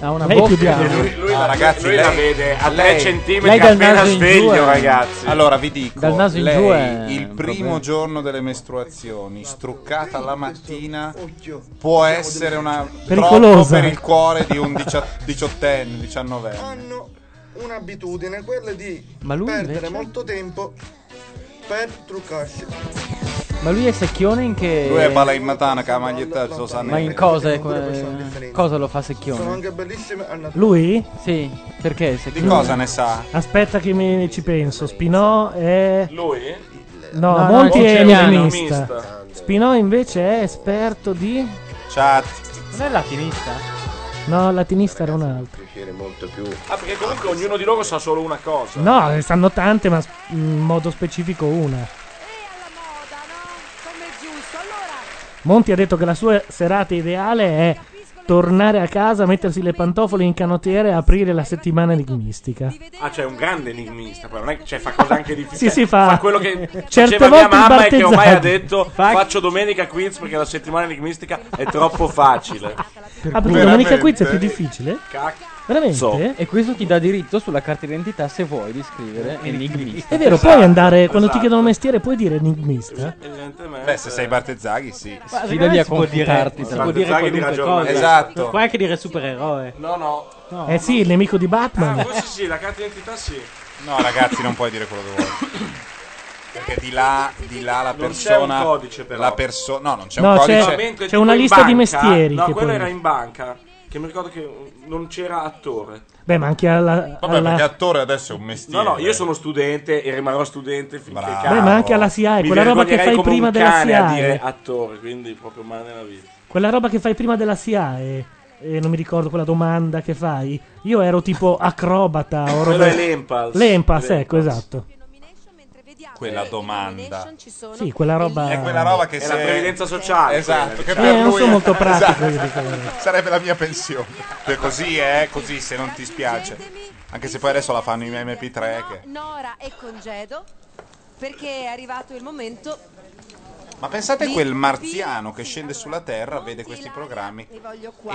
Speaker 3: Ha una
Speaker 22: Lei più
Speaker 3: bocca.
Speaker 22: bianca.
Speaker 4: Lui, lui
Speaker 1: Ah,
Speaker 4: la,
Speaker 1: ragazzi,
Speaker 4: lui la
Speaker 1: lei-
Speaker 4: vede a 3
Speaker 1: lei-
Speaker 4: centimetri
Speaker 1: lei dal
Speaker 4: appena
Speaker 1: naso in
Speaker 4: sveglio,
Speaker 1: giù è-
Speaker 4: ragazzi.
Speaker 1: Allora vi dico,
Speaker 4: Dal naso in
Speaker 1: lei,
Speaker 4: giù è
Speaker 1: il
Speaker 4: un
Speaker 1: primo
Speaker 4: problema.
Speaker 1: giorno delle mestruazioni, struccata la mattina, può essere una troppo
Speaker 3: Pericolosa.
Speaker 1: per il cuore di un dicia- diciottenne, diciannovenne.
Speaker 22: Un'abitudine, quella di
Speaker 7: Ma lui
Speaker 22: perdere
Speaker 7: invece?
Speaker 22: molto tempo per truccarsi.
Speaker 7: Ma lui è secchione in che.
Speaker 1: Lui è bala in matana con la maglietta del
Speaker 7: Eh, Ma in eh, cosa, è que- cosa lo fa
Speaker 22: Sono
Speaker 7: secchione?
Speaker 22: anche bellissime al Natale.
Speaker 3: Lui?
Speaker 7: Sì, perché è
Speaker 1: Di
Speaker 7: secchione?
Speaker 1: cosa ne sa?
Speaker 3: Aspetta che me ci penso. Spinò è.
Speaker 4: Lui?
Speaker 3: No,
Speaker 7: No, no,
Speaker 3: Monti
Speaker 7: non
Speaker 3: è
Speaker 7: c'è piano.
Speaker 3: eugenista. Spinò invece è esperto di.
Speaker 1: Chat.
Speaker 7: Non è latinista?
Speaker 3: No, latinista era un altro.
Speaker 22: Piacere molto più.
Speaker 4: Ah, perché comunque ognuno di loro sa solo una cosa.
Speaker 3: No, ne sanno tante, ma s- in modo specifico una. Monti ha detto che la sua serata ideale è tornare a casa, mettersi le pantofole in canottiere e aprire la settimana enigmistica.
Speaker 4: Ah, c'è un grande enigmista, però non è che cioè, fa cose anche difficili.
Speaker 3: Sì, sì, fa-
Speaker 4: quello che
Speaker 3: Certe
Speaker 4: faceva mia
Speaker 3: volte i
Speaker 4: mamma e che ormai ha
Speaker 3: battezzati.
Speaker 4: detto faccio domenica quiz perché la settimana enigmistica è troppo facile.
Speaker 3: Ah, perché domenica quiz è più difficile? Veramente?
Speaker 7: E questo ti dà diritto sulla carta d'identità se vuoi di scrivere enigmista.
Speaker 3: È vero,
Speaker 24: Esatto,
Speaker 3: puoi andare, quando ti chiedono mestiere, puoi dire enigmista?
Speaker 1: Beh, se sei Bartezzaghi, sì.
Speaker 7: Sfida
Speaker 24: Eh,
Speaker 7: lì a confutarti.
Speaker 1: Bartezzaghi
Speaker 7: tra l'altro.
Speaker 1: di ragione. Esatto.
Speaker 24: Puoi anche dire supereroe.
Speaker 4: No, no.
Speaker 3: Eh sì, il nemico di Batman.
Speaker 4: Ah, forse sì, la carta d'identità sì.
Speaker 1: No, ragazzi, non puoi dire quello che vuoi. Perché di là, di là la
Speaker 4: Non c'è
Speaker 1: persona.
Speaker 4: un codice, però.
Speaker 1: La perso- no, non c'è
Speaker 3: No,
Speaker 1: un
Speaker 3: c'è-
Speaker 1: codice.
Speaker 4: Ma mentre
Speaker 3: c'è
Speaker 4: tipo
Speaker 3: una
Speaker 4: in
Speaker 3: lista di mestieri
Speaker 4: No,
Speaker 3: che
Speaker 4: quello
Speaker 3: puoi-
Speaker 4: era in banca. Che mi ricordo che non c'era attore.
Speaker 3: Beh, ma anche alla...
Speaker 1: Vabbè,
Speaker 3: alla-
Speaker 1: perché attore adesso è un mestiere.
Speaker 4: No, no, io sono studente e rimarrò studente finché
Speaker 3: Beh, ma anche alla SIAE, quella roba che fai prima della
Speaker 4: Mi vergognerei come un cane a
Speaker 3: SIAE.
Speaker 4: dire attore, quindi proprio male nella vita.
Speaker 3: Quella roba che fai prima della SIAE. eh, non mi ricordo quella domanda che fai, io ero tipo acrobata o
Speaker 4: Quello
Speaker 3: roba-
Speaker 4: è l'Empas.
Speaker 3: L'Empas, ecco,
Speaker 4: L'Empas.
Speaker 3: esatto.
Speaker 1: Quella domanda.
Speaker 3: Sì, quella roba...
Speaker 1: È quella roba che
Speaker 4: È
Speaker 1: se-
Speaker 4: la previdenza sociale,
Speaker 1: Esatto,
Speaker 4: quella,
Speaker 1: che
Speaker 4: diciamo.
Speaker 1: per
Speaker 3: Eh, non
Speaker 1: lui
Speaker 3: sono molto
Speaker 1: Esatto.
Speaker 3: pratico, io dico la verità.
Speaker 1: Sarebbe la mia pensione. Cioè, così è, così se non ti spiace. Anche se poi adesso la fanno in MP3 che
Speaker 17: Nora e congedo perché è arrivato il momento
Speaker 1: Ma pensate quel marziano che scende sulla Terra, vede questi programmi e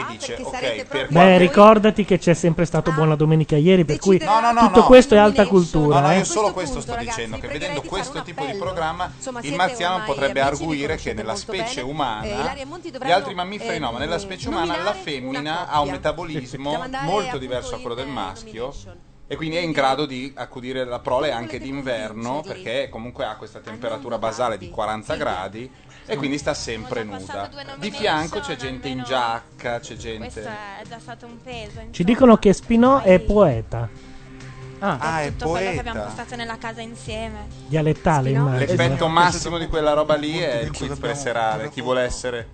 Speaker 1: dice ok, per
Speaker 3: Beh,
Speaker 1: quanto-
Speaker 3: ricordati che c'è sempre stato Buona Domenica ieri, per cui
Speaker 1: No, no, no,
Speaker 3: tutto
Speaker 1: no.
Speaker 3: questo è alta cultura.
Speaker 1: No, no,
Speaker 3: eh.
Speaker 1: io solo questo sto dicendo, che vedendo questo tipo di programma il
Speaker 17: siete
Speaker 1: marziano
Speaker 17: ormai
Speaker 1: potrebbe
Speaker 17: amici, vi
Speaker 1: arguire che
Speaker 17: conoscete
Speaker 1: nella
Speaker 17: molto
Speaker 1: specie
Speaker 17: bene. Eh,
Speaker 1: umana
Speaker 17: Ilaria e Monti
Speaker 1: gli
Speaker 17: dovranno,
Speaker 1: altri mammiferi
Speaker 17: eh,
Speaker 1: no, ma nella specie
Speaker 17: eh,
Speaker 1: umana la
Speaker 17: nominare
Speaker 1: femmina
Speaker 17: una
Speaker 1: ha un
Speaker 17: coppia. Da
Speaker 1: metabolismo
Speaker 17: mandare
Speaker 1: molto
Speaker 17: appunto
Speaker 1: diverso da
Speaker 17: in,
Speaker 1: quello del
Speaker 17: eh,
Speaker 1: maschio e quindi è in grado di accudire la prole anche d'inverno perché comunque ha
Speaker 17: Ah,
Speaker 1: questa temperatura basale di 40 gradi e quindi sta sempre nuda. Di fianco c'è gente in giacca,
Speaker 28: Questo
Speaker 1: c'è gente
Speaker 28: è già stato un peso.
Speaker 3: Ci dicono che Spinò è poeta,
Speaker 28: Ah,
Speaker 1: è
Speaker 28: tutto quello che abbiamo
Speaker 1: poeta.
Speaker 28: passato nella casa insieme.
Speaker 3: dialettale immagino.
Speaker 1: L'effetto massimo di quella roba lì è il quiz preserale. Chi vuole essere?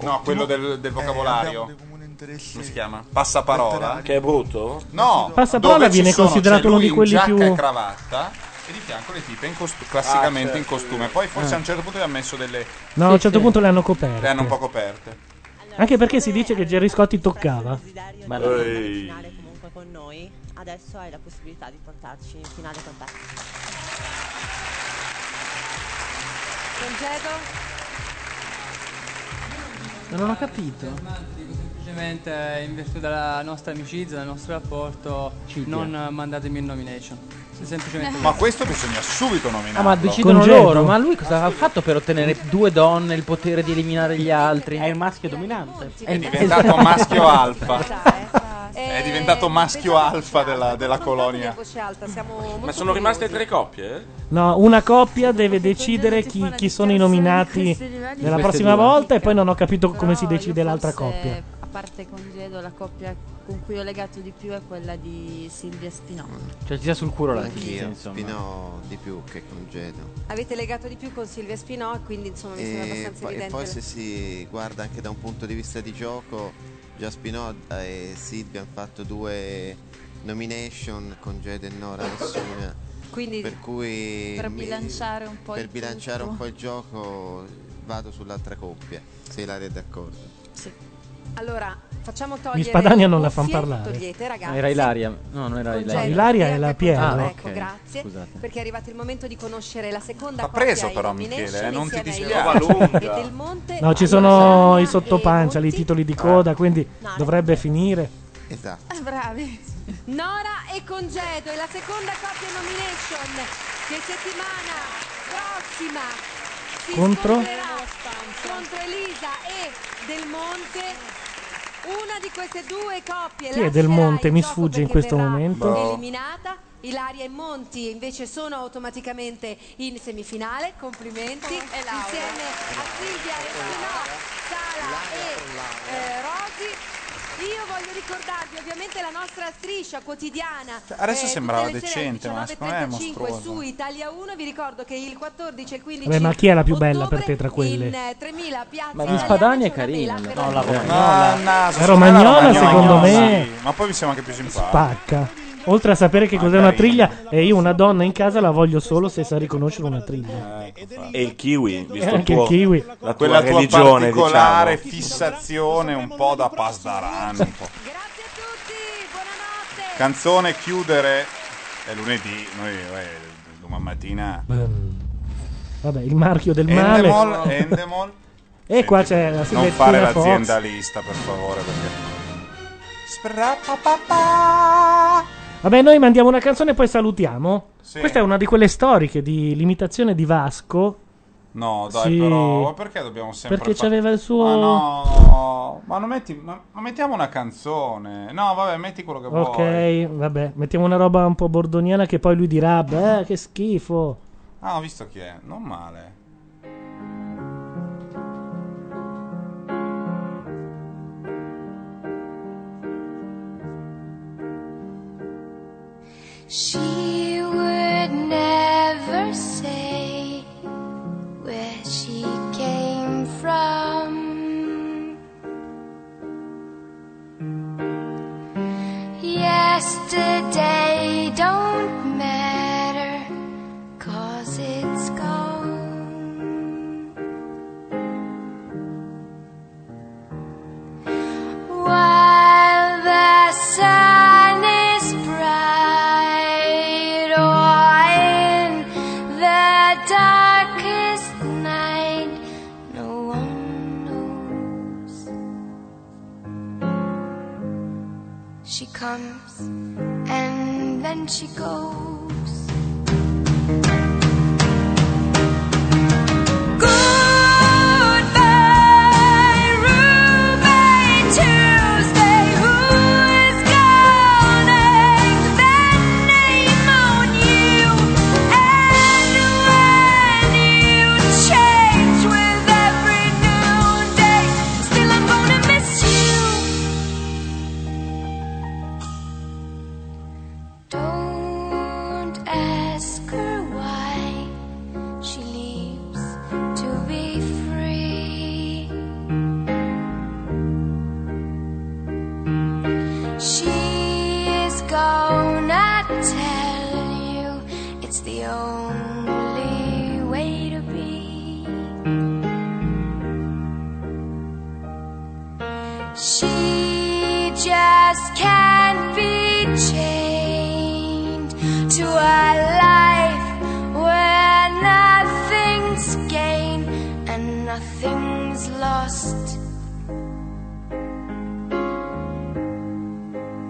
Speaker 1: No, quello del,
Speaker 3: Eh,
Speaker 1: del vocabolario. Come si chiama? Passaparola.
Speaker 4: Che è brutto?
Speaker 1: No,
Speaker 3: Passaparola
Speaker 1: dove ci
Speaker 3: viene
Speaker 1: sono-
Speaker 3: considerato
Speaker 1: c'è
Speaker 3: uno
Speaker 1: lui
Speaker 3: di quelli
Speaker 1: in giacca
Speaker 3: più-
Speaker 1: e cravatta e di fianco le tipe in costu- classicamente
Speaker 4: Ah, certo.
Speaker 1: in costume. Poi forse
Speaker 3: Ah.
Speaker 1: a un certo punto gli ha messo delle
Speaker 3: No, a un certo punto le hanno coperte.
Speaker 1: le hanno un po' coperte.
Speaker 3: Anche perché si dice che Gerry Scotti toccava.
Speaker 33: Ma finale comunque con noi. Adesso hai la possibilità di portarci in finale con te.
Speaker 17: congedo
Speaker 38: Non ho capito. Semplicemente in virtù della nostra amicizia, del nostro rapporto, non eh, mandatemi in nomination. Semplicemente
Speaker 1: Ma questo bisogna subito nominare.
Speaker 38: Ah, ma
Speaker 7: decidono
Speaker 38: Congedo.
Speaker 7: loro, ma lui cosa ha fatto per ottenere due donne il potere di eliminare gli altri? È il maschio dominante.
Speaker 1: È diventato
Speaker 3: Esatto.
Speaker 1: maschio alfa. È diventato maschio alfa della, della colonia.
Speaker 17: voce alta siamo molto
Speaker 4: Ma sono rimaste tre coppie? eh?
Speaker 3: No, una coppia deve decidere chi, chi sono i nominati della
Speaker 4: Queste
Speaker 3: prossima
Speaker 4: due.
Speaker 3: volta e poi non ho capito come si decide l'altra coppia.
Speaker 28: A parte congedo, la coppia con cui ho legato di più è quella di Silvia Spinone.
Speaker 7: Cioè, ti dà sul culo la
Speaker 8: Anch'io,
Speaker 7: chisa, insomma.
Speaker 8: Spino di più che congedo.
Speaker 17: avete legato di più con Silvia Spinò e quindi insomma mi sembra
Speaker 8: E
Speaker 17: abbastanza
Speaker 8: poi, e
Speaker 17: evidente
Speaker 8: poi se si guarda anche da un punto di vista di gioco, già Spino e Silvia hanno fatto due nomination, congedo e Nora nessuna.
Speaker 28: Quindi
Speaker 8: per cui
Speaker 28: per
Speaker 8: mi-
Speaker 28: bilanciare un po'
Speaker 8: per
Speaker 28: il
Speaker 8: bilanciare
Speaker 28: tutto.
Speaker 8: un po' il gioco vado sull'altra coppia, se Ilaria è d'accordo.
Speaker 17: allora facciamo togliere
Speaker 7: Gli Spadania non
Speaker 17: le
Speaker 7: la fan
Speaker 17: cuffie,
Speaker 7: parlare.
Speaker 17: togliete ragazzi
Speaker 7: Ah, era Ilaria. No, non era Ilaria.
Speaker 17: Congedo,
Speaker 3: Ilaria è la
Speaker 17: Bianca
Speaker 3: Piero.
Speaker 17: Congedo,
Speaker 7: Ah,
Speaker 17: ecco,
Speaker 7: ok.
Speaker 17: grazie
Speaker 7: Scusate.
Speaker 17: perché è arrivato il momento di conoscere la seconda
Speaker 1: T'ha
Speaker 17: coppia
Speaker 1: preso
Speaker 17: in
Speaker 1: però, Michele,
Speaker 17: nomination
Speaker 1: eh, non ti
Speaker 17: insieme a
Speaker 1: dispiace.
Speaker 17: Ilaria
Speaker 1: Lunga.
Speaker 17: e Del Monte
Speaker 3: No, ci sono i sottopancia, i titoli di coda, quindi dovrebbe finire.
Speaker 8: Esatto.
Speaker 17: Ah, bravi Nora e Congedo è la seconda coppia in nomination che settimana prossima si
Speaker 3: Contro?
Speaker 17: scontrerà contro Elisa e Del Monte una di queste due coppie
Speaker 3: Chi è
Speaker 17: la
Speaker 3: Del Monte? Mi
Speaker 17: gioco
Speaker 3: sfugge in
Speaker 17: perché
Speaker 3: questo
Speaker 17: verrà
Speaker 3: momento.
Speaker 17: eliminata Ilaria e Monti invece sono automaticamente in semifinale complimenti insieme a Silvia e Spinò Sala e eh, Rosi io voglio ricordarvi ovviamente la nostra striscia quotidiana
Speaker 1: Adesso
Speaker 17: eh,
Speaker 1: sembrava
Speaker 17: tutte le sere
Speaker 1: decente, ma secondo me è
Speaker 17: 19.35 su
Speaker 1: mostruoso.
Speaker 17: Italia 1 vi ricordo che il 14 e il 15
Speaker 3: Vabbè, ma chi è la più bella per te tra
Speaker 17: in
Speaker 3: quelle?
Speaker 17: eh, 3000 piazze
Speaker 7: Ma
Speaker 17: italiane
Speaker 7: di Spadania è
Speaker 17: c'è una
Speaker 7: carina.
Speaker 17: mela per
Speaker 7: No, la
Speaker 17: ognuno.
Speaker 7: romagnola.
Speaker 1: Naso,
Speaker 3: La
Speaker 1: secondo me
Speaker 3: romagnola, secondo me-
Speaker 1: sì, ma poi mi sembra anche più simpatica.
Speaker 3: Pacca. Oltre a sapere che cos'è una triglia, e io una donna in casa la voglio solo se sa riconoscere una triglia.
Speaker 4: E il kiwi,
Speaker 3: Eh,
Speaker 4: visto il
Speaker 3: anche
Speaker 4: tuo,
Speaker 3: il kiwi.
Speaker 4: la tua
Speaker 1: Quella tua
Speaker 4: religione,
Speaker 1: particolare
Speaker 4: diciamo.
Speaker 1: fissazione un po' da Pasdarano. Grazie a tutti, buonanotte. Canzone chiudere è lunedì, noi eh, domani mattina
Speaker 3: Vabbè, il marchio del male.
Speaker 1: Endemol, Endemol.
Speaker 3: E qua c'è la
Speaker 1: Non fare
Speaker 3: siglettina Fox.
Speaker 1: l'aziendalista, per favore, perché
Speaker 3: Vabbè, noi mandiamo una canzone e poi salutiamo.
Speaker 1: Sì.
Speaker 3: Questa è una di quelle storiche di limitazione di Vasco.
Speaker 1: No, dai,
Speaker 3: Sì.
Speaker 1: però ma perché dobbiamo sempre
Speaker 3: Perché
Speaker 1: fare-
Speaker 3: c'aveva il suo-
Speaker 1: Ma no, ma non metti ma, ma mettiamo una canzone. No, vabbè, metti quello che
Speaker 3: Ok,
Speaker 1: vuoi.
Speaker 3: vabbè, mettiamo una roba un po' bordoniana che poi lui dirà, beh, che schifo.
Speaker 1: Ah, ho visto chi è. Non male.
Speaker 6: She would never say where she came from.
Speaker 5: She comes and then she goes.
Speaker 6: Goodbye, roommate Tuesday. Who is calling that name on you? And when you change with every new day, still I'm gonna miss you.
Speaker 5: Don't ask her why she leaves to be free. She's gonna tell you it's the only way to be. She just can't be chained to a life where nothing's gained and nothing's lost.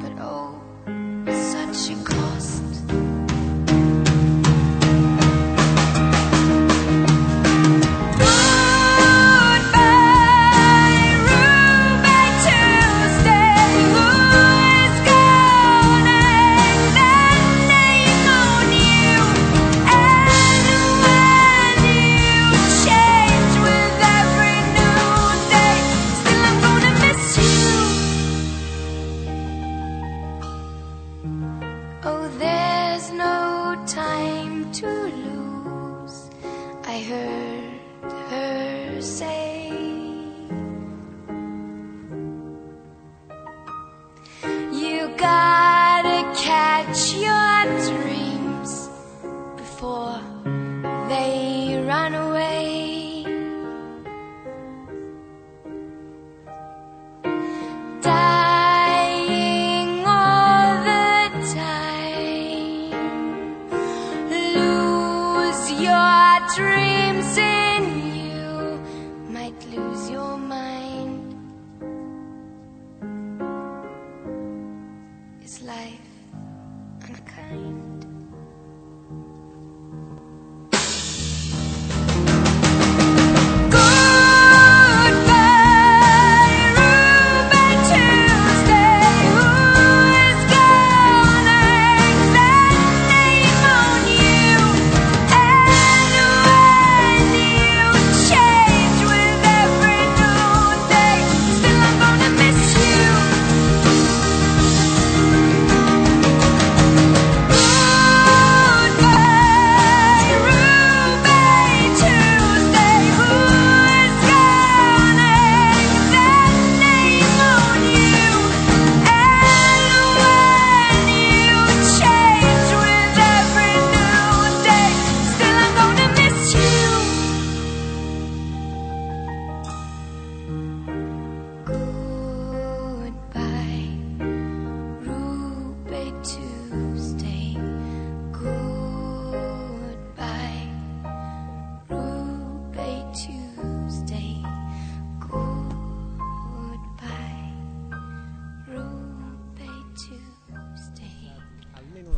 Speaker 5: But oh, such a cost.
Speaker 6: Goodbye, roommate Tuesday. Who is calling that name on you? And when you change with every new day, still I'm gonna miss you.
Speaker 5: Oh, there's no time to lose. I heard her say. You gotta catch your dreams before they run away. Dying all the time. Lose your dreams and you might lose your mind. Is life unkind?
Speaker 6: Goodbye, roommate Tuesday. Who is calling that name on you? And when you change with every new day, still I'm gonna miss you. Goodbye, roommate Tuesday. Who is
Speaker 5: Goodbye, Ruby Tuesday. Goodbye, Ruby Tuesday. Goodbye, Ruby Tuesday.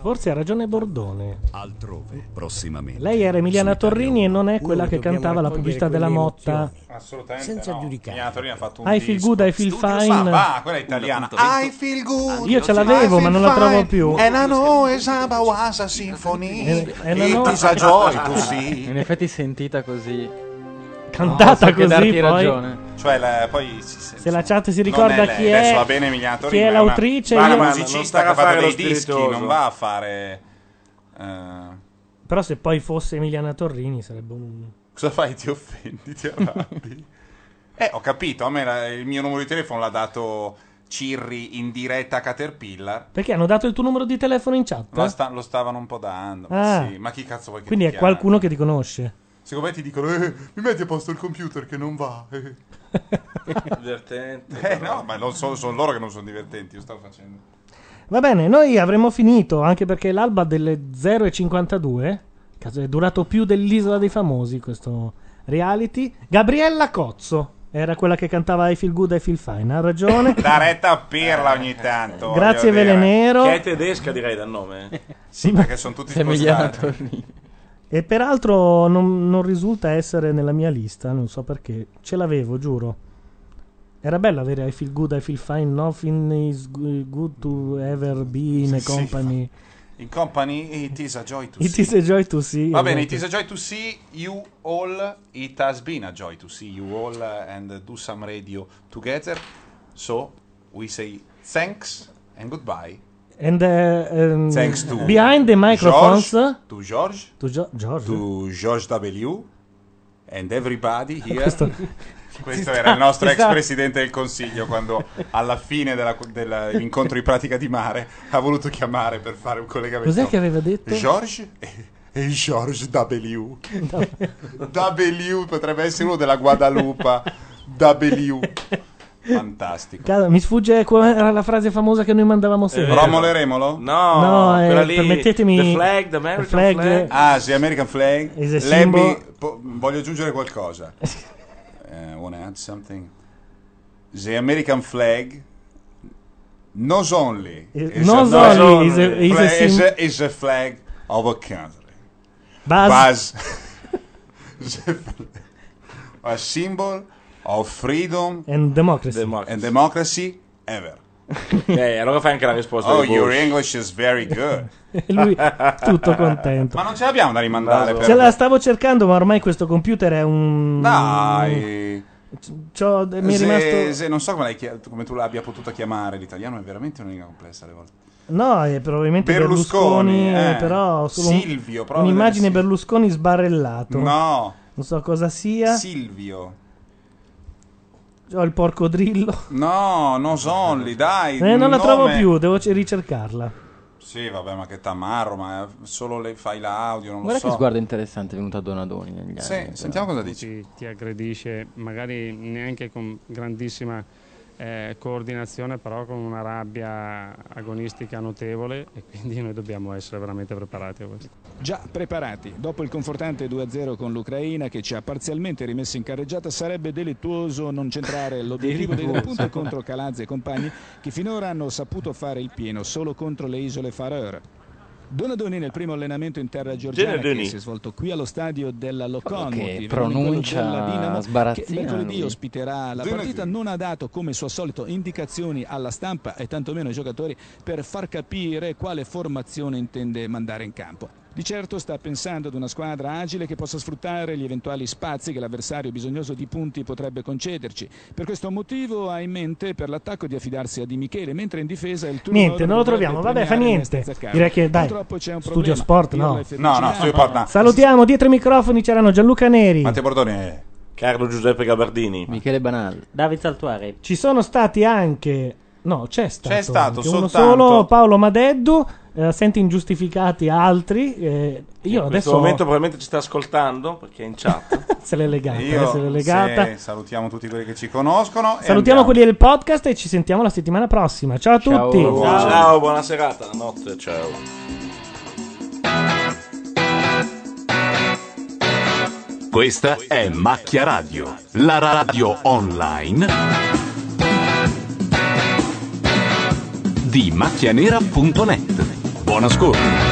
Speaker 3: Forse ha ragione Bordone.
Speaker 42: Altrove, prossimamente.
Speaker 3: Lei era Emiliana Torrini e non è quella
Speaker 42: Noi
Speaker 3: che
Speaker 42: dobbiamo
Speaker 3: cantava la
Speaker 42: raccogliere
Speaker 3: pubblicità della
Speaker 42: quelle
Speaker 3: Motta.
Speaker 1: Assolutamente
Speaker 42: Senza
Speaker 1: no.
Speaker 42: giudicare.
Speaker 1: Emiliana Torino ha fatto un
Speaker 3: I feel
Speaker 1: disco.
Speaker 3: good, I feel
Speaker 1: Studio
Speaker 3: fine.
Speaker 1: Samba. Ah, quella è italiana. I feel good.
Speaker 3: Ah, Io ce l'avevo, ma non la trovo più.
Speaker 1: E la noe samba wasa sinfonia.
Speaker 3: Eh, eh,
Speaker 1: E
Speaker 3: no, no.
Speaker 1: tu sì.
Speaker 7: In effetti sentita così.
Speaker 3: Cantata
Speaker 7: so che
Speaker 3: così,
Speaker 7: darti
Speaker 3: poi.
Speaker 7: ragione.
Speaker 1: Cioè, la- poi si- si-
Speaker 3: Se la chat si
Speaker 1: non
Speaker 3: ricorda
Speaker 1: lei,
Speaker 3: chi è,
Speaker 1: adesso va bene Emiliana
Speaker 3: chi
Speaker 1: Torino,
Speaker 3: è
Speaker 1: è una-
Speaker 3: l'autrice,
Speaker 1: va
Speaker 3: io-
Speaker 1: una musicista che
Speaker 3: a
Speaker 1: ha
Speaker 3: fare
Speaker 1: fatto
Speaker 3: lo
Speaker 1: dei dischi,
Speaker 3: spiritoso.
Speaker 1: non va a fare. eh,
Speaker 3: Però se poi fosse Emiliana Torrini sarebbe un...
Speaker 1: cosa fai? Ti offendi, ti arrabbi. eh, ho capito. A me la- il mio numero di telefono l'ha dato Cirri in diretta a Caterpillar.
Speaker 3: Perché hanno dato il tuo numero di telefono in chat?
Speaker 1: Lo, sta- lo stavano un po' dando. Ma,
Speaker 3: Eh? Ah.
Speaker 1: sì, ma chi cazzo vuoi che
Speaker 3: Quindi
Speaker 1: ti
Speaker 3: è
Speaker 1: chiami?
Speaker 3: qualcuno che ti conosce.
Speaker 1: Secondo me ti dicono: eh, mi metti a posto il computer che non va. eh."
Speaker 4: Divertente.
Speaker 1: Eh, no, ma non so- sono loro che non sono divertenti. Io stavo facendo.
Speaker 3: Va bene, noi avremmo finito anche perché l'alba delle 0.52 cazzo, è durato più dell'isola dei famosi questo reality. Gabriella Cozzo. Era quella che cantava I Feel Good, I Feel Fine. Ha ragione.
Speaker 1: Da retta a pirla ogni tanto.
Speaker 3: Grazie,
Speaker 1: voglio dire.
Speaker 3: Velenero.
Speaker 43: Che è tedesca, direi dal nome. eh.
Speaker 3: Sì,
Speaker 1: perché sono tutti spostati.
Speaker 3: E peraltro non, non risulta essere nella mia lista, non so perché. Ce l'avevo, giuro. Era bello avere I feel good, I feel fine, nothing is gu- good to ever be in a
Speaker 1: Sì,
Speaker 3: company.
Speaker 1: In company, it is a joy to
Speaker 3: It
Speaker 1: see.
Speaker 3: is a joy to see.
Speaker 1: Va bene, it is a joy to see you all. It has been a joy to see you all uh, and do some radio together. So we say thanks and goodbye.
Speaker 3: And, uh, um,
Speaker 1: Thanks to
Speaker 3: behind the microphones
Speaker 1: George, to George,
Speaker 3: to Gio- George.
Speaker 1: to George W. And everybody here.
Speaker 3: Questo-
Speaker 1: Questo,
Speaker 3: si
Speaker 1: era
Speaker 3: sta-
Speaker 1: il nostro
Speaker 3: si
Speaker 1: ex
Speaker 3: sta-
Speaker 1: presidente del consiglio quando alla fine della- dell'incontro di pratica di mare ha voluto chiamare per fare un collegamento.
Speaker 3: Cos'è che aveva detto?
Speaker 1: George e, e George Eh, W. W potrebbe essere uno della Guadalupe. W. Fantastico.
Speaker 3: Cazzo, mi sfugge qual era la frase famosa che noi
Speaker 1: Eh,
Speaker 3: mandavamo sempre.
Speaker 1: Romolo e Remolo?
Speaker 43: No,
Speaker 3: No, eh,
Speaker 43: quella lì,
Speaker 3: permettetemi-
Speaker 43: The Flag, The American
Speaker 3: flag, eh.
Speaker 1: Ah, sì, American Flag.
Speaker 3: Is a
Speaker 1: Lemmy,
Speaker 3: symbol.
Speaker 1: po- voglio aggiungere qualcosa. Eh, wanna add something? The American Flag not only is
Speaker 3: Eh, not
Speaker 1: a, flag-
Speaker 3: only is a- is a
Speaker 1: flag- is
Speaker 3: sym-
Speaker 1: a- is a flag of a country.
Speaker 3: Buzz.
Speaker 1: Buzz. a symbol of freedom
Speaker 3: And democracy.
Speaker 1: and democracy ever.
Speaker 43: Eh, allora fai anche la risposta.
Speaker 1: Oh,
Speaker 43: di Bush.
Speaker 1: your English is very good.
Speaker 3: E lui tutto contento.
Speaker 1: Ma non ce l'abbiamo da rimandare.
Speaker 3: Ce
Speaker 1: per-
Speaker 3: la stavo cercando, ma ormai questo computer è un.
Speaker 1: Dai.
Speaker 3: C'ho- mi è
Speaker 1: Se-
Speaker 3: rimasto.
Speaker 1: se- non so come, l'hai chia- come tu l'abbia potuta chiamare. L'italiano è veramente una lingua complessa alle volte.
Speaker 3: No, è probabilmente Berlusconi,
Speaker 1: Berlusconi, eh.
Speaker 3: eh, però solo un-
Speaker 1: Silvio, prova a
Speaker 3: un'immagine
Speaker 1: vedere
Speaker 3: Berlusconi sbarrellato.
Speaker 1: No.
Speaker 3: Non so cosa sia.
Speaker 1: Silvio.
Speaker 3: Ho il porco drillo.
Speaker 1: No, no, Sonli, dai.
Speaker 3: Eh, non la
Speaker 1: un
Speaker 3: trovo
Speaker 1: nome.
Speaker 3: più, devo c- ricercarla.
Speaker 1: Sì, vabbè, ma che tamarro, ma solo le file audio, non
Speaker 7: Guarda
Speaker 1: lo
Speaker 7: che
Speaker 1: so.
Speaker 7: sguardo interessante è venuto a Donadoni negli
Speaker 1: Sì,
Speaker 7: anni.
Speaker 1: sentiamo cosa dice.
Speaker 4: Ti, Eh, ti aggredisce, magari neanche con grandissima eh, coordinazione, però con una rabbia agonistica notevole e quindi noi dobbiamo essere veramente preparati a questo.
Speaker 8: Già preparati, dopo il confortante 2-0 con l'Ucraina che ci ha parzialmente rimesso in carreggiata, sarebbe delittuoso non centrare l'obiettivo dei tre
Speaker 4: Delittuoso.
Speaker 8: punti contro Calazzi e compagni che finora hanno saputo fare il pieno solo contro le isole Faroe. Donadoni nel primo allenamento in terra giorgiana
Speaker 7: Donadoni.
Speaker 8: che si è svolto qui allo stadio della
Speaker 7: che
Speaker 8: Lokomotiv
Speaker 7: pronuncia
Speaker 8: quello della Dinamo, che
Speaker 7: sbarazzina,
Speaker 8: mercoledì
Speaker 7: lui.
Speaker 8: ospiterà la
Speaker 7: Donadoni.
Speaker 8: partita non ha dato come suo solito indicazioni alla stampa e tantomeno ai giocatori per far capire quale formazione intende mandare in campo. Di certo sta pensando ad una squadra agile che possa sfruttare gli eventuali spazi che l'avversario bisognoso di punti potrebbe concederci. Per questo motivo ha in mente per l'attacco di affidarsi a Di Michele, mentre in difesa il turno
Speaker 3: Niente, non lo troviamo, vabbè, Eh,
Speaker 8: Eh,
Speaker 3: fa niente. Direi che dai. Studio Sport, no.
Speaker 1: No, no, studio sport, no.
Speaker 3: Salutiamo, dietro i microfoni c'erano Gianluca Neri.
Speaker 1: Matteo
Speaker 4: eh.
Speaker 1: Bordone.
Speaker 43: Carlo Giuseppe Gabardini.
Speaker 7: Michele Banal.
Speaker 44: David Saltuari.
Speaker 3: Ci sono stati anche. No, c'è stato.
Speaker 44: C'è stato
Speaker 3: anche uno
Speaker 44: soltanto-
Speaker 3: solo, Paolo Madeddu. eh, senti ingiustificati altri. eh, io
Speaker 43: In
Speaker 3: adesso.
Speaker 43: questo momento probabilmente ci sta ascoltando perché è in chat.
Speaker 3: se l'è legata. eh, se l'è
Speaker 1: Io
Speaker 3: legata.
Speaker 1: se- salutiamo tutti quelli che ci conoscono. e
Speaker 3: Salutiamo
Speaker 1: andiamo.
Speaker 3: quelli del podcast e ci sentiamo la settimana prossima. Ciao a tutti.
Speaker 43: Ciao, ciao, buona serata, notte, ciao.
Speaker 45: Questa è Macchia Radio, la radio online di macchianera.net. Buon ascolto.